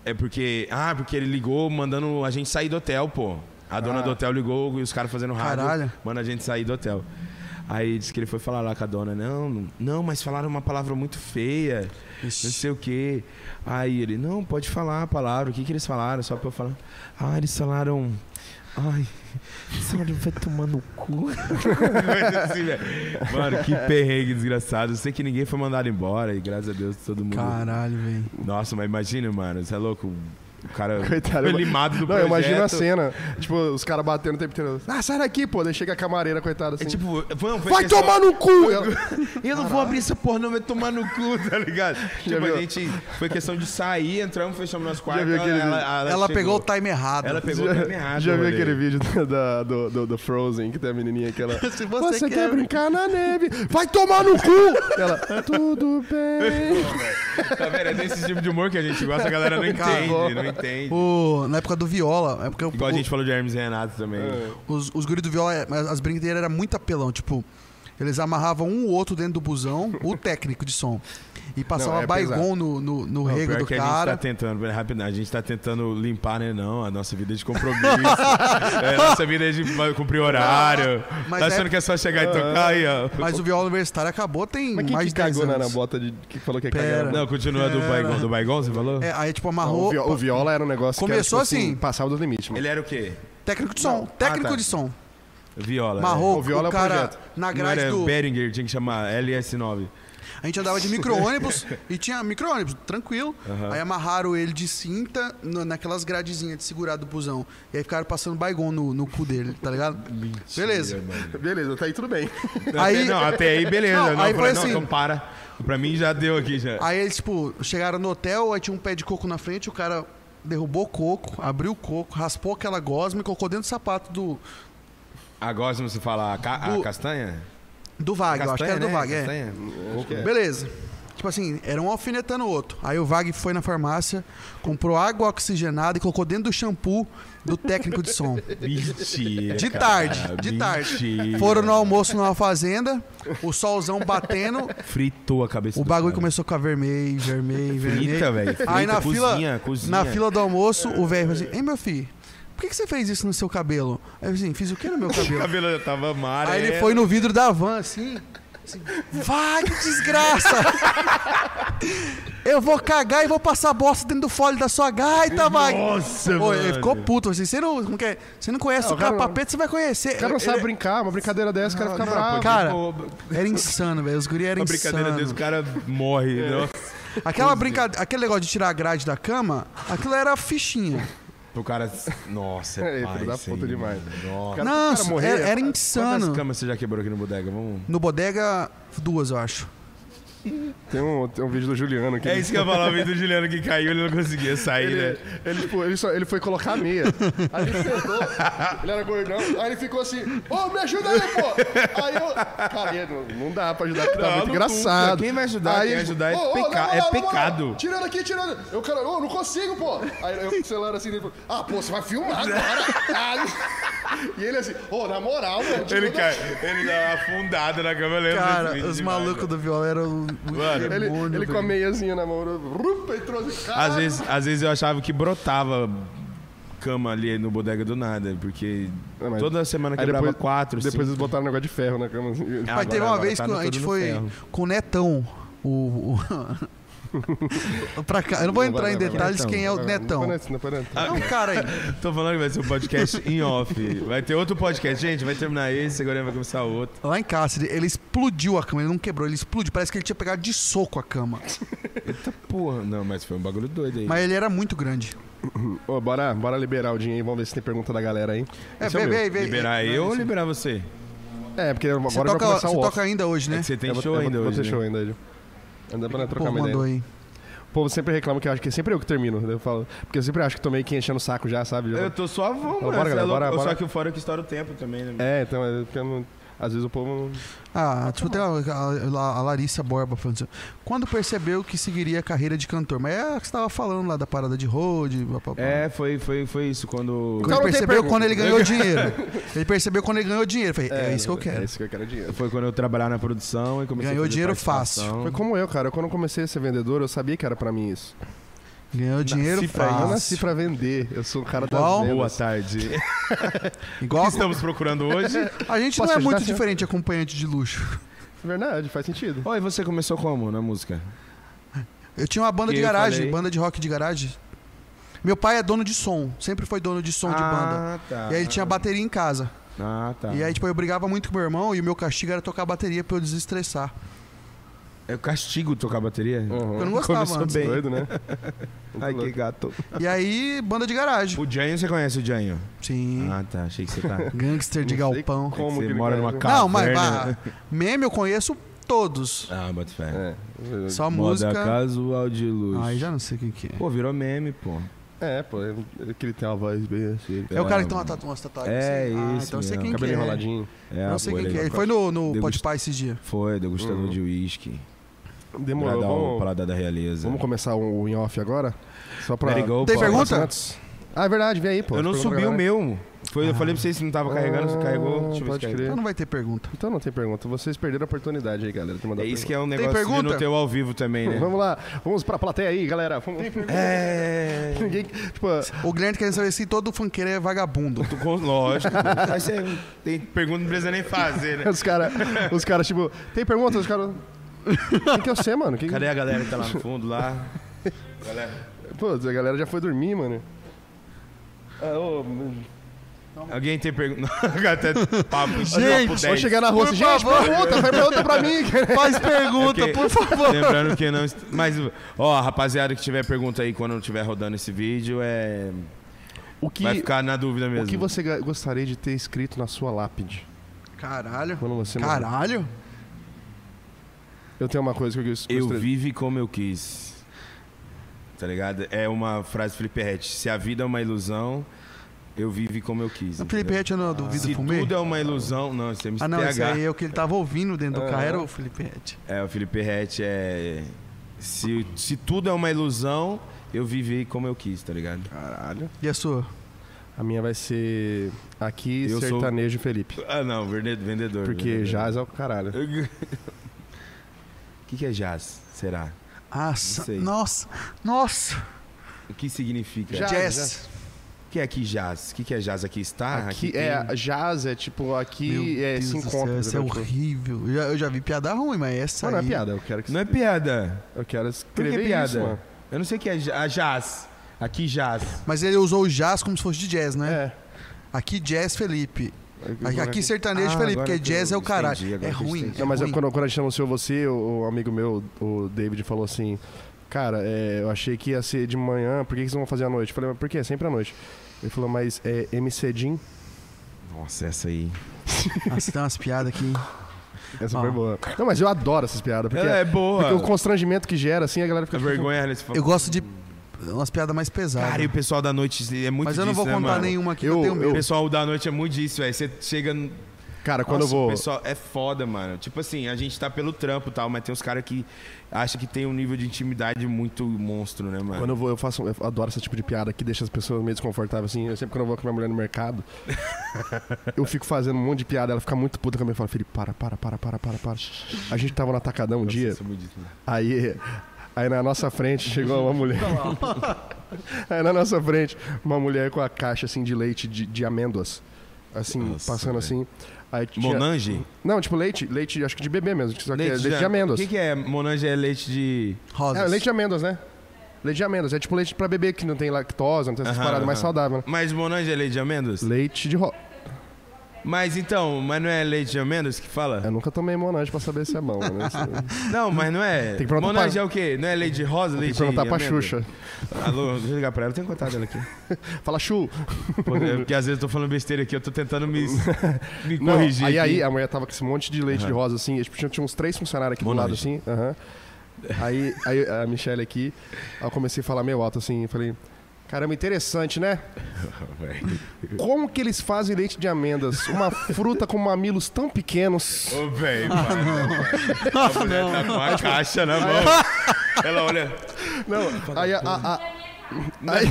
Speaker 3: É porque. Ah, porque ele ligou mandando a gente sair do hotel, pô. A dona do hotel ligou e os caras fazendo rádio.
Speaker 2: Caralho.
Speaker 3: Manda a gente sair do hotel. Aí disse que ele foi falar lá com a dona, não, não- não, mas falaram uma palavra muito feia, não sei o quê. Aí ele, não, pode falar a palavra, o que, que eles falaram? Só pra eu falar. Ah, eles falaram. Ai, senhora vai tomar no cu. Coisa assim, velho. Mano, que perrengue desgraçado. Eu sei que ninguém foi mandado embora e graças a Deus todo mundo.
Speaker 2: Caralho, velho.
Speaker 3: Nossa, mas imagina, mano, você é louco? O cara
Speaker 1: Coitado,
Speaker 3: foi limado do
Speaker 1: não,
Speaker 3: projeto.
Speaker 1: imagina a cena. Tipo, os caras batendo o tempo inteiro. Ah, sai daqui, pô. Daí chega a camareira, coitada. Assim.
Speaker 3: É tipo, foi, não, foi
Speaker 1: vai
Speaker 3: questão-
Speaker 1: tomar no cu! Ela-
Speaker 3: Eu não vou abrir essa porra, não, vai tomar no cu, tá ligado? tipo,
Speaker 1: viu?
Speaker 3: a gente foi questão de sair, entramos, fechamos nosso quarto.
Speaker 1: viu aquele vídeo?
Speaker 2: Ela
Speaker 3: chegou.
Speaker 2: pegou o time errado.
Speaker 3: Ela pegou o
Speaker 1: já
Speaker 3: time errado.
Speaker 1: já viu
Speaker 3: rolê.
Speaker 1: aquele vídeo da- da- do, do, do Frozen, que tem a menininha que ela...
Speaker 2: Se você quer-
Speaker 1: quer brincar na neve, vai tomar no cu! Ela, "Tá tudo bem...
Speaker 3: Tá vendo? É desse tipo de humor que a gente gosta, a galera não entende, não entende.
Speaker 2: O- na época do Viola, na época
Speaker 3: Igual
Speaker 2: o-
Speaker 3: a gente falou de Hermes e Renato também.
Speaker 1: É.
Speaker 2: os, os guris do Viola, é, mas as brincadeiras eram muito apelão, tipo... Eles amarravam um ou outro dentro do busão, o técnico de som. E passava
Speaker 1: Não, é
Speaker 2: baigon no, no, no
Speaker 3: Não,
Speaker 2: rego
Speaker 3: pior
Speaker 2: do
Speaker 3: que a gente
Speaker 2: cara.
Speaker 3: tá tentando, peraí, rápido, a gente tá tentando limpar, né? Não, a nossa vida é de compromisso. é, a nossa vida é de cumprir horário.
Speaker 2: mas
Speaker 3: tá
Speaker 2: é-
Speaker 3: achando que é só chegar e tocar aí, ó.
Speaker 2: Mas o Viola Universitário acabou tem
Speaker 1: Mas quem
Speaker 2: mais
Speaker 1: é que
Speaker 2: de 10
Speaker 1: cagou na, na
Speaker 2: anos.
Speaker 1: bota de... Que falou que é
Speaker 2: Pera.
Speaker 1: cagada?
Speaker 3: Não, continua do Baigon. Do Baigon, você falou?
Speaker 2: É, aí, tipo,
Speaker 1: Não,
Speaker 2: amarrou
Speaker 1: o, vi- o viola era um negócio
Speaker 2: Começou
Speaker 1: que era, tipo,
Speaker 2: assim.
Speaker 1: Passava do limite, mano.
Speaker 3: Ele era o quê?
Speaker 2: técnico de som. técnico
Speaker 3: Ah, tá.
Speaker 2: de som.
Speaker 3: Viola. né?
Speaker 2: Amarrou
Speaker 1: O
Speaker 2: o,
Speaker 1: Viola é o
Speaker 2: cara
Speaker 1: projeto.
Speaker 2: na
Speaker 3: Não
Speaker 2: grade
Speaker 3: era
Speaker 2: do...
Speaker 3: Behringer, tinha que chamar LS9.
Speaker 2: A gente andava de micro-ônibus e tinha micro-ônibus, tranquilo. Aí amarraram ele de cinta no- naquelas gradezinhas de segurar do busão. E aí ficaram passando baigon no, no cu dele, tá ligado? Beleza.
Speaker 1: Beleza, tá aí tudo bem.
Speaker 2: Aí-
Speaker 3: Aí... Não, até aí beleza.
Speaker 2: Não,
Speaker 3: Não,
Speaker 2: aí
Speaker 3: eu falei,
Speaker 2: foi assim-
Speaker 3: não, então para. Pra mim já deu aqui já.
Speaker 2: Aí eles, tipo, chegaram no hotel, aí tinha um pé de coco na frente, o cara derrubou o coco, abriu o coco, raspou aquela gosma e colocou dentro do sapato do,
Speaker 3: Agora se você fala a, ca- a
Speaker 2: Do-
Speaker 3: castanha?
Speaker 2: do Vag, eu acho que era do Vag, é.
Speaker 3: Castanha?
Speaker 2: Beleza. Tipo assim, era um alfinetando o outro. Aí o Vag foi na farmácia, comprou água oxigenada e colocou dentro do shampoo do técnico de som.
Speaker 3: Mentira.
Speaker 2: De
Speaker 3: cara,
Speaker 2: tarde, de tarde.
Speaker 3: mentira.
Speaker 2: Foram no almoço numa fazenda, o solzão batendo,
Speaker 3: Fritou a cabeça
Speaker 2: o
Speaker 3: do
Speaker 2: bagulho
Speaker 3: cara.
Speaker 2: começou a ficar vermelho, vermelho, vermelho.
Speaker 3: Frita, velho. frita,
Speaker 2: Aí na
Speaker 3: cozinha,
Speaker 2: fila,
Speaker 3: cozinha.
Speaker 2: na fila do almoço, o velho falou assim: "Ei, meu filho, por que, que você fez isso no seu cabelo?" Aí eu assim: "Fiz o que no meu
Speaker 3: O
Speaker 2: cabelo?"
Speaker 3: cabelo já tava é, tipo, amarelo.
Speaker 2: Aí ele foi no vidro da van assim, assim, "Vá, que desgraça! Eu vou cagar e vou passar bosta dentro do fole da sua gaita, vai.
Speaker 3: Nossa,
Speaker 2: Pô, ele
Speaker 3: mano.
Speaker 2: ficou puto, assim, você não, não quer, você não conhece o
Speaker 1: cara-
Speaker 2: capapete, você vai conhecer.
Speaker 1: O cara não sabe
Speaker 2: Ele-
Speaker 1: brincar, uma brincadeira dessa, o cara fica bravo.
Speaker 2: Cara,
Speaker 3: Pô,
Speaker 2: era insano, velho. Os guri eram
Speaker 3: a brincadeira
Speaker 2: insano.
Speaker 3: desse cara morre. né? Nossa.
Speaker 2: Aquela brincadeira, aquele negócio de tirar a grade da cama, aquilo era fichinha.
Speaker 3: O cara. Nossa,
Speaker 1: É,
Speaker 3: é,
Speaker 1: filho
Speaker 3: pai,
Speaker 1: da
Speaker 3: isso
Speaker 1: puta
Speaker 3: aí,
Speaker 1: demais.
Speaker 3: mano. Nossa.
Speaker 1: Cara,
Speaker 2: não,
Speaker 1: pro cara morrer,
Speaker 2: era, era
Speaker 3: Quantas
Speaker 2: insano.
Speaker 3: camas você já quebrou aqui no bodega? Vamos.
Speaker 2: No bodega, duas, eu acho.
Speaker 1: Tem um, tem um vídeo do Juliano aqui.
Speaker 3: É isso que eu falava, o vídeo do Juliano que caiu, ele não conseguia sair,
Speaker 1: Ele,
Speaker 3: né?
Speaker 1: ele, tipo, ele, só- ele foi colocar a meia. Aí ele sentou, ele era gordão, aí ele ficou assim, ô, me ajuda aí, pô! Aí eu, cara, eu não, não dá pra ajudar, porque tá
Speaker 3: Não,
Speaker 1: muito
Speaker 3: não
Speaker 1: engraçado.
Speaker 3: custa. Quem vai ajudar,
Speaker 1: aí,
Speaker 3: quem ajudar é
Speaker 1: "Ô, ô, na
Speaker 3: peca-
Speaker 1: moral, na
Speaker 3: é
Speaker 1: moral,
Speaker 3: pecado."
Speaker 1: Tirando aqui, tirando. Eu, cara, ô, não consigo, pô! Aí eu com o celular assim, ele falou, ah, pô, você vai filmar agora! Ah, E ele assim, ô, na moral, mano,
Speaker 3: Ele
Speaker 1: tirando
Speaker 3: cai, ele dá uma afundada na cama, eu lembro desse
Speaker 2: Cara,
Speaker 3: vídeo
Speaker 2: os
Speaker 3: demais,
Speaker 2: malucos
Speaker 3: né?
Speaker 2: do viola eram um
Speaker 3: Mano,
Speaker 1: Ele,
Speaker 2: demônio.
Speaker 1: ele com a
Speaker 2: velho.
Speaker 1: meiazinha na mão, rupa, entrou assim,
Speaker 3: Às
Speaker 1: caralho.
Speaker 3: vezes, às vezes eu achava que brotava cama ali no bodega do nada, porque
Speaker 1: É, mas-
Speaker 3: toda semana
Speaker 1: Aí
Speaker 3: quebrava quatro,
Speaker 1: depois
Speaker 3: cinco.
Speaker 1: eles botaram um negócio de ferro na cama. assim.
Speaker 3: Ah,
Speaker 2: Mas teve
Speaker 3: agora-
Speaker 2: uma
Speaker 3: agora
Speaker 2: vez
Speaker 3: tá
Speaker 2: que
Speaker 3: no
Speaker 2: a gente
Speaker 3: todo no
Speaker 2: foi
Speaker 3: ferro.
Speaker 2: com o Netão. O. o- pra cá. Eu não vou entrar
Speaker 1: vai,
Speaker 2: em
Speaker 1: vai,
Speaker 2: detalhes
Speaker 3: Netão.
Speaker 2: quem é o
Speaker 1: Não foi
Speaker 2: Netão.
Speaker 1: nessa, não foi nessa.
Speaker 2: É um cara aí.
Speaker 3: Tô falando que vai ser um podcast em off. Vai ter outro podcast, gente. Vai terminar esse, agora vai começar outro.
Speaker 2: Lá em casa, ele, ele explodiu a cama, ele não quebrou, ele explodiu. Parece que ele tinha pegado de soco a cama.
Speaker 3: Porra, não, mas foi um bagulho doido aí.
Speaker 2: Mas ele era muito grande.
Speaker 1: Ô, bora, bora liberar o dinheiro aí, vamos ver se tem pergunta da galera aí.
Speaker 2: É,
Speaker 1: Esse o
Speaker 2: vem,
Speaker 1: meu.
Speaker 2: vem, vem.
Speaker 3: liberar eu ou liberar você?
Speaker 1: É, porque agora
Speaker 2: Você,
Speaker 1: vai
Speaker 2: toca,
Speaker 1: começar
Speaker 2: você
Speaker 1: o off.
Speaker 2: toca ainda hoje, né?
Speaker 3: É que você tem
Speaker 1: Eu vou-
Speaker 3: show
Speaker 1: eu vou-
Speaker 3: ainda
Speaker 1: vou
Speaker 3: hoje.
Speaker 1: ter
Speaker 3: né?
Speaker 1: show ainda hoje. Ainda pra não trocar
Speaker 2: Pô,
Speaker 1: uma ideia.
Speaker 2: mandou
Speaker 1: né?
Speaker 2: aí.
Speaker 1: O povo sempre reclama que eu acho que é sempre eu que termino. né? Eu falo, porque eu sempre acho que tomei quem enchendo o saco já, sabe? Já-
Speaker 3: Eu tô
Speaker 1: bora,
Speaker 3: suavão, mano. você é
Speaker 1: galera,
Speaker 3: louco.
Speaker 1: bora, bora.
Speaker 3: Só que o fora que estoura o tempo também, né?
Speaker 1: É, então, é porque eu não- às vezes o povo. não-
Speaker 2: Ah, tipo, tem a, a- a Larissa Borba falando assim, quando percebeu que seguiria a carreira de cantor? Mas é a que você tava falando lá da parada de road, blá, blá, blá.
Speaker 3: É, foi, foi, foi isso. Quando.
Speaker 2: Quando
Speaker 1: Então não tem
Speaker 2: ele percebeu
Speaker 1: pergunta.
Speaker 2: quando ele ganhou dinheiro. Ele percebeu quando ele ganhou dinheiro. Eu Falei, é, isso que eu
Speaker 1: É
Speaker 2: quero.
Speaker 1: isso que eu quero é dinheiro.
Speaker 3: Foi quando eu trabalhar na produção e comecei
Speaker 2: Ganhou
Speaker 3: a fazer
Speaker 2: dinheiro
Speaker 3: participação.
Speaker 2: Uhum.
Speaker 1: Foi como eu, cara. Quando eu comecei a ser vendedor, eu sabia que era pra mim isso.
Speaker 2: Ganhou dinheiro
Speaker 3: Nasci pra-
Speaker 1: Eu
Speaker 2: fácil.
Speaker 1: nasci pra vender. Eu sou um cara
Speaker 2: Bom.
Speaker 1: das
Speaker 3: Boa
Speaker 1: vendas.
Speaker 3: tarde.
Speaker 2: Igual
Speaker 3: Estamos procurando hoje.
Speaker 2: a gente
Speaker 1: Posso
Speaker 2: não é
Speaker 1: te
Speaker 2: muito
Speaker 1: ajudar, senhor?
Speaker 2: diferente de acompanhante de luxo.
Speaker 1: É Verdade, faz sentido.
Speaker 3: Oi, você começou como na música?
Speaker 2: Eu tinha uma banda
Speaker 3: Que
Speaker 2: de
Speaker 3: eu
Speaker 2: garagem,
Speaker 3: falei.
Speaker 2: banda de rock de garagem. Meu pai é dono de som, sempre foi dono de som de banda.
Speaker 3: Ah, tá.
Speaker 2: E aí ele tinha bateria em casa.
Speaker 3: Ah, tá.
Speaker 2: E aí, tipo, eu brigava muito com meu irmão e o meu castigo era tocar bateria pra eu desestressar.
Speaker 3: Eu castigo tocar bateria?
Speaker 2: Uhum. Eu Hum. não gostava
Speaker 3: Começou
Speaker 2: antes.
Speaker 3: bem.
Speaker 1: Uhum. Doido, né?
Speaker 3: Ai, que gato.
Speaker 2: E aí, banda de garagem.
Speaker 3: O Janho, você conhece o Janho?
Speaker 2: Sim.
Speaker 3: Ah, tá. Achei que você tá.
Speaker 2: Gangster de
Speaker 1: Não sei
Speaker 2: galpão.
Speaker 1: como
Speaker 3: Você
Speaker 1: que ele
Speaker 3: mora
Speaker 1: ganha.
Speaker 3: numa ca-
Speaker 2: Não, mas
Speaker 3: Caverna.
Speaker 2: bah, meme eu conheço todos.
Speaker 3: Ah, bota fé.
Speaker 1: É.
Speaker 2: Só
Speaker 3: Moda
Speaker 2: música.
Speaker 3: casual de luz.
Speaker 2: Aí já não sei quem que é.
Speaker 3: Pô, virou meme, pô.
Speaker 1: É, pô, é que ele tem uma voz bem assim.
Speaker 2: É o cara que tem uma tatu- umas tatuagens.
Speaker 3: É
Speaker 2: assim. ah,
Speaker 3: isso
Speaker 2: então eu sei
Speaker 3: mesmo.
Speaker 2: quem
Speaker 1: Cabelo
Speaker 2: que é.
Speaker 1: enroladinho.
Speaker 3: É,
Speaker 2: Eu
Speaker 3: a
Speaker 2: não sei
Speaker 3: bolha
Speaker 2: quem que é.
Speaker 3: aí.
Speaker 2: Ele foi no, Hum. no
Speaker 3: Degust-
Speaker 2: Podpah esse dia.
Speaker 3: Foi, degustador de uísque. Pra
Speaker 1: Demorou.
Speaker 2: um
Speaker 3: dar o
Speaker 1: Vamos,
Speaker 3: paladar da realeza.
Speaker 1: vamos começar o em off agora? Só pra.
Speaker 3: Let it go,
Speaker 2: Tem
Speaker 3: pô.
Speaker 2: pergunta?
Speaker 1: Ah, é verdade, vem aí, pô.
Speaker 3: Eu não
Speaker 1: Pergunta
Speaker 3: subi
Speaker 1: pra
Speaker 3: o
Speaker 1: galera.
Speaker 3: meu. Foi, Eu falei
Speaker 2: Ah.
Speaker 3: pra vocês se não tava carregando, você
Speaker 1: Ah,
Speaker 3: carregou. Deixa eu ver se
Speaker 1: pode
Speaker 3: carregou.
Speaker 1: crer.
Speaker 2: Então não vai ter pergunta.
Speaker 1: Então não tem pergunta. Vocês perderam a oportunidade aí, galera, de mandar
Speaker 3: É isso que
Speaker 1: pergunta.
Speaker 3: é um negócio de
Speaker 2: pergunta?
Speaker 3: não ter o ao vivo também, né?
Speaker 1: Vamos lá, vamos pra plateia aí, galera. Vamos...
Speaker 3: É.
Speaker 1: Ninguém. Tipo,
Speaker 2: O Guilherme quer saber se todo funkeiro é vagabundo.
Speaker 3: Tu con- Lógico. Aí você
Speaker 1: um-
Speaker 3: tem pergunta, não precisa nem fazer, né?
Speaker 1: os caras, os cara, tipo, tem pergunta? Os caras. Quem que é você, mano? Quem...
Speaker 3: Cadê a galera que tá lá no fundo, lá? Galera.
Speaker 1: Pô, a galera já foi dormir, mano. Ah, ô,
Speaker 3: Alguém tem pergunta? Até papo. Tipo,
Speaker 2: Gente,
Speaker 1: Vou chegar na rua
Speaker 2: Por
Speaker 1: assim, gente,
Speaker 2: favor.
Speaker 1: pergunta, faz pergunta pra mim.
Speaker 2: Faz pergunta,
Speaker 3: Porque-
Speaker 2: por favor.
Speaker 3: Lembrando que não. est- Mas, ó, rapaziada, que tiver pergunta aí quando estiver rodando esse vídeo, é.
Speaker 1: O que,
Speaker 3: Vai ficar na dúvida
Speaker 1: o
Speaker 3: mesmo.
Speaker 1: que você ga- gostaria de ter escrito na sua lápide?
Speaker 2: Caralho.
Speaker 1: Quando você morrer?
Speaker 2: Caralho?
Speaker 1: Eu tenho uma coisa que eu gostaria...
Speaker 3: Eu vive como eu quis. Tá ligado? É uma frase do Felipe Rett. Se a vida é uma ilusão, eu vive como eu quis.
Speaker 2: O Felipe
Speaker 3: entendeu?
Speaker 2: Rett não é do Vida
Speaker 3: Se
Speaker 2: Fumê?
Speaker 3: tudo é uma ilusão. Não, isso é MCTH.
Speaker 2: Ah, não, esse aí é o que ele tava ouvindo dentro do carro, era o Felipe Rett.
Speaker 3: É, o Felipe Rett é. Se, se tudo é uma ilusão, eu vivi como eu quis, tá ligado?
Speaker 2: Ah.
Speaker 1: Caralho.
Speaker 2: E a sua?
Speaker 1: A minha vai ser aqui,
Speaker 3: Eu sou-
Speaker 1: sertanejo Felipe.
Speaker 3: Ah, não, verde- vendedor.
Speaker 1: Porque
Speaker 3: vendedor.
Speaker 1: jazz é o caralho.
Speaker 3: O que, que é jazz? Será?
Speaker 2: Ah,
Speaker 3: sei.
Speaker 2: nossa, nossa.
Speaker 3: O que significa?
Speaker 1: Já-
Speaker 2: Jazz.
Speaker 3: O que é aqui jazz? O que, que é jazz? Aqui está?
Speaker 1: Aqui
Speaker 3: tem-
Speaker 1: é jazz, é tipo,
Speaker 2: Meu
Speaker 1: aqui é,
Speaker 2: Deus
Speaker 1: se
Speaker 2: do
Speaker 1: encontra.
Speaker 2: céu, Isso é
Speaker 1: entendeu? Tipo,
Speaker 2: horrível. Eu já, eu já vi piada ruim, mas essa
Speaker 1: Não, não é
Speaker 2: aí-
Speaker 1: piada, eu quero que
Speaker 3: Não é piada.
Speaker 1: Eu quero
Speaker 3: Por que é
Speaker 2: é
Speaker 1: escrever
Speaker 3: piada?
Speaker 1: isso, mano.
Speaker 3: Eu não sei o que é ja- ah, jazz. Aqui jazz.
Speaker 2: Mas ele usou o jazz como se fosse de jazz, né?
Speaker 1: É.
Speaker 2: Aqui jazz Felipe.
Speaker 1: Eu-
Speaker 2: Aqui,
Speaker 1: eu-
Speaker 2: aqui sertanejo
Speaker 3: Ah,
Speaker 2: Felipe,
Speaker 3: agora
Speaker 2: porque
Speaker 3: que eu
Speaker 2: jazz é o
Speaker 3: entendi,
Speaker 2: caralho.
Speaker 3: agora
Speaker 2: É
Speaker 3: que eu
Speaker 2: ruim.
Speaker 3: entendi.
Speaker 2: é
Speaker 1: Não, mas eu-
Speaker 2: ruim.
Speaker 1: quando, quando a gente anunciou você, o, o amigo meu, o David, falou assim: Cara, é, eu achei que ia ser de manhã, por que, que vocês vão fazer à noite? Eu falei, mas por quê? É Sempre à noite. Ele falou, mas é MC Jim?
Speaker 3: Nossa, essa aí.
Speaker 2: Nossa, tem umas piadas aqui.
Speaker 1: Essa
Speaker 2: Ah.
Speaker 1: foi boa. Não, mas eu adoro essas piadas. Porque,
Speaker 3: Ela é boa.
Speaker 1: Porque o constrangimento que gera, assim, a galera
Speaker 3: A
Speaker 1: fica.
Speaker 3: vergonha, eles falam.
Speaker 2: Eu gosto de umas piadas mais pesadas.
Speaker 3: Cara, e o pessoal da noite é muito
Speaker 2: mas eu não
Speaker 3: disso,
Speaker 2: vou
Speaker 3: né,
Speaker 2: contar
Speaker 3: mano?
Speaker 2: nenhuma aqui,
Speaker 1: Eu-
Speaker 2: eu
Speaker 1: eu-
Speaker 2: tenho
Speaker 3: O
Speaker 2: medo.
Speaker 3: pessoal da noite é muito disso, velho. Você chega. n-
Speaker 1: Cara, quando
Speaker 3: Nossa,
Speaker 1: eu
Speaker 3: o
Speaker 1: vou.
Speaker 3: Pessoal, é foda, mano. Tipo assim, a gente tá pelo trampo e tal, mas tem uns caras que acham que tem um nível de intimidade muito monstro, né, mano?
Speaker 1: Quando eu vou, eu faço. Eu adoro esse tipo de piada que deixa as pessoas meio desconfortáveis, assim. Eu sempre quando eu vou com minha mulher no mercado, eu fico fazendo um monte de piada, ela fica muito puta comigo e fala, Felipe, para, para, para, para, para, para. A gente tava no atacadão um dia.
Speaker 3: Isso é muito disso, né?
Speaker 1: Aí, aí na nossa frente chegou uma mulher.
Speaker 3: Tá
Speaker 1: aí na nossa frente, uma mulher com a caixa assim de leite de, de amêndoas. Assim,
Speaker 3: Nossa,
Speaker 1: passando
Speaker 3: velho.
Speaker 1: assim. Aí tinha-
Speaker 3: Monange?
Speaker 1: Não, tipo leite, leite, acho que de bebê mesmo. Só que é leite de
Speaker 3: O
Speaker 1: amêndoas.
Speaker 3: que, que é? Monange é leite de.
Speaker 2: Rosas.
Speaker 1: É, leite de amêndoas, né? Leite de amêndoas. É tipo leite pra bebê que não tem lactose, não tem essas
Speaker 3: Aham,
Speaker 1: paradas mais
Speaker 3: aham.
Speaker 1: saudável, né?
Speaker 3: Mas Monange é leite de amêndoas?
Speaker 1: Leite de ro...
Speaker 3: Mas então, mas não é leite de amêndoas que fala?
Speaker 1: Eu nunca tomei monange pra saber se é bom, né? Isso-
Speaker 3: Não, mas não é.
Speaker 1: Tem que perguntar
Speaker 3: Monange
Speaker 1: pra-
Speaker 3: é o quê? Não é leite de rosa,
Speaker 1: Tem
Speaker 3: leite
Speaker 1: que
Speaker 3: de
Speaker 1: perguntar pra
Speaker 3: amêndoa?
Speaker 1: Xuxa.
Speaker 3: Alô, deixa eu ligar pra ela, eu tenho contato dela aqui.
Speaker 1: Fala, Xu.
Speaker 3: Pô, é Porque às vezes eu tô falando besteira aqui, eu tô tentando me, me
Speaker 1: Não,
Speaker 3: corrigir.
Speaker 1: aí,
Speaker 3: aqui.
Speaker 1: aí a mulher tava com esse monte de leite de rosa, assim, e, tipo, tinha, tinha uns três funcionários aqui do lado, assim.
Speaker 3: Monange.
Speaker 1: aham. Aí, aí a Michelle aqui, aí eu comecei a falar meio alto, assim, falei... Caramba, interessante, né? Como que eles fazem leite de amêndoas? Uma fruta com mamilos tão pequenos.
Speaker 3: Ô, velho, para, não, velho. A mulher tá com a caixa na mão. Ela olha.
Speaker 1: Não, aí a, a- a- aí,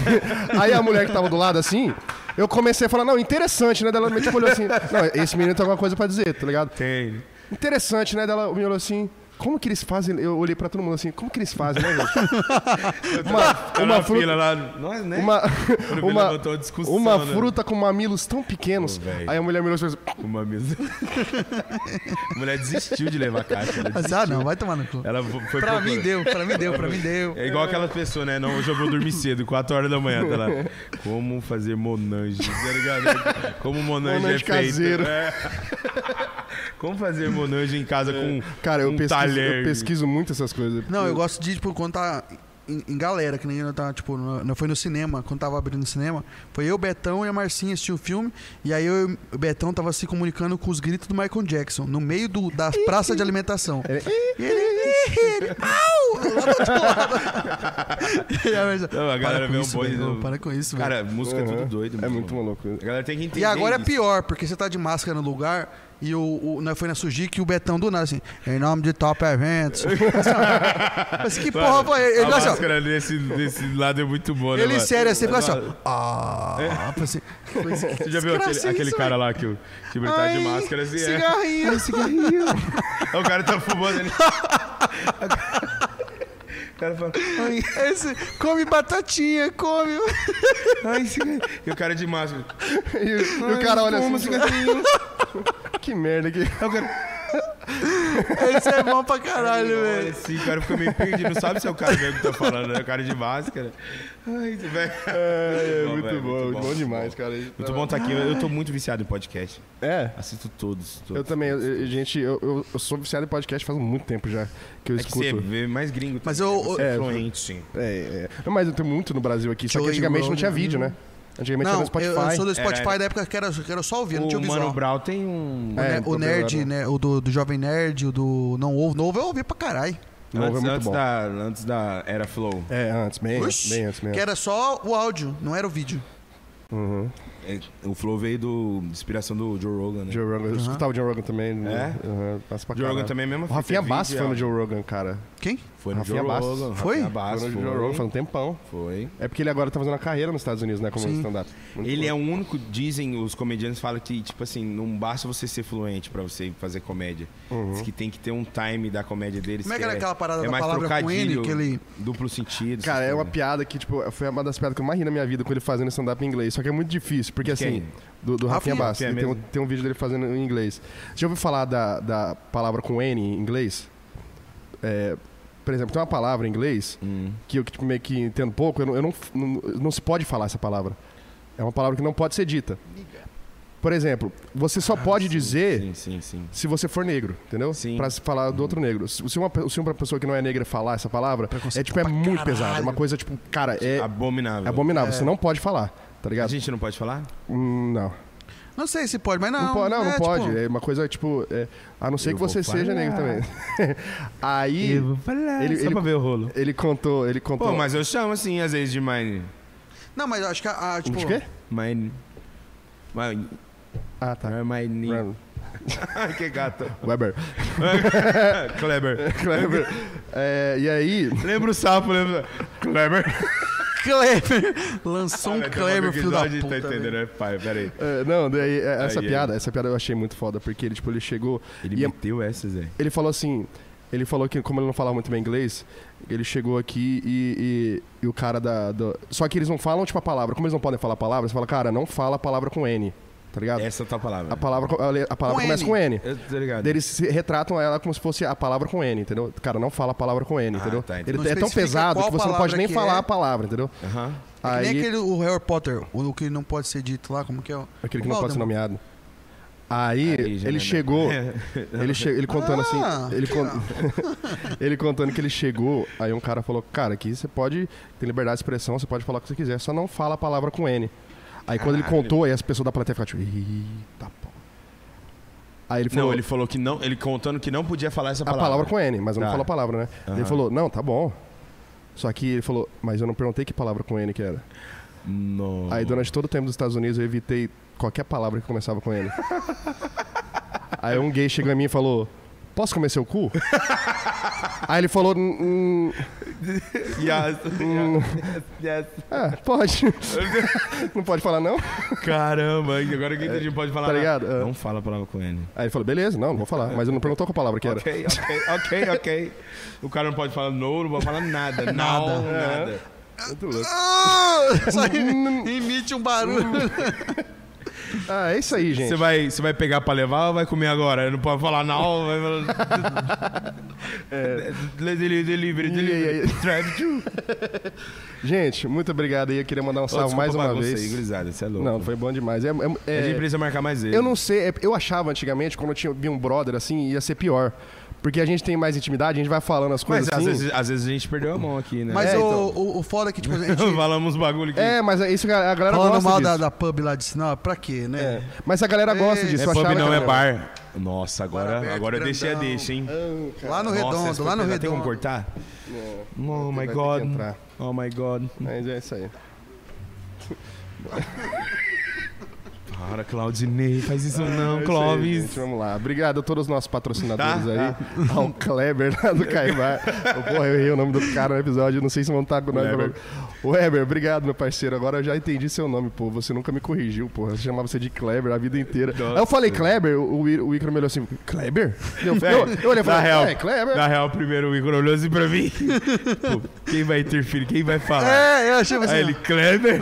Speaker 1: aí a mulher que tava do lado assim, eu comecei a falar, não, interessante, né? Dela tipo, olhou assim, não, esse menino tem alguma coisa pra dizer, tá ligado?
Speaker 3: Tem.
Speaker 1: Interessante, né? Dela me olhou assim. Como que eles fazem? Eu olhei pra todo mundo assim, como que eles fazem, né, gente? Uma,
Speaker 3: Uma
Speaker 1: uma
Speaker 3: tá na
Speaker 1: fruta.
Speaker 3: fila lá. Nós, né?
Speaker 1: Uma,
Speaker 3: Quando
Speaker 1: uma,
Speaker 3: levantou a discussão,
Speaker 1: uma
Speaker 3: né?
Speaker 1: fruta com mamilos tão pequenos.
Speaker 3: Ô, velho.
Speaker 1: aí a mulher me olhou assim,
Speaker 3: Uma mesa. a mulher desistiu de levar a caixa. Ela,
Speaker 2: Mas, ah, não, vai tomar no cu.
Speaker 3: ela foi
Speaker 2: Pra
Speaker 3: procurar.
Speaker 2: mim deu, pra mim deu, pra mim deu.
Speaker 3: É igual aquelas pessoas, né? Não, hoje eu vou dormir cedo, 4 horas da manhã, tá lá. Como fazer monange, tá ligado? Como monange,
Speaker 1: Monange
Speaker 3: é feito.
Speaker 1: caseiro.
Speaker 3: É. Como fazer monange em casa com
Speaker 1: cara, eu,
Speaker 3: um
Speaker 1: pesquiso,
Speaker 3: talher.
Speaker 1: eu pesquiso muito essas coisas.
Speaker 2: Não, eu
Speaker 3: Hum.
Speaker 2: gosto de, tipo, quando tá em, em galera, que nem eu tava, tipo, no- não foi no cinema, quando tava abrindo o cinema, foi eu, Betão e a Marcinha assistir o filme, e aí eu e o Betão tava se comunicando com os gritos do Michael Jackson, no meio do, da praça de alimentação. E ele, ele, au! Lá do outro lado. E a Marcinha,
Speaker 3: Não, a
Speaker 2: para
Speaker 3: galera
Speaker 2: com
Speaker 3: vê um
Speaker 2: isso,
Speaker 3: boi
Speaker 2: velho,
Speaker 3: no-
Speaker 2: Para com isso, velho.
Speaker 3: Cara, música é tudo doido,
Speaker 1: É muito maluco.
Speaker 3: A galera tem que entender
Speaker 2: E agora é
Speaker 3: isso.
Speaker 2: pior, porque você tá de máscara no lugar e o, o- né, foi na Suji que o Betão do nada assim, em nome de Top Eventos. Mas que porra foi? Ele
Speaker 3: a
Speaker 2: ficou assim, ó,
Speaker 3: máscara desse, desse lado é muito boa, né,
Speaker 2: ele
Speaker 3: mano?
Speaker 2: sério assim, ficou assim,
Speaker 3: Mas,
Speaker 2: ó. Ah, assim, coisa que
Speaker 3: Você já viu aquele,
Speaker 2: desgraça
Speaker 3: aquele
Speaker 2: isso,
Speaker 3: cara lá que o tipo, ele tá de
Speaker 2: Ai,
Speaker 3: máscara assim, é.
Speaker 2: Cigarrinho.
Speaker 3: O cara tá fumando ali. O cara fala,
Speaker 2: Esse, come batatinha, come.
Speaker 3: ai, cigarro. E o cara de máscara.
Speaker 1: E, o- e o cara olha
Speaker 3: Fuma
Speaker 1: assim,
Speaker 3: cigarrinho.
Speaker 1: que merda que.
Speaker 3: Aí o cara,
Speaker 2: Esse é bom pra caralho, velho.
Speaker 3: Sim, o cara fica meio perdido, não sabe se é o cara mesmo que tá falando, né? O cara de máscara. Ai, velho.
Speaker 1: É, é, muito,
Speaker 3: velho,
Speaker 1: bom, muito bom, demais, cara.
Speaker 3: Muito bom estar aqui. Eu, eu tô muito viciado em podcast.
Speaker 1: É.
Speaker 3: Assisto todos. todos.
Speaker 1: Eu também, eu- eu- gente, eu, eu- eu sou viciado em podcast faz muito tempo já que eu
Speaker 3: É que você
Speaker 1: escuto.
Speaker 3: vê mais gringo.
Speaker 2: Mas
Speaker 3: também,
Speaker 2: eu-
Speaker 3: né? Você
Speaker 1: é,
Speaker 3: é fluente, sim.
Speaker 1: É, é. Mas eu tenho muito no Brasil aqui, só que
Speaker 2: Joey
Speaker 1: antigamente não tinha
Speaker 2: Rogan.
Speaker 1: vídeo, né? Antigamente era
Speaker 2: Não,
Speaker 1: no
Speaker 2: eu,
Speaker 1: Spotify.
Speaker 2: eu sou do Spotify
Speaker 3: Era, era.
Speaker 2: da época que era, que era só ouvir, não tinha
Speaker 3: O
Speaker 2: o
Speaker 3: Mano
Speaker 2: visual.
Speaker 3: Brown tem um...
Speaker 1: É,
Speaker 2: Né, o
Speaker 1: então,
Speaker 2: nerd,
Speaker 1: agora-
Speaker 2: né? O do, do Jovem Nerd, o do Não Ovo. Novo eu ouvi pra caralho.
Speaker 1: Novo é
Speaker 3: Antes,
Speaker 1: muito
Speaker 3: antes
Speaker 1: bom.
Speaker 3: da, antes da era Flow.
Speaker 1: É, antes, bem antes,
Speaker 2: Oxi,
Speaker 1: bem antes
Speaker 2: que
Speaker 1: mesmo.
Speaker 2: era só o áudio, não era o vídeo.
Speaker 3: É, O Flow veio do de inspiração do Joe Rogan, né?
Speaker 1: Joe Rogan, eu escutava o Joe Rogan também. né? Uhum, passa pra
Speaker 3: É? Joe Rogan
Speaker 1: caralho.
Speaker 3: também é a mesma
Speaker 1: O Rafinha
Speaker 3: fita, é
Speaker 1: Bass foi
Speaker 3: vídeo,
Speaker 1: no
Speaker 3: é.
Speaker 1: Joe Rogan, cara.
Speaker 2: Quem?
Speaker 3: Foi no
Speaker 1: Rafinha
Speaker 3: Joe
Speaker 1: Bass.
Speaker 3: Rogan.
Speaker 2: Foi?
Speaker 3: Rafinha Bass,
Speaker 1: foi no
Speaker 3: foi.
Speaker 1: Joe Rogan faz um tempão.
Speaker 3: Foi.
Speaker 1: É porque ele agora tá fazendo uma carreira nos Estados Unidos, né? Como
Speaker 2: Sim.
Speaker 1: stand-up. Muito
Speaker 3: Ele
Speaker 1: bom.
Speaker 3: é o único, dizem, os comediantes falam que, tipo assim, não basta você ser fluente pra você fazer comédia.
Speaker 1: Uhum.
Speaker 3: Diz que tem que ter um time da comédia deles.
Speaker 2: Como é que era aquela parada
Speaker 3: é
Speaker 2: da
Speaker 3: mais
Speaker 2: palavra com N
Speaker 3: trocadilho,
Speaker 2: que ele-
Speaker 3: Duplo sentido.
Speaker 1: Cara,
Speaker 3: essas
Speaker 1: é uma
Speaker 3: coisas.
Speaker 1: piada que, tipo, foi uma das piadas que eu mais ri na minha vida com ele fazendo stand-up em inglês. Só que é muito difícil, porque
Speaker 3: De quem?
Speaker 1: assim. Do, do Rafinha
Speaker 2: Rafinha,
Speaker 1: Bass.
Speaker 3: Rafinha
Speaker 1: Ele tem, um,
Speaker 3: mesmo.
Speaker 1: tem um vídeo dele fazendo em inglês. Já ouviu falar da, da palavra com N em inglês? É, por exemplo, tem uma palavra em inglês
Speaker 3: Hum,
Speaker 1: que eu que, tipo, meio que entendo pouco, eu, não, eu não, não, não se pode falar essa palavra. É uma palavra que não pode ser dita. Por exemplo, você só pode dizer
Speaker 3: Ah, Sim, sim, sim.
Speaker 1: se você for negro, entendeu?
Speaker 3: Sim. Uhum.
Speaker 1: Pra se falar do outro negro. Se se uma, pe- se uma pessoa que não é negra falar essa palavra, é tipo, é muito pesado. É uma coisa, tipo, cara, é
Speaker 3: Abominável.
Speaker 1: abominável. Você não pode falar, tá
Speaker 3: É. A
Speaker 1: ligado?
Speaker 3: gente não pode falar?
Speaker 1: Hum, não.
Speaker 2: Não sei se pode, mas não.
Speaker 1: Não, pode, não,
Speaker 2: é,
Speaker 1: não
Speaker 2: tipo,
Speaker 1: pode. É uma coisa, tipo, é, a não ser que
Speaker 3: vou
Speaker 1: você seja
Speaker 3: falar.
Speaker 1: negro também. Aí,
Speaker 3: falar.
Speaker 1: Ele- ele-
Speaker 3: ver o rolo.
Speaker 1: ele contou, ele contou...
Speaker 3: Pô, mas eu chamo assim, às vezes, de mine.
Speaker 2: Não, mas eu acho que a, a, tipo,
Speaker 1: De quê?
Speaker 3: Mine. Mine.
Speaker 1: Ah, tá.
Speaker 3: Mine. que gato.
Speaker 1: Weber.
Speaker 3: Kleber.
Speaker 1: Weber. É, e aí...
Speaker 3: Lembra o sapo, lembra? Kleber.
Speaker 2: Kleber. Lançou um
Speaker 3: Vai ter uma
Speaker 2: Kleber, filho da
Speaker 3: ambiguidade,
Speaker 2: puta.
Speaker 3: Tá entendendo,
Speaker 2: velho.
Speaker 3: né, pai? Pera aí.
Speaker 1: é, não, daí, é, essa
Speaker 3: Aí,
Speaker 1: piada, essa piada eu achei muito foda, porque ele, tipo, ele chegou...
Speaker 3: Ele
Speaker 1: e é-
Speaker 3: meteu essa, Zé.
Speaker 1: ele falou assim. Ele falou que, como ele não falava muito bem inglês, ele chegou aqui e, e- e o cara da, do- Só que eles não falam, tipo, a palavra. Como eles não podem falar a palavra, você fala, cara, não fala a palavra com N, tá ligado?
Speaker 3: Essa é a tua palavra.
Speaker 1: A palavra, co- a le- a palavra
Speaker 2: Com
Speaker 1: começa
Speaker 2: N.
Speaker 1: com
Speaker 2: É.
Speaker 1: N.
Speaker 3: Eu tô ligado.
Speaker 1: Daí Eles se retratam ela como se fosse a palavra com N, entendeu? Cara, não fala a palavra com N,
Speaker 3: Ah,
Speaker 1: entendeu?
Speaker 3: tá, entendi.
Speaker 1: ele
Speaker 2: Não
Speaker 1: é tão
Speaker 2: especifica
Speaker 1: pesado
Speaker 2: qual
Speaker 1: que você não
Speaker 2: palavra
Speaker 1: pode nem
Speaker 2: que
Speaker 1: falar
Speaker 2: é.
Speaker 1: a palavra, entendeu?
Speaker 3: Aham.
Speaker 2: É que
Speaker 1: Aí,
Speaker 2: Nem aquele o Harry Potter, o, o que não pode ser dito lá, como que é? o-
Speaker 1: aquele que
Speaker 2: o
Speaker 1: não pode ser
Speaker 2: Voldemort.
Speaker 1: nomeado. Aí,
Speaker 3: Aí já
Speaker 1: ele
Speaker 3: não é
Speaker 1: chegou, ele, che ele contando
Speaker 2: Ah,
Speaker 1: assim, ele, con- ele contando que ele chegou, aí um cara falou, cara, aqui você pode ter liberdade de expressão, você pode falar o que você quiser, só não fala a palavra com N. Aí quando ele contou, aí as pessoas da plateia ficaram tipo, eita porra. Aí ele falou,
Speaker 3: Não, ele falou que não. Ele contando que não podia falar essa
Speaker 1: a palavra.
Speaker 3: palavra.
Speaker 1: com N, mas eu não
Speaker 3: Tá.
Speaker 1: falou a palavra, né?
Speaker 3: Aham.
Speaker 1: Ele falou, não, tá bom. Só que ele falou, mas eu não perguntei que palavra com N que era.
Speaker 3: Não.
Speaker 1: Aí durante todo o tempo dos Estados Unidos eu evitei qualquer palavra que começava com N. Aí um gay chegou em mim e falou: Posso comer seu cu? Aí ele falou: "Hum, hum,
Speaker 3: Yes, yes,
Speaker 1: ah, Pode. não pode falar não?
Speaker 3: yes. Caramba, agora que a gente pode falar.
Speaker 1: Tá
Speaker 3: né?
Speaker 1: ligado? É.
Speaker 3: Não fala a palavra com N.
Speaker 1: Aí ele falou: Beleza, não, não vou falar. Mas ele não perguntou qual palavra que era.
Speaker 3: Ok, ok, ok, ok. O cara não pode falar no, não pode falar nada. Nada. nada.
Speaker 2: Ah, Isso
Speaker 1: Hum.
Speaker 2: aí emite um barulho.
Speaker 1: Ah, é isso aí, gente.
Speaker 3: Você vai, você vai pegar pra levar ou vai comer agora? Não pode falar não, vai falar...
Speaker 1: É.
Speaker 3: Delivery, delivery, delivery. Drive thru.
Speaker 1: Gente, muito obrigado aí. Eu queria mandar um salve
Speaker 3: Desculpa
Speaker 1: mais
Speaker 3: a
Speaker 1: uma
Speaker 3: bagunça
Speaker 1: vez.
Speaker 3: aí, gurizada, você é louco.
Speaker 1: não, foi bom demais. É- é- é-
Speaker 3: A gente precisa marcar mais vezes.
Speaker 1: Eu não sei, é- eu achava antigamente, quando eu tinha vi um brother assim, ia ser pior. Porque a gente tem mais intimidade, a gente vai falando as
Speaker 3: Mas
Speaker 1: coisas
Speaker 3: às
Speaker 1: assim.
Speaker 3: vezes, às vezes a gente perdeu a mão aqui, né?
Speaker 2: Mas
Speaker 1: É,
Speaker 2: o,
Speaker 1: então.
Speaker 2: o, o foda é que, tipo, a gente
Speaker 3: Falamos uns bagulho aqui.
Speaker 1: É, mas é isso que a a galera
Speaker 2: falando
Speaker 1: gosta
Speaker 2: mal
Speaker 1: disso.
Speaker 2: da, da pub lá de Sinop, pra quê, né?
Speaker 1: É. Mas a galera gosta disso.
Speaker 3: É
Speaker 1: eu
Speaker 3: pub,
Speaker 1: achava
Speaker 3: não,
Speaker 1: que É,
Speaker 3: é bar. Nossa, agora,
Speaker 2: Bar aberto,
Speaker 3: agora eu deixei a
Speaker 2: grandão.
Speaker 3: deixa, hein?
Speaker 2: Lá no
Speaker 3: Nossa,
Speaker 2: Redondo,
Speaker 3: essa
Speaker 2: lá no
Speaker 3: propina- Tem
Speaker 2: Redondo.
Speaker 3: como cortar? Oh my
Speaker 1: vai ter que
Speaker 3: god.
Speaker 1: entrar.
Speaker 3: Oh my god.
Speaker 1: Mas é isso aí.
Speaker 3: Para, Claudinei, faz isso não,
Speaker 1: É isso aí,
Speaker 3: Clóvis.
Speaker 1: gente, vamos lá. Obrigado a todos os nossos patrocinadores aí.
Speaker 3: Tá,
Speaker 1: Ao Kleber lá do Caimar. Ô, Porra, eu errei o nome do cara no episódio. Não sei se vão estar com nós.
Speaker 3: Weber.
Speaker 1: Weber, obrigado, meu parceiro. Agora eu já entendi seu nome, pô. Você nunca me corrigiu, porra. Eu chamava você de Kleber a vida inteira. Aí eu falei Kleber, o, o Ícaro me olhou assim, Kleber? Eu, eu, eu olhei e
Speaker 3: Na
Speaker 1: falei,
Speaker 3: real,
Speaker 1: é, Kleber.
Speaker 3: na real, primeiro o Igor olhou assim pra mim. Pô, quem vai interferir?
Speaker 1: É,
Speaker 3: Quem vai falar?
Speaker 2: É, eu achei assim.
Speaker 3: Aí ele, Kleber.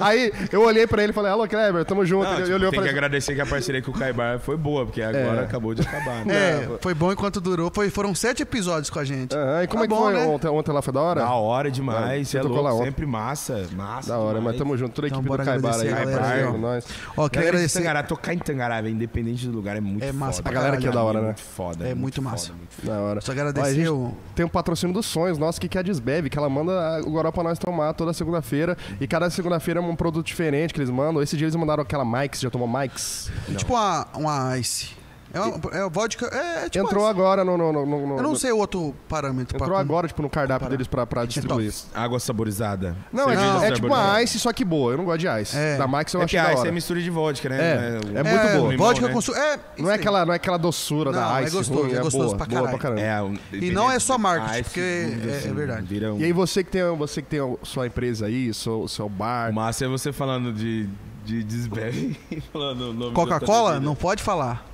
Speaker 1: Aí eu olhei pra ele e falei, alô, Kleber. Kleber. Tamo junto.
Speaker 3: Não,
Speaker 1: ele
Speaker 3: tipo,
Speaker 1: ele olhou
Speaker 3: tem
Speaker 1: pra...
Speaker 3: que agradecer que a parceria com o Caibar foi boa, porque agora
Speaker 1: É.
Speaker 3: acabou de acabar. Né?
Speaker 2: É, foi bom enquanto durou. Foi, foram sete episódios com a gente.
Speaker 1: Aham, e como
Speaker 2: Tá
Speaker 1: é que
Speaker 2: bom,
Speaker 1: foi
Speaker 2: né?
Speaker 1: ontem? Ontem lá foi da hora?
Speaker 3: Da hora demais,
Speaker 1: Você
Speaker 3: você é
Speaker 1: tocou
Speaker 3: louco,
Speaker 1: lá ontem.
Speaker 3: sempre massa, massa.
Speaker 1: Da hora, mas
Speaker 3: demais.
Speaker 1: tamo junto. Toda a
Speaker 2: Então,
Speaker 1: equipe
Speaker 2: bora
Speaker 1: do Caibar aí.
Speaker 2: agradecer a galera
Speaker 1: Caibar,
Speaker 2: aí,
Speaker 1: com
Speaker 2: ó.
Speaker 1: nós.
Speaker 2: Ó, quero
Speaker 3: Galera de
Speaker 2: agradecer.
Speaker 3: Tangará, tocar em Tangará, velho, independente do lugar, é muito
Speaker 2: É massa
Speaker 3: foda.
Speaker 2: pra galera
Speaker 1: que é da hora, né?
Speaker 3: Muito foda.
Speaker 2: É muito massa.
Speaker 3: foda, muito
Speaker 1: Da hora.
Speaker 2: Só agradecer
Speaker 1: a gente
Speaker 2: o-
Speaker 1: Tem um patrocínio dos sonhos nosso, que é a Desbeve, que ela manda a- o Goró pra nós tomar toda segunda-feira. E cada segunda-feira é um produto diferente que eles mandam. Esse dia eles mandaram aquela Mike's, já tomou Mike's?
Speaker 2: Tipo uma, uma Ice. É, uma, é uma vodka. É, é tipo
Speaker 1: Entrou
Speaker 2: Ice.
Speaker 1: agora no... no, no, no- no-
Speaker 2: Eu não sei o outro parâmetro. pra-
Speaker 1: Entrou agora, tipo, no cardápio deles pra, pra distribuir.
Speaker 2: é top.
Speaker 3: Água saborizada.
Speaker 1: Não, é,
Speaker 2: Não.
Speaker 1: é tipo uma Ice, só que boa. Eu não gosto de Ice.
Speaker 2: É.
Speaker 1: Da Mike's eu
Speaker 3: É
Speaker 1: acho
Speaker 3: que
Speaker 1: da
Speaker 3: a
Speaker 1: hora.
Speaker 3: é mistura de vodka, né?
Speaker 1: É,
Speaker 3: Não
Speaker 1: é
Speaker 2: É,
Speaker 1: muito boa.
Speaker 3: limão,
Speaker 2: vodka
Speaker 3: né?
Speaker 2: com su... É,
Speaker 1: Não é,
Speaker 2: isso aí.
Speaker 1: aquela, não é aquela doçura da
Speaker 2: Não, é
Speaker 1: Ice.
Speaker 2: gostoso,
Speaker 1: ruim,
Speaker 2: é gostoso
Speaker 1: boa,
Speaker 2: pra
Speaker 1: boa
Speaker 2: caramba.
Speaker 1: caramba.
Speaker 3: É, um- ah,
Speaker 2: E não é só marketing,
Speaker 3: Ice,
Speaker 2: porque é- é verdade.
Speaker 3: Vira um-
Speaker 1: E aí você que tem, você que tem a sua empresa aí, seu, seu bar,
Speaker 3: O massa é você falando de, de desbeve. falando o nome
Speaker 2: Coca-Cola?
Speaker 3: da
Speaker 2: Não pode falar.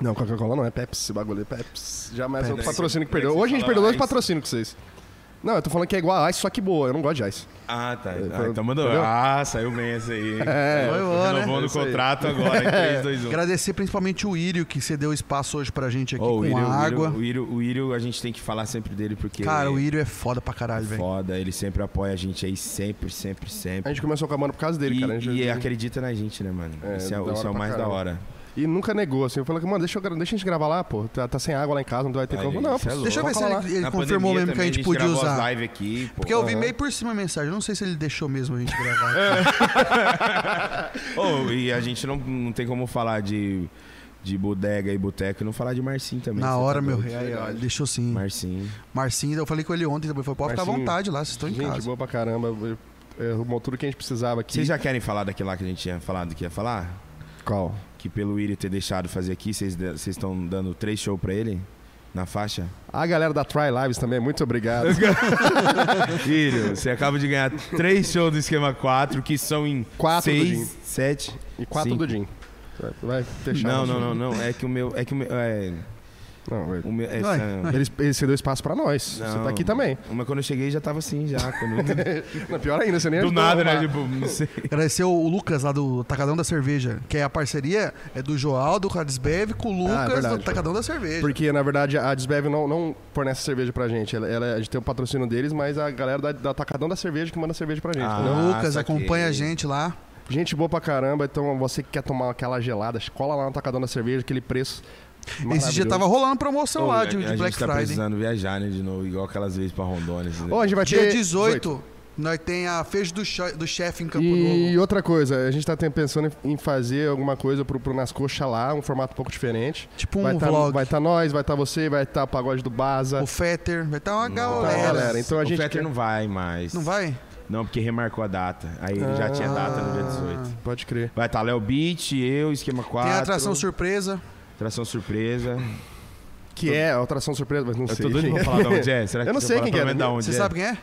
Speaker 1: Não, Coca-Cola não, é Pepsi, esse bagulho é Pepsi. Já mais outro
Speaker 3: Pepsi.
Speaker 1: patrocínio que
Speaker 3: Pepsi
Speaker 1: perdeu. Hoje a gente
Speaker 3: fala
Speaker 1: perdeu dois
Speaker 3: Ice.
Speaker 1: patrocínios com vocês. Não, eu tô falando que é igual a Ice, só que boa. Eu não gosto de Ice.
Speaker 3: Ah, tá.
Speaker 1: Então,
Speaker 3: Ah, então mandou.
Speaker 1: entendeu?
Speaker 3: Ah, saiu bem essa aí. hein?
Speaker 1: É,
Speaker 2: Foi
Speaker 3: Tô
Speaker 2: boa, né?
Speaker 3: Renovando
Speaker 1: É
Speaker 3: o
Speaker 1: isso aí.
Speaker 3: contrato agora em 3, 2, 1.
Speaker 2: Agradecer principalmente o Írio, que cedeu espaço hoje pra gente aqui
Speaker 3: Ô,
Speaker 2: com
Speaker 3: o Írio,
Speaker 2: a
Speaker 3: o Írio-
Speaker 2: água.
Speaker 3: O Írio, o Írio, a gente tem que falar sempre dele porque.
Speaker 2: Cara, o
Speaker 3: ele
Speaker 2: Írio é foda pra caralho,
Speaker 3: é
Speaker 2: velho.
Speaker 3: Foda, ele sempre apoia a gente aí, sempre, sempre,
Speaker 1: A
Speaker 3: sempre.
Speaker 1: gente começou com a mano por causa dele,
Speaker 3: E,
Speaker 1: cara. A gente-
Speaker 3: e é acredita na gente, né, mano?
Speaker 1: É,
Speaker 3: isso é,
Speaker 1: da
Speaker 3: o-
Speaker 1: hora
Speaker 3: isso é o
Speaker 1: pra
Speaker 3: mais da
Speaker 1: caramba.
Speaker 3: hora.
Speaker 1: e nunca negou, assim. Eu falei que, mano, deixa, eu, gra- deixa a gente gravar lá, pô. Tá, tá sem água lá em casa, não vai ter
Speaker 3: Aí,
Speaker 1: como. Não,
Speaker 3: isso
Speaker 1: pô.
Speaker 3: é louco.
Speaker 2: Deixa eu ver se
Speaker 1: cola
Speaker 2: ele,
Speaker 1: lá.
Speaker 2: ele
Speaker 3: Na
Speaker 2: confirmou
Speaker 3: pandemia
Speaker 2: mesmo que a
Speaker 3: também,
Speaker 2: gente podia
Speaker 3: gravou as
Speaker 2: usar.
Speaker 3: live aqui, pô.
Speaker 2: Porque eu vi meio por cima a mensagem. Não sei se ele deixou mesmo a gente gravar.
Speaker 3: Ô, e a gente não, não tem como falar de, de bodega e boteco e não falar de Marcinho também.
Speaker 2: Na
Speaker 3: cê
Speaker 2: hora,
Speaker 3: tá
Speaker 2: meu
Speaker 3: doido.
Speaker 2: rei. Aí, ó, ele deixou sim.
Speaker 3: Marcinho.
Speaker 2: Marcinho, eu falei com ele ontem também. Foi, pode ficar à
Speaker 1: Marcinho.
Speaker 2: vontade lá, vocês estão em
Speaker 1: Gente,
Speaker 2: casa.
Speaker 1: boa pra caramba. eu- eu- Arrumou tudo que a gente precisava aqui.
Speaker 3: Vocês já querem falar daquilo lá que a gente tinha falado que ia falar?
Speaker 1: Qual?
Speaker 3: Que pelo Írio ter deixado fazer aqui, vocês de- vocês estão dando três shows pra ele? Na faixa?
Speaker 1: A galera da Try Lives também, muito obrigado.
Speaker 3: Írio, você acaba de ganhar três shows do esquema 4, que são em
Speaker 1: Quatro do Jim.
Speaker 3: seis, sete.
Speaker 1: E quatro
Speaker 3: cinco.
Speaker 1: do Jim. Vai- Vai fechar.
Speaker 3: Não,
Speaker 1: o-
Speaker 3: não, não, não. É que o meu. É que o meu. É,
Speaker 1: Não,
Speaker 3: o meu é,
Speaker 2: Vai,
Speaker 3: são-
Speaker 1: Ele, ele cedeu espaço pra nós. Você
Speaker 3: Não.
Speaker 1: tá aqui também.
Speaker 3: Mas quando eu cheguei já tava assim, já. quando-
Speaker 1: Não, pior ainda, você nem
Speaker 3: do
Speaker 1: ajudou a
Speaker 3: nada, né?
Speaker 1: arrumar.
Speaker 3: Tipo, não sei.
Speaker 2: Agradecer o Lucas lá do Tacadão da Cerveja, que é a parceria é do Joal, do Radisbev, com o
Speaker 1: Ah, é
Speaker 2: Lucas
Speaker 1: verdade.
Speaker 2: do Tacadão da Cerveja.
Speaker 1: Porque, na verdade, a Desbev não, não fornece cerveja pra gente. Ela, ela- a gente tem o patrocínio deles, mas a galera da, da Atacadão da Cerveja que manda cerveja pra gente.
Speaker 3: Ah.
Speaker 1: entendeu?
Speaker 2: O Lucas
Speaker 3: saquei.
Speaker 2: acompanha a gente lá.
Speaker 1: Gente boa pra caramba, então você que quer tomar aquela gelada, cola lá no Atacadão da Cerveja, aquele preço.
Speaker 2: Esse dia
Speaker 1: maravilhoso.
Speaker 2: tava rolando promoção lá de,
Speaker 3: a
Speaker 1: um
Speaker 2: de
Speaker 3: gente
Speaker 2: Black
Speaker 3: tá
Speaker 2: Friday.
Speaker 3: precisando viajar, né? De novo, igual aquelas vezes pra Rondônia. esses-
Speaker 1: Ó, a gente vai
Speaker 2: Dia
Speaker 1: ter
Speaker 2: 18, nós tem a Fejo do, Cho- do Chefe em Campo
Speaker 1: E
Speaker 2: Novo.
Speaker 1: outra coisa, a gente tá tem- pensando em- em fazer alguma coisa pro, pro Nas Coxas lá, um formato um pouco diferente.
Speaker 2: Tipo um
Speaker 1: vai tá, Vai
Speaker 2: vlog.
Speaker 1: tá- estar tá nós, vai estar você, vai estar o Pagode do Baza.
Speaker 2: O Fetter, vai estar uma
Speaker 1: Tá,
Speaker 2: galera.
Speaker 1: galera, então a
Speaker 3: o
Speaker 1: gente...
Speaker 3: Fetter
Speaker 1: quer-
Speaker 3: não vai mais.
Speaker 2: Não vai?
Speaker 3: Não, porque remarcou a data. Aí ele já
Speaker 1: Ah.
Speaker 3: tinha data no dia 18.
Speaker 1: Pode crer.
Speaker 3: Vai estar tá Léo Beat, eu, Esquema 4.
Speaker 2: Tem a atração surpresa.
Speaker 3: atração surpresa.
Speaker 1: Que é a atração surpresa, mas não
Speaker 3: Eu
Speaker 1: sei.
Speaker 3: tô doido pra falar de onde é. Será que
Speaker 1: Eu não sei quem que é.
Speaker 3: é. onde
Speaker 2: Você
Speaker 3: é?
Speaker 2: sabe quem é?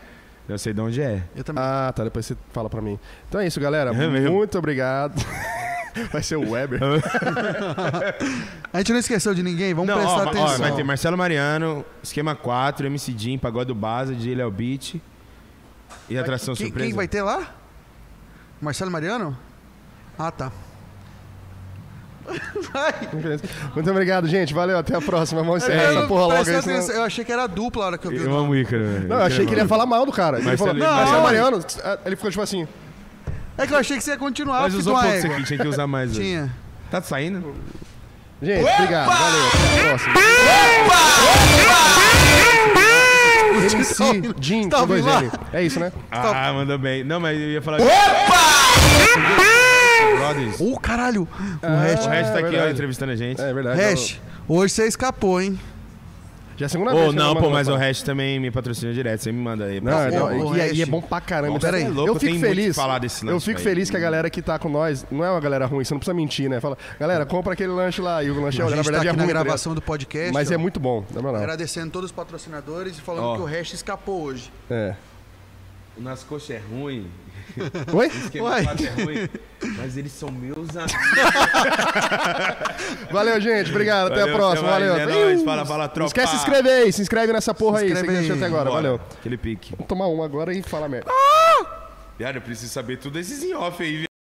Speaker 3: Eu sei de onde é.
Speaker 2: Eu também.
Speaker 1: Ah, tá. Depois você fala pra mim. Então é isso, galera.
Speaker 3: É mesmo.
Speaker 1: Muito obrigado. Vai ser o Weber.
Speaker 2: A gente não esqueceu de ninguém, vamos
Speaker 3: Ah. não,
Speaker 1: Tá,
Speaker 2: prestar
Speaker 3: ó,
Speaker 2: atenção.
Speaker 3: ó, vai ter Marcelo Mariano, Esquema 4, MC Jim, Pagode do Baza, DJ Léo Beat. E atração
Speaker 2: quem,
Speaker 3: surpresa.
Speaker 2: quem vai ter lá? Marcelo Mariano? Ah, tá.
Speaker 1: Muito obrigado, gente. Valeu. Até a próxima. Vamos encerrar É, essa porra logo
Speaker 2: Presta
Speaker 1: aí. senão-
Speaker 2: É, atenção, Eu achei que era a dupla a hora que eu vi. o
Speaker 3: Eu
Speaker 2: nome.
Speaker 3: amo o Ícaro, velho.
Speaker 1: Não, eu achei que ele ia falar mal do cara. Ele falou,
Speaker 3: Marcelo-
Speaker 1: não,
Speaker 3: Marcelo
Speaker 1: Marcelo Mariano. Ah, Ele ficou tipo assim.
Speaker 2: É que eu achei que você ia continuar,
Speaker 3: Mas
Speaker 2: fica
Speaker 3: usou
Speaker 2: uma
Speaker 3: pouco isso
Speaker 2: égua.
Speaker 3: aqui, tinha que usar mais. hoje.
Speaker 2: Tinha.
Speaker 3: Tá saindo?
Speaker 1: Gente, obrigado. Valeu. Até a próxima. MC Jim
Speaker 2: tá
Speaker 1: com dois
Speaker 2: ouvindo
Speaker 1: N. É isso, né?
Speaker 3: Ah, mandou bem. Não, mas eu ia falar. Brothers.
Speaker 2: Ô, caralho! O
Speaker 3: O
Speaker 2: Hash.
Speaker 3: resto tá aqui, ó,
Speaker 1: É, verdade.
Speaker 3: entrevistando a gente.
Speaker 1: É verdade.
Speaker 2: Hash, hoje você escapou, hein?
Speaker 1: Já é a segunda
Speaker 3: Ô,
Speaker 1: vez. que eu
Speaker 3: não, pô,
Speaker 1: mando
Speaker 3: mas o
Speaker 1: pra-
Speaker 3: resto também me patrocina direto. Você me manda aí.
Speaker 1: Não,
Speaker 2: Ô,
Speaker 1: não,
Speaker 2: ô,
Speaker 1: e, aí é
Speaker 2: Hash.
Speaker 1: bom pra caramba.
Speaker 3: Nossa,
Speaker 1: Pera aí.
Speaker 3: é louco,
Speaker 1: eu fico
Speaker 3: tem muito
Speaker 1: feliz.
Speaker 3: que falar desse
Speaker 1: eu
Speaker 3: lance,
Speaker 1: fico
Speaker 3: velho.
Speaker 1: feliz que a galera que tá com nós não é uma galera ruim, você não precisa mentir, né? Fala, galera, compra aquele lanche lá e o lanche
Speaker 2: a
Speaker 1: na
Speaker 2: gente
Speaker 1: verdade
Speaker 2: tá
Speaker 1: é ruim.
Speaker 2: aqui na
Speaker 1: tá ligado?
Speaker 2: gravação do podcast.
Speaker 1: Mas
Speaker 2: ó,
Speaker 1: é muito bom, na moral.
Speaker 2: Agradecendo todos os patrocinadores e falando
Speaker 3: Ó.
Speaker 2: que o Hash escapou hoje.
Speaker 1: É.
Speaker 3: O nosso coxa é ruim.
Speaker 1: Oi?
Speaker 2: Uai.
Speaker 3: é ruim. Mas eles são meus amigos.
Speaker 1: Valeu, gente. Obrigado. Até a
Speaker 3: Valeu,
Speaker 1: próxima.
Speaker 3: até mais.
Speaker 1: Valeu.
Speaker 3: É nóis.
Speaker 1: Iu.
Speaker 3: Fala, fala,
Speaker 1: Não
Speaker 3: tropa.
Speaker 1: esquece de se inscrever aí. Se inscreve nessa porra aí. Você que
Speaker 2: inscreve
Speaker 1: deixou até
Speaker 2: aí.
Speaker 1: agora. Valeu.
Speaker 3: Aquele pique.
Speaker 1: Vou tomar uma agora e fala merda.
Speaker 3: Viado, eu preciso saber tudo esses em off aí, viu?